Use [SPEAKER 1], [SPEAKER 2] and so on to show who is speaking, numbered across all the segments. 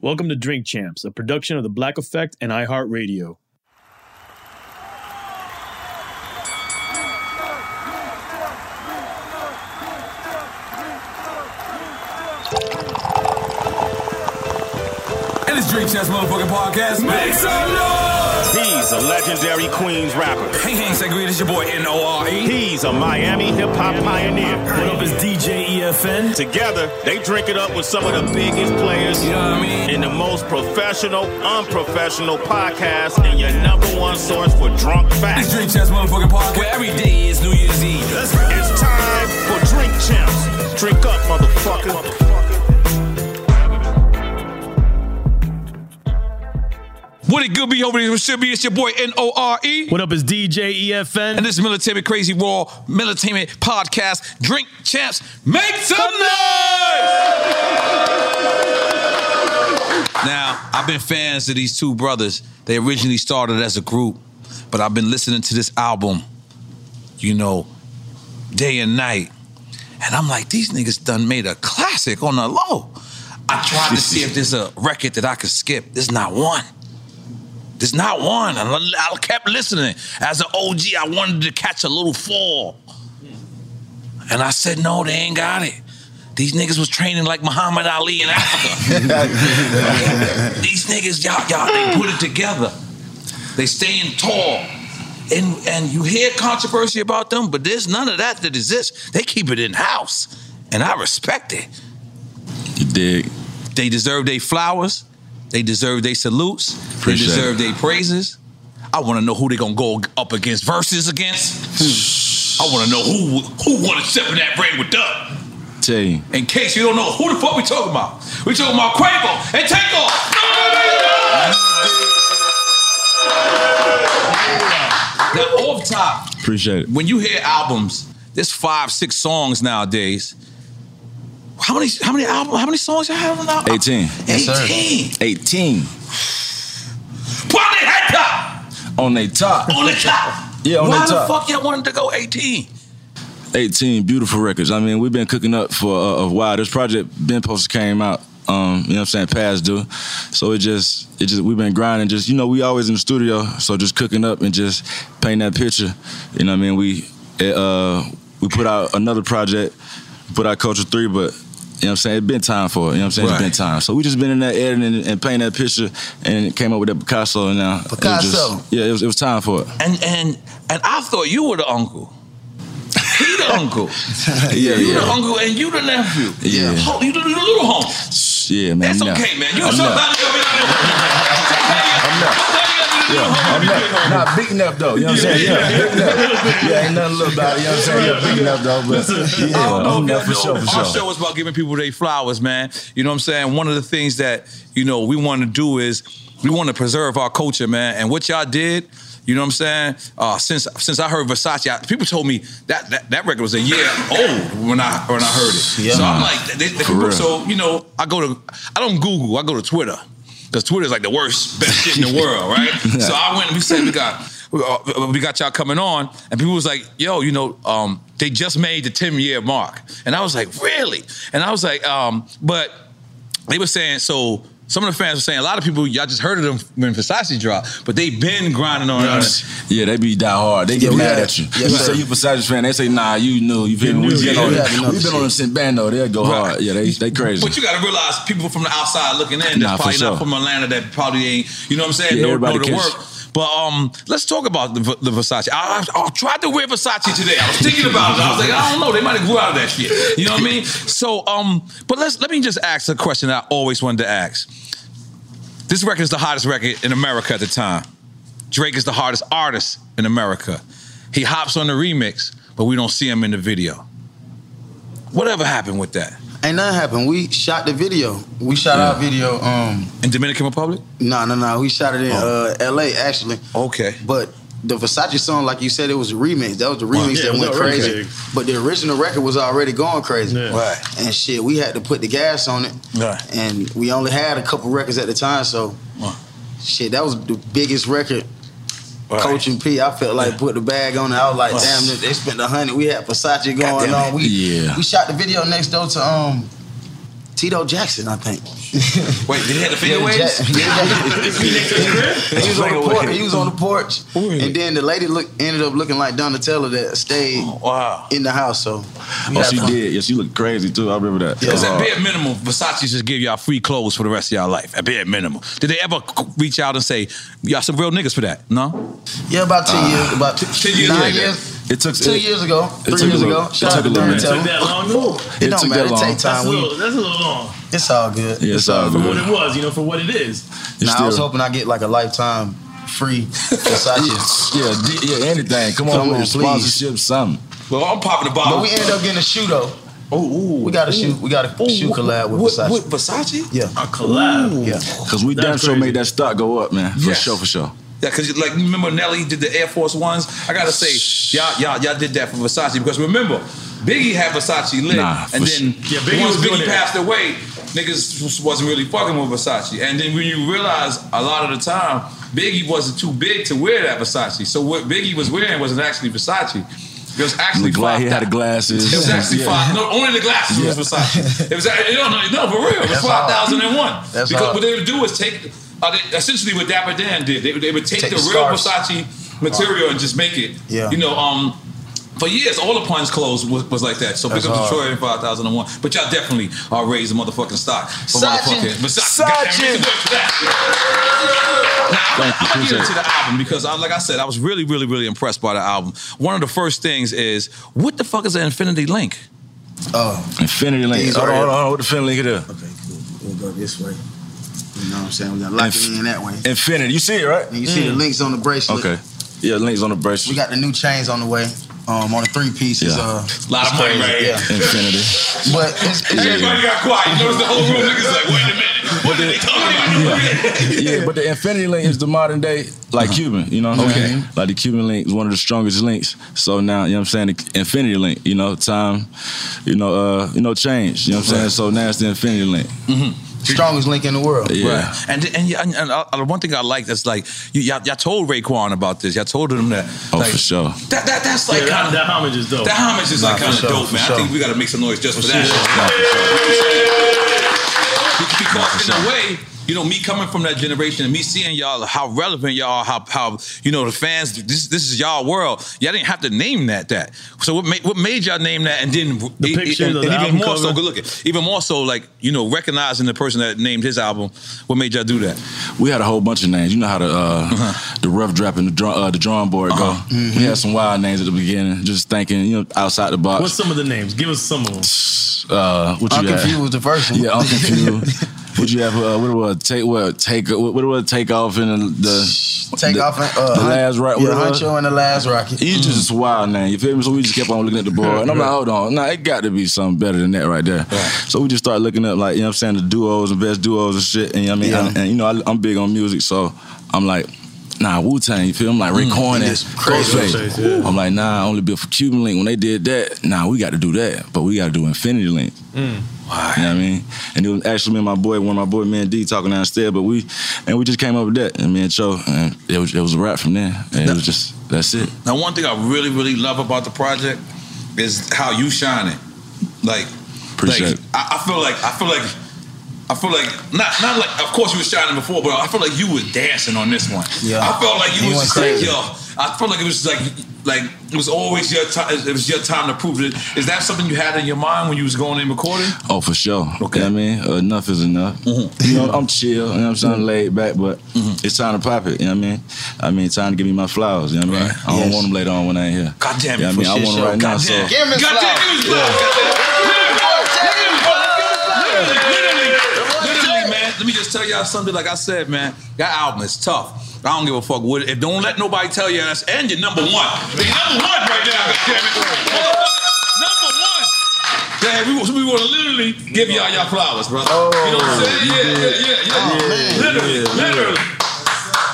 [SPEAKER 1] Welcome to Drink Champs, a production of The Black Effect and iHeartRadio.
[SPEAKER 2] And it's Drink Chess Motherfucking Podcast. Make some noise!
[SPEAKER 3] He's a legendary Queens rapper.
[SPEAKER 2] Hey, hey, Segreed, it's your boy N-O-R-E.
[SPEAKER 3] He's a Miami hip hop pioneer.
[SPEAKER 2] What up, is DJ EFN.
[SPEAKER 3] Together, they drink it up with some of the biggest players
[SPEAKER 2] You know what I mean?
[SPEAKER 3] in the most professional, unprofessional podcast and your number one source for drunk
[SPEAKER 2] It's
[SPEAKER 3] facts.
[SPEAKER 2] Drink Chess Motherfucking Podcast, where every day is New Year's Eve. Let's go!
[SPEAKER 3] It's time for Drink Champs. Drink up, motherfucker.
[SPEAKER 2] What it could be over there should be, it's your boy N-O-R-E.
[SPEAKER 1] What up is DJ EFN?
[SPEAKER 2] E. And this is Militainment Crazy Raw, Militainment Podcast, Drink Champs, make some noise! Now, I've been fans of these two brothers. They originally started as a group, but I've been listening to this album, you know, day and night. And I'm like, these niggas done made a classic on the low. I tried to see if there's a record that I could skip. There's not one. There's not one. And I I kept listening. As an OG, I wanted to catch a little fall. And I said, no, they ain't got it. These niggas was training like Muhammad Ali in Africa. These niggas, y'all, y'all, they put it together. They staying tall. And and you hear controversy about them, but there's none of that that exists. They keep it in house. And I respect it.
[SPEAKER 4] You dig?
[SPEAKER 2] They deserve their flowers. They deserve their salutes.
[SPEAKER 4] Appreciate
[SPEAKER 2] they deserve
[SPEAKER 4] it.
[SPEAKER 2] their praises. I want to know who they gonna go up against versus against.
[SPEAKER 4] Hmm.
[SPEAKER 2] I want to know who who want to step in that ring with Doug.
[SPEAKER 5] Jay.
[SPEAKER 2] In case you don't know who the fuck we talking about, we talking about Quavo and Takeoff. Now, off top,
[SPEAKER 5] Appreciate it.
[SPEAKER 2] when you hear albums, there's five, six songs nowadays. How many? How many album? How many songs you have on now?
[SPEAKER 5] 18.
[SPEAKER 2] Yes, sir.
[SPEAKER 5] 18.
[SPEAKER 2] Put on their head top.
[SPEAKER 5] On they top.
[SPEAKER 2] On the top.
[SPEAKER 5] Yeah, on
[SPEAKER 2] Why
[SPEAKER 5] they
[SPEAKER 2] the
[SPEAKER 5] top.
[SPEAKER 2] fuck y'all wanted to go 18?
[SPEAKER 5] 18 beautiful records. I mean, we've been cooking up for a, a while. This project been supposed to came out. Um, you know what I'm saying, past due. So it just, it just, we've been grinding. Just, you know, we always in the studio. So just cooking up and just painting that picture. You know what I mean? We, it, uh, we put out another project, put out Culture Three, but you know what I'm saying. It's been time for it. You know what I'm saying.
[SPEAKER 2] Right.
[SPEAKER 5] It's been time. So we just been in that editing and, and painting that picture, and it came up with that Picasso. And now it was just-
[SPEAKER 2] Picasso.
[SPEAKER 5] yeah, it was, it was time for it.
[SPEAKER 2] And and and I thought you were the uncle. He the uncle.
[SPEAKER 5] yeah,
[SPEAKER 2] you
[SPEAKER 5] yeah.
[SPEAKER 2] the uncle and you the nephew.
[SPEAKER 5] Yeah.
[SPEAKER 2] Ho- you the, you the little home.
[SPEAKER 5] Yeah, man.
[SPEAKER 2] That's
[SPEAKER 5] no.
[SPEAKER 2] okay, man. You
[SPEAKER 5] I'm
[SPEAKER 2] so
[SPEAKER 5] not. Yeah, I'm not, not big enough though. You know what I'm saying? Yeah, big enough. Yeah, ain't nothing little about it. You know what I'm saying? Yeah, big enough though. But yeah, I'm not for sure, for
[SPEAKER 2] Our
[SPEAKER 5] sure.
[SPEAKER 2] show is about giving people their flowers, man. You know what I'm saying? One of the things that, you know, we want to do is we want to preserve our culture, man. And what y'all did, you know what I'm saying? Uh, since since I heard Versace, I- people told me that, that that record was a year old when I when I heard it.
[SPEAKER 5] Yeah.
[SPEAKER 2] So I'm like, they, they-
[SPEAKER 5] For real.
[SPEAKER 2] so you know, I go to I don't Google, I go to Twitter because Twitter is like the worst, best shit in the world, right?
[SPEAKER 5] Yeah.
[SPEAKER 2] So I went and we said we got we, uh, we got y'all coming on, and people was like, "Yo, you know, um, they just made the ten year mark," and I was like, "Really?" And I was like, um, "But they were saying so." Some of the fans were saying a lot of people y'all just heard of them when Versace dropped, but they've been grinding on us.
[SPEAKER 5] Yeah, they be die hard. They get
[SPEAKER 2] Yeah.
[SPEAKER 5] mad at you.
[SPEAKER 2] Yes,
[SPEAKER 5] you
[SPEAKER 2] sir.
[SPEAKER 5] say you Versage's fan. They say nah, you knew. You feel
[SPEAKER 2] knew.
[SPEAKER 5] me? We been
[SPEAKER 2] Yeah,
[SPEAKER 5] on
[SPEAKER 2] we haven't
[SPEAKER 5] it. We
[SPEAKER 2] noticed
[SPEAKER 5] been on it since Bando. They'll go hard. Yeah, they they crazy.
[SPEAKER 2] But you got to realize people from the outside looking in that's
[SPEAKER 5] Nah, for
[SPEAKER 2] probably
[SPEAKER 5] sure.
[SPEAKER 2] not from Atlanta that probably ain't, you know what I'm saying,
[SPEAKER 5] Yeah,
[SPEAKER 2] know,
[SPEAKER 5] everybody
[SPEAKER 2] know the
[SPEAKER 5] catch-
[SPEAKER 2] work. But um, let's talk about the, V- the Versace. I, I, I tried to wear Versace today. I was thinking about it. I was like, I don't know. They might have grew out of that shit. You know what I mean? So, um, but let's let me just ask a question I always wanted to ask. This record is the hottest record in America at the time. Drake is the hardest artist in America. He hops on the remix, but we don't see him in the video. Whatever happened with that?
[SPEAKER 6] Ain't nothing happened. We shot the video. We shot our video. Um,
[SPEAKER 2] in Dominican Republic?
[SPEAKER 6] No, no, no. We shot it in uh, L.A. Actually.
[SPEAKER 2] Okay.
[SPEAKER 6] But the Versace song, like you said, it was a remix. That was the remix
[SPEAKER 3] Yeah, it
[SPEAKER 6] that
[SPEAKER 3] was
[SPEAKER 6] went
[SPEAKER 3] already
[SPEAKER 6] crazy.
[SPEAKER 3] crazy.
[SPEAKER 6] But the original record was already going crazy.
[SPEAKER 3] Yeah. Right.
[SPEAKER 6] And shit, we had to put the gas on it.
[SPEAKER 2] Right.
[SPEAKER 6] And we only had a couple records at the time, so shit, that was the biggest record. Coach and P, I felt like put the bag on it. I was like,
[SPEAKER 3] Right.
[SPEAKER 6] damn, they- they spent a hundred. We had Versace going
[SPEAKER 3] Goddamn
[SPEAKER 6] on.
[SPEAKER 3] it.
[SPEAKER 6] We
[SPEAKER 3] Yeah.
[SPEAKER 6] we shot the video next door to um Tito Jackson, I think.
[SPEAKER 2] Wait, did he have the fadeaways?
[SPEAKER 6] he was on the porch. He was on the porch, and then the lady look, ended up looking like Donna Teller that stayed in the house. So,
[SPEAKER 5] Oh, she did. Yeah, she looked crazy too. I remember that.
[SPEAKER 2] Because at
[SPEAKER 5] Uh,
[SPEAKER 2] bare minimum, Versace just give y'all free clothes for the rest of y'all life. At bare minimum, did they ever c- reach out and say y'all some real niggas for that? No.
[SPEAKER 6] Yeah, about two
[SPEAKER 2] Ah.
[SPEAKER 6] years, about two,
[SPEAKER 2] Ten years
[SPEAKER 6] nine
[SPEAKER 2] later.
[SPEAKER 6] years.
[SPEAKER 5] It took
[SPEAKER 6] two
[SPEAKER 5] it-
[SPEAKER 6] years ago,
[SPEAKER 5] it
[SPEAKER 6] three
[SPEAKER 5] took a
[SPEAKER 6] years
[SPEAKER 5] little-
[SPEAKER 6] ago.
[SPEAKER 5] it
[SPEAKER 6] Shout out
[SPEAKER 5] took a
[SPEAKER 6] to
[SPEAKER 5] little
[SPEAKER 6] Donna
[SPEAKER 5] minute.
[SPEAKER 6] Teller.
[SPEAKER 5] Took that long?
[SPEAKER 6] It,
[SPEAKER 5] It
[SPEAKER 6] don't
[SPEAKER 5] took
[SPEAKER 6] matter.
[SPEAKER 5] that
[SPEAKER 6] It
[SPEAKER 5] long.
[SPEAKER 6] take time.
[SPEAKER 5] That's a
[SPEAKER 6] We-
[SPEAKER 5] little-
[SPEAKER 7] that's a little long.
[SPEAKER 6] it's all good.
[SPEAKER 5] Yeah, it's all
[SPEAKER 7] For what
[SPEAKER 5] good.
[SPEAKER 7] it was, you know, for what it is.
[SPEAKER 6] Nah, I was hoping I get like a lifetime free Versace.
[SPEAKER 5] yeah, d- yeah, anything. Come on, with a sponsorship, something.
[SPEAKER 2] Well, I'm popping the
[SPEAKER 6] But we ended up getting a shoe though.
[SPEAKER 5] Oh,
[SPEAKER 2] Ooh,
[SPEAKER 6] we got a shoe. We got a shoe collab with Versace.
[SPEAKER 2] With Versace?
[SPEAKER 6] Yeah,
[SPEAKER 2] a collab.
[SPEAKER 6] Yeah,
[SPEAKER 5] Because we damn sure made that stock go up, man. For
[SPEAKER 2] Yes.
[SPEAKER 5] sure, for sure.
[SPEAKER 2] Yeah, because like remember Nelly did the Air Force Ones. I gotta say, y'all, y'all, y'all did that for Versace because remember, Biggie had Versace lit,
[SPEAKER 5] Nah,
[SPEAKER 2] and
[SPEAKER 5] for
[SPEAKER 2] then
[SPEAKER 5] sure. Yeah, Biggie
[SPEAKER 2] once
[SPEAKER 5] was doing
[SPEAKER 2] Biggie
[SPEAKER 5] that.
[SPEAKER 2] passed away, niggas was- wasn't really fucking with Versace. And then when you realize a lot of the time, Biggie wasn't too big to wear that Versace. So what Biggie was wearing wasn't actually Versace. It was actually
[SPEAKER 5] The gla- he had
[SPEAKER 2] $5,000.
[SPEAKER 5] the glasses.
[SPEAKER 2] It was actually
[SPEAKER 5] Yeah.
[SPEAKER 2] five. No, only the glasses was Versace. It was no, no, no, for real. It was
[SPEAKER 5] That's
[SPEAKER 2] five
[SPEAKER 5] hard.
[SPEAKER 2] thousand and one.
[SPEAKER 5] That's
[SPEAKER 2] Because
[SPEAKER 5] hard.
[SPEAKER 2] what they would do is take uh, they, essentially what Dapper Dan did. They, they would take,
[SPEAKER 5] Take
[SPEAKER 2] the,
[SPEAKER 5] the
[SPEAKER 2] real
[SPEAKER 5] scarves.
[SPEAKER 2] Versace material and just make it.
[SPEAKER 5] Yeah.
[SPEAKER 2] You know, um, for years, all the puns clothes was, was like that. So
[SPEAKER 5] That's
[SPEAKER 2] pick up
[SPEAKER 5] hard.
[SPEAKER 2] Detroit and five thousand and one. But y'all definitely uh, raised the motherfucking stock. For
[SPEAKER 6] Sergeant.
[SPEAKER 2] motherfucking Versace. Goddamn,
[SPEAKER 6] Sergeant.
[SPEAKER 2] make some noise for that. Now, I'm
[SPEAKER 5] Thank you.
[SPEAKER 2] I'm gonna get
[SPEAKER 5] Appreciate
[SPEAKER 2] into
[SPEAKER 5] it.
[SPEAKER 2] the album because, I, like I said, I was really, really, really impressed by the album. One of the first things is, what the fuck is an infinity link?
[SPEAKER 6] Oh,
[SPEAKER 5] Infinity Link.
[SPEAKER 6] These
[SPEAKER 5] Hold on,
[SPEAKER 6] right
[SPEAKER 5] hold on, hold on. What the Infinity Link is there?
[SPEAKER 6] we'll go this way. You know what I'm saying? We got to lock it in that way.
[SPEAKER 5] Infinity. You see it, right?
[SPEAKER 6] Hmm. And you see the links on the bracelet.
[SPEAKER 5] Okay. Yeah, Mm. links on the bracelet.
[SPEAKER 6] We got the new chains on the way. um, on a three piece. Is,
[SPEAKER 5] Yeah.
[SPEAKER 6] uh,
[SPEAKER 5] A lot of
[SPEAKER 6] it's
[SPEAKER 5] money
[SPEAKER 6] crazy,
[SPEAKER 5] right here.
[SPEAKER 6] Yeah.
[SPEAKER 5] Infinity.
[SPEAKER 6] But it's, it's
[SPEAKER 5] Everybody got quiet. You notice the whole room, niggas like, wait a minute. What are they talking about? Yeah. yeah, but the Infinity Link is the modern day, like
[SPEAKER 6] Uh-huh.
[SPEAKER 5] Cuban, you know what I'm
[SPEAKER 2] Okay.
[SPEAKER 5] saying? Like the Cuban Link is one of the strongest links. So now, you know what I'm saying, the Infinity Link, you know, time, you know, uh, you know, change, you know what I'm saying?
[SPEAKER 2] Right. Mm-hmm.
[SPEAKER 5] So now it's the Infinity Link.
[SPEAKER 6] strongest link in the world.
[SPEAKER 5] Yeah.
[SPEAKER 2] Right. And and, and, and uh, one thing I like that's like you, y'all, y'all told Raekwon about this. Y'all told him that.
[SPEAKER 5] Oh,
[SPEAKER 2] like,
[SPEAKER 5] for sure.
[SPEAKER 2] That, that that's like
[SPEAKER 3] that-
[SPEAKER 2] kind of
[SPEAKER 3] that homage is dope.
[SPEAKER 2] That homage is
[SPEAKER 3] Nah,
[SPEAKER 2] like
[SPEAKER 3] for
[SPEAKER 2] kind of
[SPEAKER 3] sure,
[SPEAKER 2] dope,
[SPEAKER 3] for
[SPEAKER 2] man.
[SPEAKER 3] sure.
[SPEAKER 2] I think we got to make some noise just for, that. Because in a way, you know, me coming from that generation and me seeing y'all how relevant y'all, are, how how you know the fans. This this is y'all world. Y'all didn't have to name that that. So what made, what made y'all name that and then e-,
[SPEAKER 3] The picture,
[SPEAKER 2] and,
[SPEAKER 3] the
[SPEAKER 2] and even
[SPEAKER 3] album
[SPEAKER 2] more so
[SPEAKER 3] cover.
[SPEAKER 2] good looking, even more so like you know recognizing the person that named his album. What made y'all do that?
[SPEAKER 5] We had a whole bunch of names. You know how the uh,
[SPEAKER 6] Uh-huh.
[SPEAKER 5] the rough draft and the, draw, uh, the drawing board go.
[SPEAKER 6] Mm-hmm.
[SPEAKER 5] We had some wild names at the beginning, just thinking, you know, outside the box.
[SPEAKER 3] What's some of the names? Give us some of them.
[SPEAKER 5] uh, what you
[SPEAKER 3] Uncle
[SPEAKER 5] had?
[SPEAKER 3] Few was
[SPEAKER 6] the first
[SPEAKER 5] Yeah, Uncle Few. what you have? Uh, what it was take what take what it was take off and the, the
[SPEAKER 6] Take off and, uh,
[SPEAKER 5] the
[SPEAKER 6] Hun-
[SPEAKER 5] last right.
[SPEAKER 6] yeah, Huncho and the last Mm. rocket.
[SPEAKER 5] He just is wild now. You feel me? So we just kept on looking at the board, and I'm like, oh, hold on, nah, it got to be something better than that right there. So we just started looking up, like you know, what I'm saying the duos and best duos and shit. And you know what I mean,
[SPEAKER 6] Yeah.
[SPEAKER 5] and, and, you know, I, I'm big on music, so I'm like. Nah, Wu Tang, you feel me? I'm like
[SPEAKER 6] Mm,
[SPEAKER 5] Ray Corn and
[SPEAKER 6] it's crazy.
[SPEAKER 5] Ghostface. I'm like, nah, I only built for Cuban Link. When they did that, nah, we got to do that, but we got to do Infinity Link.
[SPEAKER 8] Mm.
[SPEAKER 5] You know what I mean? And it was actually me and my boy, one of my boy, me and D talking downstairs, but we and we just came up with that. And me and Cho, and it was it was a wrap from there. And it was just that's it.
[SPEAKER 2] Now, one thing I really, really love about the project is how you shine it. Like,
[SPEAKER 5] Appreciate
[SPEAKER 2] like,
[SPEAKER 5] it.
[SPEAKER 2] I, I feel like I feel like I feel like not not like of course you was shining before, but I feel like you was dancing on this one.
[SPEAKER 6] Yeah.
[SPEAKER 2] I felt like you,
[SPEAKER 6] You
[SPEAKER 2] was
[SPEAKER 6] went
[SPEAKER 2] just
[SPEAKER 6] crazy.
[SPEAKER 2] like yo. I felt like it was just like like it was always your time. It was your time to prove it. Is that something you had in your mind when you was going in recording?
[SPEAKER 5] Oh, for sure. Okay. You know what I mean? Uh, Enough is enough.
[SPEAKER 2] Mm-hmm.
[SPEAKER 5] You know, I'm chill, you know what I'm saying? Laid back, but it's time to pop it, you know what I mean? I mean, time to give me my flowers, you know what I mean? I don't want them later on when I ain't here.
[SPEAKER 2] God damn it,
[SPEAKER 5] You know
[SPEAKER 2] for
[SPEAKER 5] what I
[SPEAKER 2] shit
[SPEAKER 5] mean? I want
[SPEAKER 2] show.
[SPEAKER 5] them right now,
[SPEAKER 2] God
[SPEAKER 5] so.
[SPEAKER 2] damn. Give 'em his God damn, flowers. give 'em his Literally, man. Let me just tell y'all something. Like I said, man, that album is tough. I don't give a fuck what. If don't let nobody tell you that's and you're number one. You're number one right now. Damn it. Motherfucker, Number one. Yeah, we, we want to literally give y'all y'all flowers, brother. Oh, you know what I'm saying? Yeah, yeah, yeah, yeah. literally, literally.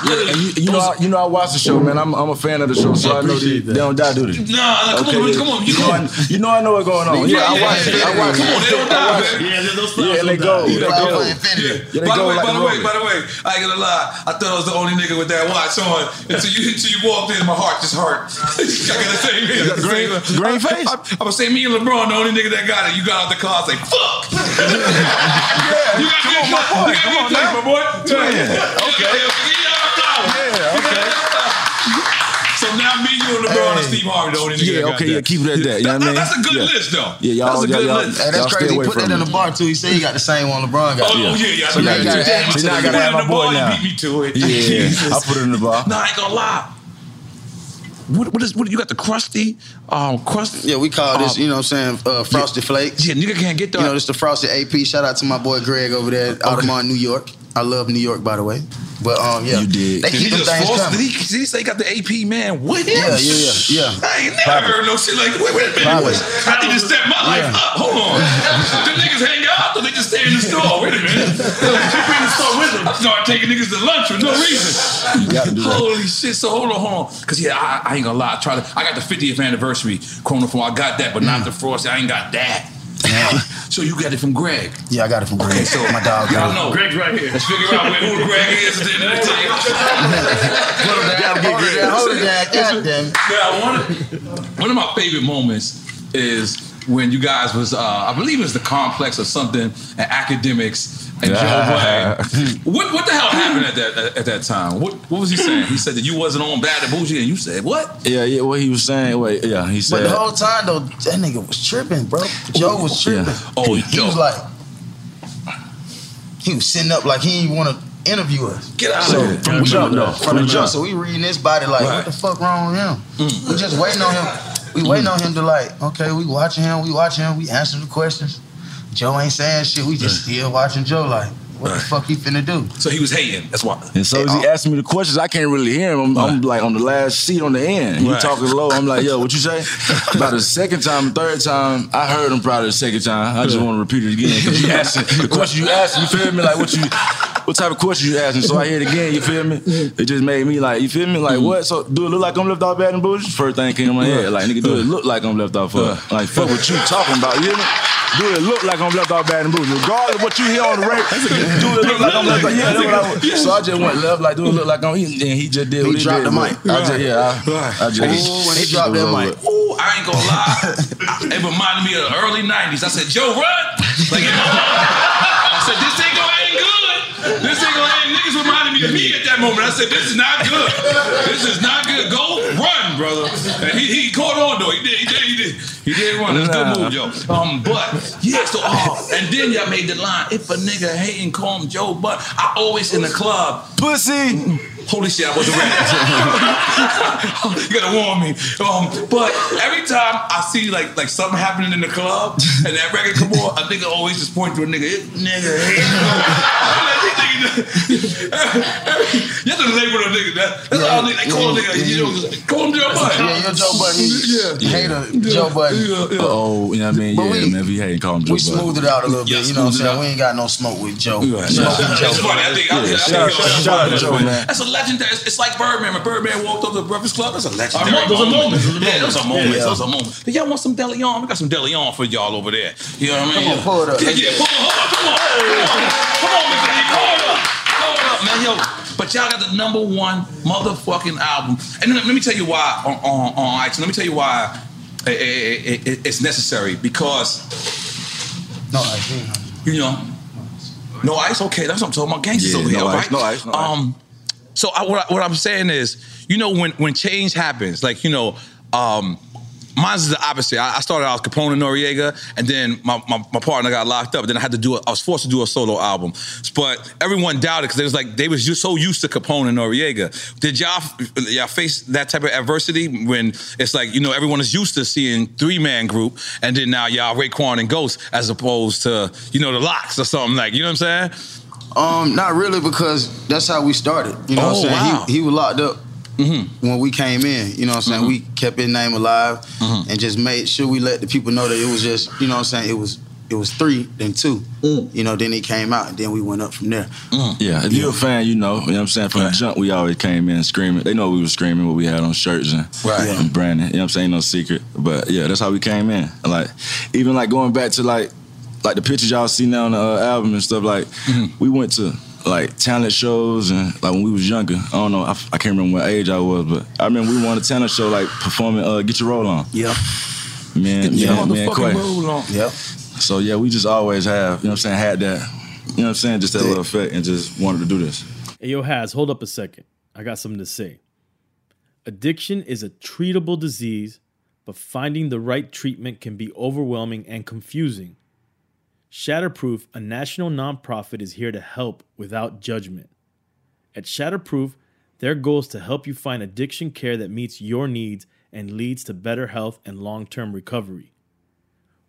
[SPEAKER 5] Yeah, and you, you know, I, you know, I watch the show, man. I'm, I'm a fan of the show, so I, know they, they don't die, do they?
[SPEAKER 2] Nah, nah, Ah, come on,
[SPEAKER 5] yeah.
[SPEAKER 2] come on, you
[SPEAKER 5] You know, I, you know, I know what's going on. Yeah, I watch it. I watch it.
[SPEAKER 2] Come on, they don't die, baby. Yeah, those flowers
[SPEAKER 5] Yeah, they go. They go. Yeah, they
[SPEAKER 2] by the way,
[SPEAKER 5] go like
[SPEAKER 2] by the
[SPEAKER 5] a
[SPEAKER 2] way,
[SPEAKER 5] rocket.
[SPEAKER 2] by the way, I ain't gonna lie. I thought I was the only nigga with that watch on until you until you walked in. My heart just hurt. I gotta say, I gotta say-
[SPEAKER 5] green face.
[SPEAKER 2] I, I, I was saying, me and LeBron, the only nigga that got it. You got out the car, I was like, fuck. you got come on, my boy. You got come on, my boy. Yeah. Okay. Yeah. Okay. So now me, you, and LeBron, and Steve Harvey, the only nigga that
[SPEAKER 5] Yeah,
[SPEAKER 2] got
[SPEAKER 5] okay,
[SPEAKER 2] that.
[SPEAKER 5] yeah, keep it at that. You know what I mean?
[SPEAKER 2] That's a good
[SPEAKER 5] Yeah.
[SPEAKER 2] list, though.
[SPEAKER 5] Yeah, y'all-
[SPEAKER 2] That's a
[SPEAKER 5] y'all-
[SPEAKER 2] good
[SPEAKER 5] y'all-
[SPEAKER 2] list.
[SPEAKER 6] Hey, that's
[SPEAKER 5] Y'all stay
[SPEAKER 6] crazy. He
[SPEAKER 5] away
[SPEAKER 6] put
[SPEAKER 5] from
[SPEAKER 6] that in
[SPEAKER 5] me.
[SPEAKER 6] the bar too. He said he got the same one LeBron got.
[SPEAKER 2] Oh, yeah, yeah.
[SPEAKER 6] So now you gotta add him to
[SPEAKER 5] See, now I
[SPEAKER 6] the
[SPEAKER 5] gotta
[SPEAKER 6] list.
[SPEAKER 5] add my boy now.
[SPEAKER 2] beat me to it. Jesus.
[SPEAKER 5] Yeah, I put it in the bar.
[SPEAKER 2] No, I ain't gonna lie. What, what is what you got the crusty um crust
[SPEAKER 6] yeah we call this you know what i'm saying uh, frosted flakes
[SPEAKER 2] yeah nigga can't get that
[SPEAKER 6] you know this the frosted ap shout out to my boy greg over there at Audemars new york i love new york by the way but um yeah
[SPEAKER 5] You did.
[SPEAKER 6] they
[SPEAKER 5] Did
[SPEAKER 2] he
[SPEAKER 6] keep them
[SPEAKER 2] just
[SPEAKER 6] things
[SPEAKER 2] force-
[SPEAKER 6] coming
[SPEAKER 2] did, he, did he say he got the AP man with him?
[SPEAKER 6] yeah yeah yeah yeah
[SPEAKER 2] I ain't never heard no shit like wait, wait a minute.
[SPEAKER 6] Probably.
[SPEAKER 2] Wait, I need to step my life up. Hold on. the niggas hang out, the niggas stay in the store. Wait a minute. you bring the store with them. I start taking niggas to lunch for no reason.
[SPEAKER 5] You gotta do that.
[SPEAKER 2] Holy shit! So hold on, hold on, because yeah, I, I ain't gonna lie. I try to. I got the 50th anniversary Corona from. I got that, but
[SPEAKER 6] Mm.
[SPEAKER 2] not the frost. I ain't got that. so you got it from Greg.
[SPEAKER 6] yeah i got it from greg so my dog
[SPEAKER 2] Y'all
[SPEAKER 6] got
[SPEAKER 2] know Greg's right here. Let's figure out where, who Greg is at the end of the day.
[SPEAKER 6] it. Hold it down. God
[SPEAKER 2] Now, one of, one of my favorite moments is when you guys was uh, I believe it was the complex or something and academics and Joe Black. What what the hell happened at that at that time? What what was he saying? He said that you wasn't on Bad and Bougie and you said what?
[SPEAKER 5] Yeah, yeah. What he was saying? Wait, yeah. He
[SPEAKER 6] but
[SPEAKER 5] said.
[SPEAKER 6] the whole time though that nigga was tripping bro joe was tripping
[SPEAKER 2] oh
[SPEAKER 6] he was like he was sitting up like he didn't want to interview us
[SPEAKER 2] Get out
[SPEAKER 6] So,
[SPEAKER 2] of here.
[SPEAKER 6] from the jump, though. From the jump. So we reading his body like,
[SPEAKER 2] Right. Mm.
[SPEAKER 6] what the fuck wrong with him? We just waiting on him. We waiting on him to like, okay, we watching him, we watching him, we answering the questions. Joe ain't saying shit. We just still watching Joe like, What the fuck he finna do?
[SPEAKER 2] So he was hating. That's why. Uh,
[SPEAKER 5] And so as he asking me the questions, I can't really hear him. I'm, I'm like on the last seat on the end. He
[SPEAKER 2] Right.
[SPEAKER 5] talking low. I'm like, yo, what you say? By the second time, third time, I heard him probably the second time. I just want to repeat it again because you asking the question you asking. You feel me? Like what you, what type of question you asking? So I hear it again. You feel me? It just made me like, you feel me?
[SPEAKER 2] Mm.
[SPEAKER 5] Like what? So do it look like I'm left off bad and bullshit? First thing came in my head. Like nigga, do it look like I'm left off? for? Like fuck what you talking about? You hear me? Do it look like I'm left off bad and bullshit? Regardless of what you hear on the radio, do it look like I'm left off? Yeah, that's what I was- So I just went left. Like do it look like I'm? eating? And he just did.
[SPEAKER 6] He
[SPEAKER 5] what
[SPEAKER 6] dropped
[SPEAKER 5] did,
[SPEAKER 6] the mic.
[SPEAKER 5] but I just, yeah, I, I
[SPEAKER 2] Right.
[SPEAKER 5] just.
[SPEAKER 2] Ooh, when he dropped that mic. Ooh, I ain't gonna lie. it reminded me of the early '90s. I said, "Joe, run!" Like, you know, I said, "This ain't gonna end good. This ain't gonna end." Niggas reminded me of me at that moment. I said, "This is not good. This is not good. Go run, brother." And he, he caught on though. He did. He did. He did. He did run. That's a good move, Joe. Um, but yeah. So oh, and then y'all made the line. If a nigga hating, call him Joe. But I always in the club.
[SPEAKER 5] Pussy.
[SPEAKER 2] Holy shit, I wasn't ready. you gotta warn me. Um, but every time I see like like something happening in the club and that record come on, a nigga always just point to a nigga. "It- Nigga, hey, you have to label a nigga. That, that's all they, they call a nigga. You know, call him Joe Budden.
[SPEAKER 6] Yeah, you're Joe Budden.
[SPEAKER 2] Yeah.
[SPEAKER 6] Hater, Joe Budden.
[SPEAKER 5] Oh, you know what I mean?
[SPEAKER 6] But
[SPEAKER 5] yeah,
[SPEAKER 6] we-
[SPEAKER 5] man, if he hadn't called him Joe
[SPEAKER 6] We
[SPEAKER 5] Budden.
[SPEAKER 6] smoothed it out a little
[SPEAKER 5] Yeah,
[SPEAKER 6] bit. You know what I'm
[SPEAKER 5] smoothed it
[SPEAKER 6] saying? We ain't got no smoke with Joe.
[SPEAKER 5] Yeah.
[SPEAKER 6] Smoke with
[SPEAKER 5] Yeah.
[SPEAKER 6] Joe.
[SPEAKER 5] That's funny. I think- I think- I think-
[SPEAKER 6] Shout out- shout out to Joe, man.
[SPEAKER 2] That's a legendary. It's it's like Birdman. When Birdman walked up to the Breakfast Club, that's a legendary. Moment. Those are moments. Yeah, those are moments.
[SPEAKER 6] Yeah.
[SPEAKER 2] Those are moments. Do y'all want some Deleon? We got some Deleon for y'all over there. You know what I mean?
[SPEAKER 6] Come on, pull it up.
[SPEAKER 2] Yeah, yeah, pull it up. Come on, come on, come on, Mr. Lee, pull it up. Pull it up, man. Yo, but y'all got the number one motherfucking album. And let let me tell you why on on, on iTunes. Let me tell you why it- it- it- it's necessary because
[SPEAKER 6] No, I didn't.
[SPEAKER 2] you know. No ice, okay. That's what I'm talking about. Gangsters
[SPEAKER 5] Yeah,
[SPEAKER 2] over here,
[SPEAKER 5] no
[SPEAKER 2] all
[SPEAKER 5] ice,
[SPEAKER 2] right?
[SPEAKER 5] no ice, no
[SPEAKER 2] um, so I, what, I, what I'm saying is, you know, when when change happens, like you know, um, mine's is the opposite. I, I started out with Capone and Noriega, and then my, my, my partner got locked up. Then I had to do, a, I was forced to do a solo album, but everyone doubted because it was like they was just so used to Capone and Noriega. Did y'all y'all face that type of adversity when it's like you know everyone is used to seeing three man group, and then now y'all Raekwon and Ghost as opposed to you know the Locks or something like you know what I'm saying.
[SPEAKER 6] Um, not really, because that's how we started. You know what
[SPEAKER 2] Oh,
[SPEAKER 6] I'm saying?
[SPEAKER 2] wow.
[SPEAKER 6] He, he was locked up
[SPEAKER 5] Mm-hmm.
[SPEAKER 6] when we came in. You know what I'm saying? We kept his name alive
[SPEAKER 5] Mm-hmm.
[SPEAKER 6] and just made sure we let the people know that it was just, you know what I'm saying? It was it was three, then two. You know, then he came out and then we went up from there.
[SPEAKER 5] Mm. Yeah, if you're a fan, you know, you know what I'm saying? From the jump, we always came in screaming. They know we were screaming what we had on shirts and,
[SPEAKER 6] Right.
[SPEAKER 5] and branding. You know what I'm saying? No secret. But yeah, that's how we came in. And, Like, even like going back to like like the pictures y'all see now on the uh, album and stuff, like,
[SPEAKER 2] Mm-hmm.
[SPEAKER 5] we went to like talent shows and like when we was younger. I don't know, I, f- I can't remember what age I was, but I remember we won a talent show like performing uh, Get Your Roll On.
[SPEAKER 6] Yeah.
[SPEAKER 5] Man,
[SPEAKER 2] Get your
[SPEAKER 5] man, man,
[SPEAKER 2] motherfucking
[SPEAKER 5] Quay.
[SPEAKER 2] roll on.
[SPEAKER 6] Yep.
[SPEAKER 5] So yeah, we just always have, you know what I'm saying, had that, you know what I'm saying, just that little effect and just wanted to do this.
[SPEAKER 3] Hey, yo, Has, hold up a second. I got something to say. Addiction is a treatable disease, but finding the right treatment can be overwhelming and confusing. Shatterproof, a national nonprofit, is here to help without judgment. At Shatterproof, their goal is to help you find addiction care that meets your needs and leads to better health and long term recovery.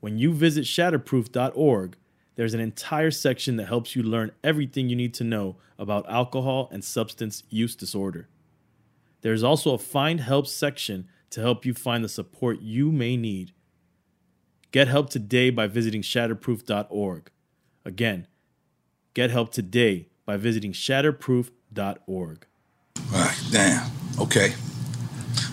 [SPEAKER 3] When you visit shatterproof.org, there's an entire section that helps you learn everything you need to know about alcohol and substance use disorder. There's also a Find Help section to help you find the support you may need. Get help today by visiting shatterproof.org. Again, get help today by visiting shatterproof.org.
[SPEAKER 2] Damn. Okay.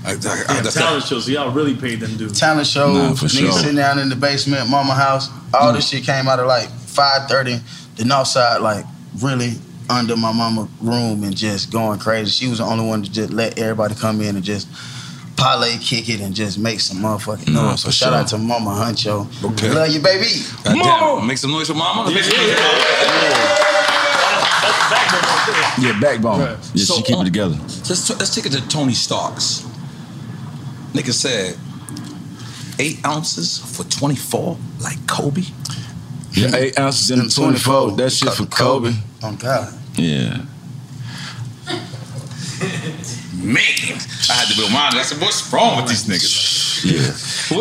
[SPEAKER 2] I, I, I, that's
[SPEAKER 3] talent shows, y'all really paid them dudes.
[SPEAKER 6] Talent shows,
[SPEAKER 3] Nah, for
[SPEAKER 6] niggas
[SPEAKER 3] sure.
[SPEAKER 6] sitting down in the basement, mama house. All this shit came out of like 5.30, the north side, like really under my mama room and just going crazy. She was the only one to just let everybody come in and just parlay kick it and just make some motherfucking
[SPEAKER 2] Nah,
[SPEAKER 6] noise. So
[SPEAKER 2] for
[SPEAKER 6] shout
[SPEAKER 2] sure.
[SPEAKER 6] out to mama Huncho. Love you, baby.
[SPEAKER 2] God damn. Make some noise for mama. Make some noise for mama.
[SPEAKER 5] Yeah, backbone. Yeah,
[SPEAKER 2] So,
[SPEAKER 5] she keep
[SPEAKER 2] um,
[SPEAKER 5] it together.
[SPEAKER 2] Let's, let's take it to Tony Stark's. Nigga said, eight ounces for 24, like Kobe?
[SPEAKER 5] Yeah, eight ounces in a 24. That shit for Kobe.
[SPEAKER 6] Oh God.
[SPEAKER 5] Yeah.
[SPEAKER 2] Man, I had to be reminded. I said, what's wrong with these niggas?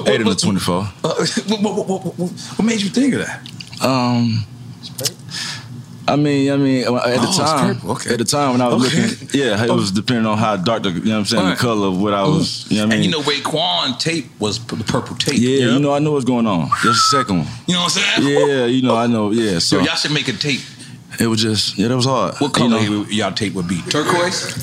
[SPEAKER 5] Yeah. eight in a 24.
[SPEAKER 2] Uh, what, what, what, what, what made you think of that?
[SPEAKER 5] Um, I mean, I mean, at the
[SPEAKER 2] Oh, it's
[SPEAKER 5] time,
[SPEAKER 2] purple, okay.
[SPEAKER 5] at the time when I was
[SPEAKER 2] Okay.
[SPEAKER 5] looking, yeah, it was depending on how dark the, you know what I'm saying,
[SPEAKER 2] Alright.
[SPEAKER 5] the color of what I was, you know what I
[SPEAKER 2] And you
[SPEAKER 5] mean?
[SPEAKER 2] know, Raekwon tape was p- the purple tape.
[SPEAKER 5] yeah, you know, I know what's going on. That's the second one.
[SPEAKER 2] You know what I'm saying?
[SPEAKER 5] Yeah, you know, I know, yeah, so
[SPEAKER 2] Yo, y'all should make a tape.
[SPEAKER 5] it was just, yeah, that was hard.
[SPEAKER 2] What color y'all tape would be? Turquoise?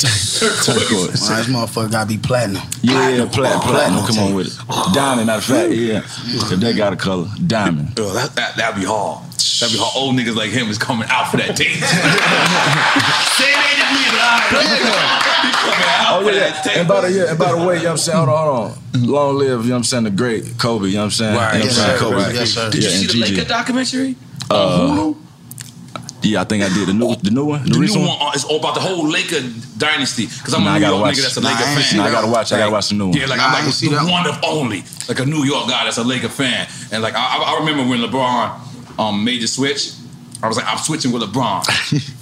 [SPEAKER 5] Turquoise.
[SPEAKER 6] Wow, this motherfucker gotta be platinum.
[SPEAKER 5] Yeah, yeah, plat, platinum,
[SPEAKER 6] platinum
[SPEAKER 5] come on with it. Diamond, not fat, yeah. If they got a color, diamond.
[SPEAKER 2] Yo, that, that, that'd be hard. That'd be hard. Old niggas like him is coming out for that tape. Say it ain't me, but I
[SPEAKER 5] Oh yeah, yeah. And by the yeah, and by the way, you know what I'm saying, hold on, hold on. Long live, you know what I'm saying, the great Kobe, you know what I'm saying?
[SPEAKER 2] Right,
[SPEAKER 5] you know
[SPEAKER 2] yes,
[SPEAKER 5] what I'm saying?
[SPEAKER 2] sir.
[SPEAKER 5] Kobe.
[SPEAKER 2] Right, yes, sir. Did you
[SPEAKER 5] Yeah,
[SPEAKER 2] see
[SPEAKER 5] and
[SPEAKER 2] the
[SPEAKER 5] Gigi.
[SPEAKER 2] Laker documentary?
[SPEAKER 5] Uh, yeah, I think I did the new, the new one, the,
[SPEAKER 2] The
[SPEAKER 5] recent
[SPEAKER 2] new one uh, is all about the whole Laker dynasty. Because I'm
[SPEAKER 5] Nah, I
[SPEAKER 2] a New
[SPEAKER 5] gotta
[SPEAKER 2] York
[SPEAKER 5] watch-
[SPEAKER 2] nigga that's a
[SPEAKER 5] nah,
[SPEAKER 2] Laker
[SPEAKER 5] I ain't
[SPEAKER 2] fan.
[SPEAKER 5] seen that. I gotta watch- I gotta watch the new one.
[SPEAKER 2] Yeah, like
[SPEAKER 5] Nah, I
[SPEAKER 2] I'm like
[SPEAKER 5] ain't
[SPEAKER 2] the one of only, like a New York guy that's a Laker fan. And like I, I- I remember when LeBron um, made the switch. I was like, I'm switching with LeBron.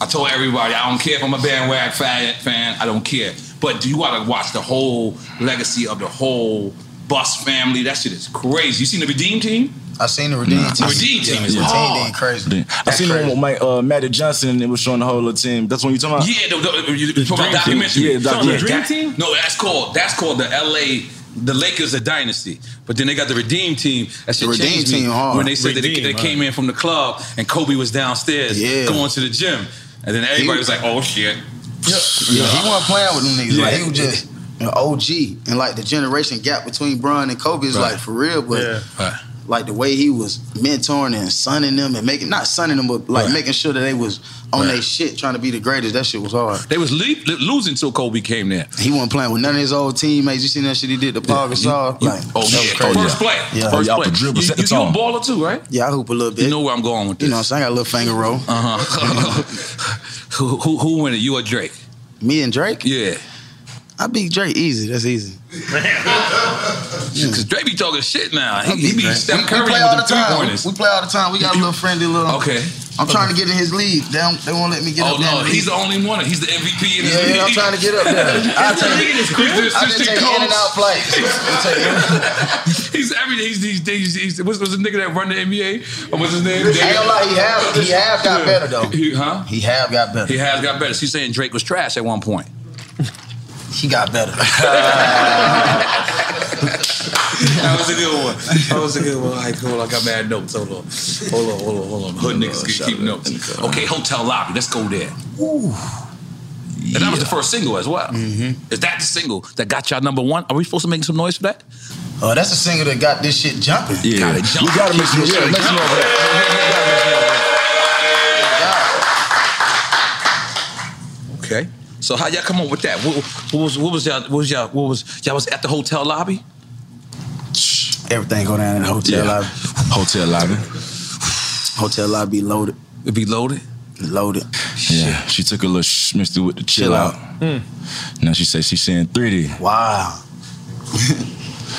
[SPEAKER 2] I told everybody, I don't care if I'm a bandwagon fan, fan. I don't care. But you gotta watch the whole legacy of the whole Bus family. That shit is crazy. You seen the Redeem Team?
[SPEAKER 6] I seen the Redeem
[SPEAKER 2] The Redeem Oh, Team is hard.
[SPEAKER 6] crazy.
[SPEAKER 5] I seen the one with Mike, uh, Magic Johnson, and it was showing the whole little team. That's what you talking about?
[SPEAKER 2] Yeah, the, the, you- you talking about
[SPEAKER 5] Uh, Dream Team.
[SPEAKER 2] documentary.
[SPEAKER 5] Yeah, documentary. Dream
[SPEAKER 2] Team. No, that's called that's called the L.A. The Lakers, a dynasty, but then they got the Redeem Team. That shit
[SPEAKER 6] The Redeem
[SPEAKER 2] changed me
[SPEAKER 6] Team, huh?
[SPEAKER 2] when they said that
[SPEAKER 6] Redeem,
[SPEAKER 2] they, they
[SPEAKER 6] huh?
[SPEAKER 2] came in from the club and Kobe was downstairs
[SPEAKER 6] Yeah.
[SPEAKER 2] going to the gym, and then everybody was like, "Oh shit."
[SPEAKER 6] Yeah, he wasn't playing with them niggas. Like he
[SPEAKER 2] Yeah.
[SPEAKER 6] was just an OG, and like the generation gap between Bron and Kobe is
[SPEAKER 2] Right.
[SPEAKER 6] like for real. But
[SPEAKER 2] Right.
[SPEAKER 6] like the way he was mentoring and sunning them and making not sunning them, but like
[SPEAKER 2] Right.
[SPEAKER 6] making sure that they was on
[SPEAKER 2] Right.
[SPEAKER 6] their shit, trying to be the greatest. That shit was hard.
[SPEAKER 2] They was le- le- losing till Kobe came there.
[SPEAKER 6] He wasn't playing with none of his old teammates. You seen that shit he did to Paul Gasol?
[SPEAKER 2] You-
[SPEAKER 6] Like,
[SPEAKER 2] oh,
[SPEAKER 6] that
[SPEAKER 2] yeah.
[SPEAKER 6] was crazy.
[SPEAKER 2] First play.
[SPEAKER 6] Yeah.
[SPEAKER 2] First play. you, you, you a baller too, right?
[SPEAKER 6] Yeah, I hoop a little bit.
[SPEAKER 2] You know where I'm going with this.
[SPEAKER 6] You know, so I got a little finger roll.
[SPEAKER 2] Uh huh. who, who who win it? You or Drake?
[SPEAKER 6] Me and Drake?
[SPEAKER 2] Yeah.
[SPEAKER 6] I beat Drake easy. That's easy.
[SPEAKER 2] Because Drake be talking shit now. Uh, He, he be
[SPEAKER 6] Drake.
[SPEAKER 2] Steph
[SPEAKER 6] We-
[SPEAKER 2] Curry
[SPEAKER 6] we
[SPEAKER 2] with
[SPEAKER 6] play all
[SPEAKER 2] the
[SPEAKER 6] the
[SPEAKER 2] three
[SPEAKER 6] time.
[SPEAKER 2] pointers.
[SPEAKER 6] We play all the time. We got a little friendly little.
[SPEAKER 2] Okay.
[SPEAKER 6] I'm trying to get in his league. They, don't- they won't let me get
[SPEAKER 2] Oh
[SPEAKER 6] up there.
[SPEAKER 2] no, he's the only one. He's the MVP in his
[SPEAKER 6] Yeah,
[SPEAKER 2] league.
[SPEAKER 6] yeah, I'm trying to get up there. I'll
[SPEAKER 2] He's the
[SPEAKER 6] take it.
[SPEAKER 2] league. He's the
[SPEAKER 6] I just
[SPEAKER 2] assistant
[SPEAKER 6] take
[SPEAKER 2] coach.
[SPEAKER 6] in and out flights.
[SPEAKER 2] He's everything. He's, he's, he's, he's what's, what's the nigga that run the NBA? Or what's his name?
[SPEAKER 6] Ain't gonna lie, he have- he have got better, though.
[SPEAKER 2] He, huh?
[SPEAKER 6] He have got better.
[SPEAKER 2] He has got better. She's saying Drake was trash at one point.
[SPEAKER 6] He got better.
[SPEAKER 2] that was a good one. That was a good one. All right, cool. I got mad notes. Hold on. Hold on, hold on, hold on. Hood niggas can keep notes. Okay, hotel lobby. Let's go there.
[SPEAKER 6] Ooh.
[SPEAKER 2] And that was the first single as well.
[SPEAKER 6] Mm-hmm.
[SPEAKER 2] Is that the single that got y'all number one? Are we supposed to make some noise for that?
[SPEAKER 6] Oh, that's a singer that got this shit jumping.
[SPEAKER 2] Yeah. Gotta jump.
[SPEAKER 6] We gotta make some
[SPEAKER 2] Yeah,
[SPEAKER 6] yeah,
[SPEAKER 2] make
[SPEAKER 6] make
[SPEAKER 2] some
[SPEAKER 6] some
[SPEAKER 2] noise
[SPEAKER 6] over
[SPEAKER 2] Okay. So how y'all come up with that? What, what was what was y'all what was y'all what was y'all was at the hotel lobby?
[SPEAKER 6] Everything go down in the hotel
[SPEAKER 2] Yeah.
[SPEAKER 6] lobby.
[SPEAKER 5] Hotel lobby.
[SPEAKER 6] Hotel lobby loaded.
[SPEAKER 2] It be loaded?
[SPEAKER 6] Loaded.
[SPEAKER 5] Yeah, she took a little sh- mixed it with the chill,
[SPEAKER 6] Chill
[SPEAKER 5] out. Now she says she's seeing 3D.
[SPEAKER 6] Wow.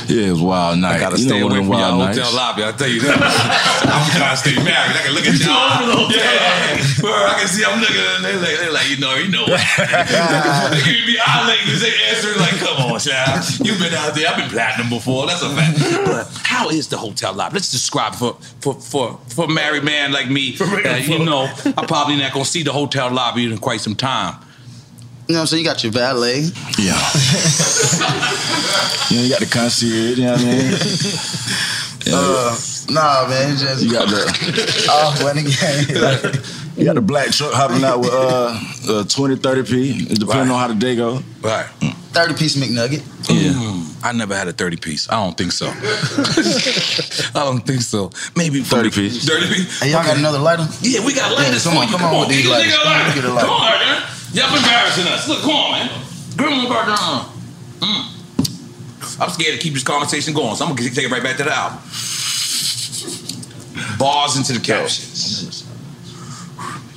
[SPEAKER 5] yeah, it was a wild night.
[SPEAKER 2] I gotta
[SPEAKER 5] You know
[SPEAKER 2] stay
[SPEAKER 5] one of
[SPEAKER 2] away
[SPEAKER 5] them
[SPEAKER 2] from y'all
[SPEAKER 5] wild nights.
[SPEAKER 2] hotel lobby. I tell you that. I'm trying to stay married. I can look at y'all. Yeah, Bro, I can see I'm looking. at them. They like, they like, you know, you know. what happened. they give me eye language. They answering like, come on, child. You've been out there. I've been platinum before. That's a fact. But how is the hotel lobby? Let's describe for for for for a married man like me. Uh, you know, I'm probably not gonna see the hotel lobby in quite some time.
[SPEAKER 6] You know what I'm saying? You got your valet.
[SPEAKER 5] Yeah. you, know, you got the concierge, you know what I mean? Yeah.
[SPEAKER 6] Uh, nah, man. It's just
[SPEAKER 5] You got the-
[SPEAKER 6] off winning game. Like,
[SPEAKER 5] you got the black truck hopping out with uh, uh 20, 30 P, depending on how the day go.
[SPEAKER 2] Right.
[SPEAKER 6] 30 piece McNugget.
[SPEAKER 2] Yeah. I never had a 30 piece. I don't think so. I don't think so. Maybe 30 piece. 30 piece.
[SPEAKER 6] And y'all got another lighter?
[SPEAKER 2] Yeah, we got lighters
[SPEAKER 6] come
[SPEAKER 2] for
[SPEAKER 6] on,
[SPEAKER 2] you.
[SPEAKER 6] Come on, with these
[SPEAKER 2] nigga,
[SPEAKER 6] lighters.
[SPEAKER 2] nigga,
[SPEAKER 6] Come on,
[SPEAKER 2] lighter.
[SPEAKER 6] get a
[SPEAKER 2] Come
[SPEAKER 6] lighter.
[SPEAKER 2] on, man. Y'all embarrassing us. Look, come on, man. Gremlin Burger. uh, Mm. I'm scared to keep this conversation going, so I'm going to take it right back to the album. Bars into the captions.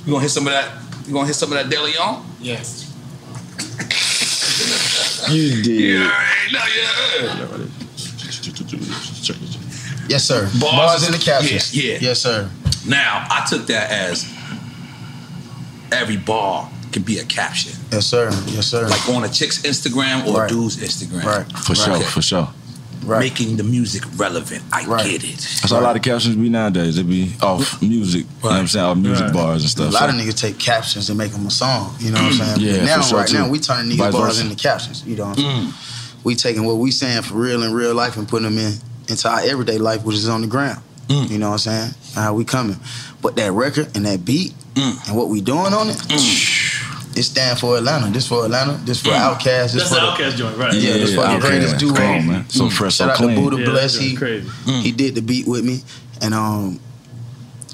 [SPEAKER 2] You going to hit some of that? You going to hit some of that De Leon?
[SPEAKER 9] Yes.
[SPEAKER 5] You did.
[SPEAKER 6] Yes, sir. Bars, in the captions.
[SPEAKER 2] Yeah, yeah.
[SPEAKER 6] Yes, sir.
[SPEAKER 2] Now, I took that as every bar can be a caption.
[SPEAKER 6] Yes, sir. Yes, sir.
[SPEAKER 2] Like on a chick's Instagram or a dude's Instagram. Right.
[SPEAKER 5] For sure, for sure.
[SPEAKER 2] making the music relevant. I get it.
[SPEAKER 5] That's how a lot of captions be nowadays. They be off music. You know what I'm saying? Off music
[SPEAKER 6] Right.
[SPEAKER 5] bars and
[SPEAKER 6] A
[SPEAKER 5] stuff.
[SPEAKER 6] lot
[SPEAKER 5] so- Mm.
[SPEAKER 6] of niggas take captions and make them a song. You know what I'm saying?
[SPEAKER 5] Yeah,
[SPEAKER 6] now,
[SPEAKER 5] for sure,
[SPEAKER 6] right
[SPEAKER 5] too.
[SPEAKER 6] now, we turning niggas
[SPEAKER 5] Vice
[SPEAKER 6] bars
[SPEAKER 5] versa.
[SPEAKER 6] into captions. You know what I'm saying?
[SPEAKER 3] Mm.
[SPEAKER 6] We taking what we saying for real in real life and putting them in into our everyday life, which is on the ground.
[SPEAKER 3] Mm.
[SPEAKER 6] You know what I'm saying? How we coming? But that record and that beat
[SPEAKER 3] Mm.
[SPEAKER 6] and what we doing on it, it stand for Atlanta. This for Atlanta. This for Outcast. This
[SPEAKER 3] Mm. That's
[SPEAKER 6] for
[SPEAKER 3] the
[SPEAKER 6] the-
[SPEAKER 3] Outkast joint, right?
[SPEAKER 6] Yeah, this for the greatest duo. Mm. Shout out to Buddha
[SPEAKER 3] Yeah,
[SPEAKER 6] Bless.
[SPEAKER 3] that joint
[SPEAKER 6] He,
[SPEAKER 3] crazy. Mm.
[SPEAKER 6] he did the beat with me, and um,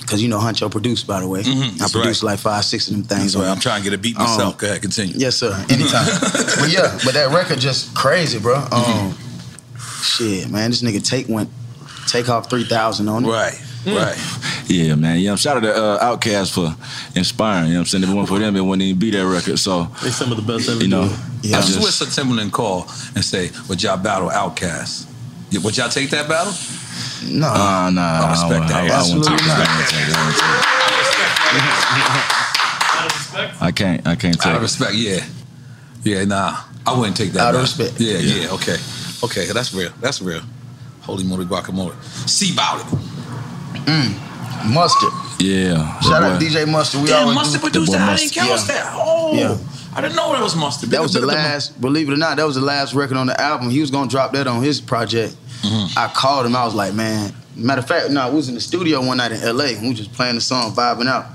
[SPEAKER 6] cause you know Huncho produced by the way.
[SPEAKER 2] Mhm,
[SPEAKER 6] I
[SPEAKER 2] that's
[SPEAKER 6] produced
[SPEAKER 2] right.
[SPEAKER 6] like five, six of them things.
[SPEAKER 2] That's right.
[SPEAKER 6] man.
[SPEAKER 2] I'm trying to get a beat
[SPEAKER 6] Um,
[SPEAKER 2] myself. Go ahead, continue.
[SPEAKER 6] Yes, sir. Anytime. but yeah, but that record just crazy, bro. Um,
[SPEAKER 2] Mm-hmm.
[SPEAKER 6] shit, man, this nigga take went take off three thousand on it.
[SPEAKER 2] Right, right.
[SPEAKER 5] Yeah, man. Yeah, shout out to uh, Outkast for inspiring. You know what I'm saying? If it wasn't for them, it wouldn't even be that record. So
[SPEAKER 3] They some of the best ever.
[SPEAKER 5] you know,
[SPEAKER 2] Yeah.
[SPEAKER 5] I
[SPEAKER 2] I
[SPEAKER 5] just-
[SPEAKER 2] wish a Timberland call and say, "Would y'all battle Outcast? Would y'all take that battle?"
[SPEAKER 6] No,
[SPEAKER 5] uh, nah, I
[SPEAKER 2] respect
[SPEAKER 5] wouldn't-
[SPEAKER 2] that.
[SPEAKER 5] I- I wouldn't take
[SPEAKER 2] Absolutely
[SPEAKER 5] that.
[SPEAKER 2] not.
[SPEAKER 5] I wouldn't take that. I wouldn't take
[SPEAKER 2] Uh,
[SPEAKER 5] that. I can't. I can't take.
[SPEAKER 2] Out of
[SPEAKER 5] it.
[SPEAKER 2] respect, yeah, yeah. Nah, I wouldn't take that.
[SPEAKER 5] Out of
[SPEAKER 2] nah.
[SPEAKER 5] respect.
[SPEAKER 2] Yeah,
[SPEAKER 5] Yeah.
[SPEAKER 2] yeah, Okay, okay. That's real. That's real. Holy moly guacamole. See about it.
[SPEAKER 6] Mm. Mustard.
[SPEAKER 5] Yeah.
[SPEAKER 6] Shout out DJ Mustard. We
[SPEAKER 2] Damn,
[SPEAKER 6] always
[SPEAKER 2] Mustard
[SPEAKER 6] do-
[SPEAKER 2] produced that. I didn't count
[SPEAKER 6] Yeah.
[SPEAKER 2] that. Oh,
[SPEAKER 6] Yeah.
[SPEAKER 2] I didn't know that was Mustard.
[SPEAKER 6] That was the
[SPEAKER 2] Bit of
[SPEAKER 6] last, believe it or not, that was the last record on the album. He was gonna drop that on his project.
[SPEAKER 2] Mm-hmm.
[SPEAKER 6] I called him. I was like, man. Matter of fact, no, I was in the studio one night in LA. And we was just playing the song, vibing out.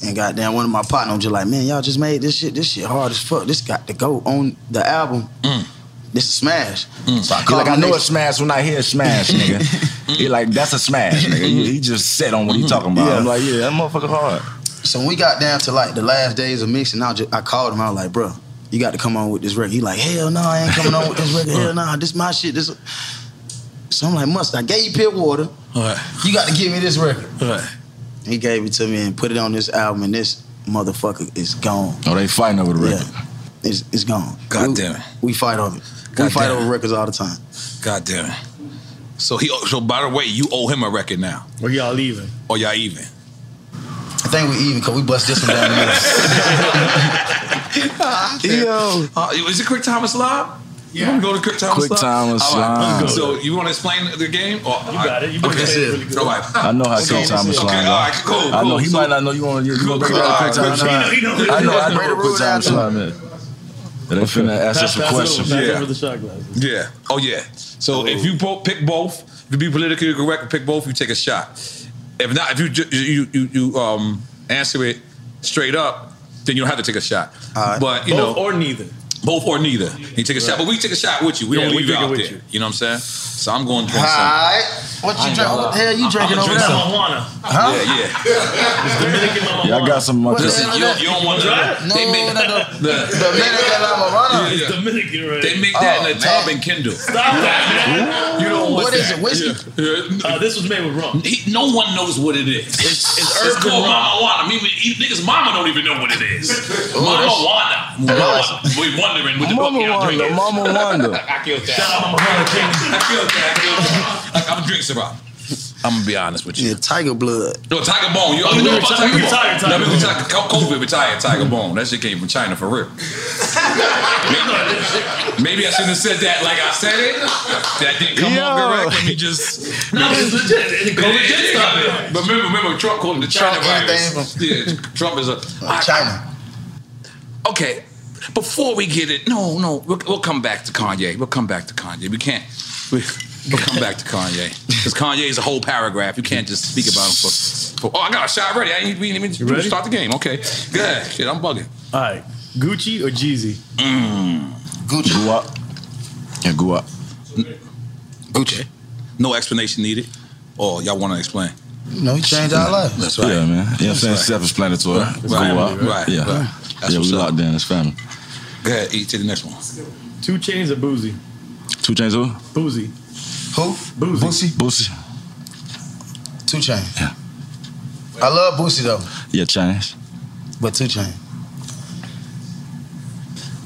[SPEAKER 6] And goddamn, one of my partners was just like, man, y'all just made this shit. This shit hard as fuck. This got to go on the album. This is smash. Mm. So I
[SPEAKER 10] He
[SPEAKER 6] called
[SPEAKER 10] like,
[SPEAKER 6] my
[SPEAKER 10] I know
[SPEAKER 6] nigga-
[SPEAKER 10] it's smash when I hear smash, nigga. he like, that's a smash, nigga. He, he just set on what he talking about. I'm like, yeah, that motherfucker hard.
[SPEAKER 6] So when we got down to like the last days of mixing, I, just, I called him. I was like, bro, you got to come on with this record. He like, hell no, I ain't coming on with this record. Hell no, this my shit. This. So I'm like, must I gave you pure water. You got to give me this record. He gave it to me and put it on this album, and this motherfucker is gone.
[SPEAKER 5] Oh, they fighting over the record.
[SPEAKER 6] It's, it's gone.
[SPEAKER 2] God
[SPEAKER 6] we,
[SPEAKER 2] damn it.
[SPEAKER 6] We fight over it. we
[SPEAKER 2] God
[SPEAKER 6] fight
[SPEAKER 2] damn
[SPEAKER 6] over records all the time.
[SPEAKER 2] God damn it. So he. So by the way, you owe him a record now.
[SPEAKER 3] Or y'all even?
[SPEAKER 2] Or y'all even?
[SPEAKER 6] I think we even because we bust this one down the middle.
[SPEAKER 2] Yo. Uh, is it Quick Time and Slob? You want to go to Quick Time
[SPEAKER 5] Quick
[SPEAKER 2] and Slob?
[SPEAKER 5] Time and
[SPEAKER 2] All right.
[SPEAKER 5] Slob.
[SPEAKER 2] So you want to explain the game? Or, you got it. You
[SPEAKER 5] been playing it really good.
[SPEAKER 2] All right.
[SPEAKER 5] I know how Quick Time is
[SPEAKER 2] Okay,
[SPEAKER 5] slime.
[SPEAKER 2] all right, cool.
[SPEAKER 5] I know
[SPEAKER 2] cool.
[SPEAKER 5] he might not know you want to
[SPEAKER 2] Cool,
[SPEAKER 5] bring
[SPEAKER 2] cool.
[SPEAKER 5] out
[SPEAKER 2] All
[SPEAKER 5] Quick Time
[SPEAKER 2] right,
[SPEAKER 5] is
[SPEAKER 2] cool.
[SPEAKER 5] slime.
[SPEAKER 2] He know- he know-
[SPEAKER 5] I know, I
[SPEAKER 2] Break the
[SPEAKER 5] know what Quick
[SPEAKER 2] rules
[SPEAKER 5] Time
[SPEAKER 2] down,
[SPEAKER 5] is slime is. Yeah, They finna ask us
[SPEAKER 3] Pass-
[SPEAKER 5] some
[SPEAKER 3] pass it
[SPEAKER 5] questions.
[SPEAKER 3] over, pass it
[SPEAKER 2] Yeah.
[SPEAKER 3] over the shot glass.
[SPEAKER 2] Yeah. Oh yeah. So if you bo- pick both, if you be politically correct and pick both, you take a shot. If not, if you ju- you you, you um answer it straight up, then you don't have to take a shot. But you
[SPEAKER 3] Both
[SPEAKER 2] know,
[SPEAKER 3] or neither.
[SPEAKER 2] both or neither. You take a shot, but we take a shot with you. We
[SPEAKER 3] Yeah,
[SPEAKER 2] don't
[SPEAKER 3] we
[SPEAKER 2] leave you
[SPEAKER 3] drink it
[SPEAKER 2] out
[SPEAKER 3] with
[SPEAKER 2] there. You. know what I'm saying? So I'm going to drink some.
[SPEAKER 6] Alright. What
[SPEAKER 2] I
[SPEAKER 6] you
[SPEAKER 2] ain't
[SPEAKER 6] drink?
[SPEAKER 2] gonna
[SPEAKER 6] What
[SPEAKER 2] lie.
[SPEAKER 6] the oh, hell you
[SPEAKER 2] I'm
[SPEAKER 6] drinking
[SPEAKER 2] gonna
[SPEAKER 6] over
[SPEAKER 2] drink
[SPEAKER 6] there?
[SPEAKER 2] some
[SPEAKER 6] Huh?
[SPEAKER 3] Yeah,
[SPEAKER 5] yeah. Y'all got some of my
[SPEAKER 2] Listen, you, don't- you don't want to.
[SPEAKER 6] No,
[SPEAKER 2] They make
[SPEAKER 6] no, no.
[SPEAKER 2] the
[SPEAKER 6] Dominican Lamarana.
[SPEAKER 2] Yeah, yeah.
[SPEAKER 3] Dominican, right?
[SPEAKER 2] They make that in a tub and Kindle. Stop
[SPEAKER 3] that,
[SPEAKER 2] man. You don't want
[SPEAKER 3] What is
[SPEAKER 2] that.
[SPEAKER 3] it, whiskey?
[SPEAKER 2] Yeah.
[SPEAKER 3] Uh, this was made with rum.
[SPEAKER 2] He, no one knows what it is. It's,
[SPEAKER 3] it's
[SPEAKER 2] it's
[SPEAKER 3] urban
[SPEAKER 2] called
[SPEAKER 3] rum.
[SPEAKER 2] Mama Wana. I mean, e- niggas' mama don't even know what it is.
[SPEAKER 3] Oh,
[SPEAKER 2] Mama
[SPEAKER 3] that's-
[SPEAKER 2] Wana. Mama, we wondering what the
[SPEAKER 5] Mama
[SPEAKER 2] fuck y'all
[SPEAKER 5] Wanda,
[SPEAKER 2] drinking.
[SPEAKER 5] Mama Wanda.
[SPEAKER 2] I killed that. Shout out Mama Wanda King. I killed that. I killed that. Like, I'm drinking syrup. I'm gonna be honest with you.
[SPEAKER 6] Yeah, Tiger Blood.
[SPEAKER 2] No, Tiger Bone. You,
[SPEAKER 6] Oh,
[SPEAKER 2] you
[SPEAKER 6] we
[SPEAKER 2] know about
[SPEAKER 6] retired-
[SPEAKER 2] Tiger
[SPEAKER 6] we
[SPEAKER 2] Bone.
[SPEAKER 6] retired
[SPEAKER 2] no,
[SPEAKER 6] Tiger
[SPEAKER 2] we
[SPEAKER 6] Bone.
[SPEAKER 2] retired, COVID retired Tiger Bone. That shit came from China for real. maybe, maybe I shouldn't have said that like I said it. That didn't come on correct. Let me just.
[SPEAKER 3] No, it's legit. It- COVID did stop it.
[SPEAKER 2] But remember, remember, Trump called it the China
[SPEAKER 3] Trump
[SPEAKER 2] virus. Yeah, Trump is a China. Okay, before we get it, no, no, we'll, we'll come back to Kanye. We'll come back to Kanye. We can't. We, we'll come back to Kanye because Kanye is a whole paragraph. You can't just speak about him for. for oh, I got a shot ready. I ain't even
[SPEAKER 3] You ready?
[SPEAKER 2] start the game. Okay, good. Shit, I'm bugging.
[SPEAKER 3] All right, Gucci or Jeezy?
[SPEAKER 2] Mm.
[SPEAKER 6] Gucci.
[SPEAKER 5] Guap. Yeah, Guap.
[SPEAKER 2] Gucci. No explanation needed. Or y'all want to explain?
[SPEAKER 6] No, he changed our life.
[SPEAKER 2] That's right.
[SPEAKER 5] Yeah, man. You know what I'm
[SPEAKER 2] That's
[SPEAKER 5] saying?
[SPEAKER 2] right.
[SPEAKER 5] Self-explanatory.
[SPEAKER 2] Right,
[SPEAKER 5] Go
[SPEAKER 2] right,
[SPEAKER 5] out.
[SPEAKER 2] right,
[SPEAKER 5] Yeah.
[SPEAKER 2] right. That's
[SPEAKER 5] yeah, we
[SPEAKER 2] what's up.
[SPEAKER 5] locked in. It's family.
[SPEAKER 2] Go ahead, eat to the next one.
[SPEAKER 3] Two Chains or Boozy?
[SPEAKER 5] Two Chains who?
[SPEAKER 3] Boozy.
[SPEAKER 6] Who?
[SPEAKER 3] Boozy.
[SPEAKER 6] Boosie.
[SPEAKER 5] Boosie.
[SPEAKER 6] Two Chain. I love Boosie though,
[SPEAKER 5] Yeah, Chains.
[SPEAKER 6] but Two Chain.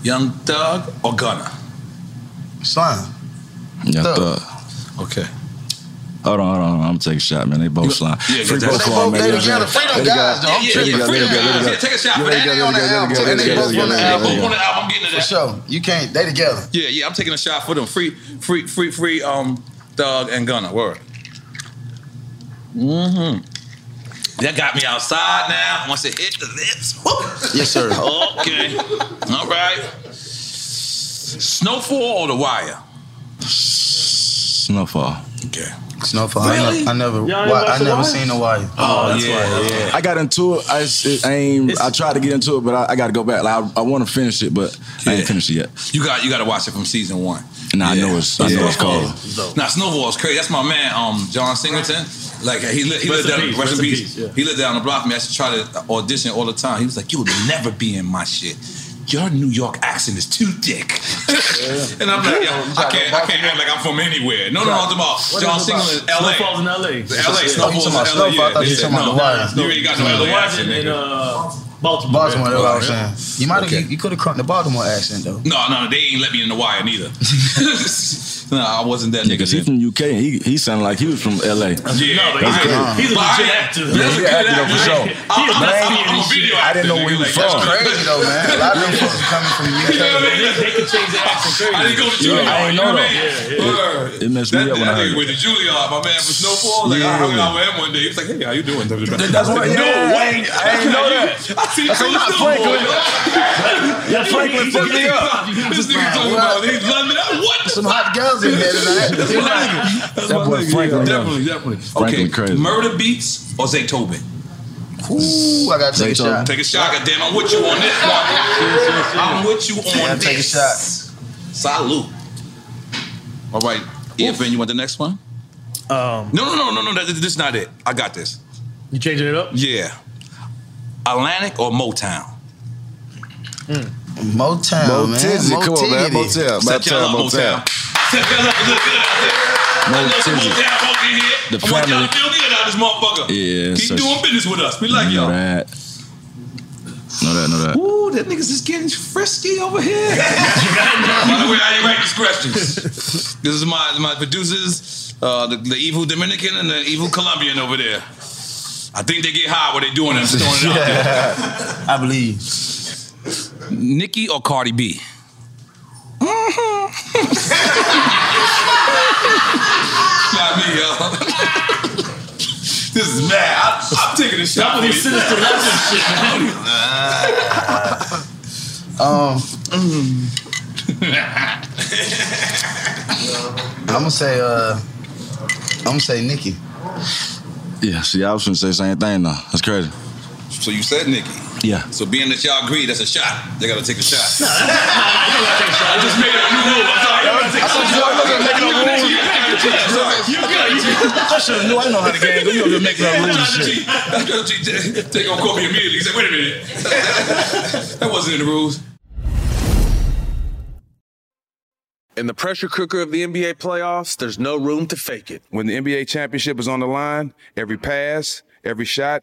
[SPEAKER 2] Young Thug or Gunna?
[SPEAKER 6] Slime.
[SPEAKER 5] Yeah,
[SPEAKER 6] Thug.
[SPEAKER 5] Thug.
[SPEAKER 2] Okay.
[SPEAKER 5] Hold on, hold on, hold on. I'm taking a shot, man. They both slime.
[SPEAKER 2] Yeah, get
[SPEAKER 5] Free
[SPEAKER 2] that-
[SPEAKER 5] both
[SPEAKER 2] They both-
[SPEAKER 5] slime, man.
[SPEAKER 2] they
[SPEAKER 5] Yeah,
[SPEAKER 2] together.
[SPEAKER 5] yeah.
[SPEAKER 2] Freedom
[SPEAKER 5] There you go.
[SPEAKER 2] guys, dog.
[SPEAKER 5] Yeah, there you go, there you go, there you go.
[SPEAKER 2] Yeah, take a shot
[SPEAKER 5] Yeah,
[SPEAKER 2] for
[SPEAKER 5] there
[SPEAKER 2] that.
[SPEAKER 5] you go,
[SPEAKER 2] They
[SPEAKER 5] there
[SPEAKER 2] on
[SPEAKER 5] you
[SPEAKER 2] the
[SPEAKER 5] go,
[SPEAKER 2] album, and
[SPEAKER 5] there you go,
[SPEAKER 2] they
[SPEAKER 5] there you
[SPEAKER 2] both
[SPEAKER 5] go,
[SPEAKER 2] on the
[SPEAKER 5] there you go,
[SPEAKER 2] album.
[SPEAKER 5] there you
[SPEAKER 2] Both
[SPEAKER 5] go.
[SPEAKER 2] on the album. I'm getting to that.
[SPEAKER 6] For sure. You can't. They together.
[SPEAKER 2] Yeah, yeah. I'm taking a shot for them. Free, free, free, free. Um, Thug and Gunna. Word. Mm-hmm. That got me outside now. Once it hit the lips. whoop.
[SPEAKER 6] Yes, sir.
[SPEAKER 2] okay. All right. Snowfall or the Wire?
[SPEAKER 5] Snowfall.
[SPEAKER 2] Okay.
[SPEAKER 6] Snowfall. I, never, I never,
[SPEAKER 5] Y'all ain't
[SPEAKER 6] why,
[SPEAKER 5] watch
[SPEAKER 6] I
[SPEAKER 5] The
[SPEAKER 6] never
[SPEAKER 5] Wire?
[SPEAKER 6] seen the wire.
[SPEAKER 5] Oh,
[SPEAKER 2] Oh,
[SPEAKER 5] I got into it. I, s- it ain't, I tried to get into it, but I, I got to go back. Like, I, I want to finish it, but I ain't finished it yet.
[SPEAKER 2] You got you got to watch it from season one.
[SPEAKER 5] Nah, I know it's, I know it's cold.
[SPEAKER 2] Now Snowball's crazy. That's my man, um, John Singleton. Like he lived, he
[SPEAKER 11] Rest
[SPEAKER 2] lived
[SPEAKER 11] in
[SPEAKER 2] down
[SPEAKER 11] peace,
[SPEAKER 2] rest in
[SPEAKER 11] rest in
[SPEAKER 2] peace.
[SPEAKER 11] peace, yeah.
[SPEAKER 2] He lived down the block. from Me, I used to try to audition all the time. He was like, "You would never be in my shit. Your New York accent is too thick." and I'm like, "Yo, I can't, I can't act like I'm from anywhere." No, no, no, I'm talking about John Singleton, L.A.
[SPEAKER 11] Snowfalls in L.A.
[SPEAKER 2] The LA, Snowfalls in LA, yeah. They said, no, you ain't got no LA accent,
[SPEAKER 11] in
[SPEAKER 2] nigga.
[SPEAKER 11] uh, Baltimore.
[SPEAKER 6] Baltimore, that's what I was
[SPEAKER 2] Yeah.
[SPEAKER 6] saying. You might have,
[SPEAKER 2] Okay.
[SPEAKER 6] you, you could have crunked the Baltimore accent though.
[SPEAKER 2] No, no, they ain't let me in the wire neither. no, I wasn't that
[SPEAKER 5] Yeah, because he from UK. and He he sounded like he was from
[SPEAKER 2] Yeah, no, but
[SPEAKER 5] LA. That's
[SPEAKER 2] he's-
[SPEAKER 5] crazy.
[SPEAKER 2] he's a But I legit am- actor, though.
[SPEAKER 5] Yeah, he a actor though, for sure.
[SPEAKER 2] I'm a- I'm a- I'm a video
[SPEAKER 5] I didn't know where he was from.
[SPEAKER 6] crazy though, man. A lot of them folks coming from the UK.
[SPEAKER 11] They can change their accent crazy.
[SPEAKER 2] I didn't go to
[SPEAKER 5] Yeah,
[SPEAKER 2] Juilliard.
[SPEAKER 5] I
[SPEAKER 2] you
[SPEAKER 5] ain't know
[SPEAKER 2] know what I
[SPEAKER 5] that.
[SPEAKER 2] mean? Word.
[SPEAKER 5] It messed me up when I
[SPEAKER 2] That nigga
[SPEAKER 5] heard
[SPEAKER 2] went
[SPEAKER 5] it.
[SPEAKER 2] to Juilliard, my man from Snowfall. Like, I hung out with him one day. He was like, hey, how you doing? That's
[SPEAKER 5] what-
[SPEAKER 2] No
[SPEAKER 5] yeah, I
[SPEAKER 2] way.
[SPEAKER 5] ain't- I ain't know that.
[SPEAKER 2] I see you
[SPEAKER 5] That's a
[SPEAKER 2] from
[SPEAKER 5] lot,
[SPEAKER 2] Snowfall.
[SPEAKER 5] Franklin. Yeah, Franklin fucked me up.
[SPEAKER 2] This nigga talking about he's London. What?
[SPEAKER 6] Some hot girls in there tonight.
[SPEAKER 2] That's my nigga. That's my nigga.
[SPEAKER 5] Franklin, yeah.
[SPEAKER 2] Definitely, definitely.
[SPEAKER 5] Franklin
[SPEAKER 2] Okay,
[SPEAKER 5] crazy.
[SPEAKER 2] Murder Beats or Zaytoven?
[SPEAKER 6] Ooh, I gotta take a shot.
[SPEAKER 2] Take a shot, goddamn. I'm with you on this one. I'm with you on
[SPEAKER 6] Yeah,
[SPEAKER 2] this.
[SPEAKER 6] take a shot.
[SPEAKER 2] Salute. All right, Evan, you want the next one? Um, no, no, no, no, no. that- This is not it. I got this.
[SPEAKER 11] You changing it up?
[SPEAKER 2] Yeah. Atlantic or Motown?
[SPEAKER 6] Mm. Motown,
[SPEAKER 2] Motizzy,
[SPEAKER 6] Oh, man.
[SPEAKER 2] come on, man.
[SPEAKER 6] Motility.
[SPEAKER 2] Motel, Set y'all motel, up, motel. motel.
[SPEAKER 5] The
[SPEAKER 2] I want y'all
[SPEAKER 5] family.
[SPEAKER 2] to feel good out of this motherfucker.
[SPEAKER 5] Yeah,
[SPEAKER 2] Keep
[SPEAKER 5] so-
[SPEAKER 2] doing business with us. We like
[SPEAKER 5] Know
[SPEAKER 2] y'all.
[SPEAKER 5] that. Know that. Know that.
[SPEAKER 2] Ooh, that niggas is getting frisky over here. By the way, I didn't write these questions. This is my my producers, uh, the, the evil Dominican and the evil Colombian over there. I think they get high what they doing and throwing it out
[SPEAKER 6] I believe.
[SPEAKER 2] there. Nicki or Cardi B? Not me, y'all. this is mad. I, I'm taking a shot.
[SPEAKER 11] Stop with these sinister lesson shit,
[SPEAKER 6] Um,
[SPEAKER 2] mm.
[SPEAKER 6] I'm gonna say, uh, I'm gonna say Nikki.
[SPEAKER 5] Yeah. See, I was gonna say the same thing though. That's crazy.
[SPEAKER 2] So you said Nicki.
[SPEAKER 5] Yeah.
[SPEAKER 2] So being that y'all agree, that's a shot. They gotta take a shot.
[SPEAKER 11] I
[SPEAKER 2] just made up a new rule. I'm sorry.
[SPEAKER 5] I should have knew. I know how the game goes. You over making up rules and shit.
[SPEAKER 2] They gonna call me immediately. He said, wait a minute. that wasn't in the rules.
[SPEAKER 3] In the pressure cooker of the NBA playoffs, there's no room to fake it.
[SPEAKER 12] When the NBA championship is on the line, every pass, every shot,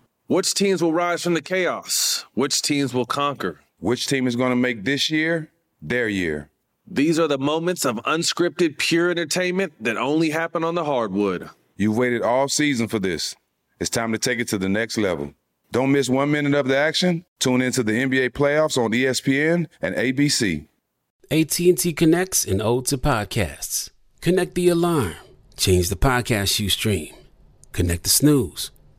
[SPEAKER 3] Which teams will rise from the chaos? Which teams will conquer?
[SPEAKER 12] Which team is going to make this year their year?
[SPEAKER 3] These are the moments of unscripted, pure entertainment that only happen on the hardwood.
[SPEAKER 12] You've waited all season for this. It's time to take it to the next level. Don't miss one minute of the action. Tune into the NBA playoffs on E ESPN and ABC.
[SPEAKER 8] AT&T connects an ode to podcasts. Connect the alarm. Change the podcast you stream. Connect the snooze.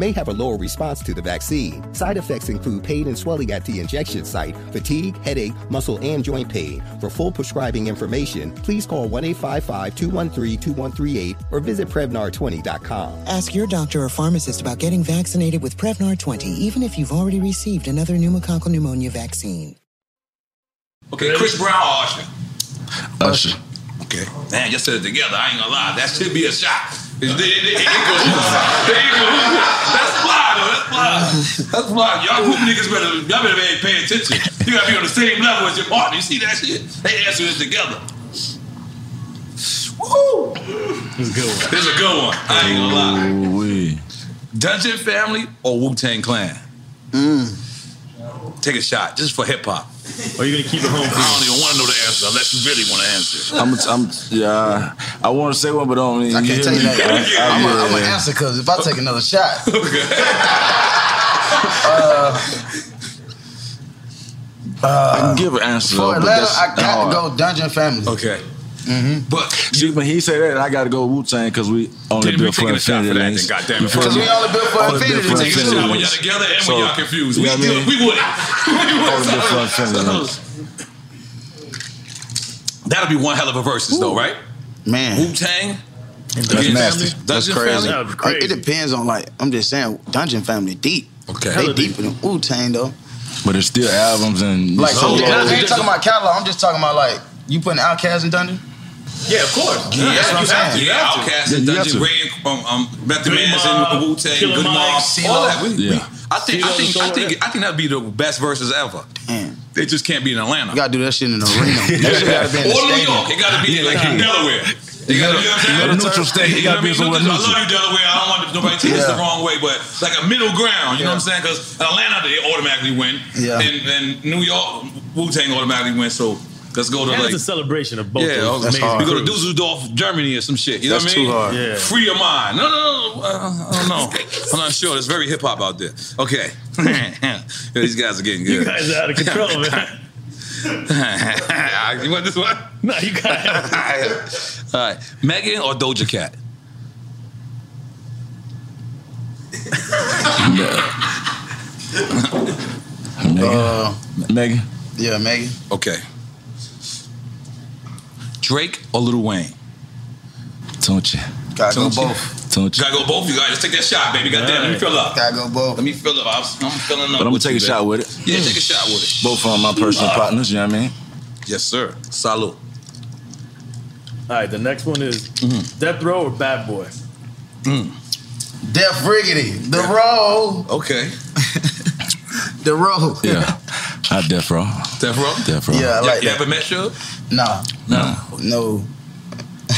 [SPEAKER 13] may have a lower response to the vaccine. Side effects include pain and swelling at the injection site, fatigue, headache, muscle, and joint pain. For full prescribing information, please call 1 855 213 2138 or visit Prevnar20.com.
[SPEAKER 14] Ask your doctor or pharmacist about getting vaccinated with Prevnar 20, even if you've already received another pneumococcal pneumonia vaccine.
[SPEAKER 2] Okay, Chris Brown or Usher? Usher. Okay. Man, you said it together. I ain't gonna lie. That should be a shot. It- it- it- it- it goes- it goes- That's fly though. That's fly. That's fly. Y'all group niggas better y'all better be paying attention. You gotta be on the same level as your partner. You see that shit? They answer this together. Woo! This is a good one. This is a good one. I ain't gonna lie. Dungeon Family or Wu Tang Clan? Take a shot just for hip hop. Or you gonna keep it home? I don't even want to know the answer unless you really want to answer.
[SPEAKER 5] I'm, I'm, yeah, I want to say one, but I don't.
[SPEAKER 6] I can't tell you that. I'm gonna I'm gonna answer because if I take another shot, uh,
[SPEAKER 5] I can give an answer.
[SPEAKER 6] for
[SPEAKER 5] though, but
[SPEAKER 6] Atlanta,
[SPEAKER 5] that's
[SPEAKER 6] I got to
[SPEAKER 5] hard.
[SPEAKER 6] go Dungeon Family.
[SPEAKER 2] Okay.
[SPEAKER 6] Mm-hmm.
[SPEAKER 2] But
[SPEAKER 5] See, when he said that, I got to go Wu Tang because we only
[SPEAKER 2] Didn't we
[SPEAKER 5] built for
[SPEAKER 2] taking a shot
[SPEAKER 5] infinity.
[SPEAKER 2] for that
[SPEAKER 5] links.
[SPEAKER 2] then, goddamn it.
[SPEAKER 5] Before-
[SPEAKER 2] Because we only built for
[SPEAKER 5] only built
[SPEAKER 2] infinity
[SPEAKER 5] for
[SPEAKER 2] links.
[SPEAKER 5] infinity
[SPEAKER 2] When y'all
[SPEAKER 5] links.
[SPEAKER 2] together and when
[SPEAKER 5] So,
[SPEAKER 2] y'all confused.
[SPEAKER 5] you
[SPEAKER 2] We
[SPEAKER 5] know what I
[SPEAKER 2] still-
[SPEAKER 5] mean?
[SPEAKER 2] we wouldn't. We wouldn't.
[SPEAKER 5] Only built for infinity links.
[SPEAKER 2] That'll be one hell of a versus though, right?
[SPEAKER 6] Man.
[SPEAKER 2] Wu Tang.
[SPEAKER 6] That's nasty. That's crazy.
[SPEAKER 2] Family?
[SPEAKER 6] Like, It depends on like I'm just saying Dungeon Family deep.
[SPEAKER 5] Okay.
[SPEAKER 6] They deeper than Wu Tang though.
[SPEAKER 5] But it's still albums and
[SPEAKER 6] Like
[SPEAKER 5] solo.
[SPEAKER 6] and I ain't talking about catalog. I'm just talking about like you putting Outkast in Dungeon.
[SPEAKER 2] Yeah, of course.
[SPEAKER 6] Yeah,
[SPEAKER 2] Yeah,
[SPEAKER 6] that's what I'm
[SPEAKER 2] you have to.
[SPEAKER 6] saying.
[SPEAKER 2] Yeah,
[SPEAKER 6] You have to.
[SPEAKER 2] Outkast and
[SPEAKER 6] Yeah, you have
[SPEAKER 2] Dungeon
[SPEAKER 6] to.
[SPEAKER 2] Ray and um, um, Method
[SPEAKER 6] Good
[SPEAKER 2] Man's
[SPEAKER 6] Mob,
[SPEAKER 2] and Wu Tang,
[SPEAKER 6] Killer
[SPEAKER 2] Good
[SPEAKER 6] Mike,
[SPEAKER 2] Mob,
[SPEAKER 6] C-Lo.
[SPEAKER 2] all that. We, we,
[SPEAKER 6] Yeah.
[SPEAKER 2] I think, I
[SPEAKER 6] C-Lo's
[SPEAKER 2] think,
[SPEAKER 6] all
[SPEAKER 2] I
[SPEAKER 6] that.
[SPEAKER 2] think, I think that'd be the best versus ever. Damn. It just can't be in Atlanta.
[SPEAKER 6] You gotta do that shit in the arena. That shit gotta be in the
[SPEAKER 2] or New
[SPEAKER 6] stadium.
[SPEAKER 2] York. It gotta be like in Delaware. You gotta, you know what I'm
[SPEAKER 6] let
[SPEAKER 2] saying?
[SPEAKER 6] a neutral state. It
[SPEAKER 2] You know what I
[SPEAKER 6] gotta be
[SPEAKER 2] mean?
[SPEAKER 6] somewhere
[SPEAKER 2] I love you, Delaware. I don't want nobody to take this
[SPEAKER 6] Yeah.
[SPEAKER 2] the wrong way, but like a middle ground. You know what I'm saying? Because Atlanta, they automatically win.
[SPEAKER 3] Yeah.
[SPEAKER 2] And, and New York, Wu Tang automatically win. So let's go to
[SPEAKER 3] and
[SPEAKER 2] like
[SPEAKER 3] it's a celebration of both.
[SPEAKER 2] yeah,
[SPEAKER 3] those
[SPEAKER 2] that's
[SPEAKER 3] amazing
[SPEAKER 2] hard. we go to
[SPEAKER 3] crews.
[SPEAKER 2] Dusseldorf, Germany, or some shit. You know
[SPEAKER 3] That's
[SPEAKER 2] what I mean?
[SPEAKER 3] too hard. Yeah.
[SPEAKER 2] Free your mind. No, no, no. no. Uh, I don't know. I'm not sure. It's very hip hop out there. Okay, Yeah, these guys are getting good.
[SPEAKER 3] You guys are out of control, man.
[SPEAKER 2] you want this one? No, you got it. All right, Megan or Doja Cat?
[SPEAKER 6] Uh,
[SPEAKER 5] Megan.
[SPEAKER 6] Yeah, Megan.
[SPEAKER 2] Okay. Drake or Lil Wayne?
[SPEAKER 5] Tunchi.
[SPEAKER 2] Gotta go
[SPEAKER 5] Tunchi.
[SPEAKER 2] both.
[SPEAKER 5] Tunchi.
[SPEAKER 2] Gotta go both. You guys just take that shot, baby. Goddamn, let me fill up.
[SPEAKER 6] Gotta go both.
[SPEAKER 2] Let me fill up. I'm, I'm filling up.
[SPEAKER 5] But I'm gonna
[SPEAKER 2] with
[SPEAKER 5] take
[SPEAKER 2] you,
[SPEAKER 5] a shot
[SPEAKER 2] baby.
[SPEAKER 5] with it.
[SPEAKER 2] Yeah, take a shot with it.
[SPEAKER 5] Both of my personal
[SPEAKER 2] Uh,
[SPEAKER 5] partners. You know what I mean?
[SPEAKER 2] Yes, sir. Salute.
[SPEAKER 3] All right, the next one is
[SPEAKER 2] Mm-hmm.
[SPEAKER 3] Death Row or Bad Boy.
[SPEAKER 2] Mm.
[SPEAKER 6] Def Riggedy, the roll.
[SPEAKER 2] Okay.
[SPEAKER 6] the roll.
[SPEAKER 5] Yeah. I death row.
[SPEAKER 2] Death row.
[SPEAKER 5] Death row.
[SPEAKER 6] Yeah, I like
[SPEAKER 2] you
[SPEAKER 6] that.
[SPEAKER 2] ever met Suge?
[SPEAKER 6] Nah.
[SPEAKER 2] No.
[SPEAKER 6] No.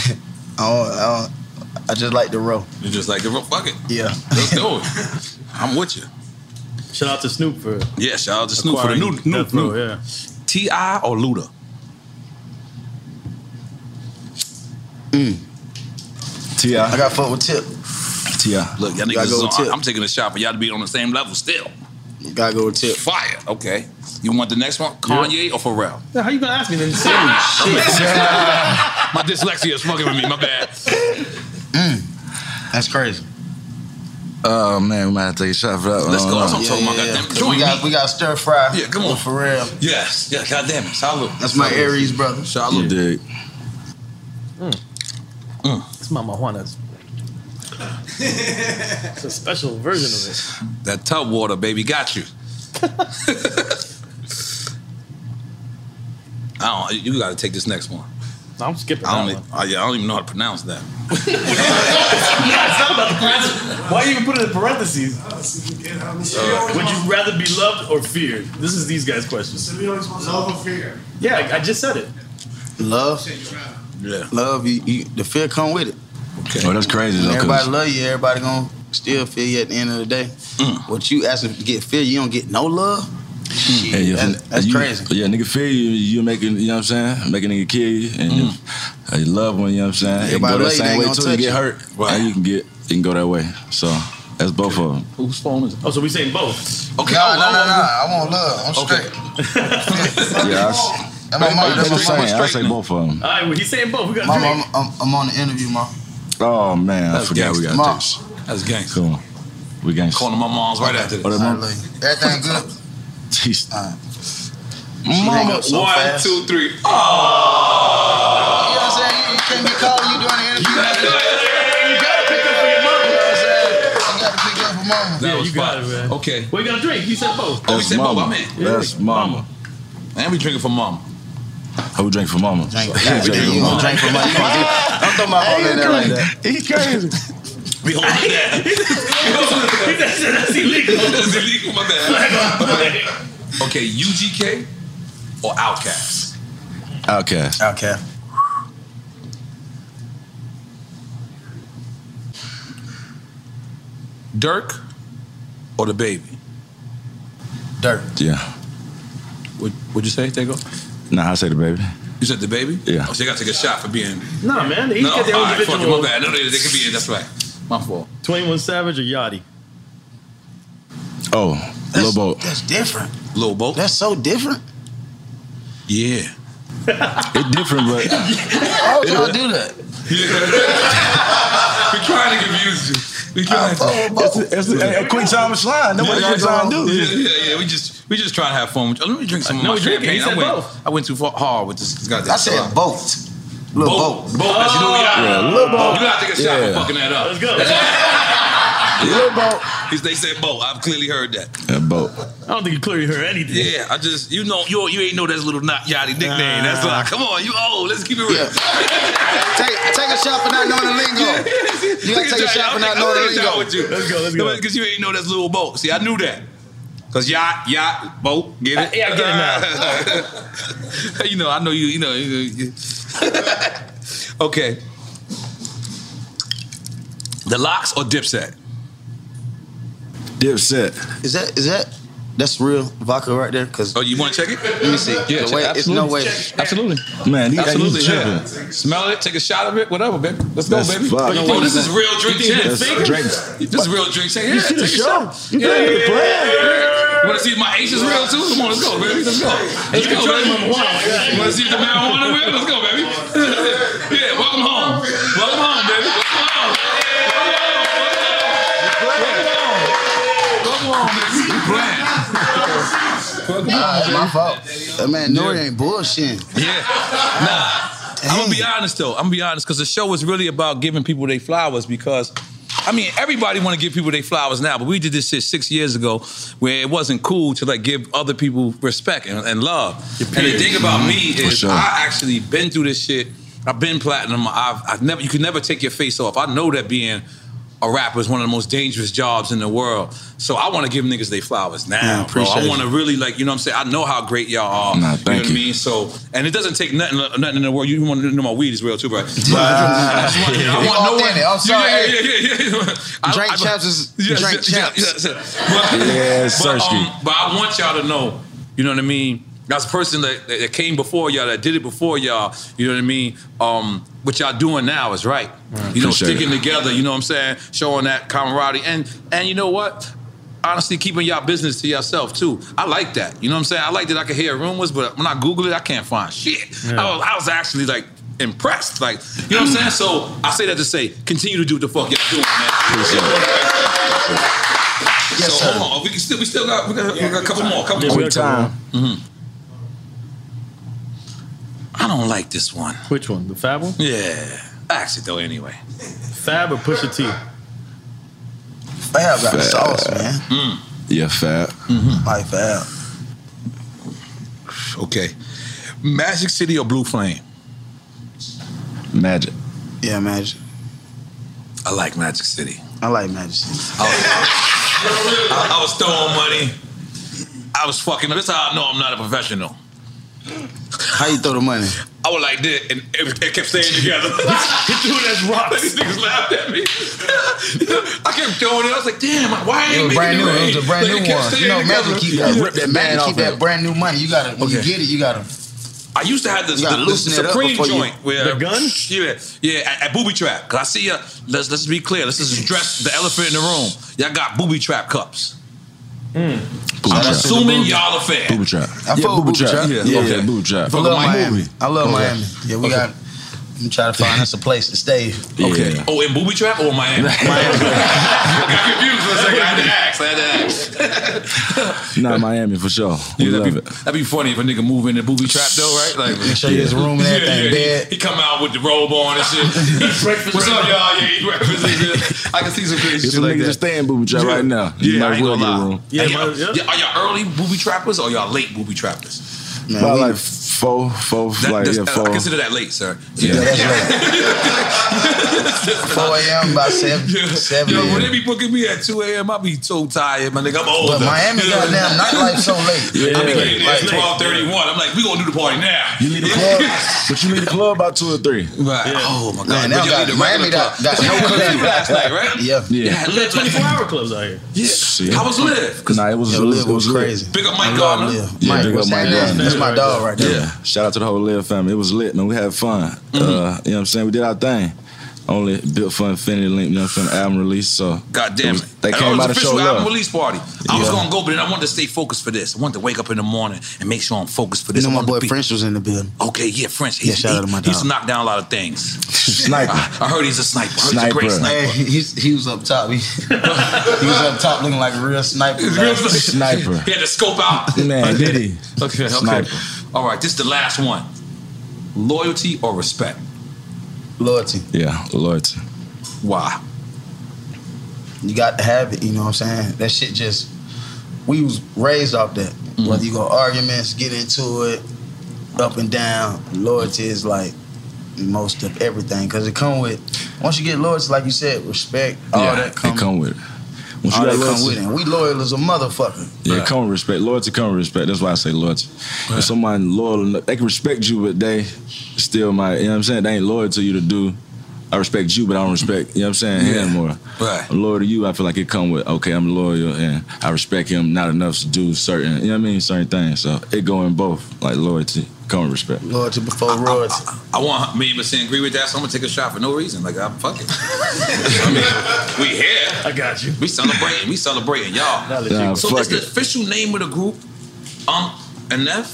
[SPEAKER 6] I, don't, I, don't, I just like the row.
[SPEAKER 2] You just like, fuck it.
[SPEAKER 6] Yeah.
[SPEAKER 2] Let's do it. I'm with you.
[SPEAKER 3] Shout out to Snoop for
[SPEAKER 2] Yeah, shout out to Snoop for the new,
[SPEAKER 3] acquiring
[SPEAKER 2] new,
[SPEAKER 3] Death Row,
[SPEAKER 2] new-
[SPEAKER 3] yeah.
[SPEAKER 2] T.I. or Luda?
[SPEAKER 6] Mm.
[SPEAKER 10] Ti. I
[SPEAKER 6] got fuck with Tip.
[SPEAKER 10] Ti.
[SPEAKER 2] Look, y'all niggas
[SPEAKER 6] You gotta go
[SPEAKER 2] is
[SPEAKER 6] with
[SPEAKER 2] on.
[SPEAKER 6] Tip.
[SPEAKER 2] I'm taking a shot for y'all to be on the same level still.
[SPEAKER 6] Gotta go with Tip.
[SPEAKER 2] Fire. Okay. You want the next one? Kanye or Pharrell?
[SPEAKER 3] How you gonna ask me then? Shit.
[SPEAKER 2] My dyslexia is fucking with me. My bad.
[SPEAKER 6] That's crazy.
[SPEAKER 5] Uh,
[SPEAKER 10] Oh man, we might have to take a shot for that. one. I
[SPEAKER 6] Oh,
[SPEAKER 10] don't know.
[SPEAKER 6] We got we got stir fry. Yeah, come on. For real.
[SPEAKER 2] Yes. Yeah. God damn it. Salute.
[SPEAKER 6] That's my
[SPEAKER 2] Salute.
[SPEAKER 6] Aries brother.
[SPEAKER 2] Salute.
[SPEAKER 10] Dig.
[SPEAKER 3] It's Mama Juana's. it's a special version of it.
[SPEAKER 2] That tub water, baby, got you. I don't. You got to take this next one.
[SPEAKER 3] I'm skipping.
[SPEAKER 2] I don't. e- I, yeah, I don't even know how to pronounce that.
[SPEAKER 3] it's not about the class. Why even put it in parentheses? Would you rather be loved or feared? This is these guys' questions.
[SPEAKER 15] Love or fear?
[SPEAKER 3] Yeah, I, I just said it.
[SPEAKER 6] Love.
[SPEAKER 2] Yeah.
[SPEAKER 6] Love you, you the fear come with it.
[SPEAKER 10] Oh, that's crazy though. 'cause-
[SPEAKER 6] Everybody love you, everybody gonna still feel you at the end of the day. What you asking to get fear, you don't get no love?
[SPEAKER 5] Hey,
[SPEAKER 6] Shit,
[SPEAKER 5] yeah,
[SPEAKER 6] that's, that's
[SPEAKER 5] you-
[SPEAKER 6] crazy.
[SPEAKER 5] Yeah, nigga feel you, you making, you know what I'm saying? Make a nigga kill you. And if-
[SPEAKER 2] Mm-hmm.
[SPEAKER 5] I love one, you know what I'm saying?
[SPEAKER 2] Everybody
[SPEAKER 5] It
[SPEAKER 2] love
[SPEAKER 5] can go
[SPEAKER 2] you,
[SPEAKER 5] that
[SPEAKER 2] they
[SPEAKER 5] same
[SPEAKER 2] ain't
[SPEAKER 5] way
[SPEAKER 2] gonna
[SPEAKER 5] too. You
[SPEAKER 2] touch
[SPEAKER 5] get
[SPEAKER 2] you.
[SPEAKER 5] hurt. Right. You can get, it can go that way. So that's both of them.
[SPEAKER 2] Whose phone is it?
[SPEAKER 3] Oh, so we saying both.
[SPEAKER 2] Okay.
[SPEAKER 6] No, no, no, no. I want love. I'm straight.
[SPEAKER 5] Yeah, I s-
[SPEAKER 6] And my mama,
[SPEAKER 5] that's
[SPEAKER 6] that's my
[SPEAKER 5] what I'm
[SPEAKER 6] mama
[SPEAKER 5] saying. I
[SPEAKER 6] straight.
[SPEAKER 5] say both of them.
[SPEAKER 3] All right, well, he's saying both. We got
[SPEAKER 6] Mama, I'm, I'm, I'm on the interview, mom.
[SPEAKER 5] Oh man, I
[SPEAKER 6] That's
[SPEAKER 5] forgot we
[SPEAKER 6] gangsta.
[SPEAKER 5] got
[SPEAKER 6] Mom.
[SPEAKER 5] this.
[SPEAKER 2] That's gangster.
[SPEAKER 5] Come on. We gangsta.
[SPEAKER 2] Calling my mom's right after this.
[SPEAKER 5] What up, mom?
[SPEAKER 6] Everything good?
[SPEAKER 5] Jeez.
[SPEAKER 6] hang up so
[SPEAKER 2] one,
[SPEAKER 6] fast.
[SPEAKER 2] two, three.
[SPEAKER 6] You know what I'm saying? You, you can't be calling you doing the interview. You gotta pick up for your mama. You know what I'm saying? You gotta pick up for mama.
[SPEAKER 2] That was fire. Okay.
[SPEAKER 3] Well, you got a drink. He said both.
[SPEAKER 2] Oh, we said mama. man.
[SPEAKER 5] That's mama.
[SPEAKER 2] And we drinking for mama.
[SPEAKER 5] Who drink Oh, for mama?
[SPEAKER 2] Yeah, we drink for mama.
[SPEAKER 6] I'm throwing my phone in there like that.
[SPEAKER 5] He crazy.
[SPEAKER 2] We hold that. That's illegal. That's illegal. My bad. My bad. Okay, UGK or Outkast?
[SPEAKER 5] Outcast.
[SPEAKER 6] Outcast.
[SPEAKER 2] Dirk or the baby?
[SPEAKER 6] Dirk.
[SPEAKER 5] Yeah.
[SPEAKER 2] What would you say, Tego?
[SPEAKER 5] Nah, I say the baby.
[SPEAKER 2] You said the baby?
[SPEAKER 5] Yeah.
[SPEAKER 2] Oh, so you got to take a shot for being.
[SPEAKER 3] Nah, man. They each
[SPEAKER 2] no,
[SPEAKER 3] got their
[SPEAKER 2] all
[SPEAKER 3] own
[SPEAKER 2] right, fuck it,
[SPEAKER 3] individual.
[SPEAKER 2] my bad. No, they, they could be in. That's right. My fault.
[SPEAKER 3] 21 Savage or Yachty?
[SPEAKER 5] Oh, Lil Boat.
[SPEAKER 6] That's different.
[SPEAKER 2] Lil Boat.
[SPEAKER 6] That's so different.
[SPEAKER 2] Yeah.
[SPEAKER 5] it's different, but
[SPEAKER 6] Why would y'all do that?
[SPEAKER 2] We're trying to confuse you. We're trying to.
[SPEAKER 5] It's, it's, hey, quick time to slide. Nobody
[SPEAKER 2] Yeah,
[SPEAKER 5] quick
[SPEAKER 2] yeah,
[SPEAKER 5] time to do.
[SPEAKER 2] Yeah, yeah, yeah. We just we just trying to have fun. With you. Let me drink some of
[SPEAKER 3] No,
[SPEAKER 2] my
[SPEAKER 3] we drinking.
[SPEAKER 2] champagne.
[SPEAKER 3] He said
[SPEAKER 2] I went,
[SPEAKER 3] both.
[SPEAKER 2] I went too far hard with this, this goddamn.
[SPEAKER 6] I said
[SPEAKER 2] shot.
[SPEAKER 6] boat. Lil
[SPEAKER 2] boat. Boat. That's, you know, we got,
[SPEAKER 5] Yeah, Lil Boat.
[SPEAKER 2] You got to take a shot
[SPEAKER 5] Yeah.
[SPEAKER 2] for fucking that up. Let's go.
[SPEAKER 5] Lil Boat.
[SPEAKER 2] They said boat. I've clearly heard that.
[SPEAKER 5] Yeah, boat.
[SPEAKER 3] I don't think you clearly heard anything.
[SPEAKER 2] Yeah, I just you know you you ain't know that's little not yachty nickname. That's
[SPEAKER 3] Nah.
[SPEAKER 2] like come on, you old. Let's keep it real.
[SPEAKER 6] Take, take a shot for not knowing the lingo. You gotta take a shot for not knowing the lingo.
[SPEAKER 2] With you. Let's go. Let's go. Because you ain't know that's little boat. See, I knew that. Cause yacht, yacht, boat, Uh, get it?
[SPEAKER 3] Yeah, I
[SPEAKER 2] get it now. you know, I know you. You know. You know you. okay. The locks or Dipset?
[SPEAKER 5] Dipset.
[SPEAKER 6] Is that is that that's real vodka right there? Cause
[SPEAKER 2] oh, you want to check it?
[SPEAKER 6] Let me see.
[SPEAKER 2] Yeah,
[SPEAKER 6] The way-
[SPEAKER 2] check-
[SPEAKER 6] it's no way.
[SPEAKER 2] Absolutely.
[SPEAKER 5] Man, these-
[SPEAKER 2] absolutely.
[SPEAKER 5] these
[SPEAKER 2] yeah.
[SPEAKER 5] tripping.
[SPEAKER 2] Smell it, take a shot of it, whatever, baby. Let's
[SPEAKER 5] That's
[SPEAKER 2] go, baby. Bro,
[SPEAKER 5] fucked. You think
[SPEAKER 2] this
[SPEAKER 5] that-
[SPEAKER 2] is real drink
[SPEAKER 5] you think
[SPEAKER 2] chat.
[SPEAKER 5] that's drink-
[SPEAKER 2] This is real drink chat. Yeah,
[SPEAKER 5] You see the
[SPEAKER 2] take a
[SPEAKER 5] show?
[SPEAKER 2] shot.
[SPEAKER 5] You
[SPEAKER 2] yeah,
[SPEAKER 5] think
[SPEAKER 2] yeah,
[SPEAKER 5] the plan?
[SPEAKER 2] yeah. You want to see if my ace is real too? Come on, let's go, baby. Let's go. Let's go, baby. You want to see if the marijuana real? Let's go, baby. yeah, welcome home. Welcome home, baby. Welcome home. Welcome home. Welcome home, baby. Welcome home, baby.
[SPEAKER 6] Nah, it's my fault. That man Nori
[SPEAKER 2] Yeah.
[SPEAKER 6] ain't bullshitting.
[SPEAKER 2] Yeah. Nah. I'm gonna be honest though. I'm gonna be honest because the show is really about giving people their flowers because. I mean, everybody want to give people their flowers now, but we did this shit six years ago, where it wasn't cool to like give other people respect and, and love. And the
[SPEAKER 3] peers.
[SPEAKER 2] thing about me
[SPEAKER 3] For
[SPEAKER 2] is,
[SPEAKER 3] sure.
[SPEAKER 2] I actually been through this shit. I've been platinum. I've, I've never, you can never take your face off. I know that being a rapper is one of the most dangerous jobs in the world. So I want to give niggas they flowers now,
[SPEAKER 10] Yeah,
[SPEAKER 2] bro.
[SPEAKER 10] appreciate
[SPEAKER 2] I
[SPEAKER 10] it.
[SPEAKER 2] want to really like, you know what I'm saying? I know how great y'all
[SPEAKER 10] Nah,
[SPEAKER 2] are. you know
[SPEAKER 10] thank
[SPEAKER 2] what I mean? So, and it doesn't take nothing, nothing in the world. You want to know my weed is real too, bro.
[SPEAKER 5] Ah.
[SPEAKER 2] I just want, I
[SPEAKER 6] You
[SPEAKER 2] want no
[SPEAKER 6] authentic.
[SPEAKER 2] one.
[SPEAKER 6] I'm sorry.
[SPEAKER 2] Yeah, yeah, yeah, yeah, yeah. I-
[SPEAKER 6] Drink
[SPEAKER 2] I-
[SPEAKER 6] champs is- drink champs.
[SPEAKER 2] yes, yes. But,
[SPEAKER 10] Yes,
[SPEAKER 2] but,
[SPEAKER 10] Sersky.
[SPEAKER 2] um, but I want y'all to know, you know what I mean? That's a person that, that, that came before y'all, that did it before y'all, you know what I mean? Um, what y'all doing now is right. You know,
[SPEAKER 10] Appreciate it.
[SPEAKER 2] sticking together, you know what I'm saying? Showing that camaraderie. And and you know what? Honestly, keeping y'all business to yourself too. I like that. You know what I'm saying? I like that I can hear rumors, but when I Google it, I can't find shit.
[SPEAKER 3] Yeah.
[SPEAKER 2] I, was, I was actually like impressed. Like, you know what I'm saying? So I say that to say, continue to do what the fuck y'all doing, man. so hold on. We, can still, we still got, we got, we got a couple more. Couple more.
[SPEAKER 10] Quick time.
[SPEAKER 2] Mhm. I don't like this one.
[SPEAKER 3] Which one? The Fab one?
[SPEAKER 2] Yeah. Axe it though, anyway.
[SPEAKER 3] Fab or Pusha T?
[SPEAKER 6] Fab got the sauce, man.
[SPEAKER 2] Mm-hmm.
[SPEAKER 5] Yeah, fat.
[SPEAKER 6] Like Fab.
[SPEAKER 2] Okay. Magic City or Blue Flame?
[SPEAKER 5] Magic.
[SPEAKER 6] Yeah, Magic.
[SPEAKER 2] I like Magic City.
[SPEAKER 6] I like Magic City.
[SPEAKER 2] I, I was throwing money. I was fucking. That's how I know I'm not a professional.
[SPEAKER 6] How you throw the money?
[SPEAKER 2] I was like this, and it, it kept staying together. Dude, that's rocks. These niggas laughed at me. I kept throwing it. I was like, damn, why
[SPEAKER 6] It
[SPEAKER 2] ain't
[SPEAKER 6] was
[SPEAKER 2] making
[SPEAKER 6] brand new.
[SPEAKER 2] rain?
[SPEAKER 6] It was a brand
[SPEAKER 2] Like,
[SPEAKER 6] new
[SPEAKER 2] it kept
[SPEAKER 6] one.
[SPEAKER 2] staying
[SPEAKER 6] You know, Magic
[SPEAKER 2] together.
[SPEAKER 6] keep that, rip that
[SPEAKER 2] Magic
[SPEAKER 6] man
[SPEAKER 2] keep
[SPEAKER 6] keep that brand new money. You gotta when you
[SPEAKER 2] Okay.
[SPEAKER 6] get it, you gotta.
[SPEAKER 2] I used to have the,
[SPEAKER 6] You gotta
[SPEAKER 2] the
[SPEAKER 6] loosen it up
[SPEAKER 2] Supreme
[SPEAKER 6] before you-
[SPEAKER 2] joint where
[SPEAKER 6] The gun?
[SPEAKER 2] Yeah, yeah, at, at booby trap. Cause I see ya. Let's let's be clear. Let's just address the elephant in the room. Y'all got booby trap cups.
[SPEAKER 5] Booby
[SPEAKER 2] I'm
[SPEAKER 5] trap.
[SPEAKER 2] assuming y'all a fan.
[SPEAKER 5] Booby trap.
[SPEAKER 6] I fuck with Booby Trap.
[SPEAKER 5] Yeah,
[SPEAKER 6] Yeah.
[SPEAKER 5] okay, booby trap.
[SPEAKER 6] I love Miami. I love
[SPEAKER 5] Okay.
[SPEAKER 6] Miami. Yeah, we
[SPEAKER 5] Okay.
[SPEAKER 6] got. I'm trying to find us a place to stay.
[SPEAKER 5] Okay.
[SPEAKER 2] Oh, in booby trap or Miami? Miami. I got confused for a second. I had to ask. I had to ask.
[SPEAKER 5] Nah, Miami for sure. We love it.
[SPEAKER 2] That'd be funny if a nigga move in the booby trap though, right? Like
[SPEAKER 5] Make sure he has a room and everything,
[SPEAKER 2] He, he come out with the robe on and shit. Eat breakfast. What's up, y'all? Yeah, eat breakfast. I can see some crazy
[SPEAKER 5] If
[SPEAKER 2] shit
[SPEAKER 5] some
[SPEAKER 2] like
[SPEAKER 5] niggas
[SPEAKER 2] that.
[SPEAKER 5] just stay in booby trap
[SPEAKER 2] Yeah.
[SPEAKER 5] right now, you
[SPEAKER 2] Yeah,
[SPEAKER 5] might
[SPEAKER 2] I
[SPEAKER 5] as
[SPEAKER 2] ain't
[SPEAKER 5] well
[SPEAKER 2] gonna
[SPEAKER 5] get a
[SPEAKER 2] lie.
[SPEAKER 5] room.
[SPEAKER 2] Yeah, y'all, yeah, Are y'all early booby trappers or y'all late booby trappers?
[SPEAKER 5] Probably like four, four,
[SPEAKER 2] That-
[SPEAKER 5] like
[SPEAKER 2] that's-
[SPEAKER 5] yeah,
[SPEAKER 2] I
[SPEAKER 5] four.
[SPEAKER 2] consider that late, sir.
[SPEAKER 5] Yeah, that's
[SPEAKER 6] Four a.m. by seven. Seven.
[SPEAKER 2] Yo,
[SPEAKER 6] a.m.
[SPEAKER 2] when they be booking me at 2 a.m., I be so tired, my nigga. I'm old.
[SPEAKER 6] But Miami goddamn nightlife so
[SPEAKER 2] I
[SPEAKER 6] late.
[SPEAKER 2] be getting there
[SPEAKER 6] Like,
[SPEAKER 2] at 1231. I'm like, we gonna do the party now.
[SPEAKER 5] You leave the club, but you leave the club by two or three.
[SPEAKER 2] Right. Oh my
[SPEAKER 6] Man, now got- Miami got- got no club.
[SPEAKER 2] last night, right?
[SPEAKER 6] Yeah.
[SPEAKER 5] Yeah.
[SPEAKER 2] Live like-
[SPEAKER 3] 24 hour clubs out here.
[SPEAKER 2] Yeah. How was Liv?
[SPEAKER 5] Nah, it was,
[SPEAKER 2] Yo,
[SPEAKER 5] it was,
[SPEAKER 2] Liv
[SPEAKER 5] it
[SPEAKER 2] was
[SPEAKER 5] was lit.
[SPEAKER 2] crazy. Big up Mike Garner.
[SPEAKER 5] Yeah,
[SPEAKER 6] Mike,
[SPEAKER 5] big up
[SPEAKER 6] what's
[SPEAKER 5] Mike
[SPEAKER 6] that name?
[SPEAKER 5] Garner.
[SPEAKER 6] That's my dog right there. Mm-hmm.
[SPEAKER 5] Yeah, shout out to the whole Live family. It was lit, man. We had fun. Uh, you know what I'm saying? We did our thing. Only built for Infinity Link, you know what I'm saying? Album release. So
[SPEAKER 2] God damn it.
[SPEAKER 5] was- They
[SPEAKER 2] And
[SPEAKER 5] came
[SPEAKER 2] it was
[SPEAKER 5] out of show
[SPEAKER 2] official album
[SPEAKER 5] love.
[SPEAKER 2] release party. I was
[SPEAKER 5] Yeah.
[SPEAKER 2] gonna go, but then I wanted to stay focused for this. I wanted to wake up in the morning and make sure I'm focused for
[SPEAKER 6] You
[SPEAKER 2] this.
[SPEAKER 6] know
[SPEAKER 2] I
[SPEAKER 6] my
[SPEAKER 2] wanted
[SPEAKER 6] boy
[SPEAKER 2] to be-
[SPEAKER 6] French was in the building.
[SPEAKER 2] Okay, yeah, French.
[SPEAKER 6] Yeah,
[SPEAKER 2] He's,
[SPEAKER 6] shout out to my
[SPEAKER 2] he, he's
[SPEAKER 6] dog.
[SPEAKER 2] knocked down a lot of things.
[SPEAKER 6] Sniper.
[SPEAKER 2] I heard he's a sniper. I heard he's a great sniper.
[SPEAKER 6] Hey, he, he's- he was up top. He, he was up top looking like a real sniper.
[SPEAKER 2] Real sniper. He had to scope out.
[SPEAKER 5] Man, did he?
[SPEAKER 2] Okay, okay.
[SPEAKER 5] Sniper.
[SPEAKER 2] All right, this is the last one. Loyalty or respect?
[SPEAKER 6] Loyalty.
[SPEAKER 5] Yeah, loyalty.
[SPEAKER 2] Why?
[SPEAKER 6] You got to have it, you know what I'm saying? That shit just, we was raised off that.
[SPEAKER 5] Mm-hmm.
[SPEAKER 6] Whether you go arguments, get into it, up and down, loyalty is like most of everything. Because it come with, once you get loyalty, like you said, respect, all
[SPEAKER 5] yeah,
[SPEAKER 6] that come,
[SPEAKER 5] it come with it. Once
[SPEAKER 6] all
[SPEAKER 5] you
[SPEAKER 6] that
[SPEAKER 5] got
[SPEAKER 6] come with
[SPEAKER 5] loyalty,
[SPEAKER 6] it. And we loyal as a motherfucker.
[SPEAKER 5] yeah, it come with respect. Loyalty come with respect. That's why I say loyalty. If someone loyal, enough, they can respect you, but they still might. You know what I'm saying? They ain't loyal to you to do. I respect you, but I don't respect. You know what I'm saying?
[SPEAKER 2] Yeah.
[SPEAKER 5] Him or
[SPEAKER 2] Right.
[SPEAKER 5] I'm loyal to you. I feel like it come with okay. I'm loyal and I respect him not enough to do certain. You know what I mean? Certain things. So it go in both like loyalty, come with respect.
[SPEAKER 6] Loyalty before royalty.
[SPEAKER 2] I want me to agree with that, so I'm gonna take a shot for no reason. Like I'm fucking. I mean, we here. I got you. We celebrating. We celebrating, y'all.
[SPEAKER 5] let you Nah,
[SPEAKER 2] so
[SPEAKER 5] fuck
[SPEAKER 2] that's the
[SPEAKER 5] it.
[SPEAKER 2] official name of the group. Um, and F.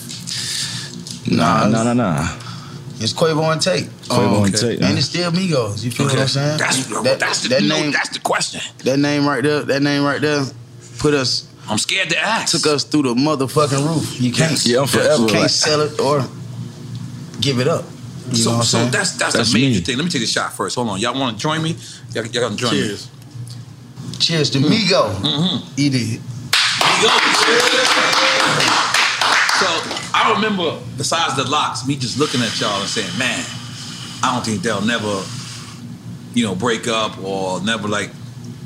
[SPEAKER 5] Nah, nah, nah, nah.
[SPEAKER 6] It's Quavo and Tate.
[SPEAKER 5] Quavo and Tate,
[SPEAKER 6] And
[SPEAKER 5] yeah.
[SPEAKER 6] it's still Migos. You feel what I'm saying?
[SPEAKER 2] Oh, That's that's the no, that's the question.
[SPEAKER 6] That name right there, that name right there, put us.
[SPEAKER 2] I'm scared to ask.
[SPEAKER 6] Took us through the motherfucking roof. You can't.
[SPEAKER 2] Yeah, I'm forever
[SPEAKER 6] You can't
[SPEAKER 2] like-
[SPEAKER 6] sell it or give it up. You know
[SPEAKER 2] so
[SPEAKER 6] what I'm
[SPEAKER 2] so
[SPEAKER 6] saying?
[SPEAKER 2] that's that's, the major thing. Let me take a shot first. Hold on, y'all want to join me? Y'all, y'all gonna join
[SPEAKER 6] Cheers. Cheers to
[SPEAKER 2] Mm-hmm.
[SPEAKER 6] Migo. Eat it.
[SPEAKER 2] me? Yo, So I remember, besides the locks, me just looking at y'all and saying, "Man, I don't think they'll never, you know, break up or never like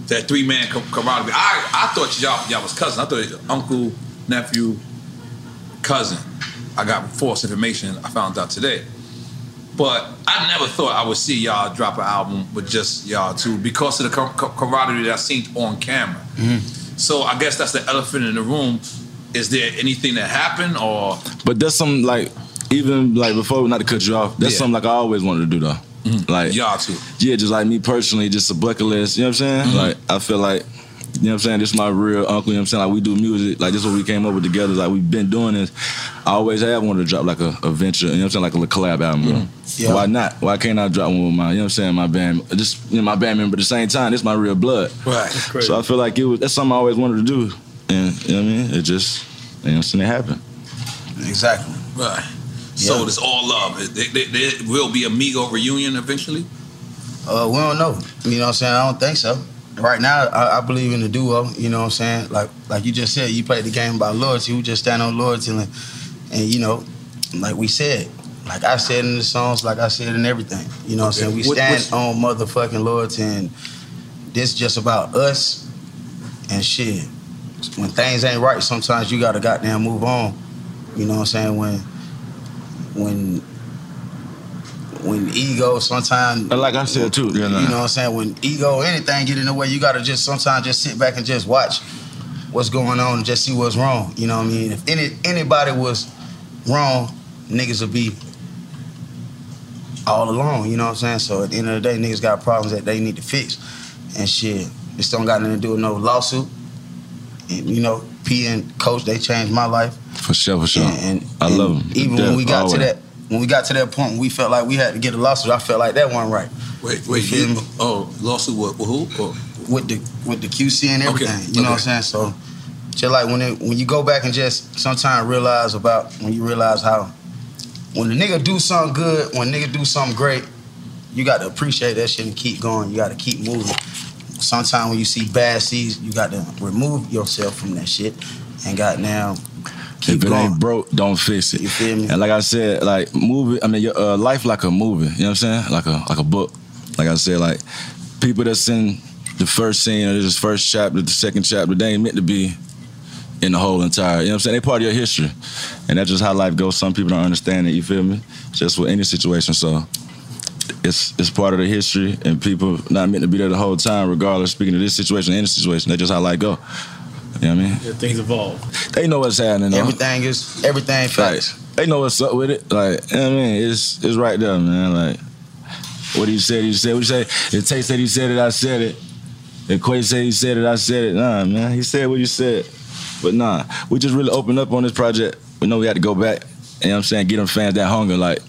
[SPEAKER 2] That three man camaraderie. I I thought y'all y'all was cousin. I thought it was uncle, nephew, cousin. I got false information. I found out today. But I never thought I would see y'all drop an album with just y'all two because of the ca- ca- camaraderie that I seen on camera. So I guess that's the elephant in the room. Is there anything that happened or
[SPEAKER 5] But that's something like even like before not to cut you off. That's
[SPEAKER 2] Yeah.
[SPEAKER 5] something like I always wanted to do though. Like
[SPEAKER 2] y'all too.
[SPEAKER 5] Yeah, just like me personally, just a bucket list. You know what I'm saying?
[SPEAKER 2] Mhm.
[SPEAKER 5] Like I feel like you know what I'm saying. This is my real uncle. You know what I'm saying? Like we do music. Like this is what we came up with together. Like we've been doing this. I always have wanted to drop like a, a venture. You know what I'm saying? Like a little collab album. bro.
[SPEAKER 10] Yeah.
[SPEAKER 5] Why not? Why can't I drop one with my? You know what I'm saying? My band. Just you know, my band member. At the same time, this my real blood.
[SPEAKER 2] Right.
[SPEAKER 5] So I feel like it was. That's something I always wanted to do. And you know what I mean? It just you know what I'm saying? It happened.
[SPEAKER 6] Exactly.
[SPEAKER 2] Right. So it's all love. It- There, there- there will be a Migo reunion eventually.
[SPEAKER 6] Uh, we don't know. You know what I'm saying? I don't think so. Right now, I, I believe in the duo. You know what I'm saying? Like like you just said, you played the game about loyalty. We just stand on loyalty, and, and you know, like we said, like I said in the songs, like I said in everything. You know what I'm saying? We
[SPEAKER 2] What-
[SPEAKER 6] stand
[SPEAKER 2] what's-
[SPEAKER 6] on motherfucking loyalty, and this just about us and shit. When things ain't right, sometimes you gotta goddamn move on. You know what I'm saying? When when when ego sometimes
[SPEAKER 5] But like I said too, you know,
[SPEAKER 6] you know what I'm saying? When ego, anything get in the way, you gotta just sometimes just sit back and just watch what's going on and just see what's wrong. You know what I mean? If any anybody was wrong, niggas would be all alone, you know what I'm saying? So at the end of the day, niggas got problems that they need to fix. And shit, this don't got nothing to do with no lawsuit. And, you know, P and Coach, they changed my life.
[SPEAKER 5] For sure, for sure. I
[SPEAKER 6] And
[SPEAKER 5] love them.
[SPEAKER 6] Even when we got to that when we got to that point, we felt like we had to get a lawsuit. I felt like that wasn't right.
[SPEAKER 2] Wait, wait.
[SPEAKER 6] You feel
[SPEAKER 2] You,
[SPEAKER 6] me?
[SPEAKER 2] oh, lawsuit with, with who? Or?
[SPEAKER 6] with the with the QC and everything.
[SPEAKER 2] Okay,
[SPEAKER 6] You know what I'm saying? So just like when it, when you go back and just sometimes realize about when you realize how when the nigga do something good, when nigga do something great, you got to appreciate that shit and keep going. You got to keep moving. Sometimes when you see bad seeds, you got to remove yourself from that shit and goddamn
[SPEAKER 5] if it ain't broke, don't fix it. You feel me? And like I said, like movie. I mean, your uh, life like a movie. You know what I'm saying? Like a like a book. Like I said, like people that's in the first scene or this first chapter, the second chapter, they ain't meant to be in the whole entire. You know what I'm saying? They part of your history, and that's just how life goes. Some people don't understand it. You feel me? Just with any situation. So it's it's part of the history, and people not meant to be there the whole time, regardless. Speaking of this situation, any situation, that's just how life go. You know what I mean?
[SPEAKER 3] things evolve.
[SPEAKER 5] They know what's happening. Though.
[SPEAKER 6] Everything is everything
[SPEAKER 5] facts. they know what's up with it. Like you know what I mean, it's it's right there, man. Like what he said, he said. What he said. If Tay said he said it, I said it. If Quay said he said it, I said it. Nah, man, he said what you said. But nah, we just really opened up on this project. We know we had to go back. You know what I'm saying? Get them fans that hunger. Like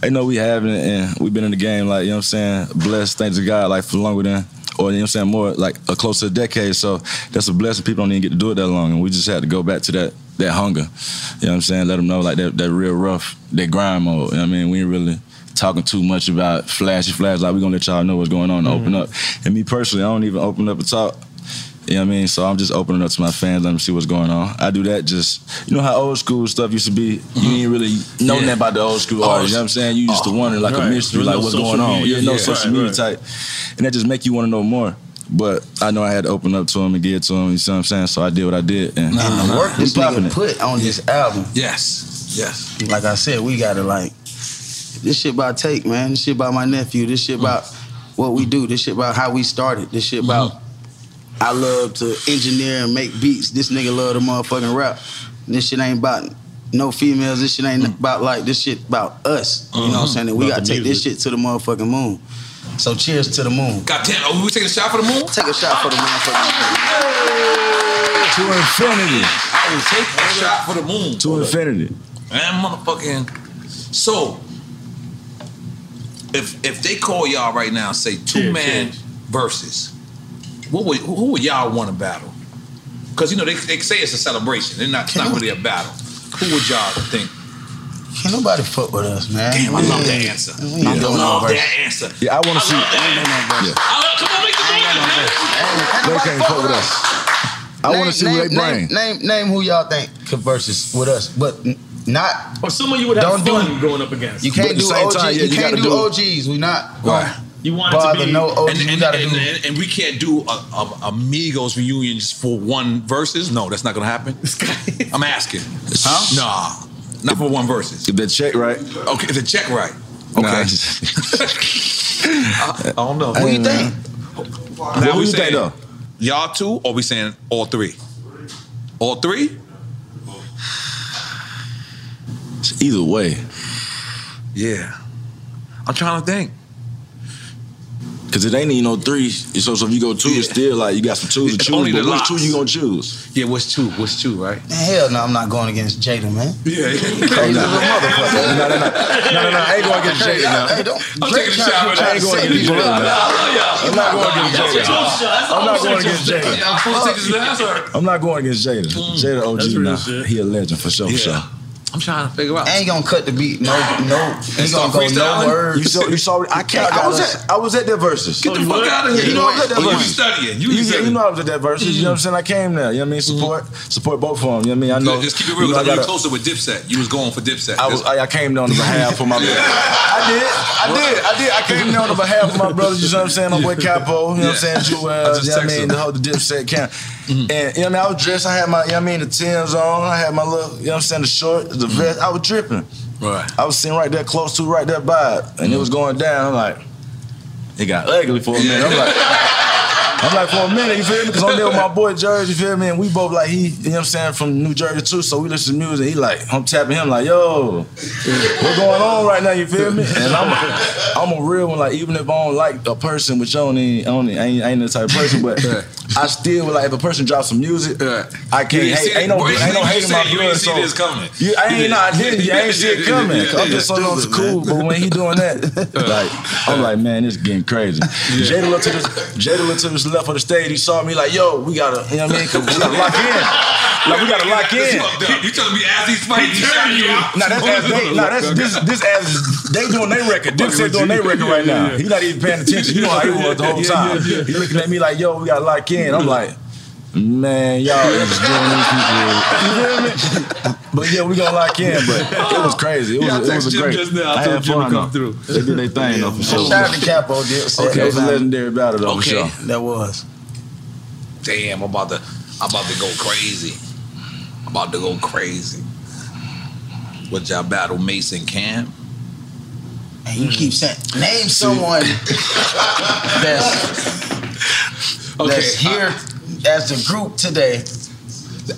[SPEAKER 5] they know we having it, and we've been in the game. Like you know what I'm saying? Blessed, thanks to God. Like for longer than. Or you know what I'm saying, more like a closer decade. So that's a blessing. People don't even get to do it that long, and we just had to go back to that that hunger. You know what I'm saying? Let them know like that that real rough, that grind mode. You know what I mean, we ain't really talking too much about flashy flash. Like we gonna let y'all know what's going on and
[SPEAKER 2] Mm-hmm.
[SPEAKER 5] open up. And me personally, I don't even open up and talk. You know what I mean? So I'm just opening up to my fans, let them see what's going on. I do that just, you know how old school stuff used to be? You ain't really know
[SPEAKER 2] Mm-hmm. Yeah.
[SPEAKER 5] nothing about the old school
[SPEAKER 2] Oh,
[SPEAKER 5] artists. You know what I'm saying? You used to wonder like
[SPEAKER 2] right.
[SPEAKER 5] a mystery,
[SPEAKER 2] There's
[SPEAKER 5] like
[SPEAKER 2] no
[SPEAKER 5] what's
[SPEAKER 2] social
[SPEAKER 5] going on.
[SPEAKER 2] media.
[SPEAKER 5] Yeah, no
[SPEAKER 2] Yeah.
[SPEAKER 5] social
[SPEAKER 2] Right,
[SPEAKER 5] media
[SPEAKER 2] right.
[SPEAKER 5] type. And that just make you want to know more. But I know I had to open up to them and get to them. You see what I'm saying? So I did what I did. And,
[SPEAKER 6] and the work
[SPEAKER 5] we
[SPEAKER 6] this
[SPEAKER 5] popping
[SPEAKER 6] nigga
[SPEAKER 5] it.
[SPEAKER 6] put on this album.
[SPEAKER 2] Yes, yes.
[SPEAKER 6] Like I said, we gotta like this shit about take, man. This shit about my nephew. This shit about what we do. This shit about how we started. This shit about I love to engineer and make beats. This nigga love the motherfucking rap. This shit ain't about no females. This shit ain't
[SPEAKER 5] Mm.
[SPEAKER 6] about like this shit about us. You know what I'm
[SPEAKER 5] Mm-hmm.
[SPEAKER 2] Mhm.
[SPEAKER 6] saying? And we
[SPEAKER 2] About
[SPEAKER 6] gotta
[SPEAKER 2] the
[SPEAKER 6] take this shit to the motherfucking moon. So cheers to the moon.
[SPEAKER 2] God damn! Oh, we taking a shot for the moon?
[SPEAKER 6] Take a shot for the moon. For
[SPEAKER 5] To infinity.
[SPEAKER 2] I will take a shot for the moon.
[SPEAKER 5] To infinity.
[SPEAKER 2] And motherfucking. So, if if they call y'all right now, and say two man versus, what would who who would y'all want to battle? Because you know they, they say it's a celebration. They're not, it's not really a battle. Who would y'all think?
[SPEAKER 6] Can't nobody fuck with us, man.
[SPEAKER 2] Damn, I love that answer.
[SPEAKER 6] Yeah.
[SPEAKER 2] I love that answer.
[SPEAKER 5] Yeah, I want to see. They can't fuck with us. I want to see what they bring.
[SPEAKER 6] Name, name, name who y'all think could versus with us, but n- not.
[SPEAKER 3] Or someone you would have fun going up against.
[SPEAKER 6] You can't do OG. you, can't do, OGs. We not.
[SPEAKER 5] Why?
[SPEAKER 12] You want it to
[SPEAKER 6] bother
[SPEAKER 12] be-
[SPEAKER 6] no OG.
[SPEAKER 2] and,
[SPEAKER 6] you
[SPEAKER 2] and,
[SPEAKER 6] gotta
[SPEAKER 2] and-
[SPEAKER 6] do
[SPEAKER 2] and- and we can't do a, a, a Migos reunion just for one verses. No, that's not gonna happen. I'm asking. Huh? Nah, not for one verses.
[SPEAKER 5] If the check right.
[SPEAKER 2] Okay, if the check right. Okay. I, I don't know.
[SPEAKER 5] What do you think?
[SPEAKER 2] Now
[SPEAKER 5] What
[SPEAKER 2] we
[SPEAKER 5] do you
[SPEAKER 2] saying
[SPEAKER 5] think, though?
[SPEAKER 2] Y'all two, or we saying all three? All three?
[SPEAKER 16] Either way,
[SPEAKER 2] yeah. I'm trying to think.
[SPEAKER 16] Cause it ain't even no three. So, so if you go two, it's still like you got some twos to choose.
[SPEAKER 2] only
[SPEAKER 16] but
[SPEAKER 2] the
[SPEAKER 16] which
[SPEAKER 2] locks.
[SPEAKER 16] two you gonna choose?
[SPEAKER 2] Yeah, what's two? What's two, right?
[SPEAKER 6] Man, hell no, I'm not going against Jada, man.
[SPEAKER 2] Yeah.
[SPEAKER 6] Crazy as a motherfucker.
[SPEAKER 5] No, no, no. No, no, no. I ain't going against Jada now.
[SPEAKER 6] Hey, don't.
[SPEAKER 5] I'm
[SPEAKER 6] Drake
[SPEAKER 5] taking a
[SPEAKER 6] trying
[SPEAKER 5] shot
[SPEAKER 6] to
[SPEAKER 5] with
[SPEAKER 6] try to
[SPEAKER 5] that.
[SPEAKER 6] set
[SPEAKER 5] I
[SPEAKER 6] people up.
[SPEAKER 5] love y'all. I love y'all. I'm not going against Jada. I'm not going against Jada.
[SPEAKER 2] I'm supposed to take this last or-
[SPEAKER 5] I'm not going against Jada. Jada
[SPEAKER 2] That's
[SPEAKER 5] OG
[SPEAKER 2] real
[SPEAKER 5] now.
[SPEAKER 2] shit.
[SPEAKER 5] He a legend for sure, for
[SPEAKER 2] Yeah.
[SPEAKER 5] sure.
[SPEAKER 2] I'm trying to figure out.
[SPEAKER 6] Ain't gonna cut the beat. No, no. He
[SPEAKER 5] start
[SPEAKER 6] gonna go no
[SPEAKER 5] freestyling?
[SPEAKER 6] words.
[SPEAKER 5] You saw, you saw, I can't. I was at, I was at that versus.
[SPEAKER 6] Get the Oh, you fuck were? outta here.
[SPEAKER 5] You know I was at that
[SPEAKER 6] Oh, you
[SPEAKER 5] versus.
[SPEAKER 2] studying. You
[SPEAKER 5] You, you know I was at that versus. You know what
[SPEAKER 2] Mm.
[SPEAKER 5] I'm saying? I came there. You know what I mean? Support, support both of them. You know what I mean? I know.
[SPEAKER 2] Mm-hmm. Just keep it real.
[SPEAKER 5] you
[SPEAKER 2] because
[SPEAKER 5] know, I,
[SPEAKER 2] I know you
[SPEAKER 5] gotta-
[SPEAKER 2] closer with Dipset. You was going for Dipset.
[SPEAKER 5] I was, I, I came down on behalf of my. I did. I did. I did. I came down on behalf of my brothers. You know what I'm saying? My boy Capo. You know what I'm saying? Jewel. You know
[SPEAKER 2] I just
[SPEAKER 5] what I
[SPEAKER 2] texted
[SPEAKER 5] mean?
[SPEAKER 2] him. Mm-hmm.
[SPEAKER 5] The whole the dipset camp. And you know what I mean? I was dressed. I had my. You know what I mean? The Tim's on. I had my little. You know what I'm saying? The short, the
[SPEAKER 2] Mm-hmm.
[SPEAKER 5] vest. I was dripping.
[SPEAKER 2] Right.
[SPEAKER 5] I was sitting right there, close to right there by it, and
[SPEAKER 2] Mm-hmm.
[SPEAKER 5] it was going down. I'm like, it got ugly for a minute. I'm like. I'm like, for a minute, you feel me? Because I'm there with my boy Jersey, you feel me? And we both like, he, you know what I'm saying, from New Jersey too. So we listen to music. He like, I'm tapping him like, yo, what's going on right now, you feel me? And I'm a, I'm a real one. Like, even if I don't like a person, which I don't even, I, don't even- I ain't, I ain't the type of person, but I still, like, if a person drops some music, I
[SPEAKER 2] You didn't
[SPEAKER 5] can't
[SPEAKER 2] see
[SPEAKER 5] hate.
[SPEAKER 2] it-
[SPEAKER 5] Ain't no,
[SPEAKER 2] bro, you
[SPEAKER 5] ain't no
[SPEAKER 2] said-
[SPEAKER 5] hate
[SPEAKER 2] you
[SPEAKER 5] in my
[SPEAKER 2] said you
[SPEAKER 5] blood.
[SPEAKER 2] ain't see this
[SPEAKER 5] so-
[SPEAKER 2] coming.
[SPEAKER 5] You, I ain't, no, I didn't. You ain't see it coming.
[SPEAKER 2] Yeah,
[SPEAKER 5] I'm just so
[SPEAKER 2] yeah.
[SPEAKER 5] on it's cool, but when he doing that, like, I'm like, man, this getting crazy. Jada looked to this, Jada looked to this left of the stage. He saw me like, yo, we gotta, you know what I mean? 'Cause We gotta lock in. Like we gotta lock in.
[SPEAKER 2] You telling me as he's fighting, he's shouting you out?
[SPEAKER 5] Nah, that's as they. Nah, that's this. This as they doing their record. Dipset doing their record right now. He not even paying attention. You know how he was the whole
[SPEAKER 2] Yeah,
[SPEAKER 5] time.
[SPEAKER 2] yeah, yeah.
[SPEAKER 5] He looking at me like, yo, we gotta lock in. I'm like, man, y'all is doing these people. You feel me? But yeah, we gonna lock in. But it was crazy. It was,
[SPEAKER 2] Yeah, I
[SPEAKER 5] it was
[SPEAKER 2] text
[SPEAKER 5] a
[SPEAKER 2] Jim
[SPEAKER 5] great.
[SPEAKER 2] just now. I told
[SPEAKER 5] had
[SPEAKER 2] Jim to
[SPEAKER 5] fun
[SPEAKER 2] come
[SPEAKER 5] though. They did their thing though for sure.
[SPEAKER 6] Shout out to Capo, Dipset.
[SPEAKER 5] Okay, it was a
[SPEAKER 6] That was-
[SPEAKER 5] legendary battle though for sure.
[SPEAKER 6] That was.
[SPEAKER 2] Damn, I'm about to, I'm about to go crazy. I'm about to go crazy. Would y'all battle Mason Cam?
[SPEAKER 6] And you keep saying, name someone that's that's here as a group today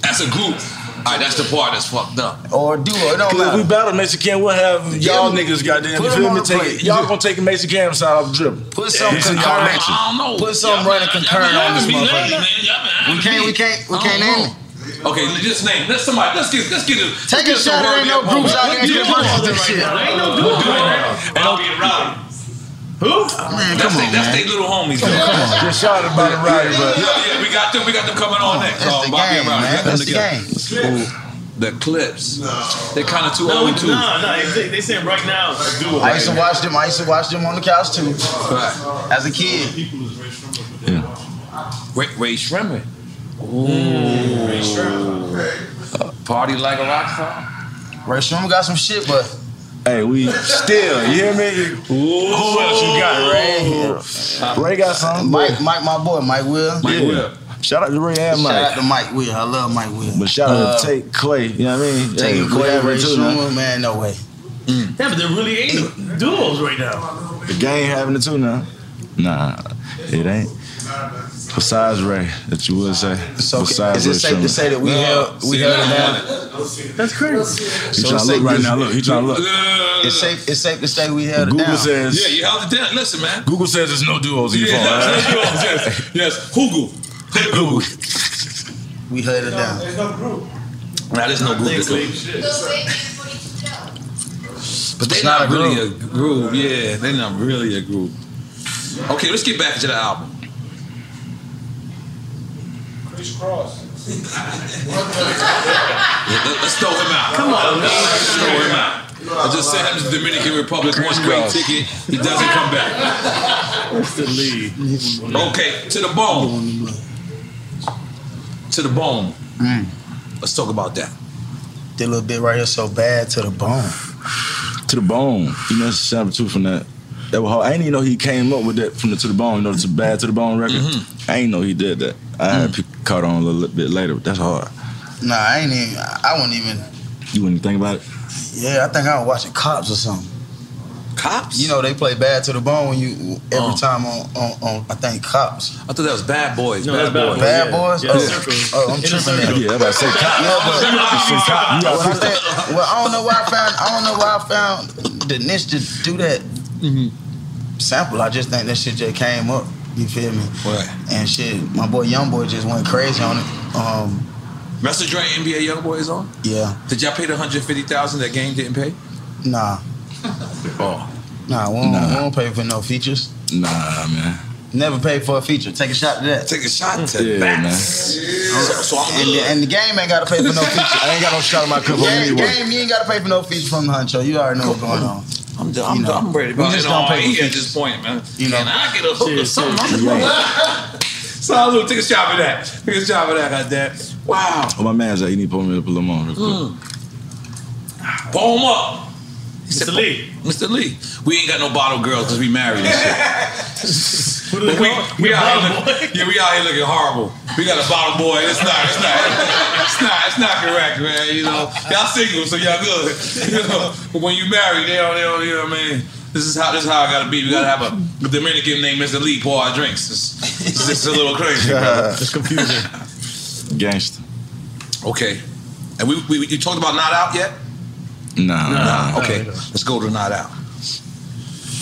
[SPEAKER 2] As a group. All right, that's the part that's fucked up.
[SPEAKER 6] or a duo. It don't
[SPEAKER 5] Cause if
[SPEAKER 6] matter.
[SPEAKER 5] we battle Mexican, we'll have y'all niggas goddamn.
[SPEAKER 6] Put
[SPEAKER 5] You
[SPEAKER 6] them
[SPEAKER 5] feel
[SPEAKER 6] on
[SPEAKER 5] me?
[SPEAKER 6] the
[SPEAKER 5] Take
[SPEAKER 6] plate.
[SPEAKER 5] it. Y'all gonna take a Mexican side off the dribble.
[SPEAKER 6] Put some
[SPEAKER 5] It's in y'all
[SPEAKER 6] concurrent-
[SPEAKER 5] nation.
[SPEAKER 2] I don't know.
[SPEAKER 6] Put something running concurrent on this motherfucker. We can't, we can't, we can't name it.
[SPEAKER 2] Okay, just name. Let somebody. Let's get. Let's get. Let's
[SPEAKER 6] Take
[SPEAKER 2] get
[SPEAKER 6] a shot.
[SPEAKER 2] some
[SPEAKER 6] There ain't no
[SPEAKER 2] word
[SPEAKER 6] groups out there
[SPEAKER 2] What
[SPEAKER 6] getting
[SPEAKER 2] duo
[SPEAKER 6] versus
[SPEAKER 2] are
[SPEAKER 6] this
[SPEAKER 2] they
[SPEAKER 6] shit.
[SPEAKER 2] right now?
[SPEAKER 6] Ain't no
[SPEAKER 2] What duo
[SPEAKER 6] duo.
[SPEAKER 2] right now? Bobby and Rowdy. Who? Man, Oh, that's
[SPEAKER 6] come
[SPEAKER 2] they,
[SPEAKER 6] on,
[SPEAKER 2] That's
[SPEAKER 6] man.
[SPEAKER 2] they little homies.
[SPEAKER 6] Come
[SPEAKER 2] though.
[SPEAKER 6] on, come on. Just shout it about it right, but-
[SPEAKER 2] yeah, yeah, we got them. We got them coming on next.
[SPEAKER 6] that's
[SPEAKER 2] um,
[SPEAKER 6] the
[SPEAKER 2] Bobby
[SPEAKER 6] game,
[SPEAKER 2] and Rowdy.
[SPEAKER 6] man.
[SPEAKER 2] We got them
[SPEAKER 6] That's the
[SPEAKER 2] together.
[SPEAKER 6] game.
[SPEAKER 2] The clips. They're kind of too
[SPEAKER 12] No,
[SPEAKER 2] old
[SPEAKER 12] no,
[SPEAKER 2] too.
[SPEAKER 12] no. They, they saying right now, do it.
[SPEAKER 6] I used to watch them. I used to watch them on the couch too, as a kid.
[SPEAKER 2] Ray, Ray Shremmer. Ooh. Mm. Uh, Party like a rock star.
[SPEAKER 6] Ray Shroomer got some shit, but
[SPEAKER 5] Hey, we still. You hear me? Who else you got, Ray? Ray got some.
[SPEAKER 6] Mike, Mike, my boy, Mike Will.
[SPEAKER 5] Mike Will. Shout out to Ray and Mike.
[SPEAKER 6] Shout out to Mike Will. I love Mike Will.
[SPEAKER 5] But shout
[SPEAKER 6] Uh,
[SPEAKER 5] out to Tate Clay. You know what I mean?
[SPEAKER 6] Take
[SPEAKER 5] Hey,
[SPEAKER 6] it Clay, Ray
[SPEAKER 5] too, man.
[SPEAKER 6] Shroomer, man, no way.
[SPEAKER 5] Mm.
[SPEAKER 12] Yeah, but there really ain't duels right now.
[SPEAKER 5] The game having it too now. Nah, it ain't. Besides Ray, that you would say. So Besides
[SPEAKER 6] Is it safe to
[SPEAKER 5] Sherman.
[SPEAKER 6] say that we held we held it down?
[SPEAKER 12] That's crazy.
[SPEAKER 5] He trying to look right now. Look, he trying to look.
[SPEAKER 6] It's safe. It's safe to say we held it
[SPEAKER 5] Google
[SPEAKER 6] down.
[SPEAKER 5] says- Yeah,
[SPEAKER 2] You held it down. Listen, man.
[SPEAKER 5] Google says there's no duos in your phone.
[SPEAKER 2] Yeah,
[SPEAKER 5] right?
[SPEAKER 2] yes, yes. Hugu. Hugu.
[SPEAKER 6] We held it down.
[SPEAKER 2] Nah, there's no group. That's But they're not, really a group. Yeah, they're not really a group. Okay, let's get back to the album.
[SPEAKER 17] Chris Cross.
[SPEAKER 2] Let- let- Let's throw him out.
[SPEAKER 17] Come on, man.
[SPEAKER 2] Let's throw him out. I just sent him to the Dominican Republic, one straight ticket. He doesn't come back.
[SPEAKER 12] What's the lead?
[SPEAKER 2] Okay, to the bone. To the bone. Let's talk about that.
[SPEAKER 6] That little bit right here so bad to the bone.
[SPEAKER 5] To the bone. You know, it's seven two from that.
[SPEAKER 10] That was hard. I didn't even know he came up with that from the To the Bone. You know, the Bad to the Bone record.
[SPEAKER 6] Mm-hmm.
[SPEAKER 10] I didn't know he did that. I
[SPEAKER 6] Mm.
[SPEAKER 10] had pe- caught on a little bit later. But that's hard.
[SPEAKER 6] Nah, I ain't even. I wouldn't even.
[SPEAKER 10] You wouldn't think about it.
[SPEAKER 6] Yeah, I think I was watching Cops or something. Cops? You know they play Bad to the Bone when you
[SPEAKER 2] Oh.
[SPEAKER 6] every time on, on on I think Cops.
[SPEAKER 2] I thought that was Bad Boys.
[SPEAKER 6] No,
[SPEAKER 2] bad,
[SPEAKER 6] that's Bad
[SPEAKER 2] Boys.
[SPEAKER 6] Boys. Bad Boys? Yeah. Oh, oh, I'm tripping now.
[SPEAKER 10] Yeah, I'm about to say cop.
[SPEAKER 6] Yeah, but-
[SPEAKER 10] You gotta
[SPEAKER 6] When I
[SPEAKER 10] fix that.
[SPEAKER 6] said- well, I don't know why I found. I don't know why I found the niche to do that
[SPEAKER 2] Mm-hmm.
[SPEAKER 6] sample. I just think that shit just came up. You feel me?
[SPEAKER 2] Right.
[SPEAKER 6] And shit, my boy Young Boy just went crazy on it. Um,
[SPEAKER 2] Master Dre NBA Young Boy is on.
[SPEAKER 6] yeah,
[SPEAKER 2] Did y'all pay the hundred fifty thousand that game didn't pay?
[SPEAKER 6] nah,
[SPEAKER 2] Oh,
[SPEAKER 6] nah, we don't,
[SPEAKER 2] Nah.
[SPEAKER 6] we don't pay for no features.
[SPEAKER 10] Nah, man.
[SPEAKER 6] Never pay for a feature. Take a shot to that. Take
[SPEAKER 2] a shot
[SPEAKER 10] to Yeah, that. man.
[SPEAKER 6] and, the, and the game ain't got to pay for no feature.
[SPEAKER 10] I ain't got no shot in my clip on
[SPEAKER 6] game,
[SPEAKER 10] anyway.
[SPEAKER 6] game, you ain't got to pay for no feature from the honcho. You already know what's going on.
[SPEAKER 2] I'm, done. I'm, I'm ready.
[SPEAKER 6] We just don't pay for
[SPEAKER 2] E at this
[SPEAKER 6] features.
[SPEAKER 2] point, man.
[SPEAKER 6] You know.
[SPEAKER 2] Can I get a hook or
[SPEAKER 6] Cheers,
[SPEAKER 2] something?
[SPEAKER 6] cheers.
[SPEAKER 2] Yeah. Salute. Take a shot for that. Take a shot for that. Goddamn. Wow.
[SPEAKER 10] Oh, my man's like, you need to pull me up a little on real quick.
[SPEAKER 2] Mm. Pull him up. Mr. Lee. Mr. Lee. We ain't got no bottle girls because we married and shit. But we, we out here look, yeah, we out here looking horrible. We got a bottle boy. It's not, it's not, it's not, it's not correct, man. You know, y'all single, so y'all good. You know, but when you married, they don't, they don't, you know what I mean? This is how this is how I gotta be. We gotta have a Dominican named Mr. Lee pour our drinks. It's, it's, it's a little crazy, brother.
[SPEAKER 10] It's confusing. Gangster.
[SPEAKER 2] Okay. And we, we you talked about not out yet?
[SPEAKER 10] Nah.
[SPEAKER 2] Nah, okay. Let's go to not out.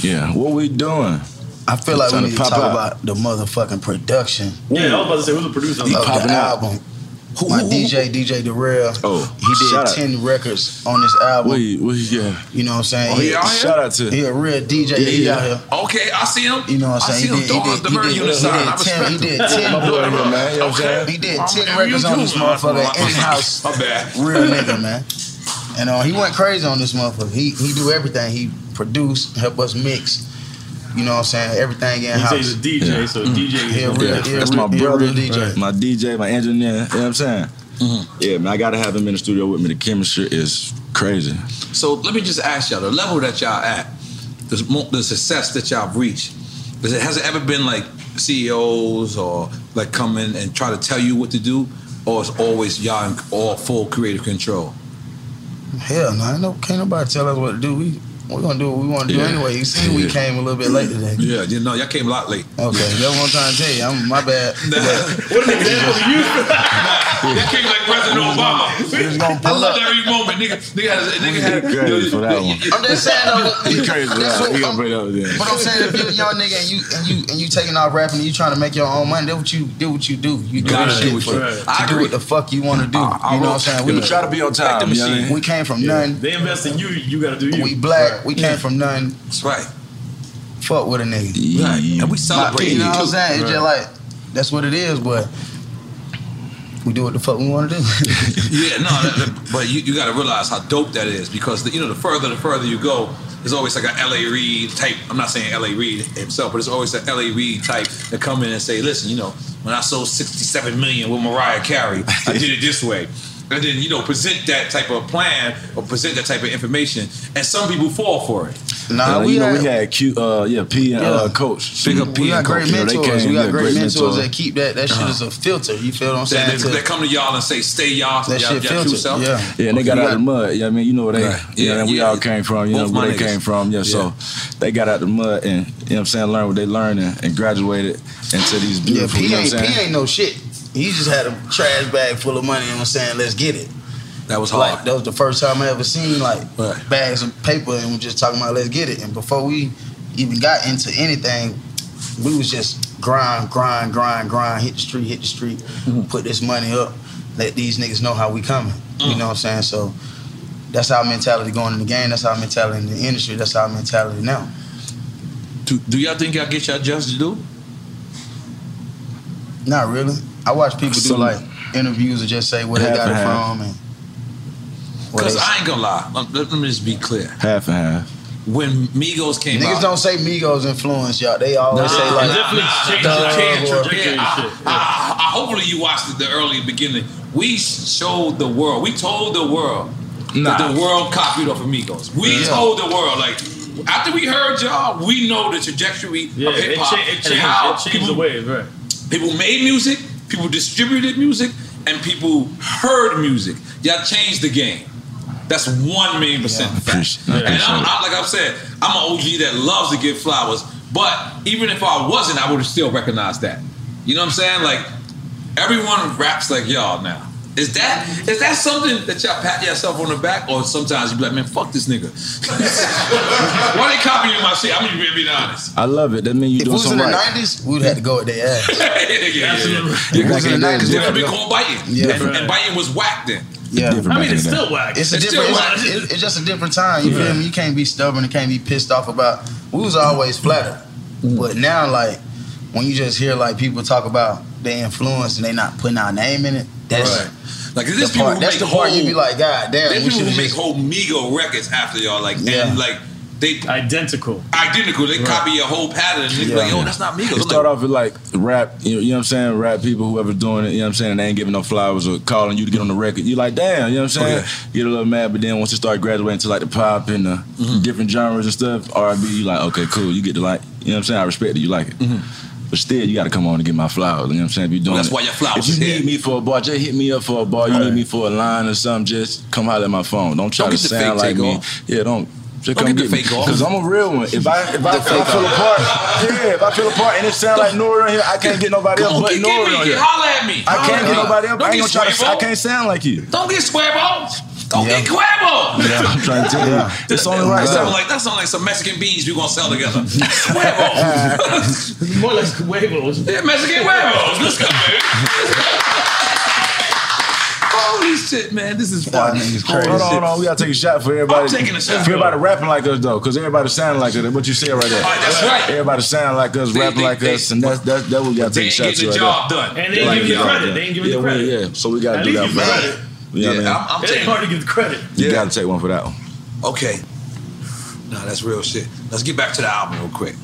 [SPEAKER 10] Yeah. What we doing?
[SPEAKER 6] I feel like we
[SPEAKER 10] Trying
[SPEAKER 6] need to
[SPEAKER 10] pop
[SPEAKER 6] talk
[SPEAKER 10] out.
[SPEAKER 6] about the motherfucking production.
[SPEAKER 3] Yeah, I was about to say, who's the producer?
[SPEAKER 6] of the album. My DJ, DJ Darrell,
[SPEAKER 10] Oh,
[SPEAKER 6] he did
[SPEAKER 10] shout out.
[SPEAKER 6] 10 records on this album.
[SPEAKER 10] Wait, wait, yeah.
[SPEAKER 6] You know what I'm saying?
[SPEAKER 10] Oh, he out here? Shout out to-
[SPEAKER 6] He a real DJ.
[SPEAKER 10] Yeah,
[SPEAKER 6] he
[SPEAKER 10] yeah.
[SPEAKER 6] out here.
[SPEAKER 2] Okay, I see him.
[SPEAKER 6] You know what I'm saying?
[SPEAKER 2] I see him throwing the bird
[SPEAKER 6] he did,
[SPEAKER 2] unit sign. I respect
[SPEAKER 6] he did
[SPEAKER 2] him.
[SPEAKER 6] 10,
[SPEAKER 2] My boy,
[SPEAKER 6] he did 10
[SPEAKER 2] man, you know what I'm saying?
[SPEAKER 6] He did
[SPEAKER 2] I'm
[SPEAKER 6] 10
[SPEAKER 2] like,
[SPEAKER 6] records
[SPEAKER 2] you
[SPEAKER 6] on this
[SPEAKER 2] too,
[SPEAKER 6] motherfucker
[SPEAKER 2] my- my-
[SPEAKER 6] in-house.
[SPEAKER 2] my bad.
[SPEAKER 6] Real nigga, man. And uh, he went crazy on this motherfucker. He he do everything. He produced, help us mix. You know what I'm saying? Everything in house.
[SPEAKER 3] He's a DJ, so
[SPEAKER 2] Mm-hmm.
[SPEAKER 3] DJ is
[SPEAKER 6] Yeah,
[SPEAKER 3] gonna
[SPEAKER 6] real,
[SPEAKER 3] be-
[SPEAKER 6] yeah,
[SPEAKER 10] That's
[SPEAKER 6] real-
[SPEAKER 10] my
[SPEAKER 6] yeah, real
[SPEAKER 10] brother,
[SPEAKER 6] DJ.
[SPEAKER 10] my DJ, my engineer. You know what I'm saying?
[SPEAKER 2] Mm-hmm.
[SPEAKER 10] Yeah, man, I gotta have him in the studio with me. The chemistry is crazy.
[SPEAKER 2] So let me just ask y'all the level that y'all at, the, mo- the success that y'all have reached, has it, has it ever been like CEOs or like come in and try to tell you what to do, or it's always y'all in all full creative control?
[SPEAKER 6] Hell no, ain't no, can't nobody tell us what to do. We we gonna do what we want to
[SPEAKER 2] Yeah.
[SPEAKER 6] do anyway. You see, we
[SPEAKER 2] Yeah.
[SPEAKER 6] came a little bit late today.
[SPEAKER 2] Yeah, you know, y'all came a lot late.
[SPEAKER 6] Okay, that's what I'm trying to tell you. I'm my bad.
[SPEAKER 2] what an example to use for that? That came like President Obama. I love every moment. Nigga, nigga had, nigga had
[SPEAKER 10] Crazy for that one.
[SPEAKER 6] I'm just saying though.
[SPEAKER 10] He crazy for
[SPEAKER 6] that's
[SPEAKER 10] that.
[SPEAKER 6] what-
[SPEAKER 10] one. He gonna bring it up again.
[SPEAKER 6] But I'm saying, if you're a young nigga and you and you and you taking off rapping and you trying to make your own money, do what you do what you do. You do
[SPEAKER 10] Gotta
[SPEAKER 6] this
[SPEAKER 10] do
[SPEAKER 6] shit
[SPEAKER 10] what
[SPEAKER 6] for,
[SPEAKER 10] you-
[SPEAKER 6] to
[SPEAKER 10] I
[SPEAKER 6] do
[SPEAKER 10] agree.
[SPEAKER 6] what the fuck you want to do.
[SPEAKER 10] I- I
[SPEAKER 6] you know what I'm
[SPEAKER 10] wrote-
[SPEAKER 6] saying? We
[SPEAKER 10] Yeah. Try to be on
[SPEAKER 6] Like
[SPEAKER 10] time,
[SPEAKER 6] the
[SPEAKER 10] you know what I
[SPEAKER 6] machine.
[SPEAKER 10] mean?
[SPEAKER 6] We came from none.
[SPEAKER 3] They invest in you, you gotta do you.
[SPEAKER 6] We black. We came from none.
[SPEAKER 2] That's right.
[SPEAKER 6] Fuck with a nigga.
[SPEAKER 10] Right.
[SPEAKER 2] And we
[SPEAKER 6] celebrate.
[SPEAKER 2] celebrate
[SPEAKER 6] You know what I'm
[SPEAKER 2] too.
[SPEAKER 6] saying? It's just
[SPEAKER 2] Right.
[SPEAKER 6] like that's what it is, but we do what the fuck we want to do.
[SPEAKER 2] Yeah, no, that, that- but you, you got to realize how dope that is because the, you know the further the further you go, there's always like a L.A. Reid type. I'm not saying L.A. Reid himself, but it's always an L.A. Reid type that come in and say, "Listen, you know, when I sold 67 million with Mariah Carey, I did it this way." And then you know present that type of plan or present that type of information, and some people fall for it.
[SPEAKER 10] Nah, uh, you know we had Q, uh, yeah, P and uh,
[SPEAKER 2] Yeah.
[SPEAKER 10] Coach.
[SPEAKER 2] Big up P
[SPEAKER 6] We got
[SPEAKER 2] and
[SPEAKER 6] great
[SPEAKER 2] Coach, you know,
[SPEAKER 6] mentors.
[SPEAKER 2] they came,
[SPEAKER 6] we got
[SPEAKER 2] yeah,
[SPEAKER 6] great
[SPEAKER 2] great
[SPEAKER 6] mentors
[SPEAKER 2] mentor. Uh-huh.
[SPEAKER 6] that keep that. That shit is a filter. You feel what I'm saying?
[SPEAKER 2] They,
[SPEAKER 6] To-
[SPEAKER 2] they come to y'all and say, "Stay y'all,
[SPEAKER 6] That
[SPEAKER 2] y'all,
[SPEAKER 6] shit
[SPEAKER 2] y'all true
[SPEAKER 6] filtered,
[SPEAKER 2] self."
[SPEAKER 6] yeah.
[SPEAKER 10] Yeah, and they got out of the mud. Yeah, I mean, you know where they,
[SPEAKER 2] Right.
[SPEAKER 10] yeah,
[SPEAKER 2] Yeah,
[SPEAKER 10] and we
[SPEAKER 2] yeah.
[SPEAKER 10] all came from. You
[SPEAKER 2] Both
[SPEAKER 10] know
[SPEAKER 2] my
[SPEAKER 10] where they
[SPEAKER 2] niggas.
[SPEAKER 10] came from. Yeah, so they got out the mud and you know what I'm saying, learned what they learned and, and graduated into these
[SPEAKER 6] Yeah,
[SPEAKER 10] beautiful.
[SPEAKER 6] P
[SPEAKER 10] you know
[SPEAKER 6] ain't,
[SPEAKER 10] what I'm
[SPEAKER 6] P
[SPEAKER 10] saying?
[SPEAKER 6] ain't no shit. He just had a trash bag full of money and was saying, let's get it.
[SPEAKER 2] That was
[SPEAKER 6] Like, that was the first time I ever seen, like, bags of paper and we just talking about, let's get it. And before we even got into anything, we was just grind, grind, grind, grind, hit the street, hit the street,
[SPEAKER 2] Mm-hmm.
[SPEAKER 6] put this money up, let these niggas know how we coming.
[SPEAKER 2] Mm.
[SPEAKER 6] You know what I'm saying? So that's our mentality going in the game. That's our mentality in the industry. That's our mentality now.
[SPEAKER 2] Do, do y'all think y'all get y'all just due?
[SPEAKER 6] Not really. I watch people do
[SPEAKER 2] Some-
[SPEAKER 6] like interviews and just say where they
[SPEAKER 2] Half
[SPEAKER 6] got
[SPEAKER 2] and
[SPEAKER 6] it
[SPEAKER 2] half.
[SPEAKER 6] from and Well,
[SPEAKER 2] Because
[SPEAKER 6] they-
[SPEAKER 2] I ain't gonna lie. Let, let me just be clear.
[SPEAKER 10] Half and half.
[SPEAKER 2] When Migos came
[SPEAKER 6] Niggas
[SPEAKER 2] out,
[SPEAKER 6] don't say Migos influence, y'all. They always
[SPEAKER 2] Nah,
[SPEAKER 6] say like,
[SPEAKER 2] nah, nah,
[SPEAKER 6] Thug
[SPEAKER 2] nah, nah,
[SPEAKER 6] or-
[SPEAKER 2] yeah, I- I- I- Hopefully, you watched the- the early beginning. We showed the world. We told the world
[SPEAKER 10] Nah.
[SPEAKER 2] that the world copied off of Migos. We
[SPEAKER 10] Yeah.
[SPEAKER 2] told the world like after we heard y'all, we know the trajectory
[SPEAKER 3] Yeah,
[SPEAKER 2] of
[SPEAKER 3] it
[SPEAKER 2] hip hop
[SPEAKER 3] cha- it
[SPEAKER 2] and
[SPEAKER 3] changed-
[SPEAKER 2] how
[SPEAKER 3] it changed the wave, right?
[SPEAKER 2] People made music, people distributed music, and people heard music. Y'all changed the game. That's one million percent fact.
[SPEAKER 5] I
[SPEAKER 2] And
[SPEAKER 5] appreciate
[SPEAKER 2] I'm,
[SPEAKER 5] it.
[SPEAKER 2] I, like I've said, I'm an OG that loves to give flowers. But even if I wasn't, I would have still recognized that. You know what I'm saying? Like everyone raps like y'all now. Is that is that something that y'all pat yourself on the back, or sometimes you be like, man, fuck this nigga? Why they copying my shit? I'm gonna be honest.
[SPEAKER 5] I love it. That means you
[SPEAKER 2] If it
[SPEAKER 5] doing
[SPEAKER 2] was in
[SPEAKER 5] something
[SPEAKER 2] the
[SPEAKER 5] right.
[SPEAKER 6] 90s, we would have to go with their ass.
[SPEAKER 2] yeah, yeah, yeah, yeah. yeah.
[SPEAKER 5] Back
[SPEAKER 2] Because
[SPEAKER 5] in
[SPEAKER 2] in
[SPEAKER 5] the
[SPEAKER 2] the
[SPEAKER 5] day,
[SPEAKER 2] nineties,
[SPEAKER 5] different.
[SPEAKER 2] we called biting,
[SPEAKER 6] Yeah.
[SPEAKER 2] and, and biting was whack then.
[SPEAKER 6] Yeah,
[SPEAKER 2] Different I mean, back it's then. still whack.
[SPEAKER 6] It's a
[SPEAKER 2] It's still
[SPEAKER 6] different. It's,
[SPEAKER 2] whack.
[SPEAKER 6] it's- it's just a different time. You
[SPEAKER 2] Yeah.
[SPEAKER 6] feel me? You can't be stubborn. and can't be pissed off about. We was always flatter, but now like when you just hear like people talk about their influence and they not putting our name in it. That's
[SPEAKER 2] Right. Like this
[SPEAKER 6] the
[SPEAKER 2] people
[SPEAKER 6] part.
[SPEAKER 2] who make
[SPEAKER 6] That's the part you
[SPEAKER 2] whole-
[SPEAKER 6] be like, God damn.
[SPEAKER 2] There's
[SPEAKER 6] we
[SPEAKER 2] people
[SPEAKER 6] should
[SPEAKER 2] who make
[SPEAKER 6] just
[SPEAKER 2] whole Mego records after y'all, like and like they identical, identical. They copy your whole pattern. And they be like, yo, that's not Migos.
[SPEAKER 5] It
[SPEAKER 2] I'm like,
[SPEAKER 5] start off with like rap, you know, you know what I'm saying? Rap people, whoever's doing it, you know what I'm saying? And they ain't giving no flowers or calling you to get on the record. You like, damn, you know what I'm saying?
[SPEAKER 2] Okay.
[SPEAKER 5] You Get a little mad, but then once you start graduating to like the pop and the
[SPEAKER 2] Mm-hmm.
[SPEAKER 5] different genres and stuff, R&B, you like, okay, cool. You get to like, you know what I'm saying? I respect it. You like it. But still, you got to come on and get my flowers. You know what I'm saying? If you're doing
[SPEAKER 2] Mm-hmm. That's
[SPEAKER 5] it.
[SPEAKER 2] why your flowers
[SPEAKER 5] If
[SPEAKER 2] is
[SPEAKER 5] you
[SPEAKER 2] here.
[SPEAKER 5] need me for a bar, just hit me up for a bar. You need me for a line or something, just come holler at my phone. Don't try
[SPEAKER 2] Don't
[SPEAKER 5] to
[SPEAKER 2] get the
[SPEAKER 5] sound
[SPEAKER 2] fake
[SPEAKER 5] like
[SPEAKER 2] take
[SPEAKER 5] me.
[SPEAKER 2] off.
[SPEAKER 5] Yeah, don't. Just
[SPEAKER 2] Don't
[SPEAKER 5] come
[SPEAKER 2] get the
[SPEAKER 5] get me.
[SPEAKER 2] fake off.
[SPEAKER 5] Cause I'm a real one. If I
[SPEAKER 2] The
[SPEAKER 5] if I, if I
[SPEAKER 2] fake
[SPEAKER 5] feel
[SPEAKER 2] off.
[SPEAKER 5] apart, yeah, if I feel apart and it sound like Nori on here, I can't get nobody
[SPEAKER 2] Come on,
[SPEAKER 5] else but
[SPEAKER 2] get- get
[SPEAKER 5] Nori
[SPEAKER 2] me,
[SPEAKER 5] on here.
[SPEAKER 2] holler at me.
[SPEAKER 5] I
[SPEAKER 2] Holler
[SPEAKER 5] can't
[SPEAKER 2] at
[SPEAKER 5] get
[SPEAKER 2] me.
[SPEAKER 5] nobody else.
[SPEAKER 2] Don't
[SPEAKER 5] I ain't
[SPEAKER 2] get
[SPEAKER 5] gonna try to. I
[SPEAKER 2] Squavo.
[SPEAKER 5] can't sound like you.
[SPEAKER 2] Don't get Squavo. Don't get Quavo.
[SPEAKER 5] Yeah, I'm trying to tell you. It's only right.
[SPEAKER 2] That sound
[SPEAKER 5] though.
[SPEAKER 2] like that sound like some Mexican beans we gonna sell together. Huevos. More like huevos. Yeah, Mexican huevos. Let's go, baby. Holy shit, man! This is fun.
[SPEAKER 5] Hold on, hold on. We gotta take a shot for everybody.
[SPEAKER 2] I'm taking a shot.
[SPEAKER 5] For everybody rapping like us though, because everybody sound like us. That's what you said right there.
[SPEAKER 2] that's right.
[SPEAKER 5] Everybody sound like us, rapping like us, and that's that's that what we gotta take a shot
[SPEAKER 2] ain't
[SPEAKER 5] to.
[SPEAKER 2] getting the
[SPEAKER 5] right
[SPEAKER 2] job
[SPEAKER 5] there.
[SPEAKER 2] done. And they ain't
[SPEAKER 5] Like,
[SPEAKER 2] giving you
[SPEAKER 5] yeah,
[SPEAKER 2] credit.
[SPEAKER 5] yeah.
[SPEAKER 2] They ain't giving you
[SPEAKER 5] Yeah, we-
[SPEAKER 2] credit.
[SPEAKER 5] Yeah, so we gotta
[SPEAKER 2] At
[SPEAKER 5] do
[SPEAKER 2] least
[SPEAKER 5] that.
[SPEAKER 2] give
[SPEAKER 5] for that.
[SPEAKER 2] credit.
[SPEAKER 5] Yeah,
[SPEAKER 2] Yeah,
[SPEAKER 5] man.
[SPEAKER 2] I'm- I'm It ain't taking- hard to
[SPEAKER 5] give the credit. You gotta take one for that one.
[SPEAKER 2] Okay. Nah, that's real shit. Let's get back to the album real quick.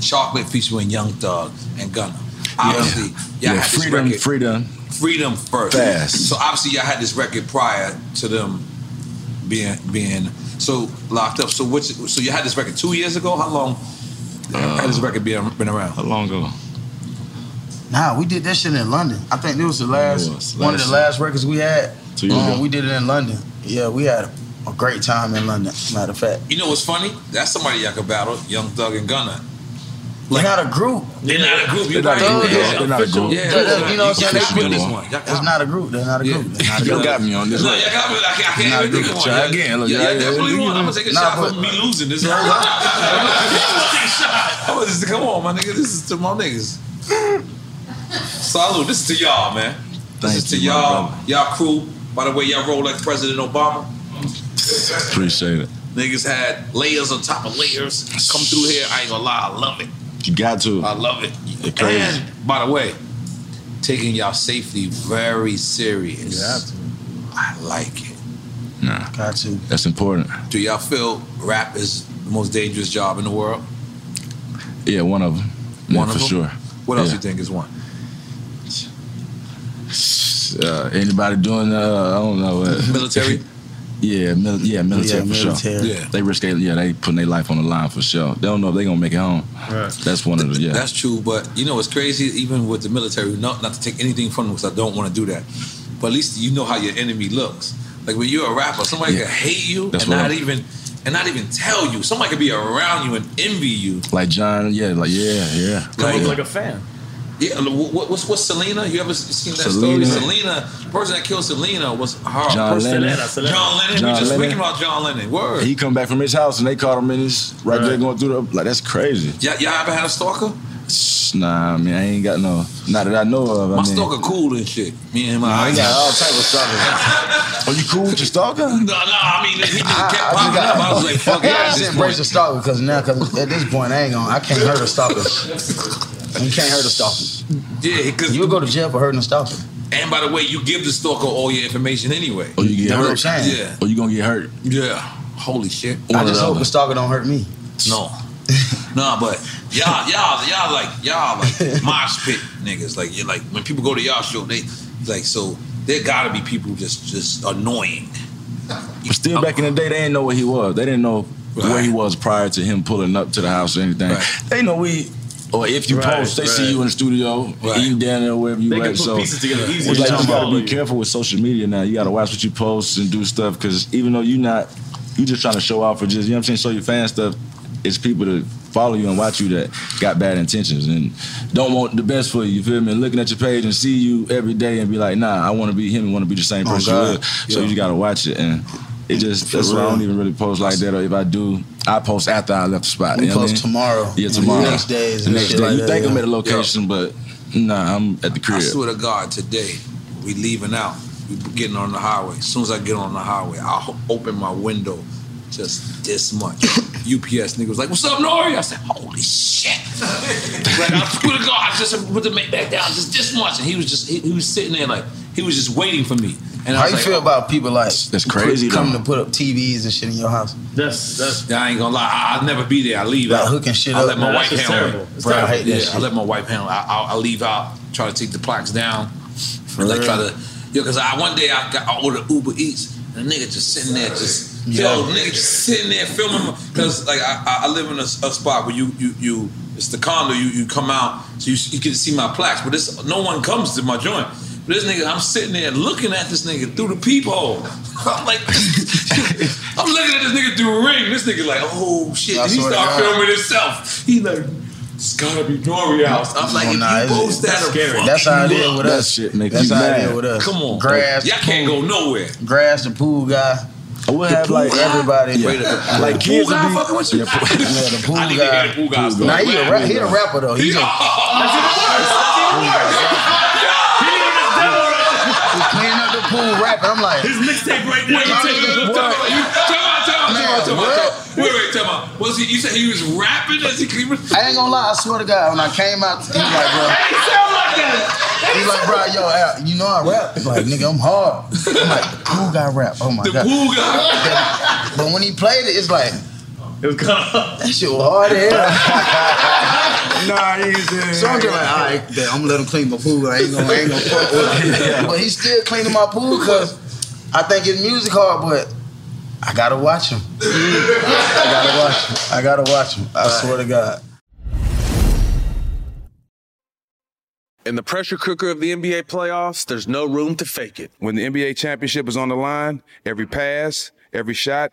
[SPEAKER 2] Chocolate featuring Young Thug and Gunna. Obviously, y'all
[SPEAKER 5] yeah,
[SPEAKER 2] had this
[SPEAKER 5] freedom,
[SPEAKER 2] record.
[SPEAKER 5] freedom.
[SPEAKER 2] Freedom first.
[SPEAKER 5] Fast.
[SPEAKER 2] So obviously, y'all had this record prior to them being being so locked up. So what? So you had this record two years ago. How long had this record been been around? How
[SPEAKER 5] Uh, long ago?
[SPEAKER 6] Nah, we did that shit in London. I think it was the last,
[SPEAKER 2] was,
[SPEAKER 6] one of
[SPEAKER 2] last
[SPEAKER 6] the last records we had. Um,
[SPEAKER 2] Two years ago.
[SPEAKER 6] We did it in London. Yeah, we had a, a great time in London. Matter of fact,
[SPEAKER 2] You know what's funny? That's somebody y'all could battle, Young Thug and Gunna.
[SPEAKER 6] they're not a group.
[SPEAKER 2] They're not a group. You're
[SPEAKER 6] They're not
[SPEAKER 2] right.
[SPEAKER 6] a group.
[SPEAKER 2] Yeah,
[SPEAKER 6] They're not a group.
[SPEAKER 2] Yeah,
[SPEAKER 6] They're not- you know what I'm saying?
[SPEAKER 2] can't
[SPEAKER 6] They're
[SPEAKER 2] win this
[SPEAKER 6] not-
[SPEAKER 2] one. Y'all-
[SPEAKER 6] It's not a group. They're not a group. They're not a
[SPEAKER 5] Y'all
[SPEAKER 6] group.
[SPEAKER 5] got me on this.
[SPEAKER 2] No,
[SPEAKER 5] one.
[SPEAKER 2] y'all got me. I can't, I
[SPEAKER 5] Nah,
[SPEAKER 2] can't even
[SPEAKER 5] dude,
[SPEAKER 2] think of one.
[SPEAKER 5] try
[SPEAKER 2] Y'all-
[SPEAKER 5] again. Look,
[SPEAKER 2] y'all
[SPEAKER 5] y'all-
[SPEAKER 2] definitely
[SPEAKER 5] y'all-
[SPEAKER 2] won. I'm gonna take a
[SPEAKER 5] Nah,
[SPEAKER 2] shot
[SPEAKER 5] but-
[SPEAKER 2] for me losing this whole time. I'm gonna just come on, my nigga. This is to my niggas. Salute. This is to y'all, man. This is to y'all, y'all crew. By the way, y'all roll like President Obama.
[SPEAKER 5] Appreciate it.
[SPEAKER 2] Niggas had layers on top of layers. Come through here. I ain't gonna lie. I love it.
[SPEAKER 5] You got to.
[SPEAKER 2] I love it.
[SPEAKER 5] It crazy.
[SPEAKER 2] And by the way, taking y'all safety very serious. I like it.
[SPEAKER 5] Nah,
[SPEAKER 6] got to.
[SPEAKER 5] That's important.
[SPEAKER 2] Do y'all feel rap is the most dangerous job in the world?
[SPEAKER 5] Yeah, one of them.
[SPEAKER 2] One of
[SPEAKER 5] yeah, for
[SPEAKER 2] them?
[SPEAKER 5] sure.
[SPEAKER 2] What else
[SPEAKER 5] Yeah.
[SPEAKER 2] you think is one?
[SPEAKER 5] uh, anybody doing uh, I don't know uh,
[SPEAKER 2] Military?
[SPEAKER 5] yeah, mil- yeah, military
[SPEAKER 2] Yeah,
[SPEAKER 5] for sure.
[SPEAKER 2] military. Yeah.
[SPEAKER 5] they risk it. Yeah, they putting their life on the line for sure. They don't know if they gonna make it home. That's one of the yeah.
[SPEAKER 2] That's true, but you know it's crazy. Even with the military, not not to take anything from them because I don't want to do that. But at least you know how your enemy looks. Like when you're a rapper, somebody
[SPEAKER 5] Yeah.
[SPEAKER 2] can hate you
[SPEAKER 5] That's
[SPEAKER 2] and
[SPEAKER 5] what
[SPEAKER 2] not
[SPEAKER 5] I'm-
[SPEAKER 2] even and not even tell you. Somebody could be around you and envy you.
[SPEAKER 5] like John, yeah, like yeah, yeah.
[SPEAKER 2] Like-
[SPEAKER 5] yeah.
[SPEAKER 2] like a
[SPEAKER 3] fan.
[SPEAKER 2] Yeah, wh- wh- what's what's Selena? You ever seen that
[SPEAKER 5] Selena.
[SPEAKER 2] story? Selena, the person that killed Selena was her.
[SPEAKER 5] John Lennon.
[SPEAKER 2] John Lennon.
[SPEAKER 5] John
[SPEAKER 2] we just
[SPEAKER 5] Lennon.
[SPEAKER 2] speaking about John Lennon. Word.
[SPEAKER 5] He come back from his house and they caught him in his right, there going through the like that's crazy.
[SPEAKER 2] Y'all, y'all ever had a stalker?
[SPEAKER 5] Nah, I mean I ain't got no not that I know of.
[SPEAKER 2] my
[SPEAKER 5] I mean,
[SPEAKER 2] stalker cool and shit. Me and my.
[SPEAKER 5] Nah, I got all type
[SPEAKER 2] of stalkers.
[SPEAKER 5] Are you cool with your stalker? No,
[SPEAKER 2] no. I mean, he just
[SPEAKER 5] Ah,
[SPEAKER 2] kept
[SPEAKER 6] I
[SPEAKER 2] popping up.
[SPEAKER 6] got-
[SPEAKER 2] I was like, fuck it.
[SPEAKER 6] I
[SPEAKER 2] at
[SPEAKER 6] just
[SPEAKER 2] this
[SPEAKER 6] embrace
[SPEAKER 2] point.
[SPEAKER 6] the stalker because now, because at this point, I ain't gonna, I can't hurt a stalker. You can't hurt a stalker.
[SPEAKER 2] Yeah, because
[SPEAKER 6] you'll go to jail for hurting a stalker.
[SPEAKER 2] And by the way, you give the stalker all your information anyway.
[SPEAKER 5] Or Oh, you get
[SPEAKER 2] That's what I'm
[SPEAKER 5] hurt.
[SPEAKER 2] saying. Yeah.
[SPEAKER 5] Or you gonna get hurt.
[SPEAKER 2] Yeah. Holy shit.
[SPEAKER 6] I just hope the stalker don't hurt me.
[SPEAKER 2] No. no, but y'all, y'all, y'all like y'all like mosh pit niggas. Like you like when people go to y'all show, they like so there gotta be people just just annoying.
[SPEAKER 5] But still, back in the day, they didn't know what he was. They didn't know where he was prior to him pulling up to the house or anything.
[SPEAKER 10] They know we.
[SPEAKER 5] Or if you post, they see you in the studio, even down there wherever you
[SPEAKER 10] They can
[SPEAKER 5] at.
[SPEAKER 10] put
[SPEAKER 5] So
[SPEAKER 10] pieces together
[SPEAKER 5] it's
[SPEAKER 10] easy.
[SPEAKER 5] like,
[SPEAKER 10] Jump
[SPEAKER 5] you
[SPEAKER 10] all
[SPEAKER 5] gotta
[SPEAKER 10] over
[SPEAKER 5] be careful with social media now. You gotta watch what you post and do stuff because even though you're not, you just trying to show off or just you know what I'm saying, show your fans stuff. It's people that follow you and watch you that got bad intentions and don't want the best for you. You feel me? And looking at your page and see you every day and be like, nah, I want to be him and want to be the same
[SPEAKER 10] Oh,
[SPEAKER 5] person.
[SPEAKER 10] God.
[SPEAKER 5] you is. So
[SPEAKER 10] Yeah.
[SPEAKER 5] you just gotta watch it and. It just
[SPEAKER 10] For
[SPEAKER 5] that's why I
[SPEAKER 10] real.
[SPEAKER 5] don't even really post like that. Or if I do, I post after I left the spot.
[SPEAKER 10] We
[SPEAKER 5] you know what I
[SPEAKER 10] post
[SPEAKER 5] mean?
[SPEAKER 10] tomorrow.
[SPEAKER 5] Yeah,
[SPEAKER 10] The
[SPEAKER 5] tomorrow.
[SPEAKER 10] next days
[SPEAKER 5] The
[SPEAKER 10] and
[SPEAKER 5] next
[SPEAKER 10] shit
[SPEAKER 5] day.
[SPEAKER 10] like
[SPEAKER 5] you
[SPEAKER 10] that,
[SPEAKER 5] think I'm
[SPEAKER 10] yeah.
[SPEAKER 5] at a location, but nah, I'm at the
[SPEAKER 2] I
[SPEAKER 5] crib.
[SPEAKER 2] swear to God, today we leaving out. We getting on the highway. As soon as I get on the highway, I will open my window just this much. UPS nigga was like, "What's up, Nori?" I said, "Holy shit!" like I swear to God, I just put the make back down just this much, and he was just he, he was sitting there like he was just waiting for me. And I
[SPEAKER 6] How
[SPEAKER 2] was
[SPEAKER 6] you
[SPEAKER 2] like,
[SPEAKER 6] feel about people like
[SPEAKER 2] that's crazy,
[SPEAKER 6] put- coming
[SPEAKER 2] though.
[SPEAKER 6] to put up TVs and shit in your house?
[SPEAKER 3] That's that's.
[SPEAKER 2] I ain't gonna lie. I- I'll never be there. I leave
[SPEAKER 6] Like
[SPEAKER 2] out.
[SPEAKER 6] hooking shit
[SPEAKER 2] I
[SPEAKER 6] up.
[SPEAKER 2] let my
[SPEAKER 6] Nah,
[SPEAKER 2] wife
[SPEAKER 6] that's just
[SPEAKER 2] handle it.
[SPEAKER 6] terrible. It's Bro, I terrible. hate that
[SPEAKER 2] yeah,
[SPEAKER 6] shit.
[SPEAKER 2] I let my wife handle it. I, I, I leave out, try to take the plaques down,
[SPEAKER 6] For
[SPEAKER 2] and like
[SPEAKER 6] real?
[SPEAKER 2] try to. Yo, cause I one day I got I ordered Uber Eats and a nigga just sitting there just
[SPEAKER 6] Yeah.
[SPEAKER 2] yo nigga just sitting there filming my- cause like I, I- I live in a, s- a spot where you you you it's the condo you you come out so you, s- you can see my plaques but this no one comes to my joint but this nigga I'm sitting there looking at this nigga through the peephole I'm like I'm looking at this nigga through a ring this nigga like oh shit
[SPEAKER 6] I
[SPEAKER 2] did he
[SPEAKER 6] swear to
[SPEAKER 2] start
[SPEAKER 6] God.
[SPEAKER 2] filming himself he like it's gotta be Nori house I'm like
[SPEAKER 6] Oh,
[SPEAKER 2] if
[SPEAKER 6] nah,
[SPEAKER 2] you
[SPEAKER 6] it's-
[SPEAKER 2] post that
[SPEAKER 6] that's
[SPEAKER 2] a
[SPEAKER 6] scary.
[SPEAKER 2] fucking
[SPEAKER 6] That's how it is
[SPEAKER 2] look.
[SPEAKER 6] with That us. shit make That's you how it mad. is with us.
[SPEAKER 2] come on
[SPEAKER 6] Grass,
[SPEAKER 2] y'all can't go nowhere
[SPEAKER 6] Grass the pool guy.
[SPEAKER 5] I would
[SPEAKER 6] the
[SPEAKER 5] have,
[SPEAKER 6] pool
[SPEAKER 5] like,
[SPEAKER 6] guy. everybody.
[SPEAKER 5] Yeah. Like,
[SPEAKER 6] The
[SPEAKER 5] kids
[SPEAKER 6] pool
[SPEAKER 5] would
[SPEAKER 6] guy
[SPEAKER 5] be-
[SPEAKER 6] fucking with you.
[SPEAKER 5] Yeah, pool-
[SPEAKER 6] Yeah, the pool guy. Nah, he a, rap, he a rapper though. He's a,
[SPEAKER 2] That's even worse. That's even worse.
[SPEAKER 6] He's cleaning up the pool rapping. I'm like,
[SPEAKER 3] his mixtape right
[SPEAKER 2] Wait, tell me, tell me, tell me, tell me, tell me, tell me, tell me. Wait, wait, tell me. Was he? You said he was rapping as he came.
[SPEAKER 6] I ain't gonna lie. I swear to God, when I came out, he's like, bro.
[SPEAKER 2] sound like that.
[SPEAKER 6] He's like, bro, yo, Al, you know I rap. He's like, nigga, I'm hard. I'm like, cool guy rap. Oh my
[SPEAKER 2] The
[SPEAKER 6] god.
[SPEAKER 2] pool guy.
[SPEAKER 6] But, but when he played it, it's like.
[SPEAKER 3] It was kind
[SPEAKER 6] that shit was hard as hell.
[SPEAKER 10] nah, he ain't doing
[SPEAKER 6] So I'm just like, all right, then I'm gonna let him clean my pool. I ain't gonna, I ain't gonna fuck with him. But he's still cleaning my pool because I think his music hard, but I gotta watch him. I gotta watch him. I gotta watch him. I swear to God.
[SPEAKER 18] In the pressure cooker of the NBA playoffs, there's no room to fake it.
[SPEAKER 12] When the NBA championship is on the line, every pass, every shot,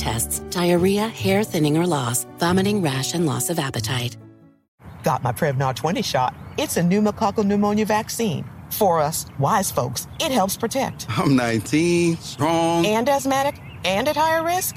[SPEAKER 19] tests, diarrhea, hair thinning or loss, vomiting, rash, and loss of appetite.
[SPEAKER 20] Got my Prevnar 20 shot. It's a pneumococcal pneumonia vaccine. For us wise folks, it helps protect.
[SPEAKER 21] I'm 19, strong.
[SPEAKER 20] And asthmatic and at higher risk?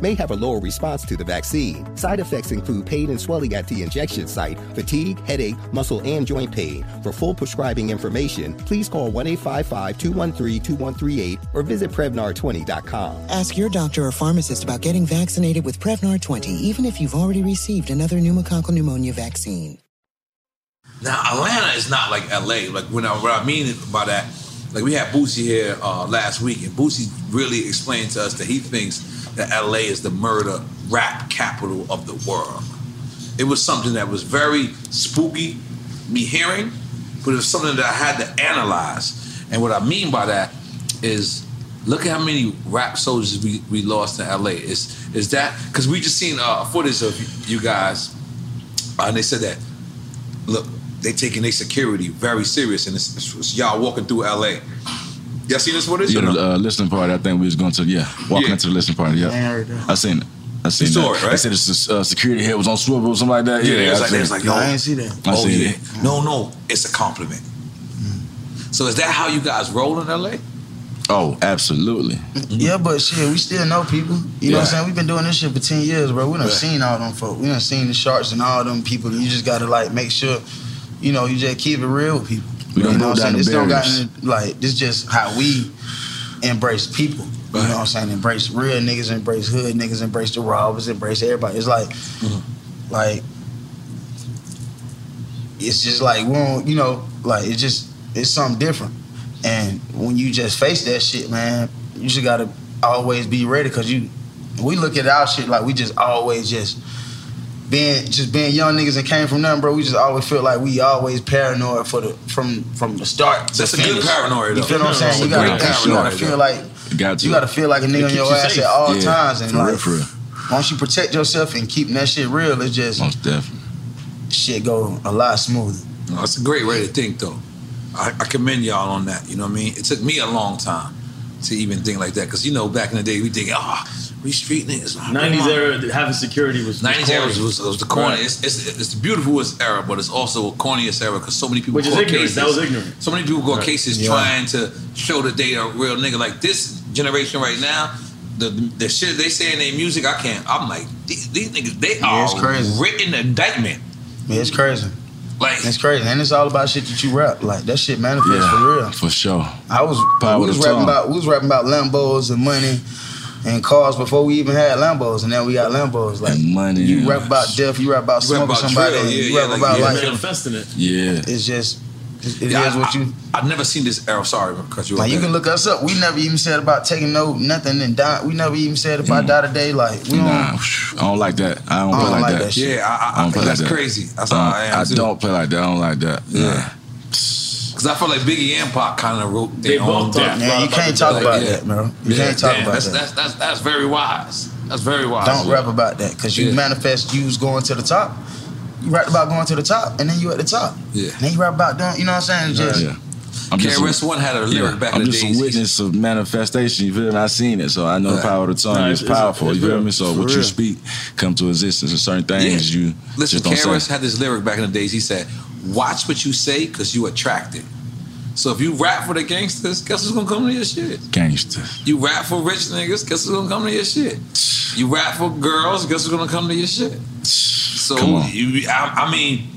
[SPEAKER 13] may have a lower response to the vaccine. Side effects include pain and swelling at the injection site, fatigue, headache, muscle, and joint pain. For full prescribing information, please call 1 855 213 2138 or visit Prevnar20.com.
[SPEAKER 14] Ask your doctor or pharmacist about getting vaccinated with Prevnar 20, even if you've already received another pneumococcal pneumonia vaccine.
[SPEAKER 2] Now Atlanta is not like LA. Like when I, what I mean by that, like we had Boosie here uh, last week, and Boosie really explained to us that he thinks that LA is the murder rap capital of the world. It was something that was very spooky, me hearing, but it was something that I had to analyze. And what I mean by that is, look at how many rap soldiers we, we lost in LA. Is is that because we just seen uh, footage of you guys, uh, and they said that look, they taking their security very serious, and it's, it's, it's y'all walking through LA. Y'all seen this footage? or
[SPEAKER 5] Yeah,
[SPEAKER 2] no?
[SPEAKER 5] the uh, listening party. I think we was going to yeah, walking
[SPEAKER 2] Yeah.
[SPEAKER 5] into the listening party.
[SPEAKER 2] I
[SPEAKER 5] Yeah,
[SPEAKER 2] heard that.
[SPEAKER 5] I seen it. I seen
[SPEAKER 2] saw it,
[SPEAKER 5] that.
[SPEAKER 2] right?
[SPEAKER 5] They said it's uh, security head was on swivel or something like that. Yeah,
[SPEAKER 2] Yeah, it was
[SPEAKER 5] I
[SPEAKER 2] like,
[SPEAKER 5] seen
[SPEAKER 2] it was like, yo,
[SPEAKER 5] I
[SPEAKER 2] oh,
[SPEAKER 5] seen
[SPEAKER 2] yeah.
[SPEAKER 5] it.
[SPEAKER 2] No, no, it's a compliment. So is that how you guys roll in LA?
[SPEAKER 5] Hmm. Oh, absolutely.
[SPEAKER 6] Yeah, but shit, we still know people. You know what I'm
[SPEAKER 5] Yeah.
[SPEAKER 6] saying? We've been doing this shit for 10 years, bro. We done
[SPEAKER 5] Right.
[SPEAKER 6] seen all them folk. We done seen the sharks and all them people. You just gotta like make sure, you know, you just keep it real with people.
[SPEAKER 5] We done
[SPEAKER 6] you know
[SPEAKER 5] broke down the
[SPEAKER 6] This don't got
[SPEAKER 5] barriers.
[SPEAKER 6] any- like this just how we embrace people. You know what I'm saying? Embrace real niggas, embrace hood niggas, embrace the robbers, embrace everybody. It's like like it's just like we don't, you know, like it's just it's something different. And when you just face that shit, man, you just gotta always be ready because you we look at our shit like we just always just being just being young niggas that came from nothing, bro. We just always feel like we always paranoid for the from from the start. to
[SPEAKER 2] That's a good
[SPEAKER 6] finish.
[SPEAKER 2] paranoid,
[SPEAKER 6] You
[SPEAKER 2] though.
[SPEAKER 6] feel what I'm
[SPEAKER 2] That's
[SPEAKER 6] saying?
[SPEAKER 2] a
[SPEAKER 6] You gotta,
[SPEAKER 2] great
[SPEAKER 6] think, you gotta
[SPEAKER 2] paranoid,
[SPEAKER 6] feel
[SPEAKER 2] though.
[SPEAKER 6] like
[SPEAKER 5] Got
[SPEAKER 6] you gotta feel like a nigga on your ass at all times, and
[SPEAKER 5] for real,
[SPEAKER 6] like
[SPEAKER 5] for real.
[SPEAKER 6] once you protect yourself and keeping that shit real, it's just
[SPEAKER 5] Most definitely.
[SPEAKER 6] shit go a lot smoother.
[SPEAKER 2] No, that's a great way to think, though. I, I commend y'all on that. You know what I mean? It took me a long time to even think like that because you know back in the day we think, ah, we street niggas. ah,
[SPEAKER 3] Nineties
[SPEAKER 2] come on."
[SPEAKER 3] era having security was
[SPEAKER 2] Nineties era was, was, the corny.
[SPEAKER 3] Right.
[SPEAKER 2] It's, it's, it's the beautifulest era, but it's also a corniest era because so many people
[SPEAKER 3] Which is
[SPEAKER 2] caught
[SPEAKER 3] ignorance.
[SPEAKER 2] cases.
[SPEAKER 3] That was ignorant.
[SPEAKER 2] So many people got
[SPEAKER 3] Right.
[SPEAKER 2] cases
[SPEAKER 3] Yeah.
[SPEAKER 2] trying to show that they are real nigga. Like this generation right now, the the shit they say in their music, I can't. I'm like these, these niggas. They
[SPEAKER 6] Yeah, it's
[SPEAKER 2] are
[SPEAKER 6] crazy.
[SPEAKER 2] written indictment.
[SPEAKER 6] Man, it's crazy.
[SPEAKER 2] Like
[SPEAKER 6] it's crazy, and it's all about shit that you rap. Like that shit manifests for real.
[SPEAKER 5] for sure.
[SPEAKER 6] I was
[SPEAKER 5] Power
[SPEAKER 6] we was
[SPEAKER 5] of
[SPEAKER 6] rapping
[SPEAKER 5] tongue.
[SPEAKER 6] about we was rapping about Lambos and money and cars before we even had Lambos, and now we got Lambos. Like
[SPEAKER 5] money.
[SPEAKER 6] You rap about death. You rap about
[SPEAKER 2] You rap
[SPEAKER 6] smoking
[SPEAKER 2] about
[SPEAKER 6] somebody.
[SPEAKER 2] drill,
[SPEAKER 6] and
[SPEAKER 2] yeah,
[SPEAKER 6] you
[SPEAKER 2] yeah,
[SPEAKER 6] rap
[SPEAKER 2] like,
[SPEAKER 6] about
[SPEAKER 2] yeah.
[SPEAKER 6] like
[SPEAKER 3] manifesting it.
[SPEAKER 5] Yeah.
[SPEAKER 6] It's just it is
[SPEAKER 2] Yeah, I-
[SPEAKER 6] what you.
[SPEAKER 2] I, have never seen this era. Sorry, because you.
[SPEAKER 6] Like
[SPEAKER 2] off
[SPEAKER 6] you
[SPEAKER 2] there.
[SPEAKER 6] can look us up. We never even said about taking no nothing and die. We never even said
[SPEAKER 5] Mm.
[SPEAKER 6] if I die today. Like we don't.
[SPEAKER 5] Nah, phew, I don't like that. I don't,
[SPEAKER 6] I don't
[SPEAKER 5] play like,
[SPEAKER 6] like
[SPEAKER 5] that.
[SPEAKER 6] that shit. Yeah, I- I- I
[SPEAKER 5] don't
[SPEAKER 6] think
[SPEAKER 5] play
[SPEAKER 6] that's
[SPEAKER 5] that.
[SPEAKER 6] crazy.
[SPEAKER 2] That's how
[SPEAKER 5] Um,
[SPEAKER 2] I am,
[SPEAKER 5] I
[SPEAKER 2] too.
[SPEAKER 5] don't play like that. I don't like that. Yeah.
[SPEAKER 2] Because I feel like Biggie and Pac kind of wrote their
[SPEAKER 6] They both
[SPEAKER 2] own death.
[SPEAKER 6] talk Man, you can't talk about that, bro. You can't talk
[SPEAKER 2] damn,
[SPEAKER 6] about
[SPEAKER 2] that's,
[SPEAKER 6] that.
[SPEAKER 2] That's, that's, that's very wise. That's very wise.
[SPEAKER 6] Don't rap about that because you
[SPEAKER 2] Yeah.
[SPEAKER 6] manifest you was going to the top. You rap about going to the top, and then you at the top.
[SPEAKER 5] Yeah.
[SPEAKER 6] And then you rap about down. You know what I'm saying? It's just
[SPEAKER 5] Yeah. I'm just
[SPEAKER 2] KRS
[SPEAKER 5] a-
[SPEAKER 2] One had a lyric back
[SPEAKER 5] I'm
[SPEAKER 2] in the
[SPEAKER 5] just
[SPEAKER 2] days.
[SPEAKER 5] a witness of manifestation. You feel me? I seen it, so I know the
[SPEAKER 2] Right.
[SPEAKER 5] power of the tongue
[SPEAKER 2] Nah,
[SPEAKER 5] is
[SPEAKER 2] it's- it's-
[SPEAKER 5] powerful.
[SPEAKER 2] it's
[SPEAKER 5] you feel
[SPEAKER 2] real.
[SPEAKER 5] me? So
[SPEAKER 2] For
[SPEAKER 5] what
[SPEAKER 2] real.
[SPEAKER 5] you speak come to existence, and certain things you
[SPEAKER 2] Listen,
[SPEAKER 5] just don't
[SPEAKER 2] KRS
[SPEAKER 5] say.
[SPEAKER 2] had this lyric back in the days. He said, "Watch what you say, cause you attract it." So if you rap for the gangsters, guess who's gonna come to your shit?
[SPEAKER 5] Gangster.
[SPEAKER 2] You rap for rich niggas, guess who's gonna come to your shit? You rap for girls, guess who's gonna come to your shit? So
[SPEAKER 5] Come on.
[SPEAKER 2] you, I, I mean,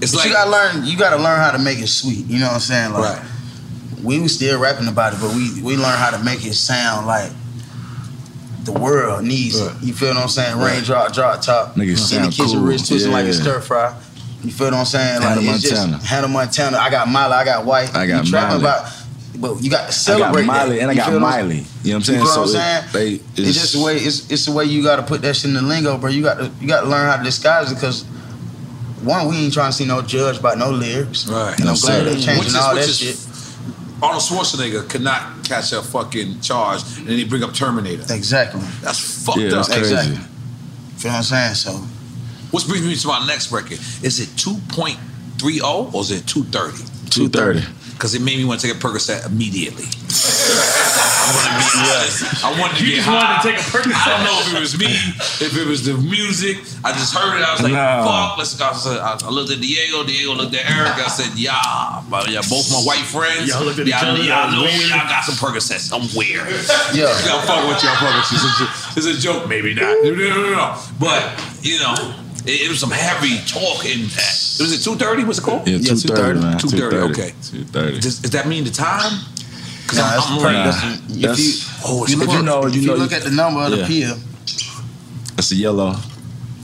[SPEAKER 2] it's
[SPEAKER 6] But
[SPEAKER 2] like
[SPEAKER 6] you gotta learn. You gotta learn how to make it sweet. You know what I'm saying? Like,
[SPEAKER 2] Right.
[SPEAKER 6] We was still rapping about it, but we we learned how to make it sound like the world needs it. You feel what I'm saying? Rain
[SPEAKER 5] Right.
[SPEAKER 6] drop, drop top.
[SPEAKER 5] Niggas
[SPEAKER 6] in the
[SPEAKER 5] sound
[SPEAKER 6] kitchen,
[SPEAKER 5] cool.
[SPEAKER 6] rich twisting like a
[SPEAKER 5] Yeah.
[SPEAKER 6] stir fry. You feel what I'm saying?
[SPEAKER 5] Hannah
[SPEAKER 6] like it's
[SPEAKER 5] Montana.
[SPEAKER 6] just Hannah Montana. I got Miley. I got White.
[SPEAKER 5] I got
[SPEAKER 6] you trapping
[SPEAKER 5] Miley.
[SPEAKER 6] about, but you got to celebrate
[SPEAKER 5] I got Miley
[SPEAKER 6] that.
[SPEAKER 5] and I
[SPEAKER 6] You
[SPEAKER 5] got
[SPEAKER 6] feel what
[SPEAKER 5] Miley. You know what I'm saying?
[SPEAKER 6] You feel
[SPEAKER 5] so
[SPEAKER 6] what I'm
[SPEAKER 5] it-
[SPEAKER 6] saying?
[SPEAKER 5] They,
[SPEAKER 6] It's, just the way it's, it's the way you got to put that shit in the lingo, bro. You got to you got to learn how to disguise it because one, we ain't trying to see no judge about no lyrics,
[SPEAKER 2] Right.
[SPEAKER 6] And I'm
[SPEAKER 2] No,
[SPEAKER 6] glad
[SPEAKER 2] sir.
[SPEAKER 6] they
[SPEAKER 2] Which
[SPEAKER 6] changing
[SPEAKER 2] is-
[SPEAKER 6] all
[SPEAKER 2] which
[SPEAKER 6] that
[SPEAKER 2] is-
[SPEAKER 6] shit.
[SPEAKER 2] Arnold Schwarzenegger could not catch a fucking charge, and then he bring up Terminator.
[SPEAKER 6] Exactly.
[SPEAKER 2] That's fucked
[SPEAKER 6] Yeah, that's
[SPEAKER 2] up.
[SPEAKER 6] crazy. Exactly. Feel what I'm saying? So
[SPEAKER 2] Which brings me to my next record. Is it 2.30 or is it 230?
[SPEAKER 5] 230.
[SPEAKER 2] Because it made me want to take a Percocet immediately. I'm gonna be honest. I wanted to
[SPEAKER 3] You
[SPEAKER 2] get
[SPEAKER 3] just
[SPEAKER 2] high.
[SPEAKER 3] wanted to take a Percocet.
[SPEAKER 2] I don't know if it was me, if it was the music. I just heard it. I was like,
[SPEAKER 5] No.
[SPEAKER 2] "Fuck!" Let's go. I, said- I looked at Diego. Diego looked at Eric. I said, "Yeah, my, yeah both my white friends.
[SPEAKER 3] Y'all looked at each other, y'all
[SPEAKER 2] Y'all know
[SPEAKER 3] was
[SPEAKER 2] y'all got some Percocets somewhere.
[SPEAKER 3] Yeah.
[SPEAKER 2] y'all fuck with y'all Percocets. It's a- It's a joke, maybe not. No, no, no, no. But you know, it, it was some heavy talking. It was it two thirty? What's it called?
[SPEAKER 5] Yeah, 230, man.
[SPEAKER 2] Two thirty. Okay.
[SPEAKER 5] 230.
[SPEAKER 2] Does, does that mean the time? Because
[SPEAKER 5] Nah, it's pretty-
[SPEAKER 2] right.
[SPEAKER 5] Nah, that's-
[SPEAKER 2] oh,
[SPEAKER 6] if
[SPEAKER 2] it's
[SPEAKER 6] you look,
[SPEAKER 2] close.
[SPEAKER 6] if you look at the number of
[SPEAKER 5] Yeah.
[SPEAKER 6] the pill,
[SPEAKER 5] That's a yellow.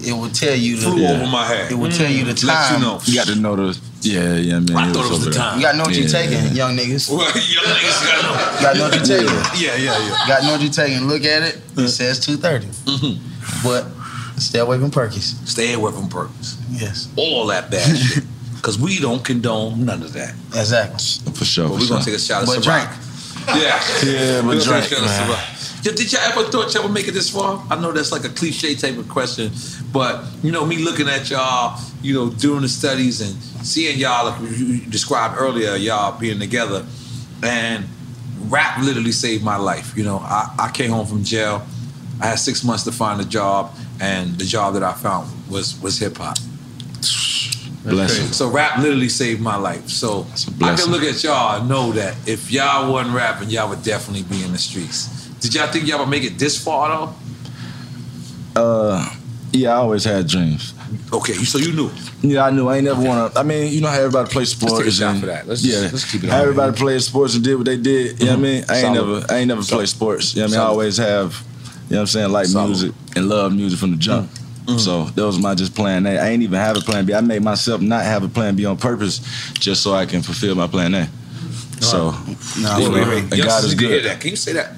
[SPEAKER 6] it will tell you the,
[SPEAKER 5] Flew over my head.
[SPEAKER 6] It will tell you the
[SPEAKER 5] Let
[SPEAKER 6] time.
[SPEAKER 5] you know. You got to know the. Yeah, yeah, man.
[SPEAKER 2] I thought it was the time.
[SPEAKER 6] You gotta know what you're taking, young niggas.
[SPEAKER 2] young niggas gotta know.
[SPEAKER 6] You gotta know what you're taking.
[SPEAKER 2] Yeah, yeah, yeah.
[SPEAKER 6] Gotta know what you're taking. Look at it. It says 230. But stay away from perkies.
[SPEAKER 2] Mm-hmm. Stay away from perks.
[SPEAKER 6] Yes.
[SPEAKER 2] All that bad shit. Because we don't condone none of that.
[SPEAKER 6] Exactly.
[SPEAKER 5] For sure.
[SPEAKER 2] But we're gonna take a shot of
[SPEAKER 6] But
[SPEAKER 2] Ciroc. Yeah.
[SPEAKER 5] Yeah,
[SPEAKER 2] We're gonna
[SPEAKER 5] but
[SPEAKER 2] take a
[SPEAKER 5] drink,
[SPEAKER 2] shot of
[SPEAKER 5] man.
[SPEAKER 2] Ciroc. Yo, Did y'all ever thought y'all would make it this far? I know that's like a cliche type of question, but you know, me looking at y'all, you know, doing the studies and seeing y'all, like you you described earlier, y'all being together, and rap literally saved my life. You know, I, I came home from jail. I had six months to find a job, and the job that I found was was hip hop.
[SPEAKER 5] Blessing.
[SPEAKER 2] So rap literally saved my life. So I can
[SPEAKER 5] blessing.
[SPEAKER 2] look at y'all and know that if y'all wasn't rapping, y'all would definitely be in the streets. Did y'all think y'all would make it this far though?
[SPEAKER 5] Uh, yeah, I always had dreams.
[SPEAKER 2] Okay, so you knew.
[SPEAKER 5] Yeah, I knew. I ain't never want to. I mean, you know how everybody plays sports.
[SPEAKER 2] take a shot
[SPEAKER 5] and-
[SPEAKER 2] for that. Let's-
[SPEAKER 5] yeah,
[SPEAKER 2] let's keep it
[SPEAKER 5] how
[SPEAKER 2] on, Mm-hmm.
[SPEAKER 5] Everybody played sports and did what they did. You know what I mean? I ain't
[SPEAKER 2] Solid.
[SPEAKER 5] never, I ain't never played sports. You know what I mean? I always have. You know what I'm saying? Like music and love music from the jump.
[SPEAKER 2] Mm-hmm.
[SPEAKER 5] So that was my just plan A. I ain't even have a plan B. I made myself not have a plan B on purpose, just so I can fulfill my plan A. So,
[SPEAKER 2] Nah, wait,
[SPEAKER 5] you know,
[SPEAKER 2] wait, wait.
[SPEAKER 5] and God
[SPEAKER 2] Youngsters
[SPEAKER 5] is
[SPEAKER 2] need to hear
[SPEAKER 5] good.
[SPEAKER 2] that. Can you say that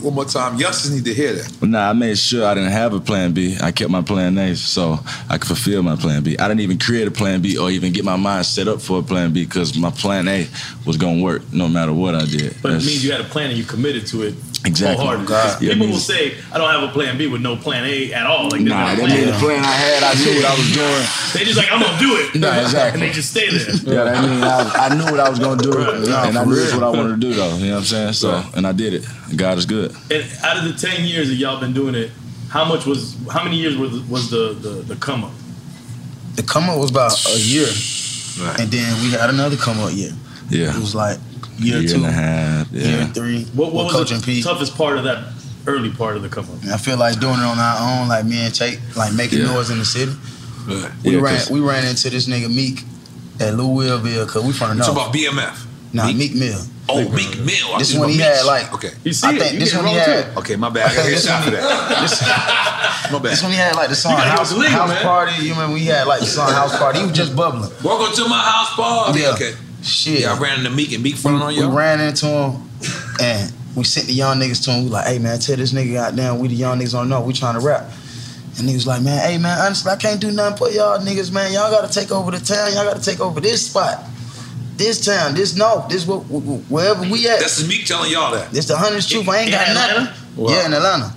[SPEAKER 2] one more time? Youngsters need to hear that.
[SPEAKER 5] Well, Nah, I made sure I didn't have a plan B. I kept my plan A so I could fulfill my plan B. I didn't even create a plan B or even get my mind set up for a plan B because my plan A was gonna work no matter what I did.
[SPEAKER 3] But it
[SPEAKER 5] That's-
[SPEAKER 3] means you had a plan and you committed to it.
[SPEAKER 5] Exactly.
[SPEAKER 3] wholeheartedly.
[SPEAKER 5] God.
[SPEAKER 3] People
[SPEAKER 5] Yeah, it
[SPEAKER 3] will
[SPEAKER 5] means-
[SPEAKER 3] say, "I don't have a plan B with no plan A at all." Like there's
[SPEAKER 5] Nah,
[SPEAKER 3] not a
[SPEAKER 5] that mean the plan I had, I knew what I was doing.
[SPEAKER 3] They just like, "I'm gonna do it."
[SPEAKER 5] Nah, exactly.
[SPEAKER 3] And they just stay there.
[SPEAKER 5] yeah, I mean, I, I knew what I was gonna do,
[SPEAKER 3] Nah,
[SPEAKER 5] and I
[SPEAKER 3] for
[SPEAKER 5] knew that's
[SPEAKER 3] real.
[SPEAKER 5] what I wanted to do, though. You know what I'm saying? So, and I did it. God is good.
[SPEAKER 3] And out of the ten years that y'all been doing it, how much was? How many years was was the the, the come up?
[SPEAKER 6] The come up was about a year. And then we had another come up year.
[SPEAKER 5] Yeah,
[SPEAKER 6] It was like year, two,
[SPEAKER 5] and a half.
[SPEAKER 6] year
[SPEAKER 5] Yeah,
[SPEAKER 6] three.
[SPEAKER 3] What, what
[SPEAKER 6] with
[SPEAKER 3] was
[SPEAKER 6] Coach
[SPEAKER 3] the
[SPEAKER 6] and Pete.
[SPEAKER 3] toughest part of that early part of the come up?
[SPEAKER 6] And I feel like doing it on our own, like me and Tate, like making
[SPEAKER 3] Yeah.
[SPEAKER 6] noise in the city. We
[SPEAKER 3] Yeah,
[SPEAKER 6] ran
[SPEAKER 3] 'cause-
[SPEAKER 6] we ran into this nigga Meek at Louisville because we from the
[SPEAKER 2] It's
[SPEAKER 6] north.
[SPEAKER 2] about BMF.
[SPEAKER 6] Nah, Meek, Mill.
[SPEAKER 2] Oh, Meek Mill. I
[SPEAKER 6] This
[SPEAKER 2] think
[SPEAKER 6] one
[SPEAKER 2] it's about
[SPEAKER 6] he had
[SPEAKER 2] Meek.
[SPEAKER 6] like
[SPEAKER 2] okay.
[SPEAKER 6] I think this one he had.
[SPEAKER 2] Okay, my bad. I gotta get a
[SPEAKER 6] This
[SPEAKER 2] shot
[SPEAKER 6] one
[SPEAKER 2] for
[SPEAKER 6] he-
[SPEAKER 2] that. My bad.
[SPEAKER 6] This one he had like the song
[SPEAKER 2] You gotta
[SPEAKER 6] House,
[SPEAKER 2] go legal,
[SPEAKER 6] House
[SPEAKER 2] man.
[SPEAKER 6] Party. You remember we had like the song House Party. He was just bubbling.
[SPEAKER 2] Welcome to my house party.
[SPEAKER 6] Yeah.
[SPEAKER 2] Okay.
[SPEAKER 6] Shit.
[SPEAKER 2] Y'all ran into Meek and Meek front on
[SPEAKER 6] We
[SPEAKER 2] y'all.
[SPEAKER 6] ran into him and we sent the young niggas to him. We like, hey man, tell this nigga goddamn, we the young niggas on know, we trying to rap. And he was like, man, hey man, honestly, I can't do nothing for y'all niggas, man. Y'all gotta take over the town. Y'all gotta take over this spot. This town, this north, this wh- wh- wh- wherever we at.
[SPEAKER 2] That's Meek telling y'all that.
[SPEAKER 6] This the honest truth. I ain't
[SPEAKER 2] In
[SPEAKER 6] got
[SPEAKER 2] Atlanta?
[SPEAKER 6] nothing.
[SPEAKER 2] Wow.
[SPEAKER 6] Yeah, in Atlanta.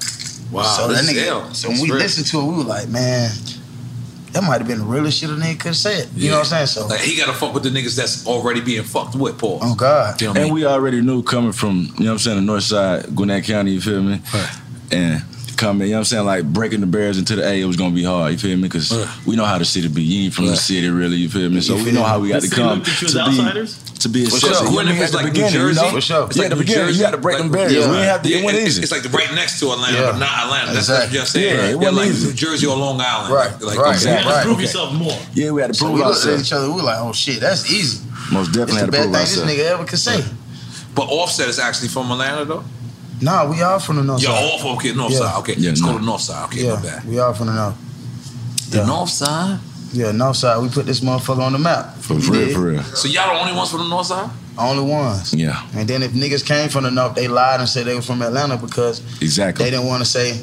[SPEAKER 2] Wow,
[SPEAKER 6] So that
[SPEAKER 2] this is
[SPEAKER 6] nigga.
[SPEAKER 2] ill.
[SPEAKER 6] So
[SPEAKER 2] That's
[SPEAKER 6] when we
[SPEAKER 2] real.
[SPEAKER 6] listened to it, we were like, man, that might have been the realest shit a nigga could have said. You know what I'm saying? So
[SPEAKER 2] Like he gotta fuck with the niggas that's already being fucked with, Paul.
[SPEAKER 6] Oh God.
[SPEAKER 5] and we already knew coming from, you know what I'm saying, the north side, Gwinnett County, you feel me? And coming, you know what I'm saying, like breaking the barriers into the A, it was gonna be hard, you feel me? Because we know how the city be. You ain't from the
[SPEAKER 2] Yeah.
[SPEAKER 5] city, really, you feel me? So
[SPEAKER 2] You
[SPEAKER 5] we
[SPEAKER 2] feel
[SPEAKER 5] know
[SPEAKER 2] me?
[SPEAKER 5] how we got
[SPEAKER 2] The
[SPEAKER 5] to
[SPEAKER 2] city
[SPEAKER 5] come.
[SPEAKER 2] looked at you as
[SPEAKER 5] to
[SPEAKER 2] outsiders?
[SPEAKER 5] Be, to
[SPEAKER 2] For
[SPEAKER 5] be accessible.
[SPEAKER 2] sure.
[SPEAKER 5] You
[SPEAKER 2] Gwineth
[SPEAKER 5] mean,
[SPEAKER 2] is
[SPEAKER 5] at the
[SPEAKER 2] like New
[SPEAKER 5] beginning, you know?
[SPEAKER 2] Jersey. It's
[SPEAKER 5] Yeah,
[SPEAKER 2] like
[SPEAKER 5] at the
[SPEAKER 2] New
[SPEAKER 5] beginning,
[SPEAKER 2] Jersey.
[SPEAKER 5] you got to break them barriers. We ain't have to,
[SPEAKER 2] Yeah,
[SPEAKER 5] it went
[SPEAKER 2] it's-
[SPEAKER 5] easy.
[SPEAKER 2] It's like right next to Atlanta, but not Atlanta. That's what you're saying.
[SPEAKER 5] Yeah, it
[SPEAKER 2] They're
[SPEAKER 5] wasn't
[SPEAKER 2] like
[SPEAKER 5] easy.
[SPEAKER 2] New Jersey or Long Island.
[SPEAKER 5] Right,
[SPEAKER 2] Like, exactly.
[SPEAKER 5] right, exactly. You had to prove Okay.
[SPEAKER 3] yourself more.
[SPEAKER 5] Yeah, we had to
[SPEAKER 6] So
[SPEAKER 5] prove
[SPEAKER 6] we looked at
[SPEAKER 5] ourselves.
[SPEAKER 6] each other. We were like, oh shit, that's easy.
[SPEAKER 5] Most definitely
[SPEAKER 6] It's
[SPEAKER 5] had
[SPEAKER 6] the best
[SPEAKER 5] to prove
[SPEAKER 6] thing this
[SPEAKER 5] ourselves.
[SPEAKER 6] nigga ever could say.
[SPEAKER 2] But Offset is actually from Atlanta, though.
[SPEAKER 6] Nah, we all from the north
[SPEAKER 2] You're
[SPEAKER 6] side.
[SPEAKER 2] all from okay, North
[SPEAKER 6] Yeah.
[SPEAKER 2] Side. Okay,
[SPEAKER 6] Yeah,
[SPEAKER 2] let's
[SPEAKER 6] no.
[SPEAKER 2] go to North Side. Okay, my
[SPEAKER 6] yeah,
[SPEAKER 2] bad.
[SPEAKER 6] we all from the north.
[SPEAKER 2] The North Side.
[SPEAKER 6] Yeah, Northside. We put this motherfucker on the map.
[SPEAKER 12] For real, for real.
[SPEAKER 2] So y'all the only ones from the north side?
[SPEAKER 6] Only ones.
[SPEAKER 12] Yeah.
[SPEAKER 6] And then if niggas came from the north, they lied and said they were from Atlanta because
[SPEAKER 2] Exactly.
[SPEAKER 6] they didn't want to say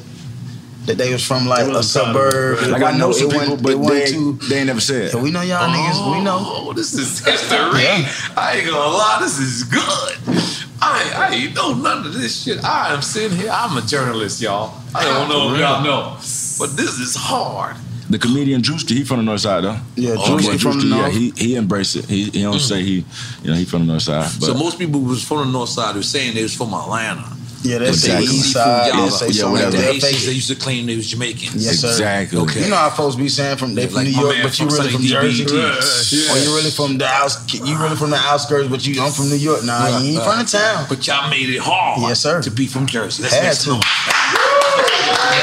[SPEAKER 6] that they was from like a
[SPEAKER 12] wasn't
[SPEAKER 6] suburb.
[SPEAKER 12] Like I know some people, but they, ain't- they ain't never said.
[SPEAKER 6] we know y'all niggas. We know.
[SPEAKER 2] Oh, This is history. I ain't gonna lie, this is good. I, I ain't know none of this shit. I am sitting here. I'm a journalist, y'all. I don't know if y'all know, but this is hard.
[SPEAKER 5] The comedian Juice, he from the north side though.
[SPEAKER 2] Yeah, Drewski
[SPEAKER 5] yeah,
[SPEAKER 2] from the
[SPEAKER 5] Drewski, yeah,
[SPEAKER 2] north. Mm.
[SPEAKER 5] he he embraced it. He, he don't say he, you know, he from the north side. But
[SPEAKER 2] so most people was from the north side who saying they was from Atlanta.
[SPEAKER 6] Yeah, they
[SPEAKER 2] But
[SPEAKER 6] say
[SPEAKER 2] they
[SPEAKER 6] east
[SPEAKER 2] easy
[SPEAKER 6] side,
[SPEAKER 2] from y'all.
[SPEAKER 6] they say
[SPEAKER 2] yeah,
[SPEAKER 6] something
[SPEAKER 2] whatever.
[SPEAKER 6] like that.
[SPEAKER 2] The Haitians, they used to claim they was Jamaicans.
[SPEAKER 6] Yes, sir.
[SPEAKER 2] Okay.
[SPEAKER 6] You know how folks be saying from they from
[SPEAKER 2] Like
[SPEAKER 6] New
[SPEAKER 2] my
[SPEAKER 6] York,
[SPEAKER 2] man
[SPEAKER 6] but you
[SPEAKER 2] from
[SPEAKER 6] really from
[SPEAKER 2] Sunny D
[SPEAKER 6] Jersey,
[SPEAKER 2] B. Yeah.
[SPEAKER 6] or you really from the outs, you really from the outskirts, but you I'm from New York. Nah,
[SPEAKER 2] Right,
[SPEAKER 6] you ain't from the
[SPEAKER 2] right.
[SPEAKER 6] town.
[SPEAKER 2] But y'all made it hard. Yes, sir. To be from Jersey. That's
[SPEAKER 6] Had
[SPEAKER 2] next
[SPEAKER 6] to.
[SPEAKER 2] to.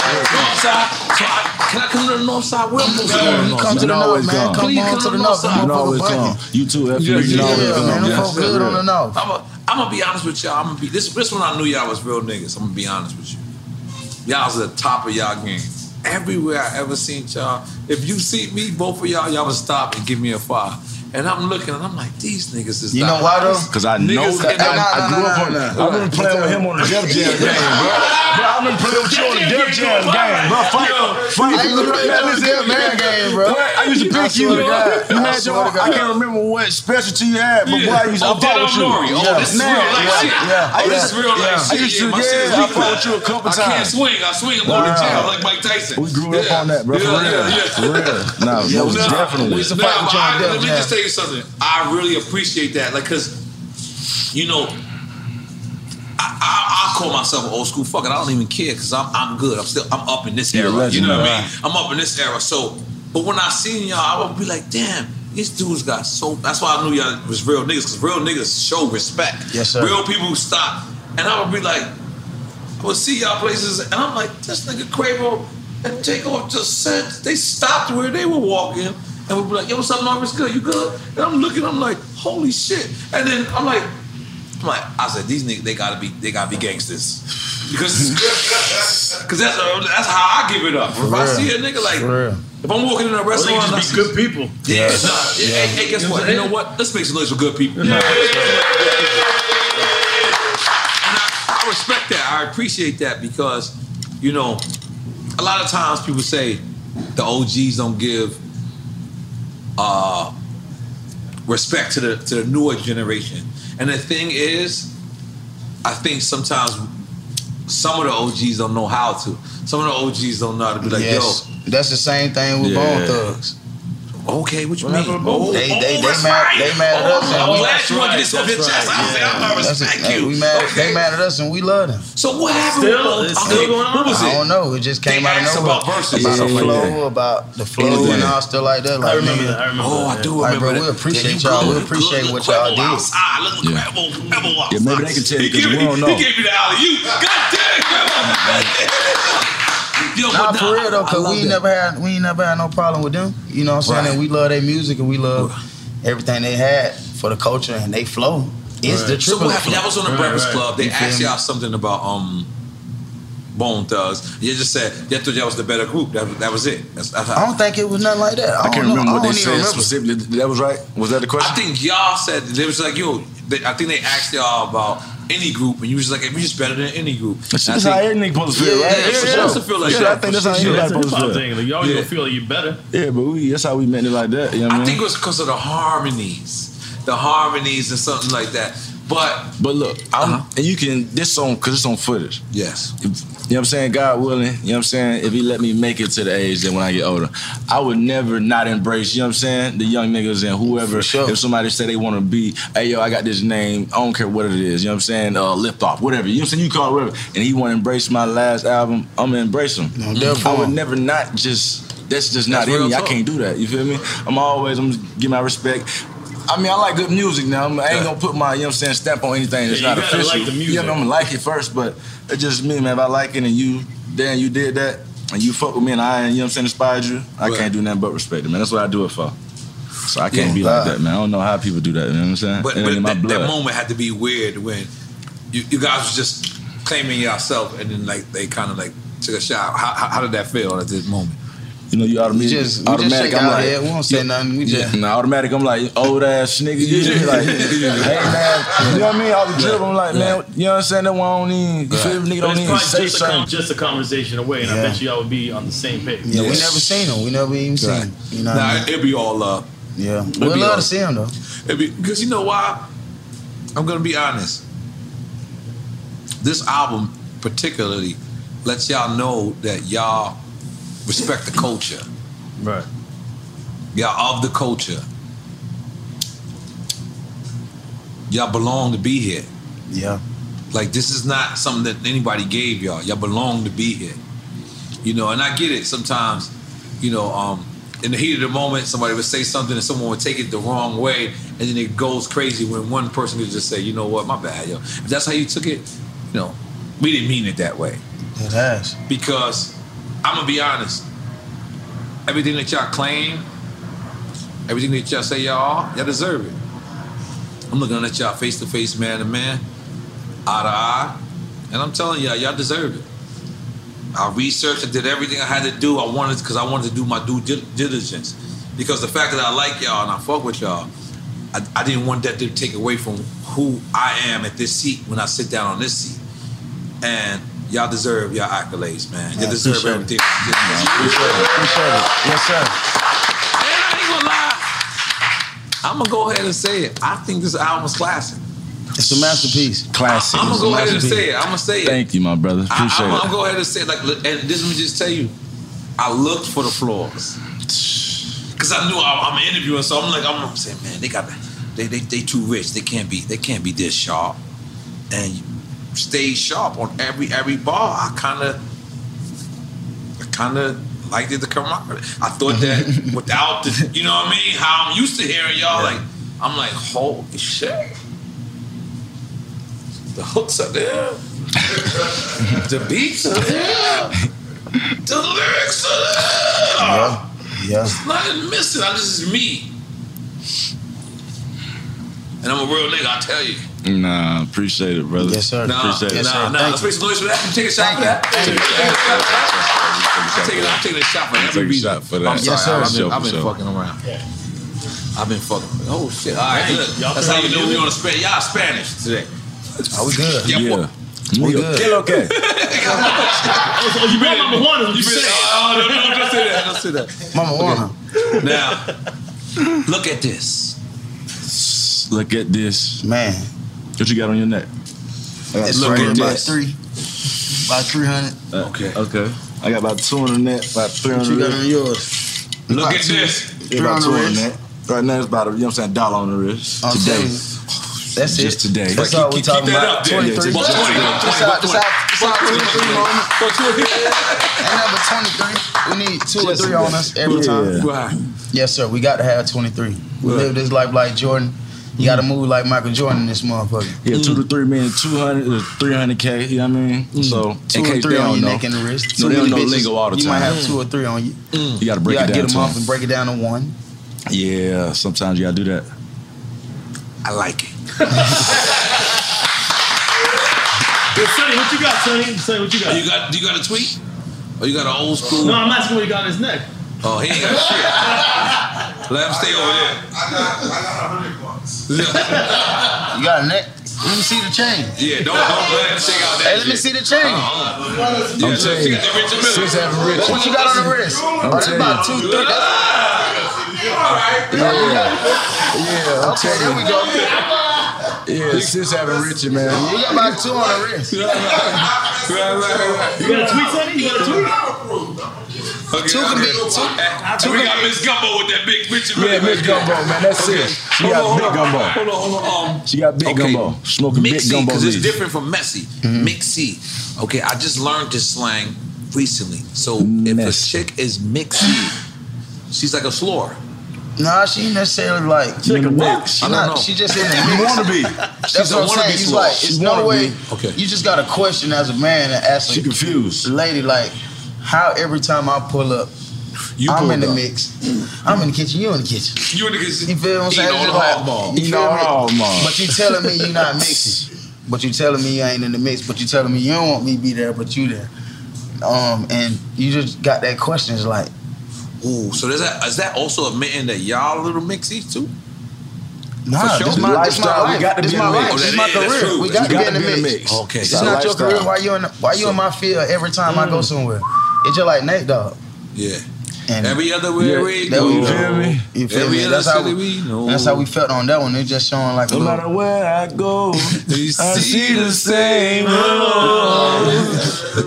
[SPEAKER 2] North side. So I, can I come to the north side? We're supposed to go to the north
[SPEAKER 5] you
[SPEAKER 2] side.
[SPEAKER 5] can always come.
[SPEAKER 2] Please come to the north
[SPEAKER 5] You
[SPEAKER 2] side.
[SPEAKER 5] can always come. You too, F. You can always come. Yes, for real.
[SPEAKER 2] I'm gonna be honest with y'all. I'm gonna be this. This one I knew y'all was real niggas. I'm gonna be honest with you. Y'all was at the top of y'all game. Everywhere I ever seen y'all, if you see me, both of y'all, y'all would stop and give me a five. And I'm looking and I'm like, these niggas is
[SPEAKER 6] You
[SPEAKER 2] not
[SPEAKER 6] know why, though?
[SPEAKER 2] nice.
[SPEAKER 6] 'Cause I know
[SPEAKER 2] Niggas- and
[SPEAKER 6] that- Nah, nah, nah, nah, nah.
[SPEAKER 2] I've been
[SPEAKER 10] playing with him on the Def Jam game, bro. Bro, I've been playing with you on the Def Jam game, bro. Fight, fight.
[SPEAKER 6] I used to play on the Def Jam game, bro.
[SPEAKER 10] Boy, I used to
[SPEAKER 6] I
[SPEAKER 10] pick you.
[SPEAKER 6] swear to God.
[SPEAKER 10] You
[SPEAKER 6] I
[SPEAKER 10] had
[SPEAKER 6] swear
[SPEAKER 10] your,
[SPEAKER 6] to God.
[SPEAKER 10] I can't remember what specialty you had, but boy, I used to I
[SPEAKER 2] Oh,
[SPEAKER 10] fought
[SPEAKER 2] Dead
[SPEAKER 10] with you.
[SPEAKER 2] on Nori. Oh, this is
[SPEAKER 10] Man,
[SPEAKER 2] real life
[SPEAKER 10] yeah.
[SPEAKER 2] shit.
[SPEAKER 10] Yeah,
[SPEAKER 2] Oh,
[SPEAKER 10] yeah.
[SPEAKER 2] this is real life
[SPEAKER 10] yeah. I
[SPEAKER 2] shit.
[SPEAKER 10] used to,
[SPEAKER 2] Yeah, my shit
[SPEAKER 10] yeah,
[SPEAKER 2] is
[SPEAKER 10] I
[SPEAKER 2] weak.
[SPEAKER 10] fought with you a couple
[SPEAKER 2] I
[SPEAKER 10] times.
[SPEAKER 2] can't swing. I swing and go to jail
[SPEAKER 10] Wow.
[SPEAKER 2] like Mike Tyson.
[SPEAKER 10] We grew up on that, bro. For
[SPEAKER 2] Yeah,
[SPEAKER 10] real.
[SPEAKER 2] yeah,
[SPEAKER 10] For real. Nah,
[SPEAKER 2] Yeah,
[SPEAKER 10] most
[SPEAKER 2] nah,
[SPEAKER 10] definitely.
[SPEAKER 2] nah, but I- Let me just tell you something. I really appreciate that, like, cause you know, I, I, I call myself an old school fucker. I don't even care because I'm I'm good. I'm still I'm up in this
[SPEAKER 10] You're a
[SPEAKER 2] era.
[SPEAKER 10] legend,
[SPEAKER 2] you know what I
[SPEAKER 10] right.
[SPEAKER 2] mean? I'm up in this era. So, but when I seen y'all, I would be like, damn. These dudes got so. That's why I knew y'all was real niggas, because real niggas show respect.
[SPEAKER 6] Yes, sir.
[SPEAKER 2] Real people stop, and I would be like, I would see y'all places, and I'm like, this nigga Quavo and Takeoff just said they stopped where they were walking, and would be like, yo, what's up, Marvin's good? You good? And I'm looking, I'm like, holy shit! And then I'm like, I'm like, I said, these niggas, they gotta be, they gotta be gangsters. Because cause that's, that's how I give it up. if I see a nigga like, if I'm walking in a
[SPEAKER 15] Or they
[SPEAKER 2] restaurant,
[SPEAKER 15] just
[SPEAKER 2] and I
[SPEAKER 15] be
[SPEAKER 2] see-
[SPEAKER 15] good people.
[SPEAKER 2] Yeah,
[SPEAKER 15] Yes.
[SPEAKER 2] nah, yeah,
[SPEAKER 15] Yeah.
[SPEAKER 2] Hey, hey, guess what? You know what? Let's make some noise for good people.
[SPEAKER 15] Yeah.
[SPEAKER 2] And I, I respect that. I appreciate that because, you know, a lot of times people say the OGs don't give uh, respect to the to the newer generation. And the thing is, I think sometimes some of the OGs don't know how to. Some of the OGs don't know how to be like,
[SPEAKER 6] yes,
[SPEAKER 2] yo,
[SPEAKER 6] that's the same thing with Bone
[SPEAKER 2] Yeah.
[SPEAKER 6] Thugs.
[SPEAKER 2] Okay, what you mean? Oh,
[SPEAKER 6] they
[SPEAKER 2] oh,
[SPEAKER 6] they, they
[SPEAKER 2] that's
[SPEAKER 6] mad
[SPEAKER 2] right.
[SPEAKER 6] they mad at
[SPEAKER 2] Oh,
[SPEAKER 6] us. and
[SPEAKER 2] I'm
[SPEAKER 6] we-
[SPEAKER 2] glad you wanted to get this off your chest. I said, I'm not
[SPEAKER 6] That's-
[SPEAKER 2] respect
[SPEAKER 6] hey,
[SPEAKER 2] you.
[SPEAKER 6] We mad.
[SPEAKER 2] Okay.
[SPEAKER 6] They mad at us, and we love them.
[SPEAKER 2] So what happened with Still- Bone- it's still okay, going on? what was
[SPEAKER 6] I
[SPEAKER 2] it?
[SPEAKER 6] don't know. It just came
[SPEAKER 2] They
[SPEAKER 6] out
[SPEAKER 2] asked
[SPEAKER 6] of nowhere.
[SPEAKER 2] about verses.
[SPEAKER 6] about
[SPEAKER 2] Yeah,
[SPEAKER 6] the
[SPEAKER 2] yeah,
[SPEAKER 6] flow,
[SPEAKER 2] yeah.
[SPEAKER 6] about the flow,
[SPEAKER 2] Yeah.
[SPEAKER 6] and all stuff like that. Like,
[SPEAKER 2] I remember
[SPEAKER 6] nigga,
[SPEAKER 2] that, I remember
[SPEAKER 6] Oh, I
[SPEAKER 2] that.
[SPEAKER 6] do
[SPEAKER 2] Like,
[SPEAKER 6] remember.
[SPEAKER 2] bro,
[SPEAKER 6] we
[SPEAKER 2] we
[SPEAKER 6] appreciate
[SPEAKER 2] appreciate
[SPEAKER 6] y'all. We
[SPEAKER 2] y'all.
[SPEAKER 6] appreciate what y'all
[SPEAKER 2] Quavo
[SPEAKER 6] did.
[SPEAKER 2] outside. Look,
[SPEAKER 6] Yeah.
[SPEAKER 2] Quavo, Quavo outside.
[SPEAKER 6] Yeah, maybe they can tell you
[SPEAKER 2] He gave
[SPEAKER 6] 'cause we
[SPEAKER 2] me-
[SPEAKER 6] don't know.
[SPEAKER 2] He gave me the alley. You, goddamn Quavo. Yo,
[SPEAKER 6] Nah,
[SPEAKER 2] but
[SPEAKER 6] for real though,
[SPEAKER 2] I
[SPEAKER 6] cause
[SPEAKER 2] love
[SPEAKER 6] we
[SPEAKER 2] that.
[SPEAKER 6] ain't never had we ain't never had no problem with them. You know what I'm saying?
[SPEAKER 2] Right.
[SPEAKER 6] And we love their music and we love everything they had for the culture and they flow. It's the
[SPEAKER 2] So
[SPEAKER 6] triple.
[SPEAKER 2] what happened? That was on the Breakfast Club. They
[SPEAKER 6] You feel
[SPEAKER 2] asked
[SPEAKER 6] me?
[SPEAKER 2] y'all something about um Bone Thugs. You just said y'all thought y'all was the better group. That, that was it. That's, that's
[SPEAKER 6] I don't think it was nothing like that. I,
[SPEAKER 2] I
[SPEAKER 6] don't
[SPEAKER 2] can't
[SPEAKER 6] know.
[SPEAKER 2] remember
[SPEAKER 6] I
[SPEAKER 2] what they
[SPEAKER 6] don't even
[SPEAKER 2] said
[SPEAKER 6] remember.
[SPEAKER 10] specifically. That was right. Was that the question?
[SPEAKER 2] I think y'all said they was like yo. They, I think they asked y'all about any group, and you was like, "Hey, "We just better than any group."
[SPEAKER 10] That's
[SPEAKER 2] And I
[SPEAKER 10] that's
[SPEAKER 2] think-
[SPEAKER 10] how every nigga supposed to feel,
[SPEAKER 2] Yeah,
[SPEAKER 10] right?
[SPEAKER 2] yeah, it's supposed to feel like
[SPEAKER 10] yeah,
[SPEAKER 2] that.
[SPEAKER 10] I think that's how
[SPEAKER 2] Yeah,
[SPEAKER 10] everybody
[SPEAKER 2] that's a
[SPEAKER 10] supposed to
[SPEAKER 2] hip-hop
[SPEAKER 10] feel.
[SPEAKER 2] thing. Like, y'all gonna
[SPEAKER 3] feel you better.
[SPEAKER 10] Yeah, but we that's how we meant it like that. You know what I
[SPEAKER 2] I
[SPEAKER 10] mean?
[SPEAKER 2] think it was because of the harmonies, the harmonies and something like that. But
[SPEAKER 5] But look, I'm,
[SPEAKER 10] uh-huh.
[SPEAKER 5] and you can this on because it's on footage.
[SPEAKER 2] Yes.
[SPEAKER 5] If, you know what I'm saying? God willing, you know what I'm saying? If he let me make it to the age that when I get older, I would never not embrace, you know what I'm saying? The young niggas and whoever. If somebody say they want to be, hey, yo, I got this name, I don't care what it is, you know what I'm saying? Uh, lift off, whatever, you know what I'm saying? You call it whatever. And he want to embrace my last album, I'm going to embrace him.
[SPEAKER 10] definitely.
[SPEAKER 5] I would never not just, that's just not
[SPEAKER 10] That's
[SPEAKER 5] in
[SPEAKER 10] real
[SPEAKER 5] me. I
[SPEAKER 10] talk.
[SPEAKER 5] can't do that. You feel me? I'm always, I'm gonna give my respect. I mean, I like good music now. I'm- I ain't gonna put my, you know what I'm saying, stamp on anything that's
[SPEAKER 3] Yeah, you
[SPEAKER 5] not
[SPEAKER 3] gotta like
[SPEAKER 5] official.
[SPEAKER 3] the
[SPEAKER 5] You know,
[SPEAKER 3] music.
[SPEAKER 5] I'm gonna like it first, but it's just me, man. If I like it and you, then you did that, and you fuck with me, and I, you know what I'm saying, inspired you, I can't do nothing but respect it, man. That's what I do it for. So I can't
[SPEAKER 2] Yeah.
[SPEAKER 5] be like that, man. I don't know how people do that, you know what I'm saying?
[SPEAKER 2] But,
[SPEAKER 5] it ain't
[SPEAKER 2] but
[SPEAKER 5] Uh, in my
[SPEAKER 2] that,
[SPEAKER 5] blood.
[SPEAKER 2] that moment had to be weird when you, you guys was just claiming yourself, and then like they kind of like took a shot. How, how, how did that feel at this moment?
[SPEAKER 10] You know, you automatic.
[SPEAKER 6] just- we just
[SPEAKER 10] automatic,
[SPEAKER 6] shake
[SPEAKER 10] I'm
[SPEAKER 6] our
[SPEAKER 10] like,
[SPEAKER 6] head. We don't say nothing. We just-
[SPEAKER 10] yeah, nah, automatic. I'm like old ass nigga. You know, like, hey man, you know what I mean? All the dribble. I'm like, man, you know what I'm saying? That one don't even. You feel me? Nigga
[SPEAKER 3] But
[SPEAKER 10] don't
[SPEAKER 3] it's
[SPEAKER 10] even
[SPEAKER 3] probably
[SPEAKER 10] say
[SPEAKER 3] just a,
[SPEAKER 10] something.
[SPEAKER 3] con- just a conversation away, and I
[SPEAKER 10] Yeah.
[SPEAKER 3] bet you y'all would be on the same page.
[SPEAKER 6] Yeah, we never seen him. We never even seen him. You know what I
[SPEAKER 2] Nah,
[SPEAKER 6] mean?
[SPEAKER 2] it'll be all up.
[SPEAKER 6] Yeah.
[SPEAKER 2] It'd
[SPEAKER 6] We'd
[SPEAKER 2] be
[SPEAKER 6] love
[SPEAKER 2] all-
[SPEAKER 6] to see him though.
[SPEAKER 2] Because you know why? I'm gonna be honest. This album particularly lets y'all know that y'all respect the culture.
[SPEAKER 3] Right.
[SPEAKER 2] Y'all of the culture. Y'all belong to be here.
[SPEAKER 6] Yeah.
[SPEAKER 2] Like this is not something that anybody gave y'all. Y'all belong to be here. You know, and I get it sometimes, you know, um, in the heat of the moment, somebody would say something and someone would take it the wrong way, and then it goes crazy when one person could just say, you know what, my bad, yo. If that's how you took it, you know, we didn't mean it that way.
[SPEAKER 6] It has.
[SPEAKER 2] Because I'm gonna be honest, everything that y'all claim, everything that y'all say y'all are, y'all deserve it. I'm looking at y'all face to face, man to man, eye to eye, and I'm telling y'all, y'all deserve it. I researched and did everything I had to do. I wanted because I wanted to do my due dil- diligence. Because the fact that I like y'all and I fuck with y'all, I, I didn't want that to take away from who I am at this seat when I sit down on this seat. And y'all deserve your accolades, man. You
[SPEAKER 6] I
[SPEAKER 2] deserve
[SPEAKER 6] appreciate it.
[SPEAKER 2] everything. Appreciate it.
[SPEAKER 6] Appreciate it. Yes, sir.
[SPEAKER 2] I'm gonna go ahead and say it. I think this album's classic.
[SPEAKER 6] It's a masterpiece.
[SPEAKER 10] Classic.
[SPEAKER 2] I'm gonna go ahead and say it. I'm gonna say it.
[SPEAKER 5] Thank you, my brother.
[SPEAKER 2] I,
[SPEAKER 5] Appreciate
[SPEAKER 2] am
[SPEAKER 5] it.
[SPEAKER 2] gonna go ahead and say like, look, and this let me just tell you, I looked for the flaws because I knew I, I'm interviewing, so I'm like, I'm saying, man, they got, they, they they too rich. They can't be, they can't be this sharp, and you stay sharp on every every bar. I kind of, I kind of liked it to come out. I thought that without the, you know what I mean, how I'm used to hearing y'all, like, I'm like, holy shit. The hooks are there. the beats are there. The lyrics are there.
[SPEAKER 6] Yeah.
[SPEAKER 2] There's nothing missing. I, this is me. And I'm a real nigga, I tell you.
[SPEAKER 5] Nah, appreciate it, brother. Yes,
[SPEAKER 6] sir.
[SPEAKER 2] Nah,
[SPEAKER 5] appreciate it.
[SPEAKER 2] nah, nah. Let's make some noise for that. Take a shot for that. I'm taking, I'm taking a shot for every reason.
[SPEAKER 5] shot for
[SPEAKER 2] I'm
[SPEAKER 5] that.
[SPEAKER 2] sorry,
[SPEAKER 5] Yes, sir.
[SPEAKER 2] I've been,
[SPEAKER 5] Sure,
[SPEAKER 2] I've been
[SPEAKER 5] sure.
[SPEAKER 2] fucking around. I've been fucking. Oh shit! All right,
[SPEAKER 6] Hey,
[SPEAKER 2] look.
[SPEAKER 6] y'all
[SPEAKER 2] That's how you
[SPEAKER 6] familiar
[SPEAKER 2] know we
[SPEAKER 6] with
[SPEAKER 2] on a Spanish. Y'all Spanish today.
[SPEAKER 6] Are we good?
[SPEAKER 2] Yeah. yeah.
[SPEAKER 6] We good.
[SPEAKER 2] Kill
[SPEAKER 10] okay.
[SPEAKER 2] oh, so you really number one? You really? Oh no, no, no, don't say that. Don't say that.
[SPEAKER 6] Mama Warner.
[SPEAKER 2] Now, look at this.
[SPEAKER 5] Look at this.
[SPEAKER 6] Man.
[SPEAKER 5] What you got on your neck?
[SPEAKER 6] It's
[SPEAKER 5] Look
[SPEAKER 6] right
[SPEAKER 5] at
[SPEAKER 6] about
[SPEAKER 5] this.
[SPEAKER 6] three. About 300.
[SPEAKER 2] Uh,
[SPEAKER 5] Okay. Okay. I got about two on the net, about three
[SPEAKER 6] What
[SPEAKER 5] on the
[SPEAKER 6] you got on
[SPEAKER 5] wrist.
[SPEAKER 6] yours?
[SPEAKER 2] Look
[SPEAKER 6] at
[SPEAKER 2] this.
[SPEAKER 5] Yeah, about two on the net. Right now it's about a, you know what I'm saying, dollar on the wrist.
[SPEAKER 2] Oh,
[SPEAKER 6] I'm
[SPEAKER 5] today.
[SPEAKER 6] telling you. That's it.
[SPEAKER 5] Just today.
[SPEAKER 6] That's all we talking about.
[SPEAKER 5] Yeah, yeah,
[SPEAKER 6] 23.
[SPEAKER 5] just
[SPEAKER 6] That's
[SPEAKER 5] today.
[SPEAKER 6] out- that's out- that's out 23 moment. And number 23, we need two or three on us every time.
[SPEAKER 2] Yeah. Right.
[SPEAKER 6] Yes, sir. We got to have 23. We
[SPEAKER 10] Right.
[SPEAKER 6] live this life like Jordan. You got to move like Michael Jordan in this motherfucker.
[SPEAKER 10] Yeah, two uh, to three million, 200 to 300K, you know what I mean? So,
[SPEAKER 6] Two
[SPEAKER 10] in
[SPEAKER 6] or
[SPEAKER 10] case
[SPEAKER 6] three
[SPEAKER 10] they
[SPEAKER 6] on
[SPEAKER 10] don't
[SPEAKER 6] your
[SPEAKER 10] know.
[SPEAKER 6] neck and the wrist.
[SPEAKER 10] No, they
[SPEAKER 6] Too
[SPEAKER 10] don't know
[SPEAKER 6] many bitches.
[SPEAKER 10] lingo all the time.
[SPEAKER 6] You might have two or three on you.
[SPEAKER 10] You gotta break it
[SPEAKER 6] you gotta
[SPEAKER 10] down
[SPEAKER 6] get
[SPEAKER 10] to
[SPEAKER 6] them off
[SPEAKER 10] 'em.
[SPEAKER 6] and break it down to one.
[SPEAKER 5] Yeah, sometimes you gotta do that.
[SPEAKER 2] I like it.
[SPEAKER 3] Yo, Sonny, what you got, Sonny? Sonny, what you got?
[SPEAKER 2] You got? You got a tweet? Or you got an old school?
[SPEAKER 3] No, I'm asking what he got on his neck.
[SPEAKER 2] Oh, he ain't got shit. Let him stay over there.
[SPEAKER 6] You got a neck. Let me see the chain.
[SPEAKER 2] Yeah, don't, don't let him shake out that
[SPEAKER 6] Hey, let me
[SPEAKER 2] shit. Uh-uh.
[SPEAKER 6] see the chain.
[SPEAKER 2] Yeah, let him shake out that Richard Miller.
[SPEAKER 6] Six having rich. What you got on the wrist?
[SPEAKER 2] I'm
[SPEAKER 6] Oh, that's about two, three.
[SPEAKER 10] Yeah, yeah. Yeah, okay.
[SPEAKER 6] Here we go.
[SPEAKER 10] Yeah, sis having Richard, man.
[SPEAKER 6] We got about two on the wrist. You
[SPEAKER 3] got a tweet, Sonny? You got a tweet?
[SPEAKER 2] Okay, two can be two. Two we got Miss Gumbo with that big Richard Miller.
[SPEAKER 10] Yeah, Miss Gumbo, man. That's it. She
[SPEAKER 2] Hold
[SPEAKER 10] got
[SPEAKER 2] on, hold
[SPEAKER 10] big
[SPEAKER 2] on.
[SPEAKER 10] gumbo.
[SPEAKER 2] Hold on, hold on. Um,
[SPEAKER 10] She got big gumbo. Smoking big
[SPEAKER 2] mixy
[SPEAKER 10] gumbo Mm-hmm.
[SPEAKER 2] because it's
[SPEAKER 10] leaves.
[SPEAKER 2] different from messy. Mixy. Okay, I just learned this slang recently. So if a chick is mixy, she's like a slur.
[SPEAKER 6] Nah, she ain't necessarily like.
[SPEAKER 2] She like a what?
[SPEAKER 6] She
[SPEAKER 2] I don't
[SPEAKER 6] not.
[SPEAKER 2] know.
[SPEAKER 6] She just in the
[SPEAKER 2] You
[SPEAKER 6] mix.
[SPEAKER 2] wanna be.
[SPEAKER 6] That's
[SPEAKER 2] She's a
[SPEAKER 6] what I'm
[SPEAKER 2] wanna
[SPEAKER 6] saying.
[SPEAKER 2] be
[SPEAKER 6] It's
[SPEAKER 2] slow.
[SPEAKER 6] like
[SPEAKER 2] She
[SPEAKER 6] it's no
[SPEAKER 2] wanna
[SPEAKER 6] way.
[SPEAKER 2] be. Okay.
[SPEAKER 6] You just got a question as a man and ask. She
[SPEAKER 10] confused.
[SPEAKER 6] Lady, like how every time I pull up.
[SPEAKER 2] You
[SPEAKER 6] I'm
[SPEAKER 2] pulled
[SPEAKER 6] in the
[SPEAKER 2] up.
[SPEAKER 6] mix. I'm in the kitchen. You in the kitchen.
[SPEAKER 2] You in the kitchen.
[SPEAKER 6] You feel what I'm saying?
[SPEAKER 2] Eating all the
[SPEAKER 6] It's just like-
[SPEAKER 2] hog
[SPEAKER 6] you
[SPEAKER 2] maws.
[SPEAKER 6] feel
[SPEAKER 2] Eating
[SPEAKER 6] me?
[SPEAKER 2] all the hog maws.
[SPEAKER 6] But you telling me you're not mixing. But you telling me you ain't in the mix. But you telling me you don't want me to be there, but you there. Um, and you just got that question. It's like,
[SPEAKER 2] Ooh, so is that is that also admitting that y'all a little mixy too?
[SPEAKER 6] Nah,
[SPEAKER 2] For sure.
[SPEAKER 6] this, my, this my life. this my life. This my
[SPEAKER 2] Oh, that is- that's
[SPEAKER 6] career.
[SPEAKER 2] true.
[SPEAKER 6] We got to be in the mix.
[SPEAKER 2] Okay,
[SPEAKER 6] It's not your career. Why you in Why you in my field every time I go somewhere? It's just like Nate Dog.
[SPEAKER 2] Yeah.
[SPEAKER 6] And
[SPEAKER 2] Every other way
[SPEAKER 6] Yeah,
[SPEAKER 2] we
[SPEAKER 6] that
[SPEAKER 2] go.
[SPEAKER 6] we know. You feel
[SPEAKER 2] Every
[SPEAKER 6] me?
[SPEAKER 2] other
[SPEAKER 6] That's how
[SPEAKER 2] city
[SPEAKER 6] we,
[SPEAKER 2] we know.
[SPEAKER 6] that's how we felt on that one. It just showing like
[SPEAKER 5] No
[SPEAKER 6] a
[SPEAKER 5] matter
[SPEAKER 6] little,
[SPEAKER 5] where I go, I see the same
[SPEAKER 6] road.
[SPEAKER 5] Man,
[SPEAKER 6] it's just like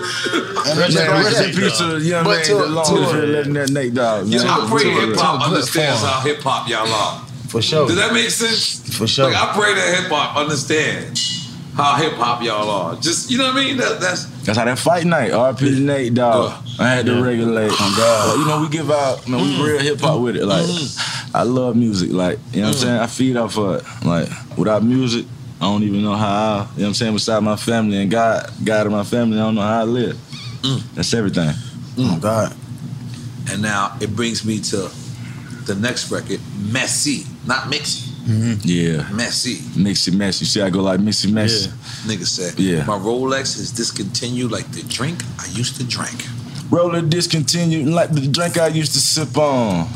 [SPEAKER 5] rest in
[SPEAKER 6] that.
[SPEAKER 5] peace to the young
[SPEAKER 6] But
[SPEAKER 5] man
[SPEAKER 6] to-
[SPEAKER 5] that lost
[SPEAKER 6] to-
[SPEAKER 5] his legendary Nate Dogg.
[SPEAKER 2] Yeah,
[SPEAKER 5] man.
[SPEAKER 2] I pray
[SPEAKER 5] To-
[SPEAKER 2] hip hop
[SPEAKER 5] to a good
[SPEAKER 2] understands
[SPEAKER 5] form.
[SPEAKER 2] how hip hop y'all are.
[SPEAKER 6] For sure.
[SPEAKER 2] Does that make sense?
[SPEAKER 6] For sure.
[SPEAKER 2] Like I pray that hip hop understands how hip hop y'all are. Just you know what I mean? That, that's
[SPEAKER 5] That's how that fight night, RP to Nate dog.
[SPEAKER 2] Uh,
[SPEAKER 5] I had to regulate.
[SPEAKER 10] Oh,
[SPEAKER 5] But, you know, we give out, man, we real hip hop with it. Like, I love music. Like, you know what I'm saying? I feed off of it. Like, without music, I don't even know how I, you know what I'm saying? Beside my family and God, God and my family, I don't know how I live. That's everything.
[SPEAKER 6] Oh, God.
[SPEAKER 2] And now it brings me to the next record, Messy, not Mixy.
[SPEAKER 6] Mm-hmm.
[SPEAKER 5] Yeah.
[SPEAKER 2] Messy.
[SPEAKER 5] Mixy Messy. See, I go like Mixy Messy.
[SPEAKER 2] Nigga said,
[SPEAKER 5] Yeah.
[SPEAKER 2] my Rolex is discontinued like the drink I used to drink.
[SPEAKER 5] Roller discontinued like the drink I used to sip on.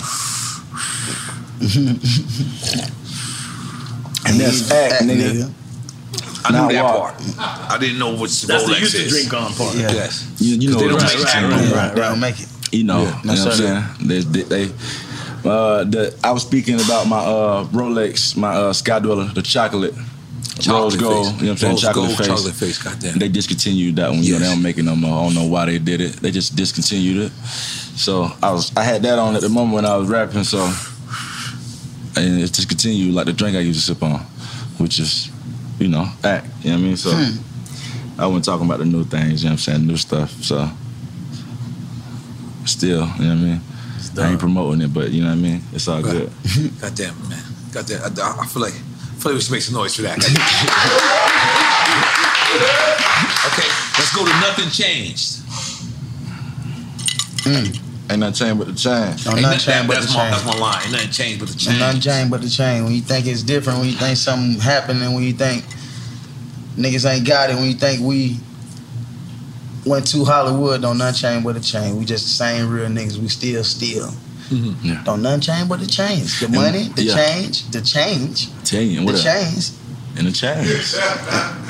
[SPEAKER 5] and that's act, nigga.
[SPEAKER 2] I
[SPEAKER 5] Not
[SPEAKER 2] knew that
[SPEAKER 5] walk.
[SPEAKER 2] part. I didn't know what Rolex
[SPEAKER 3] That's the used
[SPEAKER 2] is.
[SPEAKER 3] to drink on part.
[SPEAKER 2] Yeah.
[SPEAKER 3] Yeah.
[SPEAKER 2] Yes.
[SPEAKER 5] You, you
[SPEAKER 2] 'Cause
[SPEAKER 5] know,
[SPEAKER 2] they don't
[SPEAKER 5] right,
[SPEAKER 2] make
[SPEAKER 5] right,
[SPEAKER 2] it.
[SPEAKER 5] right,
[SPEAKER 2] Right,
[SPEAKER 5] right,
[SPEAKER 2] right.
[SPEAKER 5] right.
[SPEAKER 6] make it.
[SPEAKER 5] You know,
[SPEAKER 2] Yeah,
[SPEAKER 5] you know what
[SPEAKER 2] sir.
[SPEAKER 5] I'm saying? They, they, they, uh, the, I was speaking about my uh, Rolex, my uh, Sky Dweller, the chocolate. Rose
[SPEAKER 2] Chocolate
[SPEAKER 5] gold,
[SPEAKER 2] face.
[SPEAKER 5] you know what I'm saying?
[SPEAKER 2] Rose
[SPEAKER 5] chocolate
[SPEAKER 2] gold,
[SPEAKER 5] face.
[SPEAKER 2] chocolate face, goddamn.
[SPEAKER 5] They discontinued that one. You know, they don't make it no more. I don't know why they did it. They just discontinued it. So I was, I had that on at the moment when I was rapping. So, and it's discontinued like the drink I used to sip on, which is, you know, act. You know what I mean? So I wasn't talking about the new things. You know what I'm saying? New stuff. So still, you know what I mean? I ain't promoting it, but you know what I mean? It's all good.
[SPEAKER 2] Goddamn, man. Goddamn. I, I feel like I feel like we should make some noise for that. okay, let's go to nothing changed.
[SPEAKER 5] Mm, Ain't nothing changed but the change.
[SPEAKER 6] No,
[SPEAKER 2] Ain't
[SPEAKER 6] nothing
[SPEAKER 2] nothing-
[SPEAKER 6] changed but
[SPEAKER 2] that's
[SPEAKER 6] the
[SPEAKER 2] my that's
[SPEAKER 6] change.
[SPEAKER 2] my line. Ain't nothing changed but the change.
[SPEAKER 6] Ain't nothing changed but the change. When you think it's different, when you think something happening, when you think niggas ain't got it, when you think we went to Hollywood, don't nothing change but the change. We just the same real niggas. We still still. Don't nothing change but the change. The
[SPEAKER 5] And-
[SPEAKER 6] money, the
[SPEAKER 5] yeah.
[SPEAKER 6] change, the change,
[SPEAKER 5] Change,
[SPEAKER 6] the
[SPEAKER 5] what else?
[SPEAKER 6] change,
[SPEAKER 5] And the change.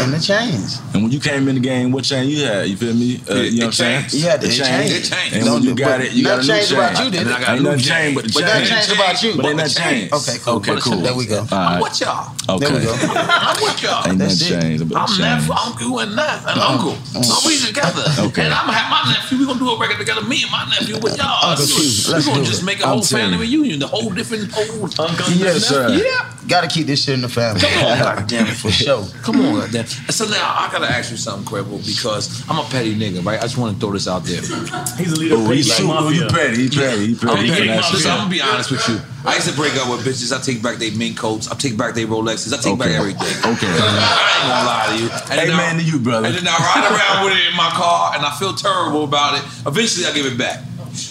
[SPEAKER 6] and the change.
[SPEAKER 5] And when you came in the game, what chain you had? You feel me? Uh,
[SPEAKER 6] It-
[SPEAKER 5] you
[SPEAKER 6] it
[SPEAKER 5] know what I'm saying?
[SPEAKER 6] changed. You had to- it changed. It
[SPEAKER 5] And when
[SPEAKER 6] changed.
[SPEAKER 5] you got
[SPEAKER 6] But
[SPEAKER 5] it, you got a
[SPEAKER 6] nothing
[SPEAKER 5] new chain.
[SPEAKER 6] changed about you, did it?
[SPEAKER 5] Ain't nothing changed but the
[SPEAKER 6] But
[SPEAKER 5] chain.
[SPEAKER 6] nothing changed about you.
[SPEAKER 5] But ain't
[SPEAKER 6] But
[SPEAKER 5] nothing
[SPEAKER 6] the chain.
[SPEAKER 5] changed.
[SPEAKER 6] Okay, cool.
[SPEAKER 5] Okay,
[SPEAKER 6] But the
[SPEAKER 5] cool.
[SPEAKER 6] chain- there we go.
[SPEAKER 5] All right.
[SPEAKER 2] I'm with y'all.
[SPEAKER 5] Okay.
[SPEAKER 6] There we go.
[SPEAKER 2] I'm with y'all.
[SPEAKER 5] Ain't nothing changed
[SPEAKER 2] I'm
[SPEAKER 5] about the chain.
[SPEAKER 2] left, uncle and left, and uncle. So we together.
[SPEAKER 5] Okay.
[SPEAKER 2] And I'm gonna have my nephew. We're gonna do a record together. Me and my nephew with y'all.
[SPEAKER 6] Uncle Q,
[SPEAKER 2] We're
[SPEAKER 6] let's
[SPEAKER 2] gonna
[SPEAKER 6] do
[SPEAKER 2] just
[SPEAKER 6] it.
[SPEAKER 2] make a
[SPEAKER 6] I'm
[SPEAKER 2] whole
[SPEAKER 6] telling
[SPEAKER 2] family reunion. The whole different whole uncle.
[SPEAKER 6] Yes,
[SPEAKER 2] and nephew.
[SPEAKER 6] sir.
[SPEAKER 2] Yeah.
[SPEAKER 6] Gotta keep this shit in the family.
[SPEAKER 2] Come on, goddamn it,
[SPEAKER 6] for sure.
[SPEAKER 2] Come on, goddamn. So now I gotta ask you something, Quavo, because I'm a petty nigga, right? I just want to throw this out there. Oh,
[SPEAKER 3] He's a leader of petty like mafia.
[SPEAKER 2] I'm,
[SPEAKER 3] Petty
[SPEAKER 2] petty.
[SPEAKER 3] like mafia.
[SPEAKER 2] Listen, I'm gonna be honest with you. I used to break up with bitches. I take back their mink coats. I take back their Rolexes. I take back everything.
[SPEAKER 5] Okay.
[SPEAKER 2] I ain't gonna lie to you. And then I-
[SPEAKER 5] Amen to you, brother.
[SPEAKER 2] And then I ride around with it in my car, and I feel terrible about it. Eventually, I give it back.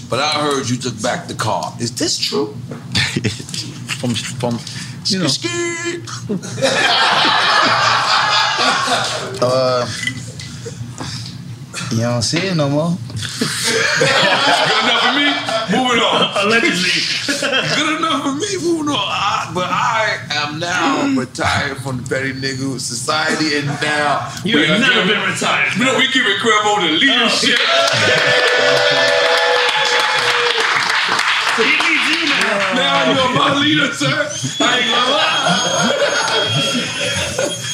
[SPEAKER 2] But I heard you took back the car. Is this true? from from you know.
[SPEAKER 6] Uh, you don't see it no more.
[SPEAKER 2] Good enough for me. Moving on. Allegedly. Good enough for me. Moving on. I, but I am now retired from the petty nigga society, and now
[SPEAKER 3] You
[SPEAKER 2] we
[SPEAKER 3] ain't
[SPEAKER 2] are
[SPEAKER 3] never
[SPEAKER 2] giving-
[SPEAKER 3] been retired. Oh.
[SPEAKER 2] No, we giving Quavo the leadership. He needs you now.
[SPEAKER 3] Oh.
[SPEAKER 2] Now you're my leader, sir. I ain't gonna lie.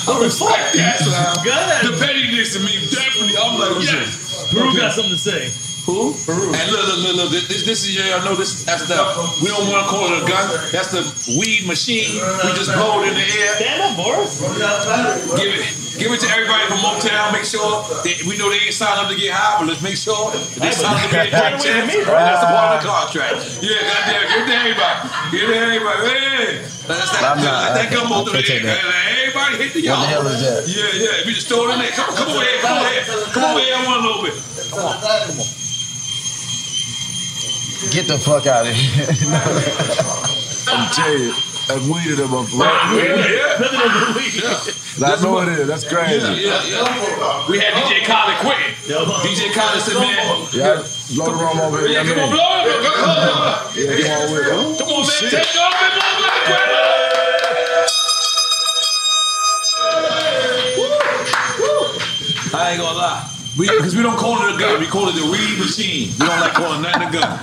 [SPEAKER 2] I respect that. Good. The petty niggas to me definitely. I'm like, yes.
[SPEAKER 3] Peru
[SPEAKER 2] Okay.
[SPEAKER 3] got something to say.
[SPEAKER 2] Who? Peru. And look, look, look, look. This, this is yeah. I know this. That's the. We don't want to call it a gun. That's the weed machine. We just blow it in the air.
[SPEAKER 3] Stand up, Boris.
[SPEAKER 2] Give it, give it to everybody from Motown. Make sure that we know they ain't signed up to get high, but let's make sure that they signed up to get
[SPEAKER 3] Right
[SPEAKER 2] a
[SPEAKER 3] away from
[SPEAKER 2] chance.
[SPEAKER 3] me, bro.
[SPEAKER 2] That's the part of the contract. Yeah, goddamn. Give it to everybody. Give it to everybody. Hey, that's that.
[SPEAKER 6] I'm
[SPEAKER 2] let
[SPEAKER 6] not-
[SPEAKER 2] that
[SPEAKER 6] I-
[SPEAKER 2] gumbo
[SPEAKER 6] I
[SPEAKER 2] through the
[SPEAKER 6] can't
[SPEAKER 2] air.
[SPEAKER 6] take
[SPEAKER 2] Let Everybody hit the
[SPEAKER 6] What
[SPEAKER 2] yard.
[SPEAKER 6] the hell is that?
[SPEAKER 2] Yeah, yeah. We just throw it in there. Come, come over here. Come over here. Come over here. I want a little bit. Come on. Come on.
[SPEAKER 6] Get the fuck out of here.
[SPEAKER 5] I'm telling you.
[SPEAKER 10] That's weed in that motherfucker. Right? I know it is. That's crazy.
[SPEAKER 2] Yeah, yeah. We had DJ Khaled quitting. DJ Khaled said, man,
[SPEAKER 10] Yeah, blow the rum over here.
[SPEAKER 2] yeah, come on, blow it. Come on,
[SPEAKER 10] Yeah, come on with it.
[SPEAKER 2] come on, man, take off and motherfucker. I ain't gonna lie. Because we, don't call it a gun, we call it the weed machine. We don't like calling nothing a gun.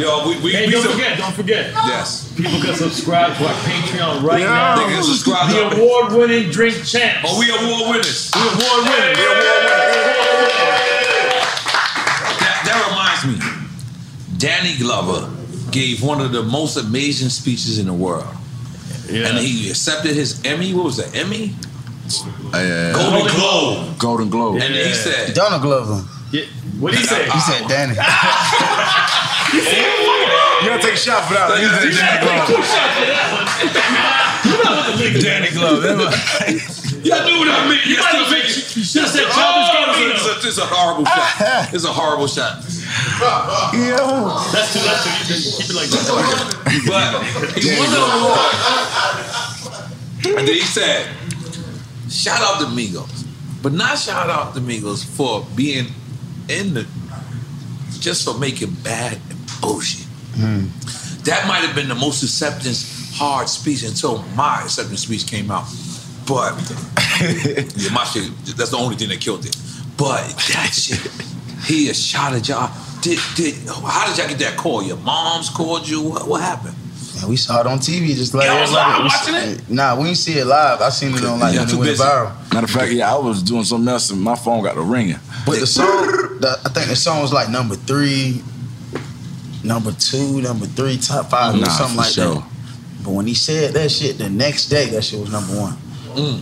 [SPEAKER 2] Yo, we, we,
[SPEAKER 3] Hey,
[SPEAKER 2] we
[SPEAKER 3] don't
[SPEAKER 2] so-
[SPEAKER 3] forget, don't forget.
[SPEAKER 2] Yes.
[SPEAKER 3] People can subscribe to our Patreon right
[SPEAKER 2] Yeah.
[SPEAKER 3] now.
[SPEAKER 2] They can subscribe to our-
[SPEAKER 3] The award winning drink champs.
[SPEAKER 2] Oh, we award winners.
[SPEAKER 3] We award winners.
[SPEAKER 2] That, that reminds me. Danny Glover gave one of the most amazing speeches in the world. And he accepted his Emmy. What was that? Emmy? Golden Globe.
[SPEAKER 10] Uh, Golden Globe.
[SPEAKER 2] And he said-
[SPEAKER 6] Donald Glover.
[SPEAKER 3] Yeah. What did he say?
[SPEAKER 6] He said Danny.
[SPEAKER 10] You gotta take a shot for that. one. You gotta take Danny Glover.
[SPEAKER 2] Danny Glover. Y'all knew what I meant. You might have You should have said
[SPEAKER 3] Childish
[SPEAKER 2] Gambino. It's a, it's a horrible shot. It's a horrible shot.
[SPEAKER 10] Yeah.
[SPEAKER 3] That's too, that's too. You just keep it like that.
[SPEAKER 2] But he won the award. And then he said, shout out to Migos. But not shout out to Migos for being in the just for making bad and bullshit. That might have been the most acceptance hard speech until my acceptance speech came out. But yeah, my shit, that's the only thing that killed it. But that shit, he has shot at y'all. Did, did, how did y'all get that call? Your mom's called you? What, what happened?
[SPEAKER 6] And we saw it on TV, just like
[SPEAKER 2] Y'all was live
[SPEAKER 6] everybody-
[SPEAKER 2] watching
[SPEAKER 6] Nah, we didn't see it live. I seen it on like when it went viral.
[SPEAKER 10] Matter of fact, yeah, I was doing something else and my phone got to ringing.
[SPEAKER 6] But the song, the, I think the song was like number three, number two, number three, top five,
[SPEAKER 10] Uh, Nah,
[SPEAKER 6] or something
[SPEAKER 10] for
[SPEAKER 6] like
[SPEAKER 10] sure.
[SPEAKER 6] that. But when he said that shit, the next day that shit was number one. I
[SPEAKER 2] Mm.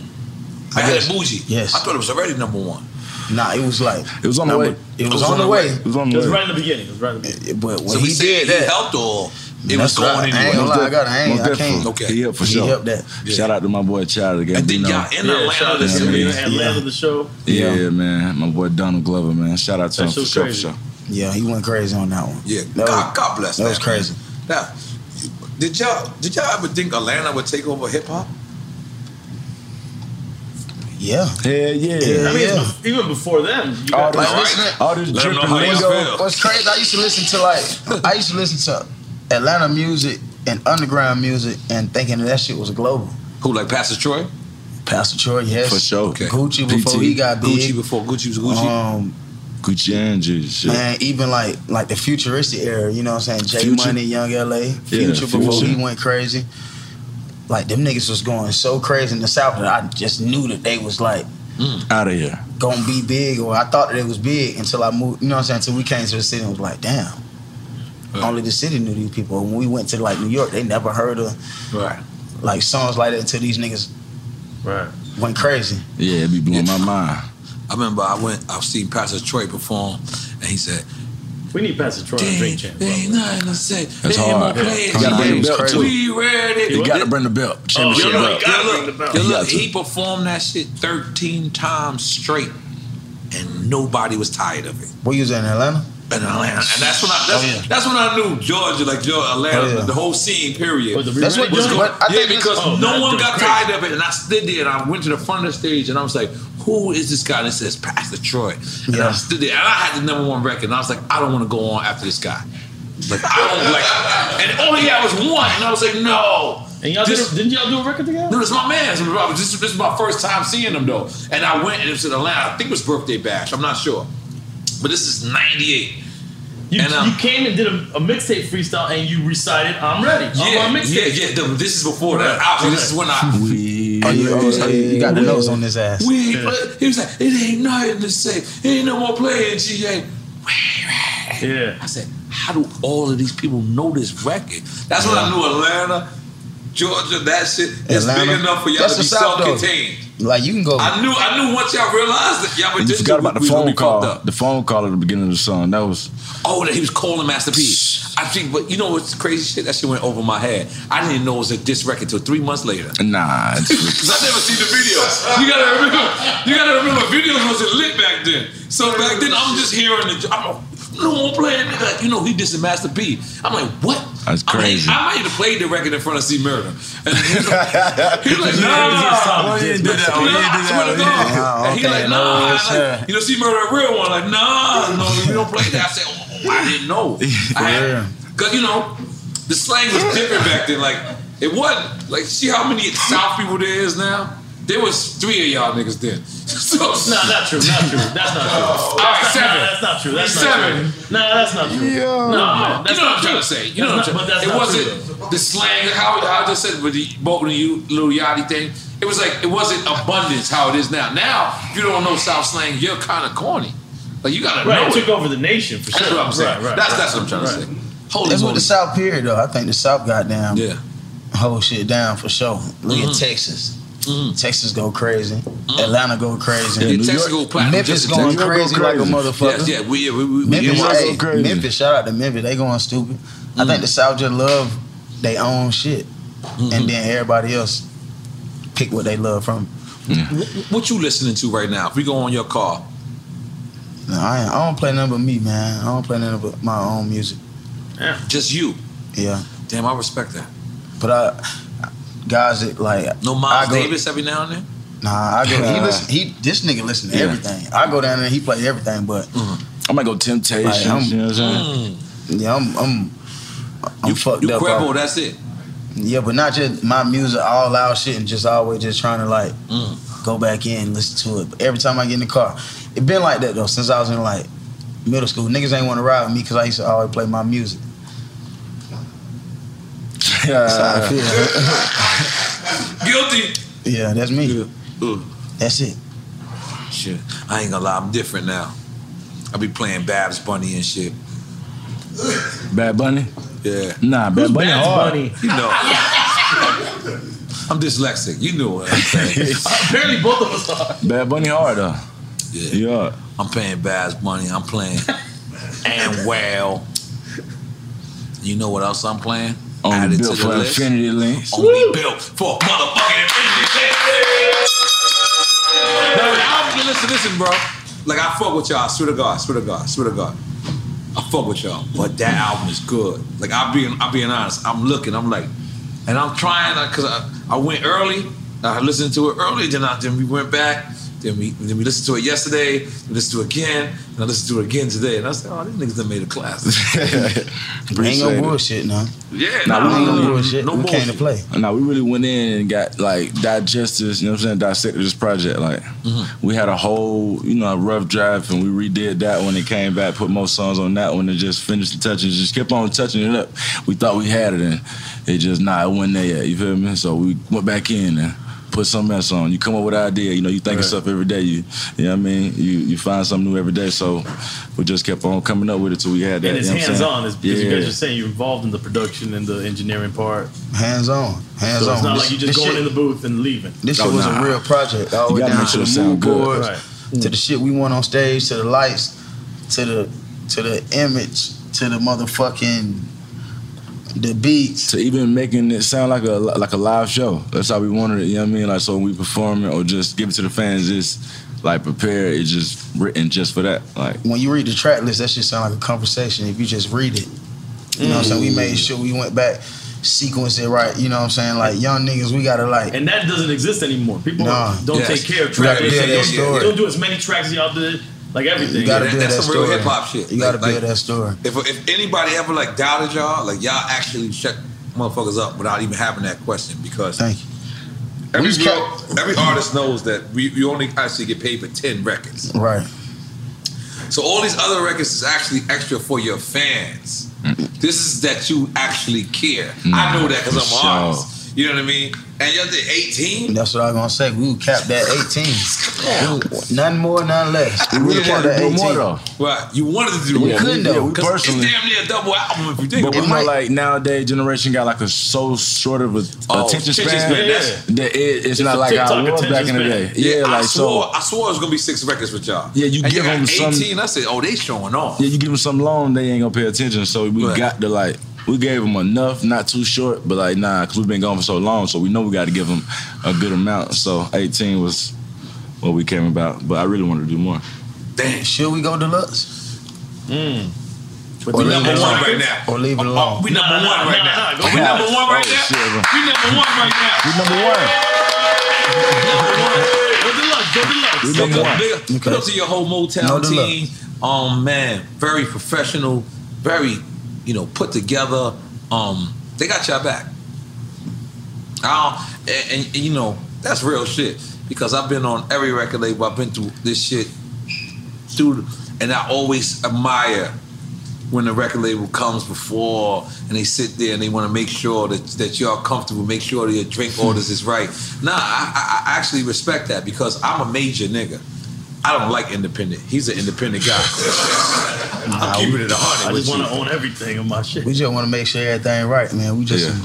[SPEAKER 2] Bad
[SPEAKER 6] guess-
[SPEAKER 2] and bougie.
[SPEAKER 6] Yes.
[SPEAKER 2] I thought it was already number one.
[SPEAKER 6] Nah, it was like
[SPEAKER 10] it was
[SPEAKER 3] on the way.
[SPEAKER 6] It was on the way. It was on
[SPEAKER 3] It was right in the beginning. It was right in the beginning.
[SPEAKER 6] But
[SPEAKER 2] so
[SPEAKER 6] when
[SPEAKER 2] we
[SPEAKER 6] he
[SPEAKER 2] said
[SPEAKER 6] did
[SPEAKER 2] he
[SPEAKER 6] that,
[SPEAKER 2] helped or it was
[SPEAKER 6] That's
[SPEAKER 2] going
[SPEAKER 6] right.
[SPEAKER 2] anyway.
[SPEAKER 6] I ain't gonna lie, I got, I ain't,
[SPEAKER 10] Most
[SPEAKER 6] I can't.
[SPEAKER 10] definitely. He helped for sure.
[SPEAKER 6] He helped that.
[SPEAKER 10] Shout out to my boy Childish Gambino.
[SPEAKER 2] And then y'all in
[SPEAKER 3] Yeah, shout out to
[SPEAKER 10] Yeah,
[SPEAKER 3] Atlanta,
[SPEAKER 10] man.
[SPEAKER 3] Atlanta, the show.
[SPEAKER 10] Yeah, man. My boy Donald Glover, man. Shout out to
[SPEAKER 6] That
[SPEAKER 10] him for
[SPEAKER 6] shit's
[SPEAKER 10] sure, for
[SPEAKER 6] crazy.
[SPEAKER 10] sure.
[SPEAKER 6] Yeah, he went crazy on that one.
[SPEAKER 2] Yeah,
[SPEAKER 6] That
[SPEAKER 2] God,
[SPEAKER 6] was-
[SPEAKER 2] God bless.
[SPEAKER 6] That was
[SPEAKER 2] man.
[SPEAKER 6] crazy.
[SPEAKER 2] Now, did y'all did y'all ever think Atlanta would take over hip hop?
[SPEAKER 6] Yeah.
[SPEAKER 10] Yeah, yeah. Oh,
[SPEAKER 3] I mean, it's bef- even before them, you
[SPEAKER 6] All
[SPEAKER 3] got
[SPEAKER 6] this- all this
[SPEAKER 3] Let 'em know
[SPEAKER 6] dripping
[SPEAKER 3] how y'all
[SPEAKER 6] lingo.
[SPEAKER 3] feel.
[SPEAKER 6] What's crazy? I used to listen to like I used to listen to Atlanta music and underground music and thinking that shit was global.
[SPEAKER 2] Who like Pastor Troy?
[SPEAKER 6] Pastor Troy, yes,
[SPEAKER 10] For sure. Okay.
[SPEAKER 6] Gucci before
[SPEAKER 10] PT.
[SPEAKER 6] he got big.
[SPEAKER 10] Gucci
[SPEAKER 2] before Gucci was
[SPEAKER 10] Gucci.
[SPEAKER 6] Um,
[SPEAKER 10] Gucci and Juice, shit.
[SPEAKER 6] Man, even like like the futuristic era, you know what I'm saying? J
[SPEAKER 10] Future.
[SPEAKER 6] Money, Young LA, Future before
[SPEAKER 10] Future.
[SPEAKER 6] he went crazy. Like them niggas was going so crazy in the South that I just knew that they was like
[SPEAKER 2] Mm.
[SPEAKER 10] Out of here.
[SPEAKER 6] gonna be big, or I thought that it was big until I moved. You know what I'm saying? Until we came to the city and was like, damn. Only the city knew these people. When we went to like New York, they never heard of
[SPEAKER 2] right.
[SPEAKER 6] like songs like that until these niggas
[SPEAKER 3] right.
[SPEAKER 6] went crazy.
[SPEAKER 10] Yeah, it be blowing my mind.
[SPEAKER 2] I remember I went. I've seen Pastor Troy perform, and he said,
[SPEAKER 3] We need Pastor Troy on drink champ.
[SPEAKER 2] "There ain't nothing to say.
[SPEAKER 10] That's
[SPEAKER 2] There ain't
[SPEAKER 10] hard.
[SPEAKER 2] more
[SPEAKER 10] You
[SPEAKER 2] players.
[SPEAKER 10] gotta bring the
[SPEAKER 2] games.
[SPEAKER 10] belt, too.
[SPEAKER 2] We ready.
[SPEAKER 10] You gotta bring the belt. Championship
[SPEAKER 2] yeah,
[SPEAKER 10] belt.
[SPEAKER 2] look, yeah, look, yeah,
[SPEAKER 10] You
[SPEAKER 2] look,
[SPEAKER 10] got to.
[SPEAKER 2] he performed that shit 13 times straight, and nobody was tired of it.
[SPEAKER 6] We was in Atlanta.
[SPEAKER 2] In Atlanta, and that's when I that's,
[SPEAKER 6] Oh, yeah.
[SPEAKER 2] that's when I knew Georgia, like Georgia, Atlanta,
[SPEAKER 6] Oh, yeah.
[SPEAKER 2] the whole scene.
[SPEAKER 3] Oh,
[SPEAKER 2] Period.
[SPEAKER 6] But the That's what-
[SPEAKER 2] was
[SPEAKER 6] but
[SPEAKER 2] going-
[SPEAKER 6] I think
[SPEAKER 2] yeah,
[SPEAKER 6] this-
[SPEAKER 2] because
[SPEAKER 6] oh,
[SPEAKER 2] no
[SPEAKER 6] that
[SPEAKER 2] one
[SPEAKER 6] joint
[SPEAKER 2] got
[SPEAKER 6] crazy.
[SPEAKER 2] tired of it, and I stood there and I went to the front of the stage and I was like, "Who is this guy?" And it says Pastor Troy, and I
[SPEAKER 6] Yeah.
[SPEAKER 2] stood there and I had the number one record, and I was like, "I don't want to go on after this guy." Like I don't like, and all he had was one, and I was like, "No."
[SPEAKER 3] And y'all
[SPEAKER 2] This-
[SPEAKER 3] did, didn't y'all do a record together?
[SPEAKER 2] no, this is my man. This is, my- this is- this is my first time seeing him though. And I went and it was in Atlanta. I think it was birthday bash. I'm not sure. But this is 98.
[SPEAKER 3] You,
[SPEAKER 2] And, um,
[SPEAKER 3] you came and did a, a mixtape freestyle and you recited "I'm ready"
[SPEAKER 2] Yeah,
[SPEAKER 3] on my
[SPEAKER 2] yeah,
[SPEAKER 3] mixtape.
[SPEAKER 2] yeah. The, this is before that. Obviously, this is when I.
[SPEAKER 6] We, oh, you, oh, so you, you got the nose on his ass.
[SPEAKER 2] We ain't play- He was like, it ain't nothing to say. Ain't no more playing GA.
[SPEAKER 3] Yeah.
[SPEAKER 2] I said, how do all of these people know this record? That's when I knew Atlanta, Georgia, that shit is big
[SPEAKER 6] Atlanta.
[SPEAKER 2] enough for y'all
[SPEAKER 6] That's
[SPEAKER 2] to
[SPEAKER 6] the
[SPEAKER 2] be
[SPEAKER 6] South, though.
[SPEAKER 2] self-contained.
[SPEAKER 6] Like you can go.
[SPEAKER 2] I knew, I knew once y'all realized that y'all were
[SPEAKER 10] And you
[SPEAKER 2] just
[SPEAKER 10] forgot about the
[SPEAKER 2] we was
[SPEAKER 10] phone
[SPEAKER 2] gonna be fucked
[SPEAKER 10] call.
[SPEAKER 2] up.
[SPEAKER 10] The phone call at the beginning of the song. That was
[SPEAKER 2] Oh, that he was calling Master P. I think, but you know what's crazy shit? That shit went over my head. I didn't know it was a diss record till three months later.
[SPEAKER 10] nah. it's-
[SPEAKER 2] Cause I never seen the videos. You gotta remember, you gotta remember, videos wasn't lit back then. So back then, I'm just hearing the. I'm a, no more playing. Like, you know, he dissing Master P. I'm like, what?
[SPEAKER 22] That's crazy.
[SPEAKER 2] I might have played the record in front of C Murder. And he's like, he's like, nah,
[SPEAKER 5] Oh, you didn't do that. Oh, you didn't do that.
[SPEAKER 2] swear to God.
[SPEAKER 5] Oh,
[SPEAKER 2] And he
[SPEAKER 5] okay.
[SPEAKER 2] like, nah,
[SPEAKER 5] Oh,
[SPEAKER 2] I like- you know, C Murder a real one. Like, nah, no, we don't play that. I said, oh, I didn't know. I had, cause you know, the slang was different back then. Like, it wasn't like see how many South people there is now. There was three of y'all niggas then. So,
[SPEAKER 12] No, not true, not true. That's not true.
[SPEAKER 2] All right,
[SPEAKER 12] That's not-
[SPEAKER 2] seven.
[SPEAKER 12] that's not true. That's
[SPEAKER 2] seven.
[SPEAKER 12] not true. No, that's not true. No, no,
[SPEAKER 2] you
[SPEAKER 12] that's
[SPEAKER 2] know what
[SPEAKER 12] not
[SPEAKER 2] I'm
[SPEAKER 12] true.
[SPEAKER 2] trying to say. You know
[SPEAKER 12] That's
[SPEAKER 2] what
[SPEAKER 12] not-
[SPEAKER 2] I'm trying
[SPEAKER 12] but that's
[SPEAKER 2] It
[SPEAKER 12] not true,
[SPEAKER 2] wasn't the slang. How how I just said with the both of you little yachty thing. It was like it wasn't abundance how it is now. Now if you don't know South slang, you're kind of corny. Like you gotta
[SPEAKER 3] Right,
[SPEAKER 2] know
[SPEAKER 3] it took
[SPEAKER 2] over the nation for That's
[SPEAKER 3] sure.
[SPEAKER 2] what I'm saying.
[SPEAKER 3] Right, right,
[SPEAKER 2] that's
[SPEAKER 3] right,
[SPEAKER 2] that's what I'm trying
[SPEAKER 3] right.
[SPEAKER 2] to say. Holy
[SPEAKER 6] That's what
[SPEAKER 2] moly.
[SPEAKER 6] the South period though. I think the South got down.
[SPEAKER 2] Yeah.
[SPEAKER 6] Whole shit down for sure. Look at
[SPEAKER 2] Mhm.
[SPEAKER 6] Texas. Texas go crazy. Atlanta go crazy.
[SPEAKER 2] Mm-hmm. Yeah, Texas go platinum
[SPEAKER 6] Memphis
[SPEAKER 2] just in
[SPEAKER 6] going
[SPEAKER 2] Texas.
[SPEAKER 6] crazy, like a
[SPEAKER 2] Yes,
[SPEAKER 6] motherfucker.
[SPEAKER 2] yeah, we, yeah, we, we, we
[SPEAKER 6] Memphis,
[SPEAKER 2] yeah,
[SPEAKER 6] hey, Memphis, shout out to Memphis. They going stupid. I
[SPEAKER 2] Mm.
[SPEAKER 6] think the South just love they own shit,
[SPEAKER 2] Mm-hmm.
[SPEAKER 6] and then everybody else pick what they love from.
[SPEAKER 2] Wh- What you listening to right now? If we go on your car,
[SPEAKER 6] No, I, ain't, I don't play nothing but me, man. I don't play nothing but my own music.
[SPEAKER 2] just you.
[SPEAKER 6] Yeah,
[SPEAKER 2] Damn, I respect that.
[SPEAKER 6] but I guys that like
[SPEAKER 2] No Miles
[SPEAKER 6] I go-
[SPEAKER 2] Davis every now and then.
[SPEAKER 6] Nah, I go.
[SPEAKER 2] Uh,
[SPEAKER 6] he listen. He this nigga listen to
[SPEAKER 2] yeah.
[SPEAKER 6] everything. I go down there. and He play everything, but
[SPEAKER 5] I might go Temptations.
[SPEAKER 6] Like, I'm-
[SPEAKER 5] you know what I'm saying?
[SPEAKER 6] Mm. yeah, I'm I'm, I'm fucked
[SPEAKER 2] You
[SPEAKER 6] up.
[SPEAKER 2] Quebo,
[SPEAKER 6] off-
[SPEAKER 2] that's it.
[SPEAKER 6] Yeah, but not just my music, all loud shit, and just always just trying to like
[SPEAKER 2] Mm.
[SPEAKER 6] go back in and listen to it. But every time I get in the car, it been like that though since I was in like middle school. Niggas ain't want to ride with me because I used to always play my music. That's how I feel.
[SPEAKER 2] Guilty.
[SPEAKER 6] yeah, that's me.
[SPEAKER 2] Ugh.
[SPEAKER 6] That's it.
[SPEAKER 2] Shit, I ain't gonna lie, I'm different now. I be playing Babs Bunny and shit.
[SPEAKER 5] Bad Bunny?
[SPEAKER 2] Yeah.
[SPEAKER 5] Nah, Bad Bunny
[SPEAKER 2] Babs
[SPEAKER 5] hard.
[SPEAKER 2] You know. I'm dyslexic. You know what I'm saying. Apparently, both of us are.
[SPEAKER 5] Bad Bunny hard though.
[SPEAKER 2] Yeah.
[SPEAKER 5] Yeah.
[SPEAKER 2] I'm playing Babs Bunny. I'm playing and well. You know what else I'm playing?
[SPEAKER 5] Only
[SPEAKER 2] Added
[SPEAKER 5] built
[SPEAKER 2] to
[SPEAKER 5] for
[SPEAKER 2] the list.
[SPEAKER 5] infinity links.
[SPEAKER 2] Only built for motherfucking infinity. No, I'm, listen, listen, bro. Like I fuck with y'all. I swear to God. I swear to God. I swear to God. I fuck with y'all, but that album is good. Like I'm being, I'm being honest. I'm looking. I'm like, and I'm trying like, cause I, I went early. I listened to it early. Then I then we went back. Then we then we listened to it yesterday. We listened to it again. And I listened to it again today. And I said, oh, these niggas done made a class.
[SPEAKER 6] ain't
[SPEAKER 5] Appreciate
[SPEAKER 6] no
[SPEAKER 5] it.
[SPEAKER 6] bullshit now.
[SPEAKER 2] yeah,
[SPEAKER 5] Nah,
[SPEAKER 2] nah,
[SPEAKER 5] we ain't
[SPEAKER 2] nah,
[SPEAKER 5] no
[SPEAKER 2] nah,
[SPEAKER 5] bullshit.
[SPEAKER 2] No
[SPEAKER 5] We
[SPEAKER 2] bullshit.
[SPEAKER 5] came
[SPEAKER 6] to play.
[SPEAKER 5] Nah, we really went in and got like digested, this, you know what I'm saying, dissected this project. Like
[SPEAKER 3] Mm-hmm.
[SPEAKER 5] we had a whole, you know, rough draft and we redid that when it came back, put more songs on that one and just finished the touches, just kept on touching it up. We thought we had it and it just nah, it wasn't there yet, you feel me? So we went back in and put something else on. You come up with an idea, you know, you think of
[SPEAKER 22] Right.
[SPEAKER 5] stuff every day. You you know what I mean? You you find something new every day. So we just kept on coming up with it till we had that.
[SPEAKER 3] and it's
[SPEAKER 5] you know what I'm
[SPEAKER 3] hands
[SPEAKER 5] saying?
[SPEAKER 3] on. It's because you
[SPEAKER 5] Yeah.
[SPEAKER 3] guys are saying you're involved in the production and the engineering part.
[SPEAKER 6] Hands on. Hands
[SPEAKER 3] so
[SPEAKER 6] on.
[SPEAKER 3] it's not
[SPEAKER 6] This-
[SPEAKER 3] like you're just
[SPEAKER 6] this
[SPEAKER 3] going
[SPEAKER 6] shit-
[SPEAKER 3] in the booth and leaving.
[SPEAKER 6] This shit was a real project. All the
[SPEAKER 3] Oh, You
[SPEAKER 6] way
[SPEAKER 3] gotta
[SPEAKER 6] down
[SPEAKER 3] make sure
[SPEAKER 6] to
[SPEAKER 3] it
[SPEAKER 6] the mood
[SPEAKER 3] sound good.
[SPEAKER 6] boards,
[SPEAKER 3] Right.
[SPEAKER 6] to the shit we want on stage, to the lights, to the to the image, to the motherfucking the beats.
[SPEAKER 5] To even making it sound like a like a live show. That's how we wanted it, you know what I mean? Like so when we perform it or just give it to the fans, just like prepare it just written just for that. Like
[SPEAKER 6] when you read the track list, that shit sound like a conversation if you just read it. You know what I'm saying? We made sure we went back, sequenced it right, you know what I'm saying? Like young niggas, we gotta like
[SPEAKER 3] And that doesn't exist anymore. People
[SPEAKER 6] Nah.
[SPEAKER 3] don't
[SPEAKER 6] Yes.
[SPEAKER 3] take care of
[SPEAKER 6] You gotta
[SPEAKER 3] tracks. They
[SPEAKER 6] build
[SPEAKER 3] say,
[SPEAKER 6] that
[SPEAKER 3] don't,
[SPEAKER 6] story.
[SPEAKER 3] don't do as many tracks as y'all did. Like everything.
[SPEAKER 6] You gotta build that
[SPEAKER 2] that's some real
[SPEAKER 6] story.
[SPEAKER 2] hip hop shit.
[SPEAKER 6] You gotta
[SPEAKER 2] Like-
[SPEAKER 6] build that story.
[SPEAKER 2] If, if anybody ever like doubted y'all, like y'all actually shut motherfuckers up without even having that question because
[SPEAKER 6] Thank
[SPEAKER 2] you. Every, real- every artist knows that we you only actually get paid for ten records.
[SPEAKER 6] Right.
[SPEAKER 2] So all these other records is actually extra for your fans. This is that you actually care. I know that because I'm
[SPEAKER 6] For
[SPEAKER 2] an
[SPEAKER 6] sure.
[SPEAKER 2] artist. You know what I mean? And you're the 18.
[SPEAKER 6] That's what I was gonna say. We would cap that 18. We- None more, none less. We really want that 18.
[SPEAKER 2] Right. You wanted to do
[SPEAKER 6] We
[SPEAKER 2] more.
[SPEAKER 6] couldn't, though.
[SPEAKER 2] Yeah, we
[SPEAKER 6] 'Cause
[SPEAKER 2] It's
[SPEAKER 5] personally-
[SPEAKER 2] damn near a double album if you think
[SPEAKER 5] But we
[SPEAKER 2] about it.
[SPEAKER 5] know, like nowadays, generation got like a so short of a
[SPEAKER 2] Oh,
[SPEAKER 5] attention span
[SPEAKER 2] attention span, that's-
[SPEAKER 5] that it, it's,
[SPEAKER 2] It's
[SPEAKER 5] not
[SPEAKER 2] a
[SPEAKER 5] like how
[SPEAKER 2] TikTok
[SPEAKER 5] it was back in
[SPEAKER 2] attention
[SPEAKER 5] the day.
[SPEAKER 2] span.
[SPEAKER 5] Yeah,
[SPEAKER 2] I
[SPEAKER 5] like
[SPEAKER 2] swore,
[SPEAKER 5] so.
[SPEAKER 2] I swore it was gonna be six records with y'all.
[SPEAKER 5] Yeah, you
[SPEAKER 2] and
[SPEAKER 5] give
[SPEAKER 2] you got
[SPEAKER 5] them some-
[SPEAKER 2] 18. I said, oh, they showing off.
[SPEAKER 5] Yeah, you give them something long, they ain't gonna pay attention. So we got to like, we gave them enough, not too short, but like nah, cause we've been gone for so long, so we know we got to give them a good amount. So 18 was what we came about, but I really wanted to do more.
[SPEAKER 2] Damn.
[SPEAKER 6] Should we go deluxe?
[SPEAKER 5] Mm.
[SPEAKER 6] But the number one right
[SPEAKER 2] now.
[SPEAKER 6] Or
[SPEAKER 3] Oh,
[SPEAKER 6] leave it alone.
[SPEAKER 2] We number one right now. We
[SPEAKER 6] nah.
[SPEAKER 2] number one right
[SPEAKER 6] Oh,
[SPEAKER 2] now.
[SPEAKER 6] shit, bro.
[SPEAKER 2] We number one right now.
[SPEAKER 10] We number one.
[SPEAKER 2] Go
[SPEAKER 10] We number one.
[SPEAKER 2] Big up- big up to your whole
[SPEAKER 10] No
[SPEAKER 2] Motown
[SPEAKER 10] deluxe.
[SPEAKER 2] team. Um, man, very professional, very, you know, put together. Um, they got your back. I don't, and, and, and, you know that's real shit because I've been on every record label. I've been through this shit, through, and I always admire when the record label comes before and they sit there and they want to make sure that, that y'all comfortable, make sure that your drink
[SPEAKER 6] Hmm.
[SPEAKER 2] orders is right. Nah, I, I, I actually respect that because I'm a major nigga. I don't like independent. He's an independent guy. I'm keeping it a hundred.
[SPEAKER 6] I just
[SPEAKER 2] with you.
[SPEAKER 6] wanna own
[SPEAKER 3] everything in my shit.
[SPEAKER 6] We just want to make sure everything right, man. We just some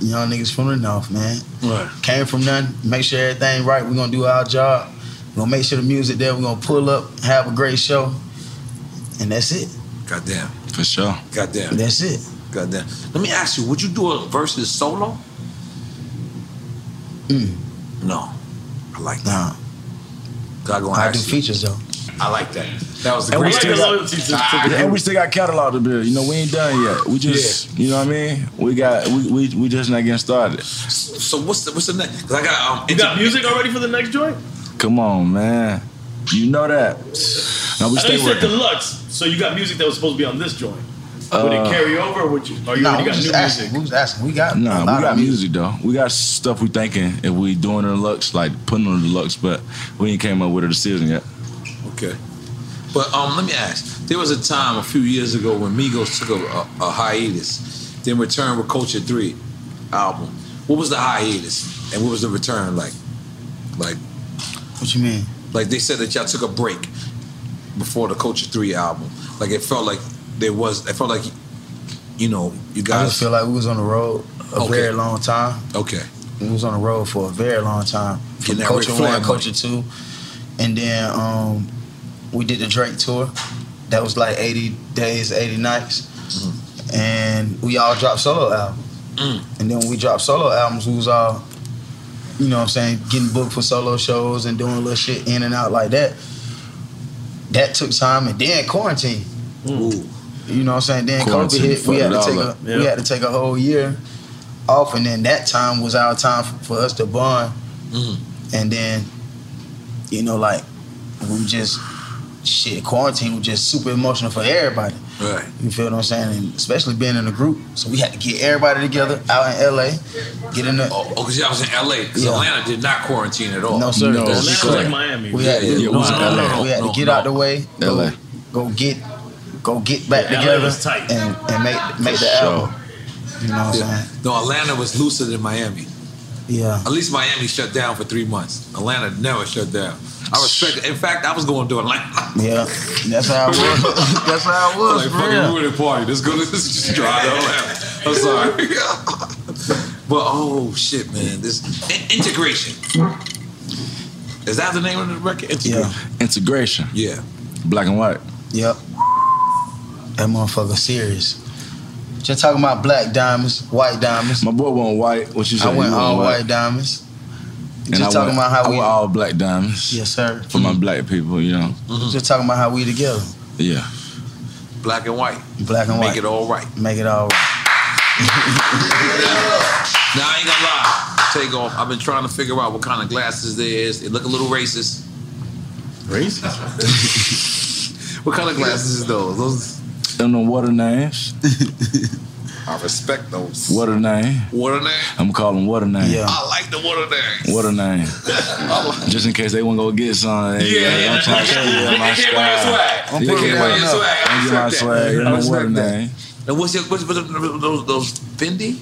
[SPEAKER 6] young niggas from the north, man.
[SPEAKER 2] Right.
[SPEAKER 6] Came from nothing. Make sure everything right. We're gonna do our job. We're gonna make sure the music there. We're gonna pull up, have a great show, and that's it.
[SPEAKER 2] Goddamn.
[SPEAKER 5] For sure.
[SPEAKER 2] Goddamn.
[SPEAKER 6] That's it.
[SPEAKER 2] Goddamn. Let me ask you: Would you do a versus solo?
[SPEAKER 6] Mm.
[SPEAKER 2] No, I like that. God gonna
[SPEAKER 6] I do
[SPEAKER 2] ask you.
[SPEAKER 6] features though.
[SPEAKER 2] I like that. That was the
[SPEAKER 10] And we,
[SPEAKER 2] greatest.
[SPEAKER 10] still
[SPEAKER 2] Ah,
[SPEAKER 10] got, Yeah, and we still got catalog to build. You know, we ain't done yet. We just, you know what I mean? We got, we, we, we just not getting started.
[SPEAKER 2] So what's the what's the next? Cause I got um.
[SPEAKER 3] You got music already for the next joint?
[SPEAKER 10] Come on, man. You know that. No, we
[SPEAKER 3] I know
[SPEAKER 10] stay
[SPEAKER 3] you said
[SPEAKER 10] working.
[SPEAKER 3] deluxe, so you got music that was supposed to be on this joint. would it
[SPEAKER 10] Uh,
[SPEAKER 3] carry over? Or would you? Or you
[SPEAKER 6] Nah,
[SPEAKER 3] already
[SPEAKER 6] we
[SPEAKER 3] got
[SPEAKER 6] just
[SPEAKER 3] new
[SPEAKER 6] asking.
[SPEAKER 3] music?
[SPEAKER 6] We was asking. We got
[SPEAKER 10] Nah,
[SPEAKER 6] a
[SPEAKER 10] we
[SPEAKER 6] lot
[SPEAKER 10] got
[SPEAKER 6] of music.
[SPEAKER 10] music though. We got stuff we thinking if we doing the looks like putting on the looks, but we ain't came up with a decision yet.
[SPEAKER 2] Okay. But um, let me ask. There was a time a few years ago when Migos took a, a, a hiatus, then returned with Culture Three album. What was the hiatus and what was the return like? Like,
[SPEAKER 6] what you mean?
[SPEAKER 2] Like they said that y'all took a break before the Culture Three album. Like it felt like there was. It felt like, you know, you
[SPEAKER 6] I
[SPEAKER 2] guys.
[SPEAKER 6] just feel like we was on the road a
[SPEAKER 2] Okay.
[SPEAKER 6] very long time.
[SPEAKER 2] Okay.
[SPEAKER 6] We was on the road for a very long time. From
[SPEAKER 2] Getting that
[SPEAKER 6] culture
[SPEAKER 2] Ric Flair
[SPEAKER 6] one,
[SPEAKER 2] money.
[SPEAKER 6] culture two, and then um, we did the Drake tour. That was like eighty days, eighty nights,
[SPEAKER 2] Mm-hmm.
[SPEAKER 6] and we all dropped solo albums. And then when we dropped solo albums, we was all, you know, what I'm saying, getting booked for solo shows and doing little shit in and out like that. That took time, and then quarantine. You know what I'm saying? Then COVID
[SPEAKER 10] Quarantine
[SPEAKER 6] hit. We had to
[SPEAKER 10] fucked it all
[SPEAKER 6] take a
[SPEAKER 10] up.
[SPEAKER 6] we
[SPEAKER 10] Yeah.
[SPEAKER 6] had to take a whole year off, and then that time was our time f- for us to bond. And then, you know, like we just shit quarantine was just super emotional for everybody.
[SPEAKER 2] Right.
[SPEAKER 6] You feel what I'm saying? And especially being in a group, so we had to get everybody together out in LA, get in the
[SPEAKER 2] Oh, because I was in LA. Because
[SPEAKER 6] Yeah.
[SPEAKER 2] Atlanta did not quarantine at all.
[SPEAKER 6] no sir,
[SPEAKER 2] Atlanta
[SPEAKER 6] That's correct. We had,
[SPEAKER 2] yeah, no,
[SPEAKER 6] to,
[SPEAKER 2] no, no,
[SPEAKER 6] we had
[SPEAKER 2] no,
[SPEAKER 6] to get
[SPEAKER 2] no.
[SPEAKER 6] out the way,
[SPEAKER 2] LA.
[SPEAKER 6] go, go get, go get back
[SPEAKER 2] Yeah, LA
[SPEAKER 6] together,
[SPEAKER 2] was tight.
[SPEAKER 6] and and make make the album. You know what I'm
[SPEAKER 2] Yeah.
[SPEAKER 6] saying?
[SPEAKER 2] No, Atlanta was looser than Miami.
[SPEAKER 6] Yeah.
[SPEAKER 2] At least Miami shut down for three months. Atlanta never shut down. I respect it. In fact, I was going to Atlanta.
[SPEAKER 6] Yeah, that's how I was. that's how I was.
[SPEAKER 2] like,
[SPEAKER 6] for
[SPEAKER 2] fucking
[SPEAKER 6] real.
[SPEAKER 2] ruin the party. Let's go. Let's just drive to Atlanta. I'm sorry. but oh shit, man, this in- integration. Is that the name of the record? Integration.
[SPEAKER 10] Integration.
[SPEAKER 2] Yeah.
[SPEAKER 10] Black and white.
[SPEAKER 6] Yep. That motherfucker serious. Just talking about black diamonds, white diamonds.
[SPEAKER 10] My boy went white. What you say?
[SPEAKER 6] I went
[SPEAKER 10] You
[SPEAKER 6] all
[SPEAKER 10] went
[SPEAKER 6] white.
[SPEAKER 10] white.
[SPEAKER 6] diamonds.
[SPEAKER 10] And
[SPEAKER 6] Just
[SPEAKER 10] I
[SPEAKER 6] talking
[SPEAKER 10] went-
[SPEAKER 6] about how
[SPEAKER 10] I
[SPEAKER 6] we-
[SPEAKER 10] went all black diamonds.
[SPEAKER 6] Yes, sir.
[SPEAKER 10] For
[SPEAKER 2] Mm.
[SPEAKER 10] my black people, you know.
[SPEAKER 6] Just talking about how we together.
[SPEAKER 10] Yeah.
[SPEAKER 2] Mm-hmm. Black and white.
[SPEAKER 6] Black and
[SPEAKER 2] Make
[SPEAKER 6] white.
[SPEAKER 2] it all right.
[SPEAKER 6] Make it all right.
[SPEAKER 2] Now I ain't gonna lie. Take off. I've been trying to figure out what kind of glasses there is. They look a little racist. Racist. what kind of glasses is those? Those.
[SPEAKER 10] Them the water names.
[SPEAKER 2] I respect those.
[SPEAKER 10] Water name.
[SPEAKER 2] Water name.
[SPEAKER 10] I'm calling water name.
[SPEAKER 2] I like the water name.
[SPEAKER 10] Water name. Just in case they want to go get some. they-
[SPEAKER 2] Yeah,
[SPEAKER 10] like,
[SPEAKER 2] yeah,
[SPEAKER 10] I'm trying to show you
[SPEAKER 2] they
[SPEAKER 10] my
[SPEAKER 2] can't
[SPEAKER 10] swag.
[SPEAKER 2] wear swag.
[SPEAKER 10] I'm
[SPEAKER 2] They
[SPEAKER 10] putting
[SPEAKER 2] can't
[SPEAKER 10] it
[SPEAKER 2] wear
[SPEAKER 10] down.
[SPEAKER 2] swag. I
[SPEAKER 10] Don't get my
[SPEAKER 2] respect
[SPEAKER 10] swag.
[SPEAKER 2] that. I
[SPEAKER 10] No
[SPEAKER 2] respect
[SPEAKER 10] water
[SPEAKER 2] that.
[SPEAKER 10] name.
[SPEAKER 2] Now what's your what's, what's those those Fendi?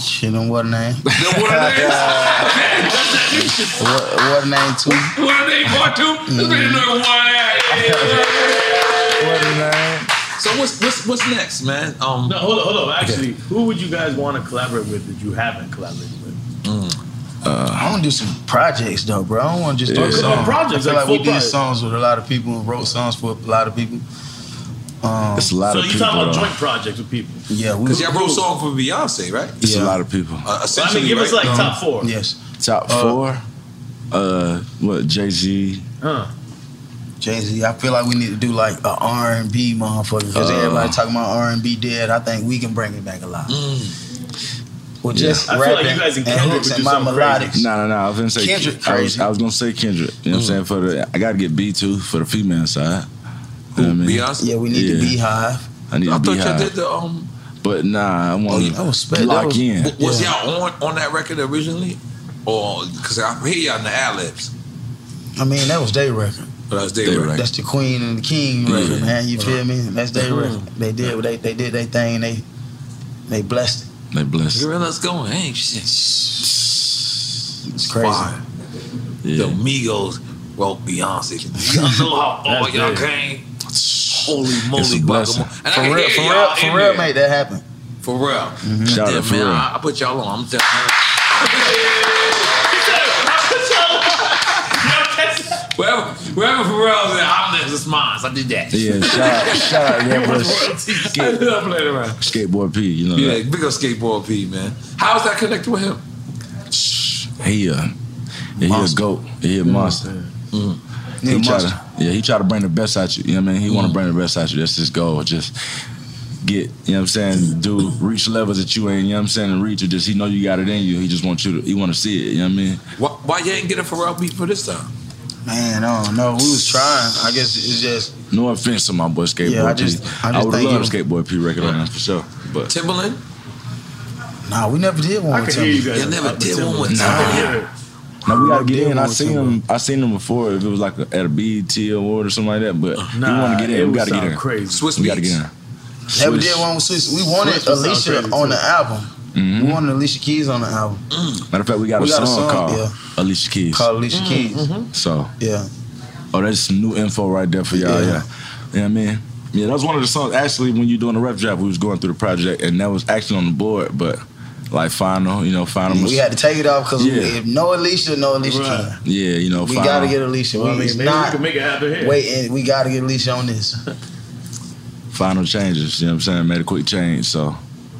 [SPEAKER 6] Shit, and what a name.
[SPEAKER 2] What are they?
[SPEAKER 6] What, what a name too.
[SPEAKER 2] What are they? Part two. Let's
[SPEAKER 10] Mm.
[SPEAKER 2] make another one. Yeah, yeah, yeah. So what's what's what's next, man? Um,
[SPEAKER 3] no, hold on, hold on. Actually, who would you guys want to collaborate with that you haven't collaborated with?
[SPEAKER 6] Uh, I want to do some projects though, bro. I don't want to just do
[SPEAKER 3] Yeah.
[SPEAKER 6] songs.
[SPEAKER 3] Projects,
[SPEAKER 6] I feel
[SPEAKER 3] like
[SPEAKER 6] like, we
[SPEAKER 3] full
[SPEAKER 6] did
[SPEAKER 3] projects.
[SPEAKER 6] songs with a lot of people and wrote songs for a lot of people. Um,
[SPEAKER 10] It's a lot
[SPEAKER 3] so
[SPEAKER 10] of
[SPEAKER 3] you
[SPEAKER 10] people. uh,
[SPEAKER 3] talking about
[SPEAKER 10] though.
[SPEAKER 3] joint projects with people?
[SPEAKER 6] Yeah, we-
[SPEAKER 2] Cause y'all wrote a song for Beyonce, right?
[SPEAKER 10] It's a lot of people. Um,
[SPEAKER 2] Uh, essentially, give us, right? like, top four.
[SPEAKER 6] Um, Yes.
[SPEAKER 10] Top
[SPEAKER 2] Uh,
[SPEAKER 10] four. Uh, what? Jay Z.
[SPEAKER 3] Huh.
[SPEAKER 6] Jay Z. I feel like we need to do like a R and B motherfucker because
[SPEAKER 2] Uh.
[SPEAKER 6] everybody talking about R and B dead. I think we can bring it back alive.
[SPEAKER 10] Mm.
[SPEAKER 6] Well, just
[SPEAKER 5] Yeah.
[SPEAKER 6] rapping and, hooks and my melodics.
[SPEAKER 5] No, no, no. I was gonna say
[SPEAKER 6] Kendrick
[SPEAKER 5] I was-
[SPEAKER 6] crazy. Mm.
[SPEAKER 5] I was, gonna say Kendrick. You know what I'm saying? For the, I gotta get B two for the female side. You know what I mean?
[SPEAKER 2] Beyonce?
[SPEAKER 6] Yeah, we need
[SPEAKER 5] yeah.
[SPEAKER 6] the Beehive. Oh,
[SPEAKER 5] I need
[SPEAKER 2] I
[SPEAKER 5] a
[SPEAKER 2] thought
[SPEAKER 5] beehive.
[SPEAKER 2] y'all did the um.
[SPEAKER 5] But nah, I
[SPEAKER 2] Oh,
[SPEAKER 5] want to lock in.
[SPEAKER 2] W- Was y'all on on that record originally, or because I hear y'all in the ad libs,
[SPEAKER 6] I mean, that was their record.
[SPEAKER 2] but I was there. Right?
[SPEAKER 6] That's the Queen and the King record, man. You feel me? That's their record. They did what they they did their thing. They they blessed it.
[SPEAKER 5] They blessed.
[SPEAKER 2] Gorilla's going. Hey, shit. It's
[SPEAKER 6] crazy.
[SPEAKER 2] The Migos broke Beyonce. Y'all know how all
[SPEAKER 6] That's
[SPEAKER 2] y'all
[SPEAKER 6] big.
[SPEAKER 2] came. Holy moly,
[SPEAKER 6] a blessing.
[SPEAKER 2] guacamole. And I
[SPEAKER 6] For
[SPEAKER 2] can
[SPEAKER 6] real,
[SPEAKER 2] hear
[SPEAKER 6] for
[SPEAKER 2] y'all
[SPEAKER 6] real,
[SPEAKER 2] in
[SPEAKER 6] for real,
[SPEAKER 2] there.
[SPEAKER 6] made that happen.
[SPEAKER 2] For real.
[SPEAKER 6] Shout
[SPEAKER 2] Damn,
[SPEAKER 6] out for
[SPEAKER 2] man, I,
[SPEAKER 6] real.
[SPEAKER 2] I put y'all on. I'm telling you. Wherever, wherever Pharrell's at, I'm there. It's mine. I did that.
[SPEAKER 5] Yeah, shout out- shout out, yeah, bro.
[SPEAKER 2] I did not play around.
[SPEAKER 5] Skateboard P, you know.
[SPEAKER 2] Yeah,
[SPEAKER 5] that.
[SPEAKER 2] big up skateboard P, man. How is that connected with him?
[SPEAKER 5] He uh, yeah, he a goat. He a monster.
[SPEAKER 2] Mm-hmm. He a
[SPEAKER 5] He try
[SPEAKER 2] monster. Mm-hmm.
[SPEAKER 5] to, yeah, he try to bring the best out you. You know what I mean? He want to bring the best out you. That's his goal. Just get, you know what I'm saying? Do reach levels that you ain't, you know what I'm saying? And reach it. Just he know you got it in you. He just wants you to. He want to see it. You know what I mean?
[SPEAKER 2] Why, why you ain't get a Pharrell beat for this time?
[SPEAKER 6] Man, I don't know. We was trying. I guess it's just
[SPEAKER 5] No offense to my boy Skateboard
[SPEAKER 6] Yeah, I
[SPEAKER 5] P.
[SPEAKER 6] just- I just
[SPEAKER 5] would
[SPEAKER 6] think
[SPEAKER 5] love
[SPEAKER 6] he-
[SPEAKER 5] Skateboard P record on him for sure. But
[SPEAKER 2] Timberland.
[SPEAKER 6] Nah, we never did
[SPEAKER 5] Oh,
[SPEAKER 6] one.
[SPEAKER 2] I
[SPEAKER 6] with
[SPEAKER 2] could hear you
[SPEAKER 6] Timberland.
[SPEAKER 2] guys. You never did one with
[SPEAKER 5] Timberland. No, we gotta get in. I seen him. I seen him before. If it was like a, at a BET award or something like that, but we
[SPEAKER 6] Nah,
[SPEAKER 5] want to get
[SPEAKER 6] it
[SPEAKER 5] in. We
[SPEAKER 6] would
[SPEAKER 5] gotta get
[SPEAKER 6] sound
[SPEAKER 5] in.
[SPEAKER 6] crazy. Swiss
[SPEAKER 5] we gotta get in.
[SPEAKER 6] Beats. Never did one with Swiss. We wanted
[SPEAKER 10] Swiss was
[SPEAKER 6] Alicia
[SPEAKER 10] crazy,
[SPEAKER 6] on
[SPEAKER 10] too.
[SPEAKER 6] the album.
[SPEAKER 5] Mhm.
[SPEAKER 6] We wanted Alicia Keys on the album.
[SPEAKER 5] Matter of fact, we got,
[SPEAKER 6] We
[SPEAKER 5] a,
[SPEAKER 6] got a
[SPEAKER 5] song
[SPEAKER 6] song,
[SPEAKER 5] called
[SPEAKER 6] yeah.
[SPEAKER 5] Alicia Keys.
[SPEAKER 6] Called
[SPEAKER 2] Mm-hmm.
[SPEAKER 6] Alicia Keys. Mhm.
[SPEAKER 5] So
[SPEAKER 6] yeah.
[SPEAKER 5] Oh, that's some new info right there for y'all. Yeah.
[SPEAKER 6] Yeah.
[SPEAKER 5] You know what I mean? Yeah, that was one of the songs. Actually, when you doing the rep draft, we was going through the project, and that was actually on the board, but like final, you know, final.
[SPEAKER 6] We had to take it off because
[SPEAKER 5] Yeah.
[SPEAKER 6] if no Alicia, no Alicia.
[SPEAKER 5] Right.
[SPEAKER 6] Keys.
[SPEAKER 5] Yeah, you know,
[SPEAKER 6] we
[SPEAKER 5] final.
[SPEAKER 6] gotta get Alicia.
[SPEAKER 5] Well, I
[SPEAKER 6] we
[SPEAKER 5] mean,
[SPEAKER 6] it's
[SPEAKER 5] maybe we
[SPEAKER 6] not
[SPEAKER 5] can make it happen here.
[SPEAKER 6] Waiting. We gotta get Alicia on this.
[SPEAKER 5] final changes. You know what I'm saying? Made a quick change. So,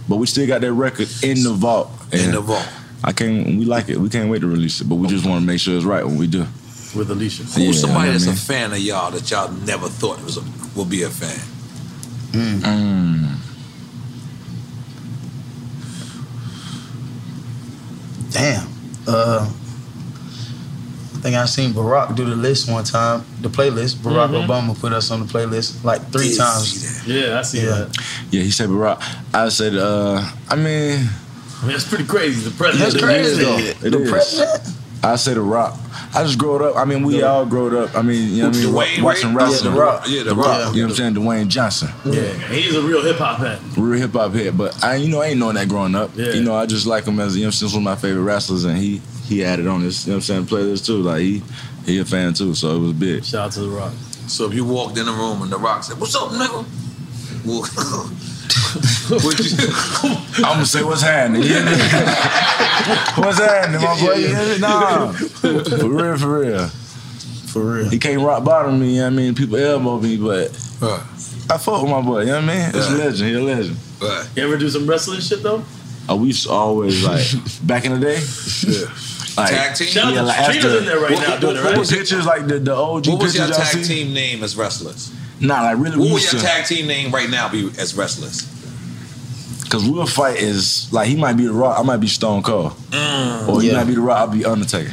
[SPEAKER 5] but we still got that record in the vault. in the
[SPEAKER 2] vault.
[SPEAKER 5] I can't. We like it. We can't wait to release it. But we just want to make sure it's right when we do.
[SPEAKER 3] With Alicia.
[SPEAKER 2] Who's
[SPEAKER 5] Yeah,
[SPEAKER 2] somebody
[SPEAKER 5] I
[SPEAKER 2] that's
[SPEAKER 5] mean-
[SPEAKER 2] a fan of y'all that y'all never thought was a, would be a fan?
[SPEAKER 5] Mm.
[SPEAKER 6] Damn. Uh, I think I seen Barack do the list one time, the playlist. Barack
[SPEAKER 3] Mhm.
[SPEAKER 6] Obama put us on the playlist like three
[SPEAKER 3] Did
[SPEAKER 6] times.
[SPEAKER 3] Yeah, I see that.
[SPEAKER 5] Yeah, he said Barack. I said, uh, I mean,
[SPEAKER 3] I mean, that's pretty crazy. The president.
[SPEAKER 5] That's crazy, though. It
[SPEAKER 3] the
[SPEAKER 5] is.
[SPEAKER 3] president.
[SPEAKER 5] I said the rock. I just growed up. I mean, we all growed up. I mean, you know what I mean?
[SPEAKER 3] Dwayne Wade?
[SPEAKER 5] Watching wrestling.
[SPEAKER 3] Yeah, The Rock. Yeah, The Rock.
[SPEAKER 5] You know what I'm saying? Dwayne Johnson.
[SPEAKER 3] Yeah, he's a real hip hop head.
[SPEAKER 5] Real hip hop head. But I, you know, I ain't knowing that growing up.
[SPEAKER 3] Yeah.
[SPEAKER 5] You know, I just like him as, you know, since one of my favorite wrestlers. And he he had it on his, you know what I'm saying, playlist too. Like, he, he a fan too. So it was big.
[SPEAKER 3] Shout out to The Rock.
[SPEAKER 2] So if you walked in the room and The Rock said, "What's up, nigga?" Well, would you-
[SPEAKER 5] I'm going to say, what's happening? You hear me? what's happening, my boy? You hear me? Nah. For real, for real.
[SPEAKER 6] For real.
[SPEAKER 5] He can't rock bottom me, you know what I mean? People elbow me, but I fuck with my boy, you know what I mean? It's a
[SPEAKER 3] Right.
[SPEAKER 5] legend. He a legend.
[SPEAKER 3] You ever do some wrestling shit though?
[SPEAKER 5] Uh, we used to always like back in the day. Like,
[SPEAKER 2] Tag team?
[SPEAKER 5] Yeah,
[SPEAKER 2] Shout out to
[SPEAKER 5] like
[SPEAKER 2] Trina's
[SPEAKER 5] after-
[SPEAKER 2] in there right
[SPEAKER 5] what-
[SPEAKER 2] now
[SPEAKER 5] what-
[SPEAKER 2] doing it,
[SPEAKER 5] what
[SPEAKER 2] right?
[SPEAKER 5] was pictures like the, the OG
[SPEAKER 2] what was
[SPEAKER 5] pictures
[SPEAKER 2] your
[SPEAKER 5] y'all
[SPEAKER 2] tag
[SPEAKER 5] see?
[SPEAKER 2] team name as wrestlers?
[SPEAKER 5] Nah, like
[SPEAKER 2] What
[SPEAKER 5] really, we
[SPEAKER 2] would
[SPEAKER 5] used
[SPEAKER 2] your
[SPEAKER 5] to
[SPEAKER 2] tag team name right now be as wrestlers?
[SPEAKER 5] because we'll fight is like he might be the Rock, I might be Stone Cold,
[SPEAKER 2] Mm.
[SPEAKER 5] or he
[SPEAKER 6] Yeah.
[SPEAKER 5] might be the Rock, I'll be Undertaker.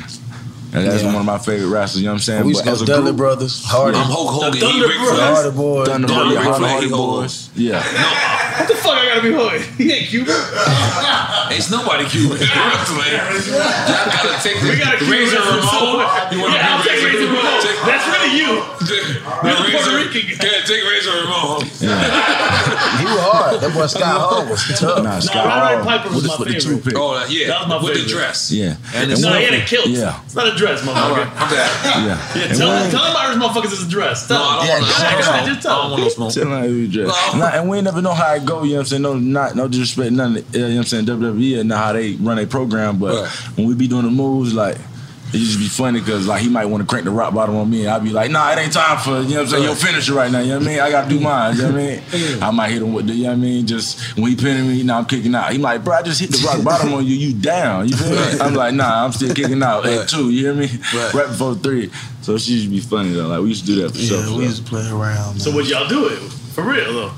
[SPEAKER 5] And that's
[SPEAKER 6] Yeah.
[SPEAKER 5] one of my favorite wrestlers. You know what I'm saying?
[SPEAKER 6] we used to
[SPEAKER 5] as
[SPEAKER 6] go
[SPEAKER 5] a
[SPEAKER 6] Dudley
[SPEAKER 5] group-
[SPEAKER 6] Brothers, Hardy.
[SPEAKER 5] I'm Hulk Hogan,
[SPEAKER 6] The
[SPEAKER 5] he
[SPEAKER 6] Thunder
[SPEAKER 5] Ric
[SPEAKER 6] Brothers.
[SPEAKER 5] Flair.
[SPEAKER 6] Hardy Boys.
[SPEAKER 5] Thunder Boys, yeah, Hardy, Hardy Boys. Yeah.
[SPEAKER 3] What the fuck? I gotta be holy. He ain't Cuban.
[SPEAKER 2] It's nobody Cuban. Y'all gotta take the
[SPEAKER 3] We gotta keep
[SPEAKER 2] Razor
[SPEAKER 3] it as a
[SPEAKER 2] Ramon.
[SPEAKER 3] soul.
[SPEAKER 2] You wanna
[SPEAKER 3] Yeah, I'll
[SPEAKER 2] be
[SPEAKER 3] take Razor Ramon. That's really you.
[SPEAKER 2] You're Razor, Yeah, take Razor Ramon.
[SPEAKER 6] he was hard. That boy Scott Hall was tough.
[SPEAKER 5] Nah, Scott Hall. with the- with the toothpick.
[SPEAKER 2] Oh, yeah. That was my with the dress.
[SPEAKER 5] Yeah.
[SPEAKER 2] And
[SPEAKER 3] it's
[SPEAKER 5] one
[SPEAKER 3] not-
[SPEAKER 5] of
[SPEAKER 3] he had
[SPEAKER 5] them-
[SPEAKER 3] a kilt.
[SPEAKER 5] Yeah.
[SPEAKER 3] It's not a dress,
[SPEAKER 2] All
[SPEAKER 3] motherfucker.
[SPEAKER 2] right, I'm back.
[SPEAKER 5] Yeah.
[SPEAKER 3] Yeah,
[SPEAKER 5] And
[SPEAKER 3] tell,
[SPEAKER 5] one-
[SPEAKER 3] them, tell them Irish motherfuckers it's a dress. Tell
[SPEAKER 2] no, I
[SPEAKER 3] them.
[SPEAKER 2] don't
[SPEAKER 3] I
[SPEAKER 2] want
[SPEAKER 3] got
[SPEAKER 2] no
[SPEAKER 3] it.
[SPEAKER 2] smoke. I don't want no smoke.
[SPEAKER 5] Tell them how we dress. Nah, and we ain't never know how it go, you know what I'm saying? No, not no disrespect, none of the, uh, you know what I'm saying, WWE and how they run their program, but when we be doing the moves, like it used to be funny because like he might want to crank the rock bottom on me and I'd be like, nah, it ain't time for you know what I'm saying, your finisher right now, you know what I mean? I gotta do mine, you know what I mean? I might hit him with the you know what I mean, just when he pinning me, now I'm kicking out. He like, bro, I just hit the rock bottom on you, you down. You feel me? I'm like, nah, I'm still kicking out at two, you hear me? Right, before three. So she used to be funny though. Like we used to do that for
[SPEAKER 6] Yeah,
[SPEAKER 5] sure.
[SPEAKER 6] we used to play around.
[SPEAKER 3] So would y'all do it for real though?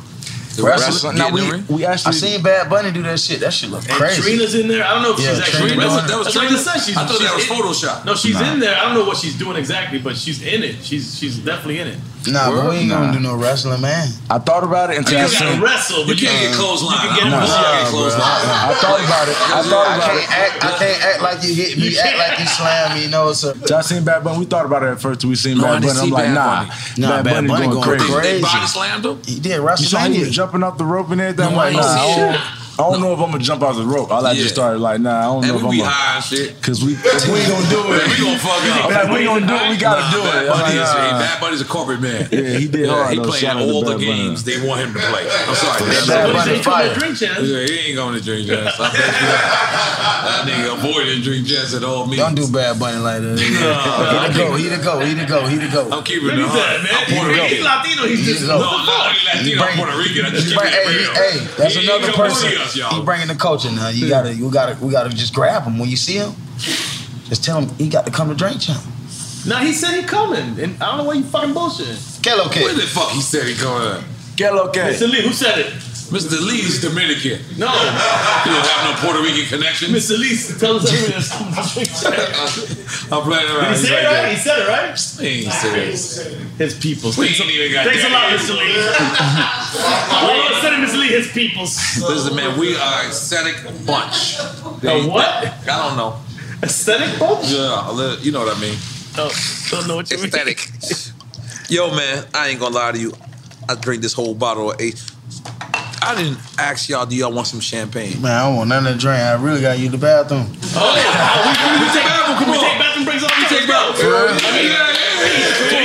[SPEAKER 6] Wrestle, now we, we actually I seen Bad Bunny do that shit. That shit look
[SPEAKER 3] And
[SPEAKER 6] crazy.
[SPEAKER 3] Trina's in there. I don't know if
[SPEAKER 6] Yeah,
[SPEAKER 3] she's actually
[SPEAKER 6] Trina
[SPEAKER 3] wrestling.
[SPEAKER 6] doing it. That was
[SPEAKER 3] That's what I
[SPEAKER 6] Trina?
[SPEAKER 3] just said. She's,
[SPEAKER 6] I thought
[SPEAKER 3] she's
[SPEAKER 6] that was
[SPEAKER 3] in-
[SPEAKER 6] Photoshop.
[SPEAKER 3] No, she's
[SPEAKER 6] Nah.
[SPEAKER 3] in there. I don't know what she's doing exactly, but she's in it. She's she's definitely in it.
[SPEAKER 6] Nah, but we ain't gonna do no wrestling, man. I Um, thought about it
[SPEAKER 3] until You I gotta seen- wrestle, but You can't you- get clotheslined. you can get
[SPEAKER 6] nah,
[SPEAKER 3] pushed, you can't get
[SPEAKER 6] bro.
[SPEAKER 3] clotheslined.
[SPEAKER 6] I thought about it. I thought
[SPEAKER 10] I
[SPEAKER 6] about
[SPEAKER 10] can't
[SPEAKER 6] it. Act, I can't act like you hit me. Act like you slam me. You know, so
[SPEAKER 10] I seen Bad Bunny. We thought about it at first. We seen
[SPEAKER 6] Nah,
[SPEAKER 10] Bad
[SPEAKER 6] they
[SPEAKER 10] Bunny. I'm
[SPEAKER 6] see
[SPEAKER 10] like,
[SPEAKER 6] Bad
[SPEAKER 10] nah,
[SPEAKER 6] Bunny. Nah, Bad Bunny going crazy. They body
[SPEAKER 2] slammed him.
[SPEAKER 6] He did
[SPEAKER 10] You saw he was
[SPEAKER 6] WrestleMania.
[SPEAKER 10] jumping off the rope and everything. I'm
[SPEAKER 6] No, I
[SPEAKER 10] like, nah,
[SPEAKER 6] ain't
[SPEAKER 10] I
[SPEAKER 6] see
[SPEAKER 10] don't,
[SPEAKER 6] shit.
[SPEAKER 10] I don't know if I'm gonna jump off the rope. All I
[SPEAKER 2] Yeah.
[SPEAKER 10] just started like, nah, I don't
[SPEAKER 2] And
[SPEAKER 10] know if I'm
[SPEAKER 2] we be
[SPEAKER 10] gonna.
[SPEAKER 2] high and shit.
[SPEAKER 10] Cause we, if we ain't gonna do it.
[SPEAKER 2] We gonna fuck up.
[SPEAKER 10] I'm like, we gonna do it. We gotta
[SPEAKER 2] Nah,
[SPEAKER 10] do
[SPEAKER 2] Bad
[SPEAKER 10] it. I'm
[SPEAKER 2] Bunny
[SPEAKER 10] like,
[SPEAKER 2] is-
[SPEAKER 10] nah.
[SPEAKER 2] Bad Bunny's a corporate man.
[SPEAKER 10] Yeah, he did hard,
[SPEAKER 2] He
[SPEAKER 10] though.
[SPEAKER 2] played
[SPEAKER 10] Shout out to
[SPEAKER 2] all the
[SPEAKER 10] Bad Bunny.
[SPEAKER 2] games they want him to play. I'm sorry.
[SPEAKER 10] Bad Bunny
[SPEAKER 2] ain't
[SPEAKER 10] fire.
[SPEAKER 2] coming to drink chance. Yeah, he ain't going to drink chance. I bet you that. That nigga avoided drink chance at all means.
[SPEAKER 6] Don't do Bad Bunny like that.
[SPEAKER 2] Nah,
[SPEAKER 6] he the go. He the go. He the go. He the go.
[SPEAKER 2] I'm keeping it hard. I'm Puerto
[SPEAKER 6] He
[SPEAKER 2] Rican.
[SPEAKER 6] He's Latino. He's just
[SPEAKER 2] no, I'm not only Latino. I'm Puerto Rican. I just keep it real.
[SPEAKER 6] Hey, that's
[SPEAKER 2] He- he
[SPEAKER 6] another
[SPEAKER 2] come
[SPEAKER 6] person.
[SPEAKER 2] see us, y'all.
[SPEAKER 6] he bringing the culture now. You gotta, you gotta, we gotta just grab him when you see him. Just tell him he got to come to drink champ.
[SPEAKER 3] Now he said he coming, and I don't know why you fucking bullshitting.
[SPEAKER 6] Kello K.
[SPEAKER 2] Where the fuck he said he coming up?
[SPEAKER 10] Kello K.
[SPEAKER 3] Mr. Lee, who said it?
[SPEAKER 2] Mr. Lee's Dominican.
[SPEAKER 3] No.
[SPEAKER 2] You don't have no Puerto Rican connection.
[SPEAKER 3] Mr. Lee, tell us
[SPEAKER 2] I'm playing around.
[SPEAKER 3] Did he
[SPEAKER 2] He's
[SPEAKER 3] say it
[SPEAKER 2] like
[SPEAKER 3] right?
[SPEAKER 2] that.
[SPEAKER 3] He said it right?
[SPEAKER 2] He ain't serious.
[SPEAKER 3] His people.
[SPEAKER 2] We ain't even got
[SPEAKER 3] Thanks a lot,
[SPEAKER 2] that.
[SPEAKER 3] Mr. Lee. Well, instead of Mr. Lee, his peoples.
[SPEAKER 2] Listen, man, we are aesthetic bunch.
[SPEAKER 3] A what?
[SPEAKER 2] I don't know.
[SPEAKER 3] Aesthetic bunch?
[SPEAKER 2] Yeah, a little- you know what I mean.
[SPEAKER 3] Oh, don't know what you
[SPEAKER 2] aesthetic. Yo, man, I ain't gonna lie to you. I drink this whole bottle of eight. I didn't ask y'all, do y'all want some champagne?
[SPEAKER 6] Man, I don't want nothing to drink. I really got to use the bathroom.
[SPEAKER 3] Oh, yeah. we, we, we take bathroom. Come on. We take bathroom breaks all the time. Let's go. I mean,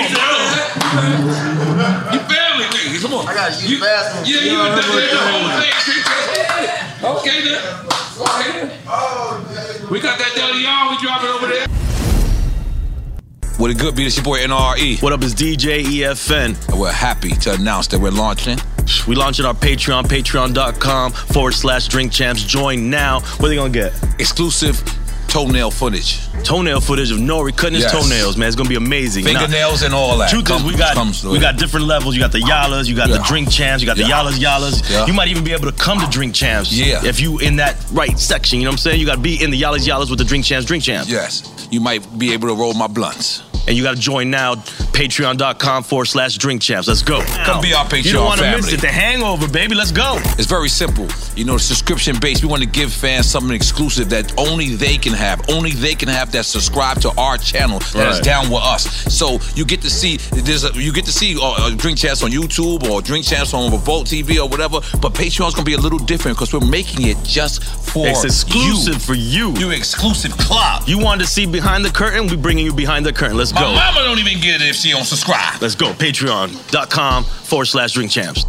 [SPEAKER 2] You family, nigga. Come on. I gotta use you, the
[SPEAKER 6] bathroom.
[SPEAKER 2] Yeah, you done did the whole thing. Okay, then. Okay, then. We got that deli y'all. We drop it over there. What it good be? This your boy NRE.
[SPEAKER 23] What up? It's DJ EFN.
[SPEAKER 2] And we're happy to announce that we're launching.
[SPEAKER 23] We launching our Patreon, patreon.com forward slash drink champs. Join now. What are they gonna get?
[SPEAKER 2] Exclusive toenail footage.
[SPEAKER 23] Toenail footage of Nori cutting
[SPEAKER 2] Yes.
[SPEAKER 23] his toenails, man. It's gonna be amazing.
[SPEAKER 2] Fingernails and all that.
[SPEAKER 23] Truth is,
[SPEAKER 2] Come-
[SPEAKER 23] we got
[SPEAKER 2] comes to
[SPEAKER 23] we
[SPEAKER 2] it.
[SPEAKER 23] got different levels. You got the Yalas, you got the
[SPEAKER 2] Yeah.
[SPEAKER 23] drink champs, you got
[SPEAKER 2] Yeah.
[SPEAKER 23] the Yalas Yalas.
[SPEAKER 2] Yeah.
[SPEAKER 23] You might even be able to come to drink champs.
[SPEAKER 2] Yeah.
[SPEAKER 23] If you in that right section, you know what I'm saying? You gotta be in the Yalas Yalas with the drink champs, drink champs.
[SPEAKER 2] Yes. You might be able to roll my blunts.
[SPEAKER 23] And you gotta join now, patreon.com forward slash drink champs. Let's go.
[SPEAKER 2] Come be our Patreon
[SPEAKER 23] You don't wanna
[SPEAKER 2] family.
[SPEAKER 23] miss it. The hangover, baby. Let's go.
[SPEAKER 2] It's very simple. You know, subscription based. We want to give fans something exclusive that only they can have. Only they can have that subscribe to our channel that is
[SPEAKER 23] Right.
[SPEAKER 2] down with us. So you get to see there's a, you get to see uh, uh, drink chats on YouTube or drink chats on Revolt TV or whatever. But Patreon's gonna be a little different because we're making it just for
[SPEAKER 23] It's exclusive for you. You
[SPEAKER 2] exclusive club.
[SPEAKER 23] You wanted to see behind the curtain? We bringing you behind the curtain. Let's
[SPEAKER 2] My
[SPEAKER 23] go.
[SPEAKER 2] mama don't even get it if she don't subscribe.
[SPEAKER 23] Let's go. Patreon.com forward slash drink champs.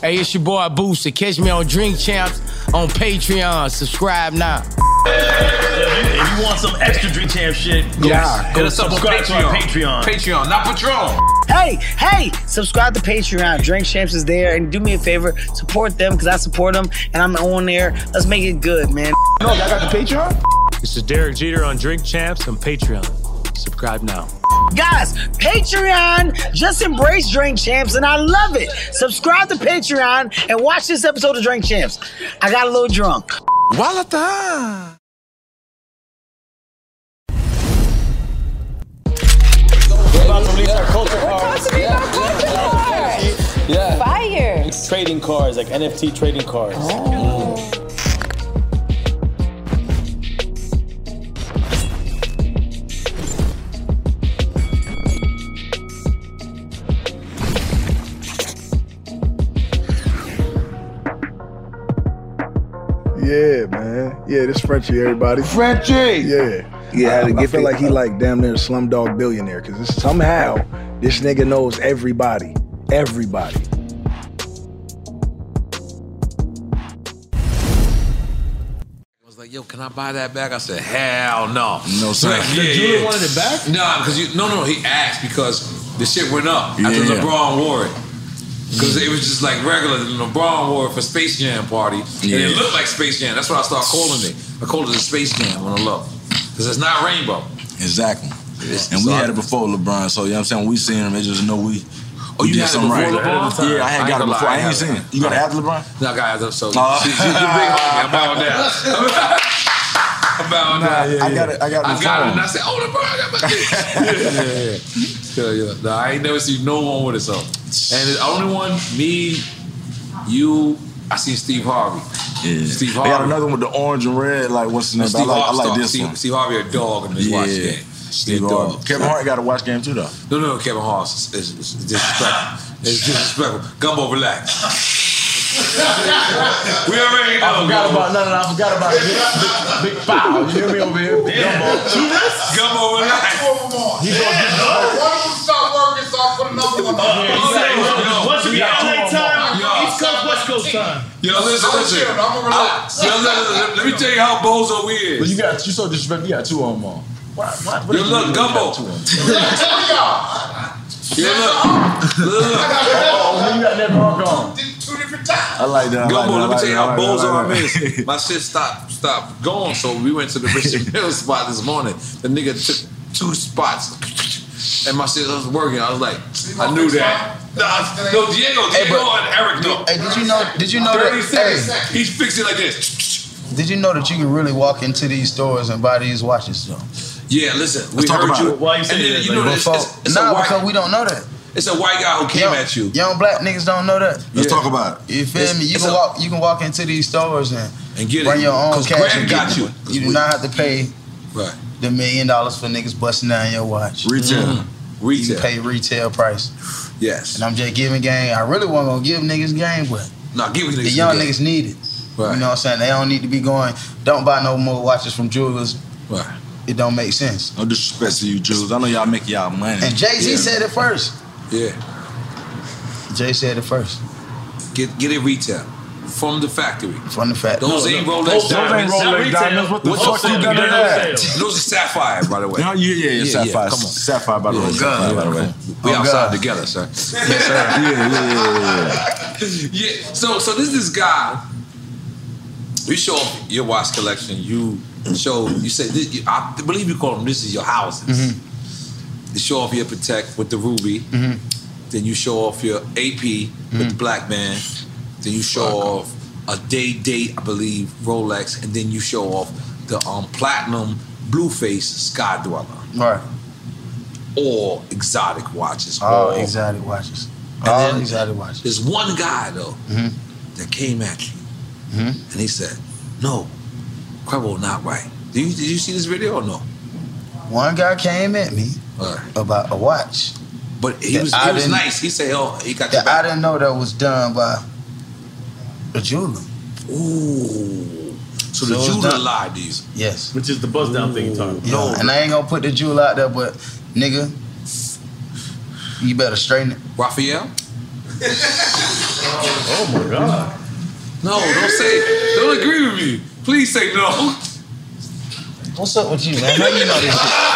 [SPEAKER 24] Hey, it's your boy Booster. Catch me on Drink Champs on Patreon. Subscribe now.
[SPEAKER 23] If you want some extra drink champ shit,
[SPEAKER 24] go Yeah.
[SPEAKER 23] go subscribe to our Patreon.
[SPEAKER 2] Patreon, not Patron.
[SPEAKER 25] Hey, hey, subscribe to Patreon. Drink Champs is there. And do me a favor, support them because I support them and I'm on there. Let's make it good, man. No, y'all got the Patreon?
[SPEAKER 26] This is Derek Jeter on Drink Champs on Patreon. Subscribe now.
[SPEAKER 25] Guys, Patreon just embrace Drink Champs and I love it. Subscribe to Patreon and watch this episode of Drink Champs. I got a little drunk. Walata.
[SPEAKER 27] We're about to release our culture cards. Yeah.
[SPEAKER 28] Fire.
[SPEAKER 27] Trading cards, like NFT trading cards.
[SPEAKER 29] Yeah, man. Yeah, this Frenchie, everybody. Frenchie. Yeah.
[SPEAKER 30] Yeah,
[SPEAKER 29] I,
[SPEAKER 30] had to
[SPEAKER 29] I
[SPEAKER 30] get
[SPEAKER 29] feel
[SPEAKER 30] the-
[SPEAKER 29] like
[SPEAKER 6] uh,
[SPEAKER 29] he like damn near slumdog billionaire because somehow this nigga knows everybody, everybody.
[SPEAKER 2] was like, yo, can I buy that back? I said, hell no.
[SPEAKER 30] No,
[SPEAKER 2] He's
[SPEAKER 30] sir.
[SPEAKER 2] Like,
[SPEAKER 30] The jeweler wanted
[SPEAKER 2] it back? Nah, because you no no, he asked because the shit went up after
[SPEAKER 30] Yeah.
[SPEAKER 2] LeBron wore it. Because it was just like regular LeBron wore it for Space Jam party. And
[SPEAKER 30] Yeah.
[SPEAKER 2] it looked like Space Jam. That's what I started calling it. I called it a Space Jam on the low. Because it's not rainbow.
[SPEAKER 30] Exactly.
[SPEAKER 5] And we had it before LeBron, so you know what I'm saying? When we seen him, it just know we.
[SPEAKER 2] Oh,
[SPEAKER 5] we
[SPEAKER 2] you
[SPEAKER 5] did
[SPEAKER 2] had it
[SPEAKER 5] something
[SPEAKER 2] before
[SPEAKER 5] right.
[SPEAKER 2] LeBron?
[SPEAKER 5] Yeah, I had got it
[SPEAKER 2] gonna
[SPEAKER 5] before.
[SPEAKER 2] lie,
[SPEAKER 5] I ain't
[SPEAKER 2] haven't.
[SPEAKER 5] seen it. You got it after LeBron?
[SPEAKER 2] No, I got it. So
[SPEAKER 5] Oh.
[SPEAKER 2] you, you, you big homie. I'm bowing down. I'm bowing down.
[SPEAKER 5] I got it. I got it
[SPEAKER 2] I got
[SPEAKER 5] before.
[SPEAKER 2] it. And I said, "Oh, LeBron got my dick." yeah, yeah, yeah. No, I ain't never seen no one with it so. And the only one, me, you. I seen Steve Harvey. Yeah. Steve
[SPEAKER 5] They
[SPEAKER 2] Harvey.
[SPEAKER 5] got another one with the orange and red. Like what's the name? I
[SPEAKER 2] Steve
[SPEAKER 5] like, I
[SPEAKER 2] Harvey
[SPEAKER 5] like
[SPEAKER 2] started-
[SPEAKER 5] this
[SPEAKER 2] Steve,
[SPEAKER 5] one.
[SPEAKER 2] Steve Harvey a dog in this watch
[SPEAKER 5] Yeah.
[SPEAKER 2] game.
[SPEAKER 5] Steve
[SPEAKER 2] He a dog.
[SPEAKER 5] Harvey. Kevin Hart got a watch game too though.
[SPEAKER 2] No, no, Kevin Hart is, is, is disrespectful. It's disrespectful. Gumbo, relax. we already know.
[SPEAKER 10] I forgot about no, no, no, I forgot about it. Big, big Pow. You hear me over here?
[SPEAKER 2] Gumbo, relax.
[SPEAKER 10] He's gonna get
[SPEAKER 18] One of them stop working, so I put another one on.
[SPEAKER 31] Once it be LA time,
[SPEAKER 2] Yo.
[SPEAKER 31] East Coast, West Coast time.
[SPEAKER 2] Yo, listen, listen.
[SPEAKER 18] I'm gonna relax.
[SPEAKER 2] I- yo, listen, listen, Let me tell you how bozo we
[SPEAKER 10] But
[SPEAKER 2] is.
[SPEAKER 10] you got you so disrespectful. You got two on them all.
[SPEAKER 2] Yo, look, Gumbo. Yo, look.
[SPEAKER 10] Oh, you got that mark on. I like that. I like that, I
[SPEAKER 2] Gumbo, let me
[SPEAKER 10] like
[SPEAKER 2] tell you
[SPEAKER 10] that, I like
[SPEAKER 2] how
[SPEAKER 10] that,
[SPEAKER 2] bozo
[SPEAKER 10] I
[SPEAKER 2] I
[SPEAKER 10] like that.
[SPEAKER 2] is. My shit stopped stopped going, so we went to the Richard Mill spot this morning. The nigga took two spots, and my shit was working. I was like, I knew that. Nah, no, Diego, Diego, and Eric, no.
[SPEAKER 6] Hey, did you know? Did you know that?
[SPEAKER 2] 30
[SPEAKER 6] hey,
[SPEAKER 2] seconds. He's fixing like this.
[SPEAKER 6] Did you know that you can really walk into these stores and buy these watches though?
[SPEAKER 2] Yeah, listen, we
[SPEAKER 6] Let's talk
[SPEAKER 2] heard
[SPEAKER 6] about
[SPEAKER 2] you.
[SPEAKER 6] it. Why you saying
[SPEAKER 2] and then,
[SPEAKER 6] that,
[SPEAKER 2] You know,
[SPEAKER 6] like,
[SPEAKER 2] it's,
[SPEAKER 6] before-
[SPEAKER 2] it's, it's
[SPEAKER 6] Nah,
[SPEAKER 2] a white,
[SPEAKER 6] because we don't know that.
[SPEAKER 2] It's a white guy who came
[SPEAKER 6] young,
[SPEAKER 2] at you.
[SPEAKER 6] Young black niggas don't know that.
[SPEAKER 2] Let's talk about it.
[SPEAKER 6] You feel
[SPEAKER 2] It's-
[SPEAKER 6] me? You
[SPEAKER 2] it's
[SPEAKER 6] can
[SPEAKER 2] a-
[SPEAKER 6] walk. You can walk into these stores and,
[SPEAKER 2] And get it.
[SPEAKER 6] bring your own
[SPEAKER 2] 'Cause
[SPEAKER 6] cash.
[SPEAKER 2] Grant
[SPEAKER 6] and
[SPEAKER 2] got
[SPEAKER 6] get
[SPEAKER 2] you.
[SPEAKER 6] it. You do not have to pay
[SPEAKER 2] Right.
[SPEAKER 6] the million dollars for niggas busting down your watch.
[SPEAKER 2] Retail. Mm.
[SPEAKER 6] You
[SPEAKER 2] Retail.
[SPEAKER 6] can pay retail price.
[SPEAKER 2] Yes.
[SPEAKER 6] And I'm just giving game. I really wasn't gonna give niggas game, but
[SPEAKER 2] Nah, give me
[SPEAKER 6] the
[SPEAKER 2] niggas
[SPEAKER 6] young
[SPEAKER 2] some game.
[SPEAKER 6] niggas need it.
[SPEAKER 2] Right.
[SPEAKER 6] You know what I'm saying? They don't need to be going. Don't buy no more watches from jewelers.
[SPEAKER 2] Right.
[SPEAKER 6] It don't make sense.
[SPEAKER 5] No disrespect to you, Jews. I know y'all make y'all money.
[SPEAKER 6] And Jay Z said it first.
[SPEAKER 2] Yeah.
[SPEAKER 6] Jay said it first.
[SPEAKER 2] Get get it retail from the factory.
[SPEAKER 6] From the factory.
[SPEAKER 2] Those
[SPEAKER 6] No,
[SPEAKER 2] ain't
[SPEAKER 6] no.
[SPEAKER 2] Rolex
[SPEAKER 6] Those ain't
[SPEAKER 2] diamonds.
[SPEAKER 6] Rolex diamonds. What the fuck you done to that?
[SPEAKER 2] Those are sapphires, by the way.
[SPEAKER 5] Yeah, yeah, yeah, sapphire.
[SPEAKER 2] Come on.
[SPEAKER 5] Sapphire, by the way.
[SPEAKER 2] Yeah,
[SPEAKER 5] Sapphire, by the way.
[SPEAKER 2] We
[SPEAKER 5] Oh,
[SPEAKER 2] outside
[SPEAKER 5] God.
[SPEAKER 2] together, sir.
[SPEAKER 5] Yes, sir. Yeah, yeah, yeah, yeah.
[SPEAKER 2] yeah. So so this this guy. You show off your watch collection. You show. You say. This, you, I believe you call them. This is your houses.
[SPEAKER 6] Mm-hmm.
[SPEAKER 2] You show off your protect with the ruby. Then you show off your AP with
[SPEAKER 6] Mm.
[SPEAKER 2] the black man. Then you show off a day date, I believe, Rolex, and then you show off the um, platinum blueface sky dweller.
[SPEAKER 6] Right.
[SPEAKER 2] All exotic watches.
[SPEAKER 6] All exotic watches.
[SPEAKER 2] And
[SPEAKER 6] All
[SPEAKER 2] then
[SPEAKER 6] exotic watches.
[SPEAKER 2] There's one guy though
[SPEAKER 6] Mm-hmm.
[SPEAKER 2] that came at you,
[SPEAKER 6] Hmm?
[SPEAKER 2] and he said, "No, Quavo not right." Did you, did you see this video or no?
[SPEAKER 6] One guy came at me about a watch.
[SPEAKER 2] But He
[SPEAKER 6] that
[SPEAKER 2] was,
[SPEAKER 6] I
[SPEAKER 2] he was
[SPEAKER 6] didn't-
[SPEAKER 2] nice. He said, "Oh, he got your
[SPEAKER 6] That I
[SPEAKER 2] back."
[SPEAKER 6] didn't know that was done by a jeweler.
[SPEAKER 2] Ooh. So the
[SPEAKER 6] it was
[SPEAKER 2] jeweler
[SPEAKER 6] done-
[SPEAKER 2] lied to you.
[SPEAKER 6] Yes.
[SPEAKER 3] Which is the buzz down thing you talking about.
[SPEAKER 6] Yeah, and I ain't gonna put the jewel out there, but nigga, you better straighten it.
[SPEAKER 2] Raphael?
[SPEAKER 6] oh my god.
[SPEAKER 2] No, don't say. Don't agree with me. Please say no.
[SPEAKER 6] What's up with you, man? How you know this shit?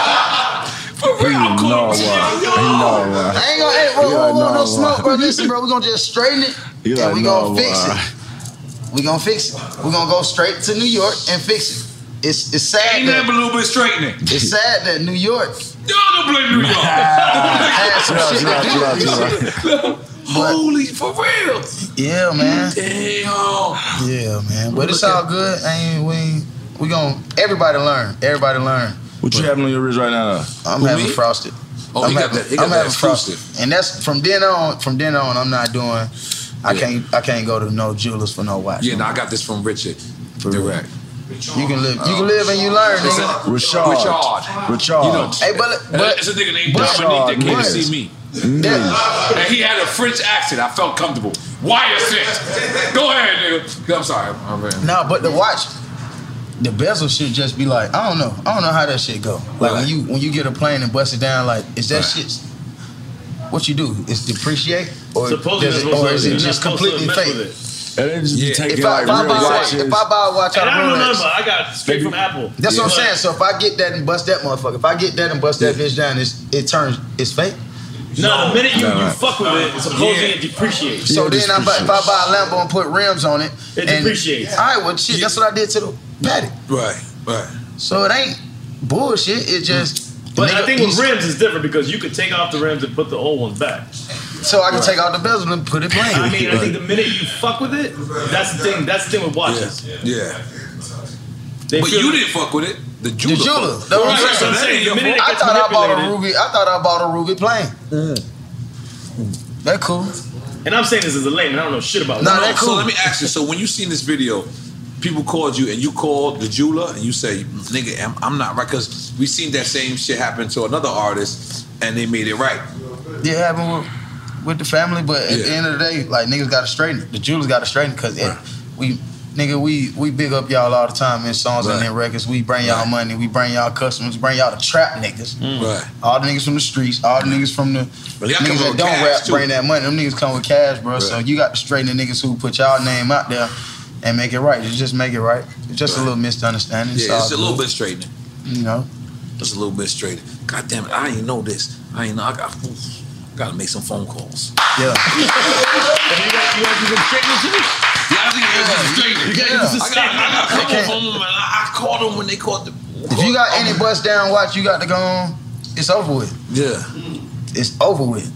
[SPEAKER 2] For real, I'm calling you.
[SPEAKER 5] uh,
[SPEAKER 6] I ain't gonna, hey, whoa,
[SPEAKER 10] You
[SPEAKER 6] whoa,
[SPEAKER 10] are
[SPEAKER 6] whoa, no
[SPEAKER 10] not
[SPEAKER 6] smoke, bro.
[SPEAKER 10] lying.
[SPEAKER 6] Listen, bro, we gonna just straighten it
[SPEAKER 10] You
[SPEAKER 6] and
[SPEAKER 10] are
[SPEAKER 6] we
[SPEAKER 10] not
[SPEAKER 5] uh,
[SPEAKER 6] gonna fix
[SPEAKER 10] lying.
[SPEAKER 6] it. We gonna fix it. We gonna go straight to New York and fix it. It's it's sad.
[SPEAKER 2] Ain't nothing but a little bit straightening.
[SPEAKER 6] It's sad that New York
[SPEAKER 2] Y'all don't blame New York.
[SPEAKER 6] had some
[SPEAKER 2] Chill out,
[SPEAKER 6] shit
[SPEAKER 2] chill out,
[SPEAKER 6] to do
[SPEAKER 2] chill out,
[SPEAKER 6] with this
[SPEAKER 2] shit. Holy, for real.
[SPEAKER 6] Yeah, man.
[SPEAKER 2] Damn.
[SPEAKER 6] Yeah, man. But it's all good. I ain't we ain't, we gonna everybody learn. Everybody learn.
[SPEAKER 5] What you having on your wrist right now?
[SPEAKER 6] I'm having frosted.
[SPEAKER 5] Oh,
[SPEAKER 6] I'm
[SPEAKER 5] he got
[SPEAKER 6] having-
[SPEAKER 5] that- he got
[SPEAKER 6] I'm
[SPEAKER 5] that
[SPEAKER 6] having frosted. And that's from then on. From then on, I'm not doing. I
[SPEAKER 2] Yeah.
[SPEAKER 6] can't. I can't go to no jewelers for no watch.
[SPEAKER 2] Yeah, no, I got this from Richard. Direct.
[SPEAKER 6] You can live. You can live and you learn.
[SPEAKER 2] It's
[SPEAKER 6] nigga.
[SPEAKER 2] a- Richard. Richard. Richard. You know, uh,
[SPEAKER 6] hey, but but
[SPEAKER 2] it's a nigga named
[SPEAKER 6] but-
[SPEAKER 2] Dominique that came
[SPEAKER 6] but-
[SPEAKER 2] to see me. And he had a French accent. I felt comfortable. Why is this? Go ahead, nigga. I'm sorry. I'm ready.
[SPEAKER 6] No, but the watch, the bezel should just be like, I don't know, I don't know how that shit go. Like when you when you get a plane and bust it down, like is that
[SPEAKER 2] Right.
[SPEAKER 6] shit? What you do is depreciate, or
[SPEAKER 3] Supposedly
[SPEAKER 6] does it,
[SPEAKER 3] that's
[SPEAKER 6] or
[SPEAKER 3] what's up.
[SPEAKER 6] is it
[SPEAKER 3] You're not
[SPEAKER 6] just
[SPEAKER 3] supposed to
[SPEAKER 6] completely
[SPEAKER 3] mess
[SPEAKER 6] fake?
[SPEAKER 3] with
[SPEAKER 6] If, I, if, I buy, if I buy a watch,
[SPEAKER 3] And I
[SPEAKER 6] out
[SPEAKER 3] don't
[SPEAKER 6] of
[SPEAKER 3] remember.
[SPEAKER 6] Rolex,
[SPEAKER 3] I got straight from Apple.
[SPEAKER 6] that's what I'm
[SPEAKER 3] But
[SPEAKER 6] saying. So if I get that and bust that motherfucker, if I get that and bust that bitch down, it's, it turns it's fake.
[SPEAKER 3] No, the minute you, you fuck with it, supposedly
[SPEAKER 6] Yeah.
[SPEAKER 3] it depreciates.
[SPEAKER 6] So then I buy, if I buy a Lambo and put rims on it,
[SPEAKER 3] It
[SPEAKER 6] and-
[SPEAKER 3] depreciates.
[SPEAKER 6] All right, well, shit, that's what I did to the paddock.
[SPEAKER 2] Right, right.
[SPEAKER 6] So it ain't bullshit. It just
[SPEAKER 3] But I think with rims is different because you could take off the rims and put the old ones back.
[SPEAKER 6] So I can take out the bezel and put it plain.
[SPEAKER 3] I mean, I think the minute you fuck with it, that's the thing. That's the thing with watches.
[SPEAKER 2] Yeah. but you didn't fuck with it. The jeweler.
[SPEAKER 6] The jeweler.
[SPEAKER 2] fucked.
[SPEAKER 6] That was-
[SPEAKER 2] Right, so that ain't your fault.
[SPEAKER 6] I thought I bought a ruby. I thought I bought a ruby plane. That cool.
[SPEAKER 3] And I'm saying this as a layman. I don't know shit about.
[SPEAKER 2] No,
[SPEAKER 3] watches.
[SPEAKER 2] So let me ask you. So when you seen this video, people called you and you called the jeweler and you say, "Nigga, I'm, I'm not right." Because we seen that same shit happen to another artist and they made it right.
[SPEAKER 6] It happened with, with the family, but at the end of the day, like niggas got to straighten it. The jewelers got to straighten because we, nigga, we we big up y'all all the time in songs and in records. We bring y'all all money, we bring y'all customers, bring y'all the trap niggas,
[SPEAKER 2] Mm. Right.
[SPEAKER 6] all the niggas from the streets, all the niggas from the
[SPEAKER 2] But y'all come
[SPEAKER 6] niggas that
[SPEAKER 2] with
[SPEAKER 6] don't
[SPEAKER 2] cash,
[SPEAKER 6] rap,
[SPEAKER 2] too.
[SPEAKER 6] bring that money. Them niggas come with cash, bro. So you got to straighten the niggas who put y'all name out there and make it right. You just make it right. It's just a little misunderstanding.
[SPEAKER 2] Yeah,
[SPEAKER 6] all
[SPEAKER 2] it's a little
[SPEAKER 6] good,
[SPEAKER 2] bit straightening.
[SPEAKER 6] you know.
[SPEAKER 2] Just a little bit straightening. God damn it! I ain't know this. I ain't know. I got. Got to make some phone calls. I
[SPEAKER 6] Yeah.
[SPEAKER 2] got, I got a couple
[SPEAKER 6] Okay.
[SPEAKER 2] of them, and I, I called them when they called the.
[SPEAKER 6] If you got any bust down watch, you got to go on. It's over with.
[SPEAKER 2] Yeah,
[SPEAKER 6] it's over with.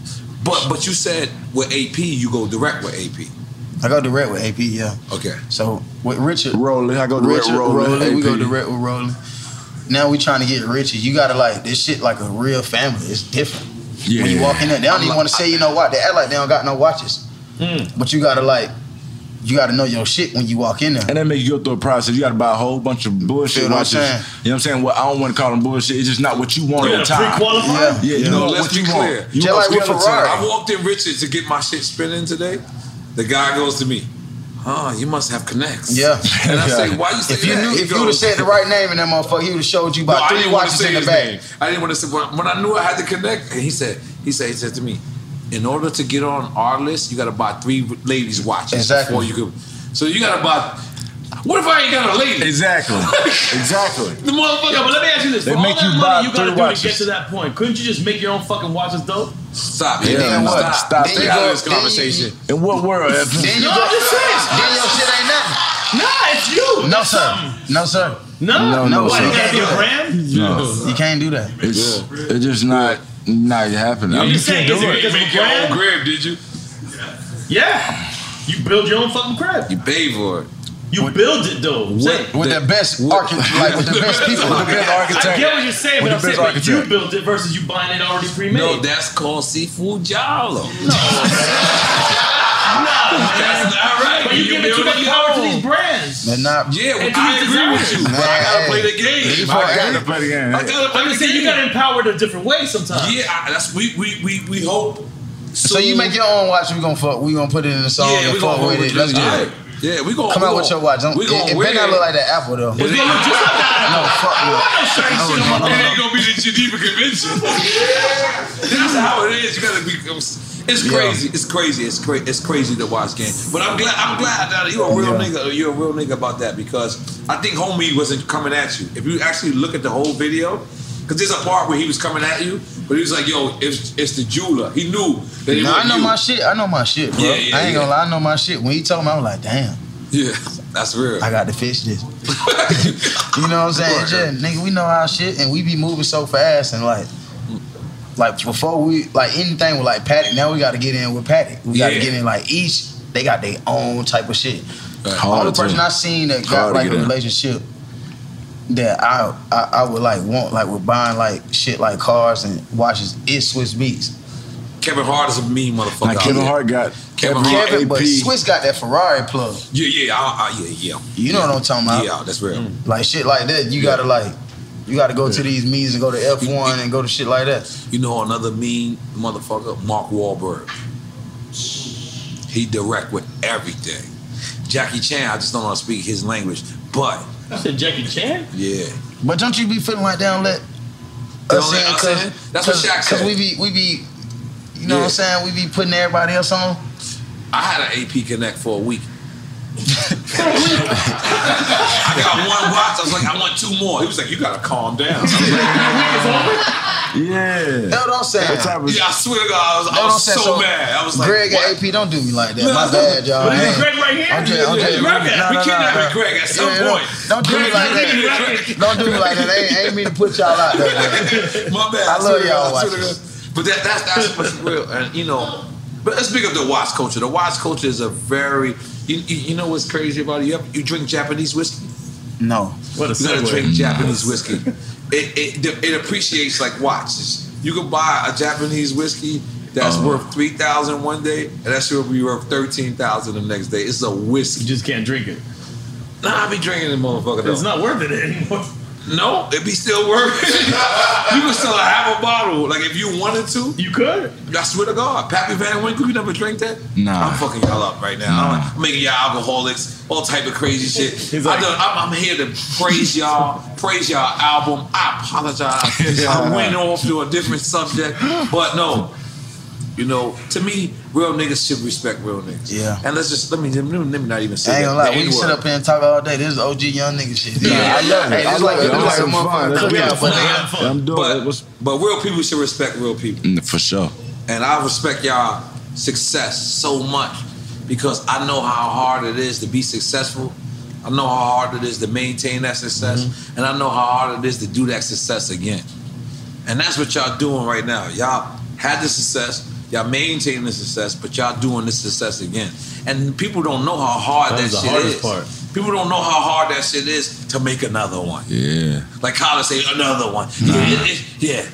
[SPEAKER 2] But but you said with AP you go direct with AP.
[SPEAKER 6] I go direct with AP, yeah.
[SPEAKER 2] Okay.
[SPEAKER 6] So with Richard
[SPEAKER 10] Rolling, I go direct
[SPEAKER 6] Richard
[SPEAKER 10] Rolling,
[SPEAKER 6] Rolling, we
[SPEAKER 10] AP.
[SPEAKER 6] go direct with Rolling. Now we trying to get Richard. You gotta like this shit like a real family. It's different.
[SPEAKER 10] Yeah.
[SPEAKER 6] When you walk in there, they don't
[SPEAKER 10] I'm
[SPEAKER 6] even
[SPEAKER 10] like-
[SPEAKER 6] want to say you know what. They act like they don't got no watches.
[SPEAKER 2] Hmm.
[SPEAKER 6] But you gotta like, you gotta know your shit when you walk in there.
[SPEAKER 10] And that makes you go through a process. You got to buy a whole bunch of bullshit
[SPEAKER 6] Feel what I'm
[SPEAKER 10] watches.
[SPEAKER 6] saying?
[SPEAKER 10] You know what I'm saying? Well, I don't want to call them bullshit. It's just not what you want
[SPEAKER 2] You
[SPEAKER 10] at the
[SPEAKER 2] gotta
[SPEAKER 10] time.
[SPEAKER 2] pre-qualify?
[SPEAKER 10] Yeah, yeah. You
[SPEAKER 2] No,
[SPEAKER 10] know
[SPEAKER 2] let's
[SPEAKER 10] what
[SPEAKER 2] be
[SPEAKER 10] you
[SPEAKER 2] clear.
[SPEAKER 10] want. You want the skeleton.
[SPEAKER 2] I walked in Richards to get my shit spinning today. The guy goes to me, "Huh? You must have connects."
[SPEAKER 6] Yeah.
[SPEAKER 2] And I say,
[SPEAKER 6] Yeah.
[SPEAKER 2] "Why you say
[SPEAKER 6] if you
[SPEAKER 2] that?"
[SPEAKER 6] knew,
[SPEAKER 2] He
[SPEAKER 6] if you would have
[SPEAKER 2] goes,
[SPEAKER 6] said the right name in that motherfucker, he would have showed you
[SPEAKER 2] No,
[SPEAKER 6] about
[SPEAKER 2] I
[SPEAKER 6] three
[SPEAKER 2] didn't wanna
[SPEAKER 6] watches
[SPEAKER 2] say
[SPEAKER 6] in the
[SPEAKER 2] his
[SPEAKER 6] bag.
[SPEAKER 2] name. I didn't want to say when, when I knew I had to connect. And he said, he said, he said to me, in order to get on our list, you got to buy three ladies watches
[SPEAKER 10] Exactly.
[SPEAKER 2] before you could. So you got to buy. What if I ain't got a lady?
[SPEAKER 10] Exactly. exactly.
[SPEAKER 3] The motherfucker. but let me ask you this:
[SPEAKER 10] They
[SPEAKER 3] For all
[SPEAKER 10] make
[SPEAKER 3] that
[SPEAKER 10] you
[SPEAKER 3] money
[SPEAKER 10] buy
[SPEAKER 3] you gotta
[SPEAKER 10] three
[SPEAKER 3] do
[SPEAKER 10] watches.
[SPEAKER 3] to get to that point, couldn't you just make your own fucking watches, though?
[SPEAKER 2] Stop.
[SPEAKER 10] Yeah,
[SPEAKER 2] man,
[SPEAKER 10] what?
[SPEAKER 2] stop.
[SPEAKER 10] Stop.
[SPEAKER 2] Stay
[SPEAKER 10] Then
[SPEAKER 2] out
[SPEAKER 10] you
[SPEAKER 2] of this
[SPEAKER 10] go- then
[SPEAKER 2] conversation.
[SPEAKER 10] In what world?
[SPEAKER 6] Then you
[SPEAKER 3] No,
[SPEAKER 6] go,
[SPEAKER 3] I'm just saying.
[SPEAKER 6] Then your shit ain't nothing.
[SPEAKER 3] Nah, it's you.
[SPEAKER 6] No, sir. No, sir.
[SPEAKER 10] No, no,
[SPEAKER 6] you
[SPEAKER 10] sir.
[SPEAKER 6] can't do
[SPEAKER 10] Your
[SPEAKER 6] that.
[SPEAKER 3] brand?
[SPEAKER 6] You can't do that.
[SPEAKER 10] It's, it's just not not happening. I mean, can't do
[SPEAKER 2] You make your own crib, did you?
[SPEAKER 3] Yeah. You build your own fucking crib.
[SPEAKER 2] You pay for it.
[SPEAKER 3] You build it though.
[SPEAKER 6] With, with the, best architect, like with the best people,
[SPEAKER 3] I get what you're saying, but I'm saying but you built it versus you buying it already pre-made.
[SPEAKER 2] No, that's called seafood jollo.
[SPEAKER 3] that's
[SPEAKER 2] not right.
[SPEAKER 3] But you,
[SPEAKER 2] You
[SPEAKER 3] give it too
[SPEAKER 2] build
[SPEAKER 3] much
[SPEAKER 2] it
[SPEAKER 3] power to
[SPEAKER 2] your
[SPEAKER 3] these brands.
[SPEAKER 6] They're not.
[SPEAKER 2] Yeah, well,
[SPEAKER 3] And to
[SPEAKER 2] I
[SPEAKER 3] these
[SPEAKER 2] agree with you.
[SPEAKER 3] designers.
[SPEAKER 2] But I gotta play the game. I gotta
[SPEAKER 10] play the game.
[SPEAKER 2] I gotta play
[SPEAKER 3] I'm
[SPEAKER 2] the
[SPEAKER 3] just saying you
[SPEAKER 2] game.
[SPEAKER 3] got empowered a different way sometimes.
[SPEAKER 2] Yeah, I, that's we we we we hope.
[SPEAKER 6] So you make your own watch. We gonna fuck. We gonna put it in the song
[SPEAKER 2] Yeah,
[SPEAKER 6] and
[SPEAKER 2] we gonna
[SPEAKER 6] fuck
[SPEAKER 2] roll
[SPEAKER 6] with
[SPEAKER 2] with
[SPEAKER 6] it. Let's
[SPEAKER 2] this.
[SPEAKER 6] do
[SPEAKER 2] All right.
[SPEAKER 6] it.
[SPEAKER 2] Yeah, we gonna
[SPEAKER 6] Come
[SPEAKER 2] we
[SPEAKER 6] out with
[SPEAKER 2] gonna-
[SPEAKER 6] your watch. Don't,
[SPEAKER 2] we
[SPEAKER 6] it,
[SPEAKER 2] gonna
[SPEAKER 6] it better not
[SPEAKER 2] win.
[SPEAKER 6] look like the apple though.
[SPEAKER 2] It's gonna look just like that.
[SPEAKER 6] No, fuck no.
[SPEAKER 2] It
[SPEAKER 6] No, no, no, no.
[SPEAKER 2] ain't gonna be the Geneva Convention. That's how it is. You gotta be. It's crazy. It's crazy. It's crazy. It's crazy to watch game. But I'm glad. I'm glad that you're a real nigga. You're a real nigga about that because I think homie wasn't coming at you. If you actually look at the whole video, because there's a part where he was coming at you, but he was like, "Yo, it's it's the jeweler." He knew that it
[SPEAKER 6] No,
[SPEAKER 2] was
[SPEAKER 6] I know
[SPEAKER 2] you.
[SPEAKER 6] my shit. I know my shit, bro.
[SPEAKER 2] Yeah, yeah,
[SPEAKER 6] I ain't
[SPEAKER 2] yeah.
[SPEAKER 6] gonna lie. I know my shit. When he told me, I was like, damn.
[SPEAKER 2] Yeah, that's real.
[SPEAKER 6] I got to fix this. you know what I'm saying?
[SPEAKER 2] Right.
[SPEAKER 6] Yeah, nigga, we know our shit and we be moving so fast and like like before we like anything with like Paddock, now we gotta get in with Paddock. We gotta
[SPEAKER 10] Yeah.
[SPEAKER 6] get in like each they got their own type of shit.
[SPEAKER 10] Hard
[SPEAKER 6] All the
[SPEAKER 10] to-
[SPEAKER 6] person I seen that
[SPEAKER 10] hard
[SPEAKER 6] got
[SPEAKER 10] to
[SPEAKER 6] like a
[SPEAKER 10] get in.
[SPEAKER 6] relationship that I, I I would like want like with buying like shit like cars and watches is Swiss Beats.
[SPEAKER 2] Kevin Hart is a mean motherfucker.
[SPEAKER 6] Like,
[SPEAKER 2] out
[SPEAKER 6] Kevin
[SPEAKER 2] there.
[SPEAKER 6] Hart
[SPEAKER 10] got
[SPEAKER 2] Kevin, Hart.
[SPEAKER 6] Kevin, but Swiss got that Ferrari plug.
[SPEAKER 2] Yeah, yeah, I, I, yeah, yeah.
[SPEAKER 6] You know what I'm talking about. Mm.
[SPEAKER 2] Yeah, that's real.
[SPEAKER 6] Like shit like that, you gotta like, you gotta go to these meetings and go to F one and go to shit like that.
[SPEAKER 2] You know another mean motherfucker, Mark Wahlberg. He direct with everything. Jackie Chan, I just don't want to speak his language, but
[SPEAKER 3] I said Jackie Chan.
[SPEAKER 2] yeah,
[SPEAKER 6] But don't you be feeling like down let
[SPEAKER 2] They
[SPEAKER 6] us
[SPEAKER 2] don't let
[SPEAKER 6] in?
[SPEAKER 2] us in?
[SPEAKER 6] Cause,
[SPEAKER 2] That's what
[SPEAKER 6] cause-
[SPEAKER 2] Shaq said.
[SPEAKER 6] Cause we be we be, you know what I'm saying? We be putting everybody else on.
[SPEAKER 2] I had an AP Connect for a week. I got one watch. I was like, I want two more. He was like, you gotta calm down. I was like,
[SPEAKER 10] Yeah.
[SPEAKER 6] That's what I'm saying.
[SPEAKER 10] What type of-
[SPEAKER 2] Yeah, I swear to God, I was,
[SPEAKER 6] That's
[SPEAKER 2] I
[SPEAKER 6] what I'm
[SPEAKER 2] was
[SPEAKER 6] saying.
[SPEAKER 2] so, mad. I was like,
[SPEAKER 6] Greg
[SPEAKER 2] what?
[SPEAKER 6] and AP, don't do me like that. My bad, y'all.
[SPEAKER 2] But this is
[SPEAKER 6] Hey.
[SPEAKER 2] Greg right here.
[SPEAKER 6] I'm just, I'm
[SPEAKER 2] Yeah,
[SPEAKER 6] just,
[SPEAKER 2] Greg, we kidnapped Greg at some
[SPEAKER 6] Yeah, don't-
[SPEAKER 2] point.
[SPEAKER 6] Don't, do me
[SPEAKER 2] Greg,
[SPEAKER 6] like
[SPEAKER 2] we
[SPEAKER 6] that.
[SPEAKER 2] kidnapped-
[SPEAKER 6] don't do me like that. I ain't, I ain't mean to put y'all out there. man.
[SPEAKER 2] My bad.
[SPEAKER 6] I love
[SPEAKER 2] swear to
[SPEAKER 6] y'all.
[SPEAKER 2] God, I swear to
[SPEAKER 6] watchers.
[SPEAKER 2] God. But that, that's that's what's real, and you know. But let's speak of the watch culture. The watch culture is a very you, you, you know what's crazy about it. You, have, you drink Japanese whiskey.
[SPEAKER 6] No.
[SPEAKER 2] What you gotta drink Japanese whiskey. It, it it appreciates like watches. You could buy a Japanese whiskey that's
[SPEAKER 10] Uh-huh.
[SPEAKER 2] worth three thousand one day, and that shit will be worth thirteen thousand the next day. It's a whiskey. You
[SPEAKER 3] just can't drink it.
[SPEAKER 2] Nah, I be drinking it, motherfucker. Though.
[SPEAKER 3] It's not worth it anymore.
[SPEAKER 2] No, it'd be still worth it. you could sell a half a bottle. Like if you wanted to.
[SPEAKER 3] You could.
[SPEAKER 2] I swear to God. Pappy Van Winkle, you never drink that?
[SPEAKER 5] Nah.
[SPEAKER 2] I'm fucking y'all up right now.
[SPEAKER 5] Nah.
[SPEAKER 2] I'm making y'all alcoholics, all type of crazy shit. I done, I'm, I'm here to praise y'all, praise y'all album. I apologize. I went off to a different subject, but no. You know, to me, real niggas should respect real niggas.
[SPEAKER 6] Yeah.
[SPEAKER 2] And let's just let me let me, let me not even say
[SPEAKER 6] I ain't
[SPEAKER 2] that.
[SPEAKER 6] gonna lie,
[SPEAKER 2] The
[SPEAKER 6] we can
[SPEAKER 2] N-word.
[SPEAKER 6] sit up here and talk all day. This is OG young nigga shit. Hey, this like- this like a motherfucker cookout, but-
[SPEAKER 2] But, but real people should respect real people.
[SPEAKER 5] Mm, For sure.
[SPEAKER 2] And I respect y'all success so much because I know how hard it is to be successful. I know how hard it is to maintain that success.
[SPEAKER 3] Mm-hmm.
[SPEAKER 2] And I know how hard it is to do that success again. And that's what y'all doing right now. Y'all had the success, y'all maintain the success, but y'all doing the success again. And people don't know how hard
[SPEAKER 3] That
[SPEAKER 2] that,
[SPEAKER 3] was the
[SPEAKER 2] shit
[SPEAKER 3] hardest
[SPEAKER 2] is.
[SPEAKER 3] part.
[SPEAKER 2] People don't know how hard that shit is to make another one.
[SPEAKER 5] Yeah.
[SPEAKER 2] Like Colin say, another one. Yeah, it- it- yeah.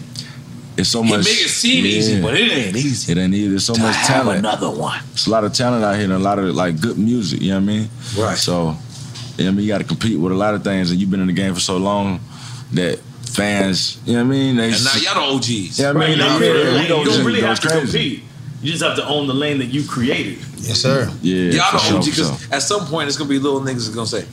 [SPEAKER 5] It's so
[SPEAKER 2] He
[SPEAKER 5] much.
[SPEAKER 2] make it seem easy, but it ain't easy.
[SPEAKER 5] It ain't easy. There's so
[SPEAKER 2] To
[SPEAKER 5] much
[SPEAKER 2] have
[SPEAKER 5] talent.
[SPEAKER 2] another one.
[SPEAKER 5] It's a lot of talent out here and a lot of like good music. You know what I mean? Right. So, you know what I mean, you got to compete with a lot of things, and you've been in the game for so long that fans, you know what I mean? They
[SPEAKER 2] And now y'all the OGs.
[SPEAKER 5] Yeah, I mean,
[SPEAKER 3] Right, you don't
[SPEAKER 5] yeah, yeah,
[SPEAKER 3] really-
[SPEAKER 5] yeah,
[SPEAKER 3] you don't
[SPEAKER 5] yeah,
[SPEAKER 3] really
[SPEAKER 5] yeah,
[SPEAKER 3] have to
[SPEAKER 5] it's crazy.
[SPEAKER 3] compete. You just have to own the lane that you created.
[SPEAKER 6] Yes, sir.
[SPEAKER 5] Yeah,
[SPEAKER 2] y'all
[SPEAKER 5] for
[SPEAKER 2] the OG
[SPEAKER 5] sure, for
[SPEAKER 2] because
[SPEAKER 5] sure.
[SPEAKER 2] at some point it's gonna be little niggas that's gonna say,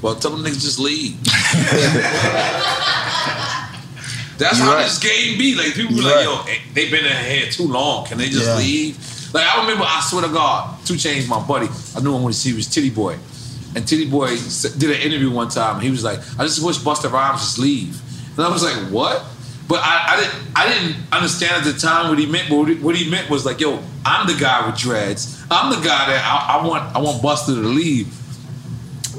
[SPEAKER 2] "Well, tell them niggas just leave." That's
[SPEAKER 6] You
[SPEAKER 2] how
[SPEAKER 6] right.
[SPEAKER 2] this game be. Like people be
[SPEAKER 6] You
[SPEAKER 2] like,
[SPEAKER 6] right.
[SPEAKER 2] "Yo, eh, they been in here too long. Can they just
[SPEAKER 6] Yeah.
[SPEAKER 2] leave?" Like I remember, I swear to God, Two Chains, my buddy, I knew him when he was Titty Boy, and Titty Boy s- did an interview one time. and He was like, "I just wish Buster Rhymes just leave," and I was like, "What?" But I, I didn't I didn't understand at the time what he meant. But what he, what he meant was like, yo, I'm the guy with dreads. I'm the guy that I, I want I want Buster to leave.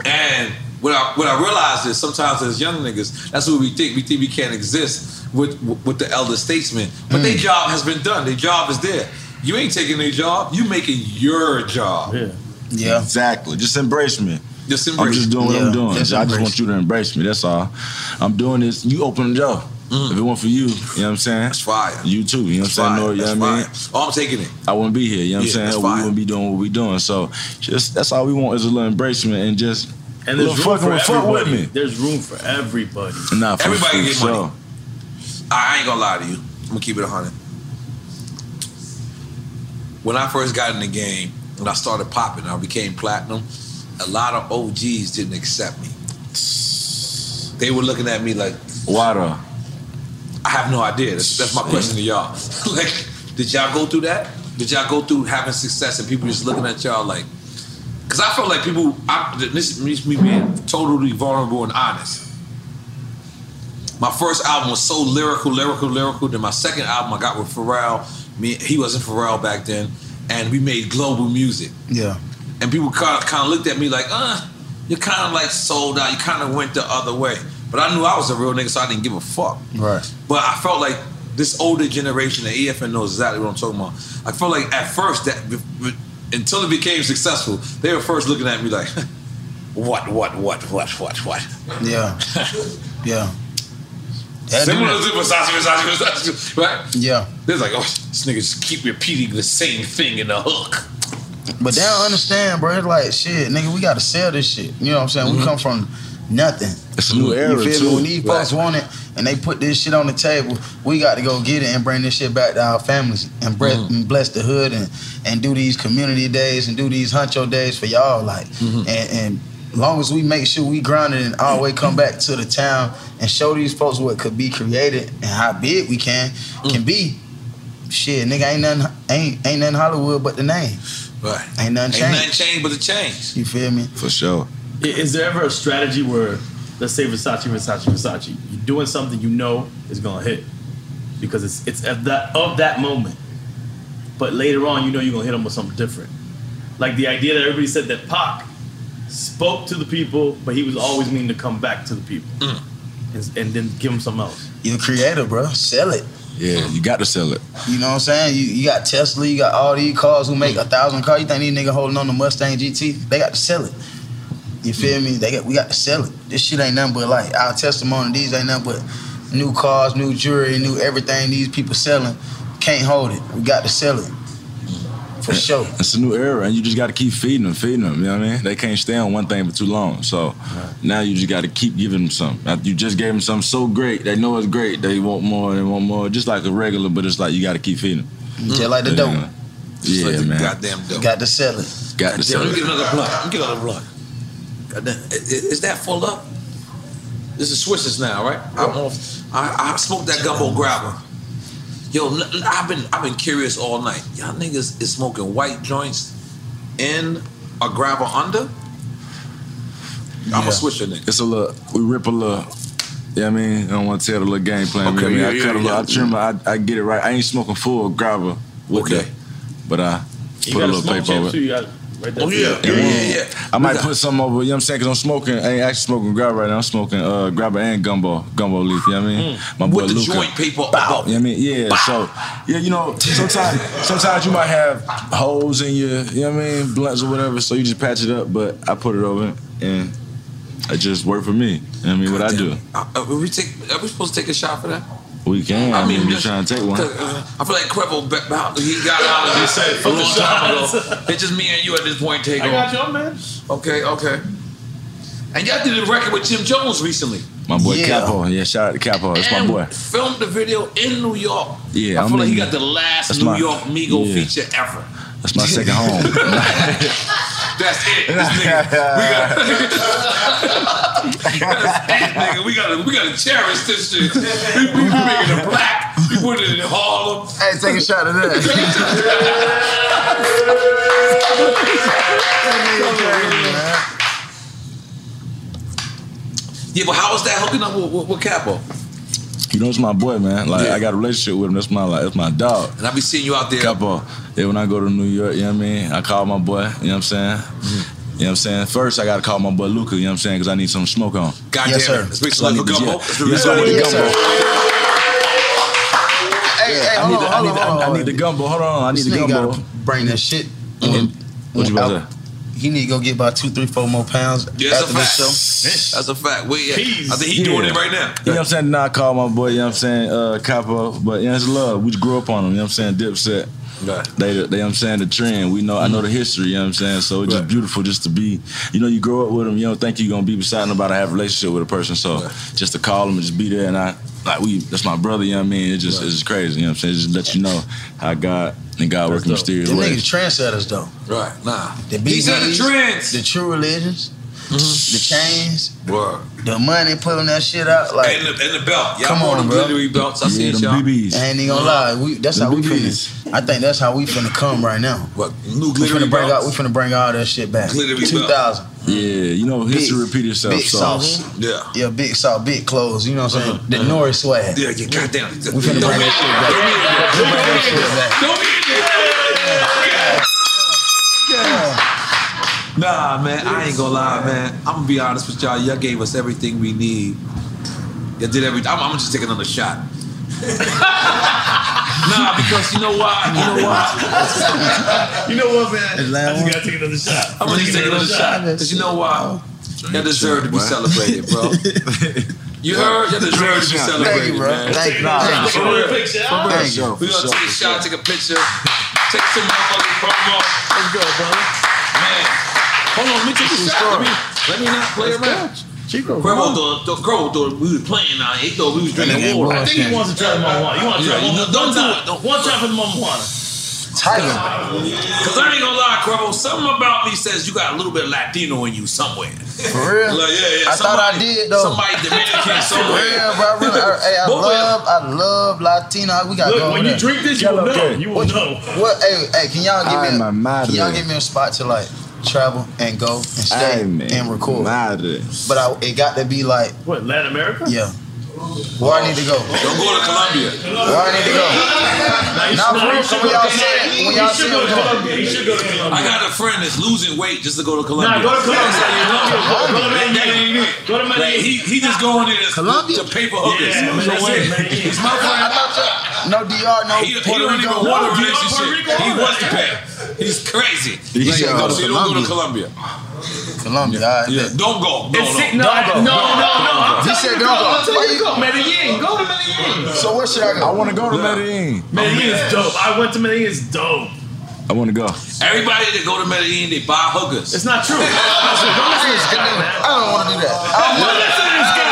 [SPEAKER 2] And what I what I realized is sometimes as young niggas, that's what we think. We think we can't exist with with the elder statesmen. But
[SPEAKER 5] Mm.
[SPEAKER 2] their job has been done. Their job is there. You ain't taking their job. You making your job.
[SPEAKER 3] Yeah.
[SPEAKER 6] Yeah.
[SPEAKER 5] Exactly. Just embrace me.
[SPEAKER 2] Just embrace
[SPEAKER 5] I'm just doing what
[SPEAKER 2] Yeah,
[SPEAKER 5] I'm doing.
[SPEAKER 2] just
[SPEAKER 5] I just
[SPEAKER 2] embrace
[SPEAKER 5] want you to embrace me. That's all. I'm doing this. You open the door. If it weren't for you, you know what I'm saying? That's
[SPEAKER 2] Mm. fire.
[SPEAKER 5] You too. You know what I'm saying? No, you know what I mean?
[SPEAKER 2] Oh, I'm taking it.
[SPEAKER 5] I wouldn't be here. You know what
[SPEAKER 2] Yeah,
[SPEAKER 5] I'm
[SPEAKER 2] that's
[SPEAKER 5] saying? We
[SPEAKER 2] fire.
[SPEAKER 5] wouldn't be doing what we doing. So just that's all we want is a little embracement and just
[SPEAKER 3] And
[SPEAKER 5] a
[SPEAKER 3] there's
[SPEAKER 5] little
[SPEAKER 3] room
[SPEAKER 5] fucking
[SPEAKER 3] for
[SPEAKER 5] with- fuck with
[SPEAKER 3] everybody.
[SPEAKER 5] me.
[SPEAKER 3] There's room for everybody.
[SPEAKER 5] Nah, for,
[SPEAKER 2] Everybody
[SPEAKER 5] for
[SPEAKER 2] get
[SPEAKER 5] sure.
[SPEAKER 2] money. I ain't gonna lie to you. I'm gonna keep it a hundred. When I first got in the game, when I started popping, I became platinum. A lot of OGs didn't accept me. They were looking at me like,
[SPEAKER 5] "Why though?"
[SPEAKER 2] I have no idea. That's, that's my question to y'all. like, did y'all go through that? Did y'all go through having success and people just looking at y'all like? Because I felt like people. I, this is me being totally vulnerable and honest. My first album was so lyrical, lyrical, lyrical. Then my second album I got with Pharrell. Me, he wasn't Pharrell back then, and we made global music.
[SPEAKER 6] Yeah.
[SPEAKER 2] And people kind of, kind of looked at me like, uh, you're kind of like sold out. You kind of went the other way. But I knew I was a real nigga, so I didn't give a fuck.
[SPEAKER 6] Right.
[SPEAKER 2] But I felt like this older generation, the EFN knows exactly what I'm talking about. I felt like at first that until it became successful, they were first looking at me like, what, what, what, what, what, what.
[SPEAKER 6] Yeah. Yeah. Yeah,
[SPEAKER 2] Similar
[SPEAKER 6] dude.
[SPEAKER 2] to Versace, Versace, Versace, right?
[SPEAKER 6] Yeah.
[SPEAKER 2] They're like, oh, this nigga just keep repeating the same thing in the hook.
[SPEAKER 6] But they don't understand, bro. It's like shit, nigga. We gotta sell this shit. You know what I'm saying? We come from nothing.
[SPEAKER 5] Mm-hmm. It's a new era,
[SPEAKER 6] You feel
[SPEAKER 5] too.
[SPEAKER 6] me? When these folks want it and they put this shit on the table, we got to go get it and bring this shit back to our families and, bre-
[SPEAKER 5] Mm-hmm.
[SPEAKER 6] and bless the hood and and do these community days and do these huncho days for y'all. Like
[SPEAKER 5] Mm-hmm.
[SPEAKER 6] and. and Long as we make sure we grounded and always come back to the town and show these folks what could be created and how big we can
[SPEAKER 5] Mm.
[SPEAKER 6] can be. Shit, nigga, ain't nothing ain't ain't nothing Hollywood but the name.
[SPEAKER 2] Right.
[SPEAKER 6] Ain't nothing
[SPEAKER 2] Ain't
[SPEAKER 6] changed.
[SPEAKER 2] nothing changed but the change.
[SPEAKER 6] You feel me?
[SPEAKER 5] For sure.
[SPEAKER 3] I- Is there ever a strategy where let's say Versace, Versace, Versace. You're doing something you know is gonna hit because it's it's of that of that moment. But later on, you know you're gonna hit them with something different. Like the idea that everybody said that Pac spoke to the people, but he was always meaning to come back to the people
[SPEAKER 2] Mm.
[SPEAKER 3] and, and then give them something else.
[SPEAKER 6] You're a creator, bro. Sell it.
[SPEAKER 5] Yeah, you got to sell it.
[SPEAKER 6] You know what I'm saying? You, you got Tesla, you got all these cars who make a thousand cars. You think these nigga holding on to Mustang GT? They got to sell it. You feel me? They got we got to sell it. This shit ain't nothing but like our testimony. These ain't nothing but new cars, new jewelry, new everything. These people selling can't hold it. We got to sell it. For sure.
[SPEAKER 5] It's a new era, and you just got to keep feeding them, feeding them. You know what I mean? They can't stay on one thing for too long. So now you just got to keep giving them something. After You just gave them something so great, they know it's great. They want more, they want more. Just like a regular, but it's like you got to keep feeding them.
[SPEAKER 6] Mm. Just like the
[SPEAKER 5] You
[SPEAKER 6] dope.
[SPEAKER 5] know? Yeah, man.
[SPEAKER 2] Goddamn dope.
[SPEAKER 6] Got to sell it.
[SPEAKER 5] Got to
[SPEAKER 2] Damn,
[SPEAKER 5] sell
[SPEAKER 2] let me get
[SPEAKER 5] it.
[SPEAKER 2] another plug. Let me get another plug. Goddamn. I- i- Is that full up? This is Swiss's now, right? I'm off. I, I smoked that gumbo grabber. Yo, l- l- I've been I've been curious all night. Y'all niggas is smoking white joints in a grabber under. I'm a switcher nigga.
[SPEAKER 5] It's a little, we rip a little. Yeah, I mean, I don't want to tell the little game plan.
[SPEAKER 2] Okay,
[SPEAKER 5] you know what I mean,
[SPEAKER 2] yeah,
[SPEAKER 5] I cut
[SPEAKER 2] yeah,
[SPEAKER 5] a little, I
[SPEAKER 2] yeah.
[SPEAKER 5] trim, it, I, I get it right. I ain't smoking full grabber with okay. but I
[SPEAKER 3] You
[SPEAKER 5] put
[SPEAKER 3] got
[SPEAKER 5] a
[SPEAKER 3] a
[SPEAKER 5] little
[SPEAKER 3] smoke
[SPEAKER 5] paper
[SPEAKER 3] champ,
[SPEAKER 5] over it.
[SPEAKER 3] too. You got right
[SPEAKER 2] Oh,
[SPEAKER 3] there.
[SPEAKER 5] I might put some over, you know what I'm saying? Cause I'm smoking, I ain't actually smoking grab right now. I'm smoking uh grabber and gumbo, gumbo leaf, you know what I mean? My boy
[SPEAKER 2] Mm. With the
[SPEAKER 5] Luca.
[SPEAKER 2] joint people.
[SPEAKER 5] Bow. You know what I mean? Yeah. So yeah, you know, sometimes sometimes you might have holes in your, you know what I mean, blunts or whatever, so you just patch it up, but I put it over and it just worked for me. You know what I mean, what I do.
[SPEAKER 2] Uh, uh, we take, are we supposed to take a shot for that?
[SPEAKER 5] We can. I,
[SPEAKER 2] I
[SPEAKER 5] mean,
[SPEAKER 2] mean,
[SPEAKER 5] if you're
[SPEAKER 2] just-
[SPEAKER 5] trying to take one.
[SPEAKER 2] 'Cause, uh, I feel like Crevo, be- be- he got out of this a
[SPEAKER 3] fuck the
[SPEAKER 2] long time
[SPEAKER 3] shots.
[SPEAKER 2] ago. It's just me and you at this point. Take
[SPEAKER 3] I
[SPEAKER 2] over.
[SPEAKER 3] got you, man.
[SPEAKER 2] Okay, okay. And y'all did a record with Jim Jones recently.
[SPEAKER 5] My boy
[SPEAKER 2] Yeah.
[SPEAKER 5] Capo. Yeah, shout out to Capo. That's my
[SPEAKER 2] and
[SPEAKER 5] boy.
[SPEAKER 2] Filmed the video in New York.
[SPEAKER 5] Yeah,
[SPEAKER 2] I
[SPEAKER 5] I'm
[SPEAKER 2] feel like
[SPEAKER 5] in-
[SPEAKER 2] he got the last
[SPEAKER 5] that's
[SPEAKER 2] New
[SPEAKER 5] my-
[SPEAKER 2] York Migo
[SPEAKER 5] yeah.
[SPEAKER 2] feature ever.
[SPEAKER 5] That's my second home.
[SPEAKER 2] That's it. This nigga. We got That's it, nigga. We gotta we gotta cherish this shit. We, we make it a black. We put it in Harlem.
[SPEAKER 6] Hey, take a shot of
[SPEAKER 2] that. yeah, but how was that hooking up with, with, with Capo?
[SPEAKER 5] You know, it's my boy, man. Like I got a relationship with him. That's my like, that's my dog.
[SPEAKER 2] And I be seeing you out there.
[SPEAKER 5] Couple. Yeah, when I go to New York, you know what I mean. I call my boy. You know what I'm saying.
[SPEAKER 2] Mm-hmm.
[SPEAKER 5] You know what I'm saying? First, I gotta call my boy Luca, you know what I'm saying? Because I need some smoke on.
[SPEAKER 2] God Yes, damn it. sir. Let's make some
[SPEAKER 5] So I
[SPEAKER 2] love
[SPEAKER 5] need
[SPEAKER 2] for
[SPEAKER 5] the-
[SPEAKER 2] Gumbo.
[SPEAKER 5] yeah.
[SPEAKER 2] Let's
[SPEAKER 5] Yeah,
[SPEAKER 2] make
[SPEAKER 5] so I
[SPEAKER 2] some
[SPEAKER 5] need the
[SPEAKER 2] love for
[SPEAKER 5] gumbo.
[SPEAKER 6] Hey, hey,
[SPEAKER 5] I
[SPEAKER 6] hold
[SPEAKER 5] need
[SPEAKER 6] on,
[SPEAKER 5] the- I
[SPEAKER 6] hold
[SPEAKER 5] need
[SPEAKER 6] on,
[SPEAKER 5] the-
[SPEAKER 6] hold
[SPEAKER 5] I
[SPEAKER 6] on.
[SPEAKER 5] need the gumbo. Hold on, I need
[SPEAKER 6] This
[SPEAKER 5] the
[SPEAKER 6] nigga
[SPEAKER 5] gumbo. Mm-hmm.
[SPEAKER 6] gotta Bring that shit. When-
[SPEAKER 5] What you about to say?
[SPEAKER 6] He need to go get about two, three, four more pounds
[SPEAKER 2] Yeah, that's
[SPEAKER 6] after
[SPEAKER 2] a fact.
[SPEAKER 6] this show.
[SPEAKER 2] That's a fact. We, I think he doing
[SPEAKER 5] Yeah.
[SPEAKER 2] it right now.
[SPEAKER 5] You know what I'm saying? Now I call my boy, you know what I'm saying, uh, Capo. But yeah, it's love. We grew up on him, you know what I'm saying? Dipset.
[SPEAKER 2] Right.
[SPEAKER 5] They, they, you know what I'm saying, the trend. We know, I know the history, you know what I'm saying? So it's just beautiful just to be, you know, you grow up with them, you don't think you're going to be beside nobody, have a relationship with a person. So just to call them and just be there. And I, like, we, that's my brother, you know what I mean? It's just, it's just crazy, you know what I'm saying? It just let you know how God and God working mysterious
[SPEAKER 6] Them niggas
[SPEAKER 5] ways.
[SPEAKER 6] trendsetters though.
[SPEAKER 2] Right, nah.
[SPEAKER 6] The
[SPEAKER 2] These are the
[SPEAKER 6] BBs,
[SPEAKER 2] trends.
[SPEAKER 6] The true religions,
[SPEAKER 5] Mm-hmm.
[SPEAKER 6] the chains,
[SPEAKER 2] Word.
[SPEAKER 6] the money pulling that shit out. Like,
[SPEAKER 2] and, the, and the belt. Y'all
[SPEAKER 6] come
[SPEAKER 2] wore
[SPEAKER 6] on,
[SPEAKER 2] the
[SPEAKER 6] bro.
[SPEAKER 2] glittery belts. I seen y'all.
[SPEAKER 6] I ain't even gonna lie. We, that's
[SPEAKER 2] The
[SPEAKER 6] how we
[SPEAKER 2] BBs.
[SPEAKER 6] finna. I think that's how we finna come right now.
[SPEAKER 2] What new
[SPEAKER 6] we
[SPEAKER 2] glittery
[SPEAKER 6] finna bring out,
[SPEAKER 2] belts?
[SPEAKER 6] We finna bring all that shit back.
[SPEAKER 2] Glittery belts.
[SPEAKER 6] Two thousand.
[SPEAKER 5] Yeah, you know, history repeat itself.
[SPEAKER 6] Big
[SPEAKER 5] so.
[SPEAKER 6] sauce.
[SPEAKER 2] Mm-hmm. Yeah. Uh-huh.
[SPEAKER 6] Yeah, big sauce, big clothes. You know what I'm saying? The Norris swag.
[SPEAKER 2] Yeah, yeah, goddamn.
[SPEAKER 6] We finna bring that shit back. We finna bring that shit back.
[SPEAKER 2] Nah, man, I ain't gonna lie, man. I'm gonna be honest with y'all. Y'all gave us everything we need. Y'all did everything. I'm, I'm gonna just take another shot. nah, because you know why? You know why? you know what, man?
[SPEAKER 6] I
[SPEAKER 3] just gotta take another shot.
[SPEAKER 2] I'm gonna just take another shot. Cause you know why? Y'all deserve to be celebrated, bro. You heard? Y'all deserve to be
[SPEAKER 5] Thank you,
[SPEAKER 2] celebrated,
[SPEAKER 5] bro.
[SPEAKER 2] man.
[SPEAKER 5] Thank you. Nah,
[SPEAKER 2] For
[SPEAKER 5] for
[SPEAKER 2] real. For
[SPEAKER 5] real.
[SPEAKER 2] real.
[SPEAKER 5] Thank you.
[SPEAKER 2] We gonna take a shot, take a picture, take some motherfucking promo. Let's go, bro. Man, hold on, let me take a shot. Let me, let me not play around. Chico, Grebo thought, thought, Grebo thought we was playing out. He thought we was drinking water.
[SPEAKER 3] I think he wants to try the marijuana. You want to try
[SPEAKER 2] Yeah,
[SPEAKER 3] one,
[SPEAKER 2] you
[SPEAKER 3] one
[SPEAKER 2] know, don't do
[SPEAKER 3] time?
[SPEAKER 2] it. Don't-
[SPEAKER 3] One time for the marijuana.
[SPEAKER 6] Tiger.
[SPEAKER 2] Cause I ain't gonna lie, Grebo, something about me says you got a little bit of Latino in you somewhere.
[SPEAKER 6] For real?
[SPEAKER 2] Like, yeah, yeah.
[SPEAKER 6] I thought I
[SPEAKER 2] Somebody-
[SPEAKER 6] did though.
[SPEAKER 2] Somebody Dominican somewhere.
[SPEAKER 6] Yeah, bro. I really, I, hey, I
[SPEAKER 2] Both
[SPEAKER 6] love, I love Latino. We
[SPEAKER 2] Look,
[SPEAKER 6] got go over
[SPEAKER 2] when you
[SPEAKER 6] there.
[SPEAKER 2] drink this, you will Yellow know. cake. You will
[SPEAKER 6] what,
[SPEAKER 2] know.
[SPEAKER 6] What? Hey, hey, can y'all give
[SPEAKER 2] Ay,
[SPEAKER 6] me?
[SPEAKER 2] my
[SPEAKER 6] A,
[SPEAKER 2] madre.
[SPEAKER 6] can y'all give me a spot to like travel and go and stay and record. But I, it got to be like
[SPEAKER 3] what Latin America?
[SPEAKER 6] Yeah. Where I need to go.
[SPEAKER 2] Don't go to Colombia.
[SPEAKER 6] Where I need to go. Now, for real, so when y'all say it, when y'all say it, I'm going.
[SPEAKER 2] I got a friend that's losing weight just to go to Colombia.
[SPEAKER 6] Nah, go to Colombia.
[SPEAKER 2] That's how you know.
[SPEAKER 6] Go to Colombia.
[SPEAKER 2] That- that ain't it.
[SPEAKER 6] Go to Medellin.
[SPEAKER 2] Like, he, he just going in to, to pay for hookers.
[SPEAKER 6] Yeah,
[SPEAKER 2] That's
[SPEAKER 6] Medellin,
[SPEAKER 2] it.
[SPEAKER 6] Medellin.
[SPEAKER 2] He's my friend.
[SPEAKER 6] I thought No DR, no
[SPEAKER 2] He, he
[SPEAKER 6] Puerto
[SPEAKER 2] don't
[SPEAKER 6] Rico.
[SPEAKER 2] even
[SPEAKER 6] No,
[SPEAKER 2] want to
[SPEAKER 6] DR,
[SPEAKER 2] live and
[SPEAKER 6] Puerto
[SPEAKER 2] shit.
[SPEAKER 6] Rico.
[SPEAKER 2] He wants to pay. He's crazy.
[SPEAKER 6] He
[SPEAKER 2] Like,
[SPEAKER 6] said
[SPEAKER 2] go,
[SPEAKER 6] go to
[SPEAKER 2] so you don't go to Colombia.
[SPEAKER 6] Colombia. all right.
[SPEAKER 2] Yeah, don't go. No,
[SPEAKER 6] It's
[SPEAKER 2] no.
[SPEAKER 6] sick- no, no, no, no, no. I'm
[SPEAKER 2] He
[SPEAKER 6] telling
[SPEAKER 2] said
[SPEAKER 6] you,
[SPEAKER 2] don't
[SPEAKER 6] go.
[SPEAKER 2] go.
[SPEAKER 6] I'm telling you, go. Medellin.
[SPEAKER 3] Go to Medellin.
[SPEAKER 6] So where should I go?
[SPEAKER 10] I want to go to
[SPEAKER 2] Yeah.
[SPEAKER 10] Medellin.
[SPEAKER 3] Medellin
[SPEAKER 2] Oh,
[SPEAKER 3] is dope. I went to Medellin. It's dope.
[SPEAKER 10] I want to go.
[SPEAKER 2] Everybody that go to Medellin, they buy hookers. It's
[SPEAKER 3] not true. Don't
[SPEAKER 2] listen
[SPEAKER 3] to this guy, man.
[SPEAKER 6] I don't want to do that.
[SPEAKER 2] Don't listen to this guy.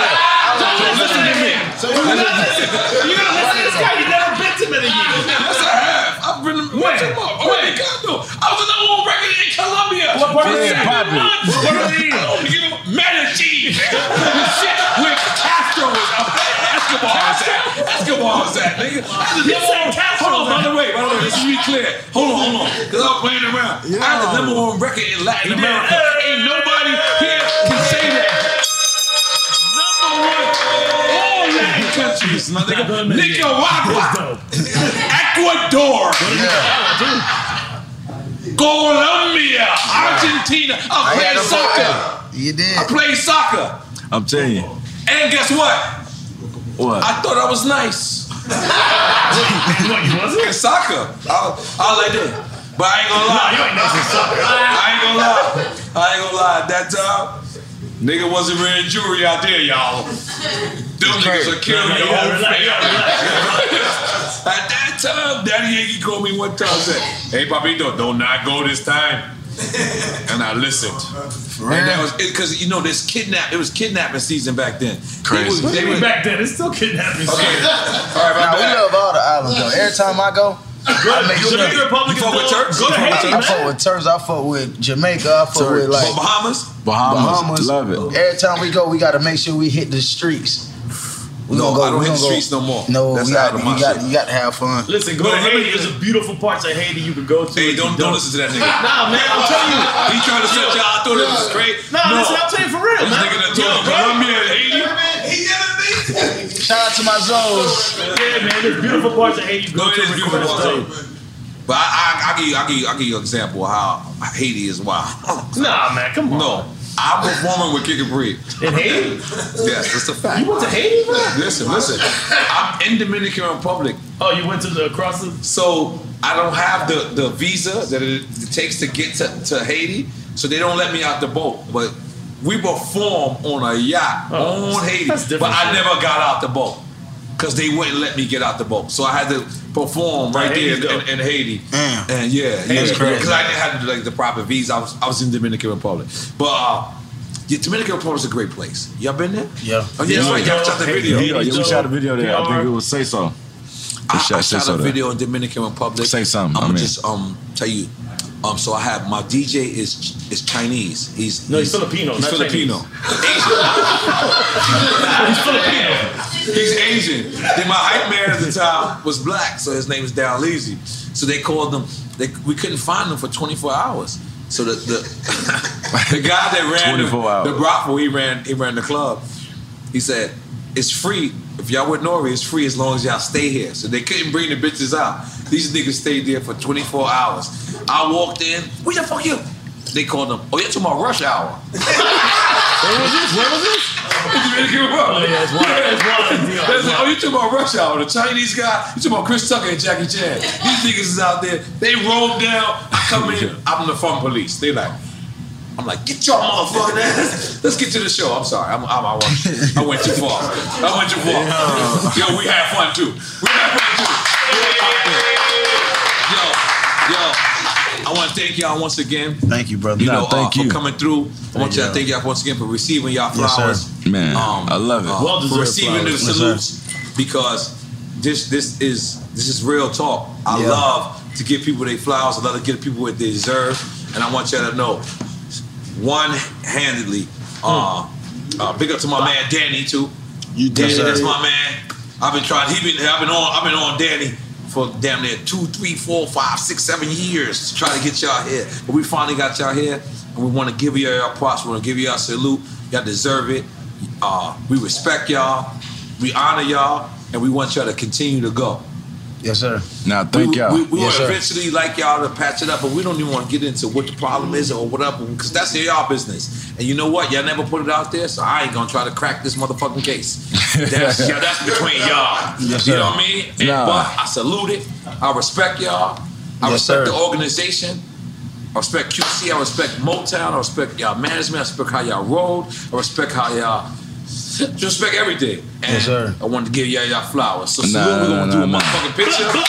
[SPEAKER 3] Don't listen to him. You're gonna listen to this guy. You never been to Medellin.
[SPEAKER 2] Yes, I have. I've been to Medellin. What you want? Oh, my God, no. I was in the old record in Colombia.
[SPEAKER 3] What part of
[SPEAKER 2] for
[SPEAKER 3] it?
[SPEAKER 2] seven
[SPEAKER 3] Pablo.
[SPEAKER 2] months.
[SPEAKER 3] What part of it?
[SPEAKER 2] I don't give a Medellin. nigga. Shit, where Castro was up. Escobar was at. Escobar was at, nigga. That's the
[SPEAKER 3] You
[SPEAKER 2] number
[SPEAKER 3] said
[SPEAKER 2] one-
[SPEAKER 3] Castro,
[SPEAKER 2] Hold on, by
[SPEAKER 3] man.
[SPEAKER 2] the way, by the way, let's be clear. Hold on, hold on. Because I'm playing around. I had the number one record in Latin America. Ain't nobody here can say that. Number one. All Latin countries, my nigga. Nicaragua. Ecuador, Colombia, Argentina. I
[SPEAKER 6] had
[SPEAKER 2] played
[SPEAKER 6] a
[SPEAKER 2] soccer.
[SPEAKER 6] You did.
[SPEAKER 2] I played soccer.
[SPEAKER 5] I'm telling you.
[SPEAKER 2] And guess what?
[SPEAKER 5] What?
[SPEAKER 2] I thought I was nice. what, you wasn't? In soccer. I, I like that. But I ain't gonna lie.
[SPEAKER 3] Nah, you ain't nice in soccer.
[SPEAKER 2] I ain't gonna lie. I ain't gonna lie. At that time, nigga wasn't wearing jewelry out there, y'all. Them niggas are killing your whole family. At that time, Daddy Yankee called me one time and said, Hey, Papito, don't not go this time. And I listened. And that was because you know this kidnap. It was kidnapping season back then.
[SPEAKER 6] Crazy.
[SPEAKER 2] They was, they was-
[SPEAKER 3] Back then, it's still kidnapping.
[SPEAKER 2] Okay. All right, my
[SPEAKER 6] Nah, we
[SPEAKER 2] bad.
[SPEAKER 6] love all the islands though. Every time I go, I make sure-
[SPEAKER 2] Dominican Republic is dope. Go to Haiti,
[SPEAKER 6] I
[SPEAKER 2] man.
[SPEAKER 6] fuck with Turks. I fuck with Jamaica. I fuck
[SPEAKER 2] Turks.
[SPEAKER 6] with like
[SPEAKER 2] But Bahamas?
[SPEAKER 6] Bahamas.
[SPEAKER 2] Bahamas. Love it.
[SPEAKER 6] Every time we go, we got to make sure we hit the streets. We
[SPEAKER 2] No,
[SPEAKER 6] gonna go,
[SPEAKER 2] I don't
[SPEAKER 6] we
[SPEAKER 2] hit the
[SPEAKER 6] gonna go-
[SPEAKER 2] streets no more.
[SPEAKER 6] No,
[SPEAKER 2] That's
[SPEAKER 6] we
[SPEAKER 2] out
[SPEAKER 6] got,
[SPEAKER 2] of
[SPEAKER 6] you
[SPEAKER 2] my
[SPEAKER 6] got
[SPEAKER 2] shit.
[SPEAKER 6] you got to have fun.
[SPEAKER 3] Listen, go to Haiti. There's a beautiful parts of Haiti you could go to. Hey,
[SPEAKER 2] don't, don't listen to that nigga.
[SPEAKER 3] Nah, man, I'm telling you.
[SPEAKER 2] He trying to set y'all. I thought it was straight.
[SPEAKER 3] Nah,
[SPEAKER 2] No.
[SPEAKER 3] listen, I'm telling you for real,
[SPEAKER 2] This
[SPEAKER 3] man.
[SPEAKER 2] nigga done told
[SPEAKER 3] Yo,
[SPEAKER 2] me
[SPEAKER 3] bro.
[SPEAKER 2] Colombia and Haiti.
[SPEAKER 6] Shout out to my zones.
[SPEAKER 3] Yeah, man, there's beautiful parts of Haiti you go to. record and stuff.
[SPEAKER 2] But I, I, I give you, I give you, I give you an example of how Haiti is wild.
[SPEAKER 3] Nah, man, come on.
[SPEAKER 2] No, I'm performing with Kick and Breed.
[SPEAKER 3] In Haiti?
[SPEAKER 2] Yes, that's a fact.
[SPEAKER 3] You went to Haiti, bro?
[SPEAKER 2] Listen, listen. I'm in Dominican Republic.
[SPEAKER 3] Oh, you went to the across the.
[SPEAKER 2] So I don't have the, the visa that it, it takes to get to, to Haiti, so they don't let me out the boat. But we perform on a yacht
[SPEAKER 3] Oh,
[SPEAKER 2] on Haiti,
[SPEAKER 3] that's
[SPEAKER 2] but
[SPEAKER 3] different
[SPEAKER 2] I
[SPEAKER 3] shit.
[SPEAKER 2] never got out the boat because they wouldn't let me get out the boat. So I had to perform right there
[SPEAKER 3] Haiti's
[SPEAKER 2] in,
[SPEAKER 3] dope.
[SPEAKER 2] in, in Haiti. And yeah, yeah,
[SPEAKER 3] That's crazy.
[SPEAKER 2] because I didn't have like the proper visa. I was I was in Dominican Republic, but. Uh, yeah, Dominican Republic is a great place. Y'all been there?
[SPEAKER 6] Yeah.
[SPEAKER 2] Oh, yeah, that's right. Y'all shot the video.
[SPEAKER 5] Yeah, yeah, we shot a video there. I think it was Say So.
[SPEAKER 2] I,
[SPEAKER 5] We shot
[SPEAKER 2] I
[SPEAKER 5] Say
[SPEAKER 2] shot
[SPEAKER 5] So
[SPEAKER 2] a
[SPEAKER 5] there.
[SPEAKER 2] video in Dominican Republic.
[SPEAKER 5] Say something,
[SPEAKER 2] I'm
[SPEAKER 5] I mean.
[SPEAKER 2] gonna just um tell you. Um, so I have my DJ is is Chinese. He's
[SPEAKER 3] No, he's Filipino,
[SPEAKER 2] He's
[SPEAKER 3] not
[SPEAKER 2] Filipino. he's Filipino. He's Asian. Then my hype man at the time was black, so his name is Dal Easy. So they called him. They we couldn't find him for 24 hours. So the the, the guy that ran the,
[SPEAKER 5] 24 hours.
[SPEAKER 2] the brothel, he ran he ran the club. He said, "It's free if y'all with Nori. It's free as long as y'all stay here." So they couldn't bring the bitches out. These niggas stayed there for 24 hours. I walked in. Where the fuck you? They called them. Oh, you're talking about rush hour. Where was this? Where was this? Dominican
[SPEAKER 3] Oh,
[SPEAKER 2] Republic.
[SPEAKER 3] yeah, it's wild. It's wild.
[SPEAKER 2] They said, oh, you talking about Rush Hour, the Chinese guy? You talking about Chris Tucker and Jackie Chan? These niggas is out there. They roll down. I come in. I'm the fun police. They like. I'm like, get your motherfucking ass. Let's get to the show. I'm sorry. I'm, I'm, I, went, I went too far. I went too far. Yo, we had fun too. We had fun too. Yo, yo. I want to thank y'all once again.
[SPEAKER 6] Thank you, brother.
[SPEAKER 2] You
[SPEAKER 6] Nah,
[SPEAKER 2] know,
[SPEAKER 6] thank
[SPEAKER 2] uh,
[SPEAKER 6] you.
[SPEAKER 2] for coming through. I want
[SPEAKER 6] Thank
[SPEAKER 2] y'all to
[SPEAKER 6] you.
[SPEAKER 2] thank y'all once again for receiving y'all
[SPEAKER 6] Yes, sir.
[SPEAKER 2] flowers.
[SPEAKER 5] Man, I love it.
[SPEAKER 2] Uh, for receiving the salutes because this this is this is real talk. I
[SPEAKER 5] Yeah.
[SPEAKER 2] love to give people their flowers. I love to give people what they deserve, and I want y'all to know, one handedly. Uh, uh, big up to my man Danny too. You Danny,
[SPEAKER 6] deserve
[SPEAKER 2] that's
[SPEAKER 6] it.
[SPEAKER 2] my man. I've been trying. He been I've been on I've been on Danny for damn near two, three, four, five, six, seven years to try to get y'all here. But we finally got y'all here, and we want to give you our props. We want to give you our salute. Y'all deserve it. Uh, we respect y'all. We honor y'all, and we want y'all to continue to go.
[SPEAKER 6] Yes, sir.
[SPEAKER 5] Now, thank
[SPEAKER 2] we,
[SPEAKER 5] y'all.
[SPEAKER 2] We, we
[SPEAKER 5] Yes,
[SPEAKER 2] will
[SPEAKER 5] sir.
[SPEAKER 2] eventually like y'all to patch it up, but we don't even want to get into what the problem is or whatever, because that's y'all business. And you know what? Y'all never put it out there, so I ain't gonna try to crack this motherfucking case. That's yeah, that's between y'all.
[SPEAKER 5] Yes,
[SPEAKER 2] you
[SPEAKER 5] sir.
[SPEAKER 2] know what I mean? And-
[SPEAKER 5] Nah.
[SPEAKER 2] But I salute it. I respect y'all. I
[SPEAKER 5] Yes,
[SPEAKER 2] respect
[SPEAKER 5] sir.
[SPEAKER 2] the organization. I respect QC. I respect Motown. I respect y'all management. I respect how y'all rolled. I respect how y'all. Just respect everything. And
[SPEAKER 6] Yes, sir.
[SPEAKER 2] I wanted to give y'all y'all flowers. So
[SPEAKER 5] Nah,
[SPEAKER 2] salute. We're gonna
[SPEAKER 5] nah,
[SPEAKER 2] do a
[SPEAKER 5] nah, nah.
[SPEAKER 2] motherfucking picture. Hold on,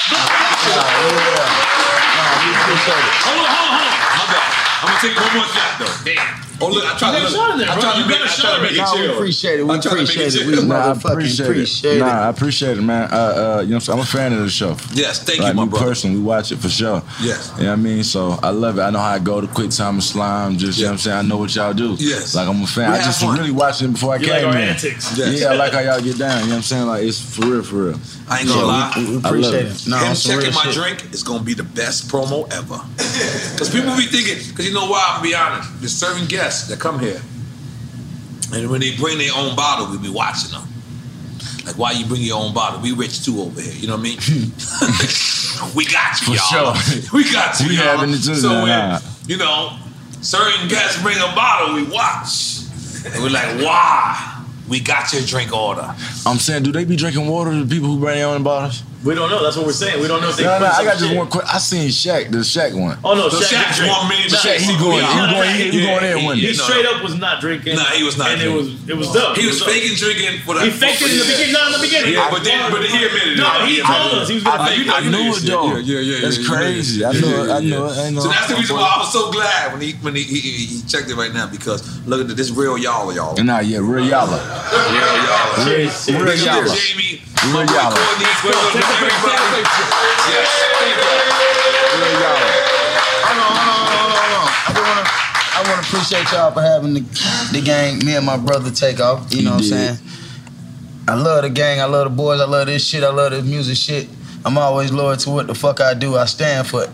[SPEAKER 2] hold on, hold on. My bad. I'm gonna take one more shot though. Damn. Oh look, I tried
[SPEAKER 6] You
[SPEAKER 2] to.
[SPEAKER 6] got a shot in there,
[SPEAKER 2] I
[SPEAKER 6] bro.
[SPEAKER 2] tried to
[SPEAKER 6] You
[SPEAKER 2] make.
[SPEAKER 6] got a
[SPEAKER 2] I
[SPEAKER 6] shot
[SPEAKER 2] tried to
[SPEAKER 6] in
[SPEAKER 2] make
[SPEAKER 6] there. Nah, we
[SPEAKER 2] chill.
[SPEAKER 6] appreciate it. We
[SPEAKER 2] I tried to make
[SPEAKER 6] appreciate it.
[SPEAKER 2] chill.
[SPEAKER 6] We
[SPEAKER 5] Nah, I
[SPEAKER 6] motherfucking
[SPEAKER 5] appreciate,
[SPEAKER 6] appreciate
[SPEAKER 5] it.
[SPEAKER 6] it.
[SPEAKER 5] Nah, I appreciate it, man. Uh, uh, you know, what I'm, saying? I'm a fan of the show.
[SPEAKER 2] Yes, thank you,
[SPEAKER 5] like,
[SPEAKER 2] my
[SPEAKER 5] me
[SPEAKER 2] brother.
[SPEAKER 5] Personally, we watch it for sure.
[SPEAKER 2] Yes.
[SPEAKER 5] You know what I mean? So I love it. I know how I go to Quick Time and Slime. Just, you know what I'm saying? I know what y'all do.
[SPEAKER 2] Yes.
[SPEAKER 5] Like, I'm a fan.
[SPEAKER 2] We
[SPEAKER 5] I
[SPEAKER 2] have
[SPEAKER 5] just
[SPEAKER 2] fun.
[SPEAKER 5] really watched it before I
[SPEAKER 2] You
[SPEAKER 5] came
[SPEAKER 2] like our
[SPEAKER 5] in.
[SPEAKER 2] antics. Yes.
[SPEAKER 5] Yeah, I like how y'all get down. You know what I'm saying? Like, it's for real, for real.
[SPEAKER 2] I ain't gonna
[SPEAKER 5] So,
[SPEAKER 2] lie.
[SPEAKER 5] we- we I love Nah,
[SPEAKER 2] Him
[SPEAKER 5] on some
[SPEAKER 2] checking
[SPEAKER 5] real
[SPEAKER 2] my
[SPEAKER 5] shit.
[SPEAKER 2] drink is gonna be the best promo ever. Because people be thinking, because you know why? I'm gonna be honest. There's certain guests that come here, and when they bring their own bottle, we be watching them. Like, why you bring your own bottle? We rich too over here. You know what I mean? we got you,
[SPEAKER 5] For
[SPEAKER 2] y'all.
[SPEAKER 5] sure.
[SPEAKER 2] We got you,
[SPEAKER 5] We
[SPEAKER 2] y'all.
[SPEAKER 5] having it too,
[SPEAKER 2] so
[SPEAKER 5] nah,
[SPEAKER 2] when
[SPEAKER 5] nah.
[SPEAKER 2] you know certain guests bring a bottle, we watch, and we're like, why? We got your drink order.
[SPEAKER 5] I'm saying, do they be drinking water to the people who bring their own bottles?
[SPEAKER 3] We don't know. That's what we're saying. We don't know if they
[SPEAKER 5] No, no,
[SPEAKER 3] put
[SPEAKER 5] I
[SPEAKER 3] some
[SPEAKER 5] got just
[SPEAKER 3] shit.
[SPEAKER 5] one quick. I seen Shaq, the Shaq one.
[SPEAKER 3] Oh no,
[SPEAKER 5] The
[SPEAKER 3] Shaq, didn't
[SPEAKER 5] Shaq
[SPEAKER 3] drink.
[SPEAKER 5] one million dollars.
[SPEAKER 3] Shaq,
[SPEAKER 5] He going- he going- he- he going in
[SPEAKER 3] he-
[SPEAKER 5] one
[SPEAKER 3] He
[SPEAKER 5] day.
[SPEAKER 3] straight up was not drinking.
[SPEAKER 2] Nah, he was not
[SPEAKER 3] And
[SPEAKER 2] drinking.
[SPEAKER 3] it was it was dumb. It
[SPEAKER 2] He was
[SPEAKER 3] dumb.
[SPEAKER 2] faking drinking for
[SPEAKER 3] He
[SPEAKER 2] that.
[SPEAKER 3] faked it in the
[SPEAKER 2] Yeah.
[SPEAKER 3] beginning. Not in the beginning.
[SPEAKER 2] Yeah, but then, but then he admitted it.
[SPEAKER 3] No, he
[SPEAKER 2] Yeah, yeah,
[SPEAKER 3] told us he was
[SPEAKER 2] yeah.
[SPEAKER 3] gonna fake it.
[SPEAKER 5] I knew it though.
[SPEAKER 2] Yeah, yeah, yeah.
[SPEAKER 5] That's
[SPEAKER 2] yeah, yeah.
[SPEAKER 5] crazy. I
[SPEAKER 2] Yeah,
[SPEAKER 5] know
[SPEAKER 2] yeah,
[SPEAKER 5] it. I
[SPEAKER 2] yeah.
[SPEAKER 5] know it. I ain't no-
[SPEAKER 2] So that's the reason why I was so glad when he when he, he, he he checked it right now because look at this real y'all y'all.
[SPEAKER 5] Nah, yeah, real yalla.
[SPEAKER 2] Real y'all.
[SPEAKER 5] Real- real
[SPEAKER 2] Nigga,
[SPEAKER 5] y'all.
[SPEAKER 2] Jamie,
[SPEAKER 5] Real yalla.
[SPEAKER 2] Courtney, Quills, everybody. Yes, thank you.
[SPEAKER 5] Real y'all.
[SPEAKER 6] I do wanna I wanna appreciate y'all for having the, the gang, me and my brother take off. You know what I'm saying? I love the gang, I love the boys, I love this shit, I love this music shit. I'm always loyal to what the fuck I do. I stand for it.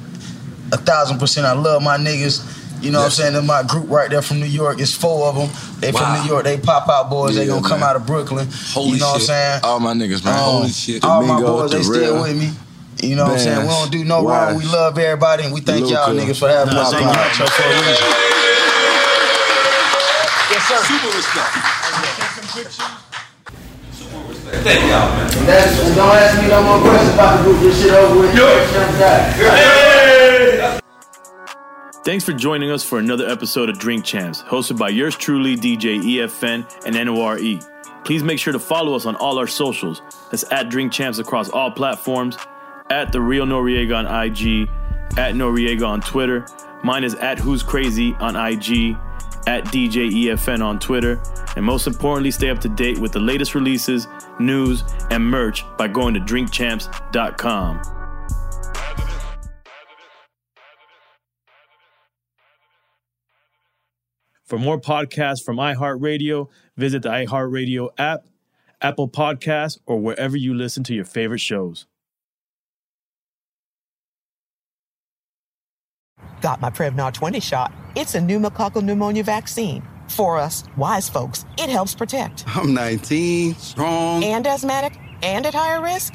[SPEAKER 6] A thousand percent. I love my niggas. You know what I'm saying? That's my group right there from New York. It's four of them. They
[SPEAKER 5] Wow.
[SPEAKER 6] from New York. They pop out boys. they
[SPEAKER 5] Yeah,
[SPEAKER 6] gonna come
[SPEAKER 5] man.
[SPEAKER 6] out of Brooklyn.
[SPEAKER 5] Holy
[SPEAKER 6] you know what I'm
[SPEAKER 5] shit.
[SPEAKER 6] saying?
[SPEAKER 5] All my niggas, man.
[SPEAKER 6] Um,
[SPEAKER 5] Holy shit.
[SPEAKER 6] All my
[SPEAKER 5] Domingo,
[SPEAKER 6] boys, they still
[SPEAKER 5] Terrell.
[SPEAKER 6] with me. You know what I'm saying? We
[SPEAKER 5] Bass,
[SPEAKER 6] don't do no wrong.
[SPEAKER 5] Wise,
[SPEAKER 6] We love everybody, and we thank y'all
[SPEAKER 5] Luka,
[SPEAKER 6] niggas for having
[SPEAKER 5] Nah,
[SPEAKER 6] us. Thank
[SPEAKER 5] nah.
[SPEAKER 6] Nacho for a reason.
[SPEAKER 2] Yes, sir. Super respect.
[SPEAKER 6] And that's, and don't ask me no more questions about the group. This shit over with.
[SPEAKER 3] Thanks for joining us for another episode of Drink Champs, hosted by yours truly, DJ EFN and NORE. E. Please make sure to follow us on all our socials. That's at Drink Champs across all platforms, at The Real Noriega on IG, at Noriega on Twitter. Mine is at Who's Crazy on IG, at DJ EFN on Twitter. And most importantly, stay up to date with the latest releases, news, and merch by going to drinkchamps.com. For more podcasts from iHeartRadio, visit the iHeartRadio app, Apple Podcasts, or wherever you listen to your favorite shows.
[SPEAKER 20] Got my Prevnar 20 shot. It's a pneumococcal pneumonia vaccine. For us wise folks, it helps protect.
[SPEAKER 21] I'm 19, strong.
[SPEAKER 20] And asthmatic and at higher risk?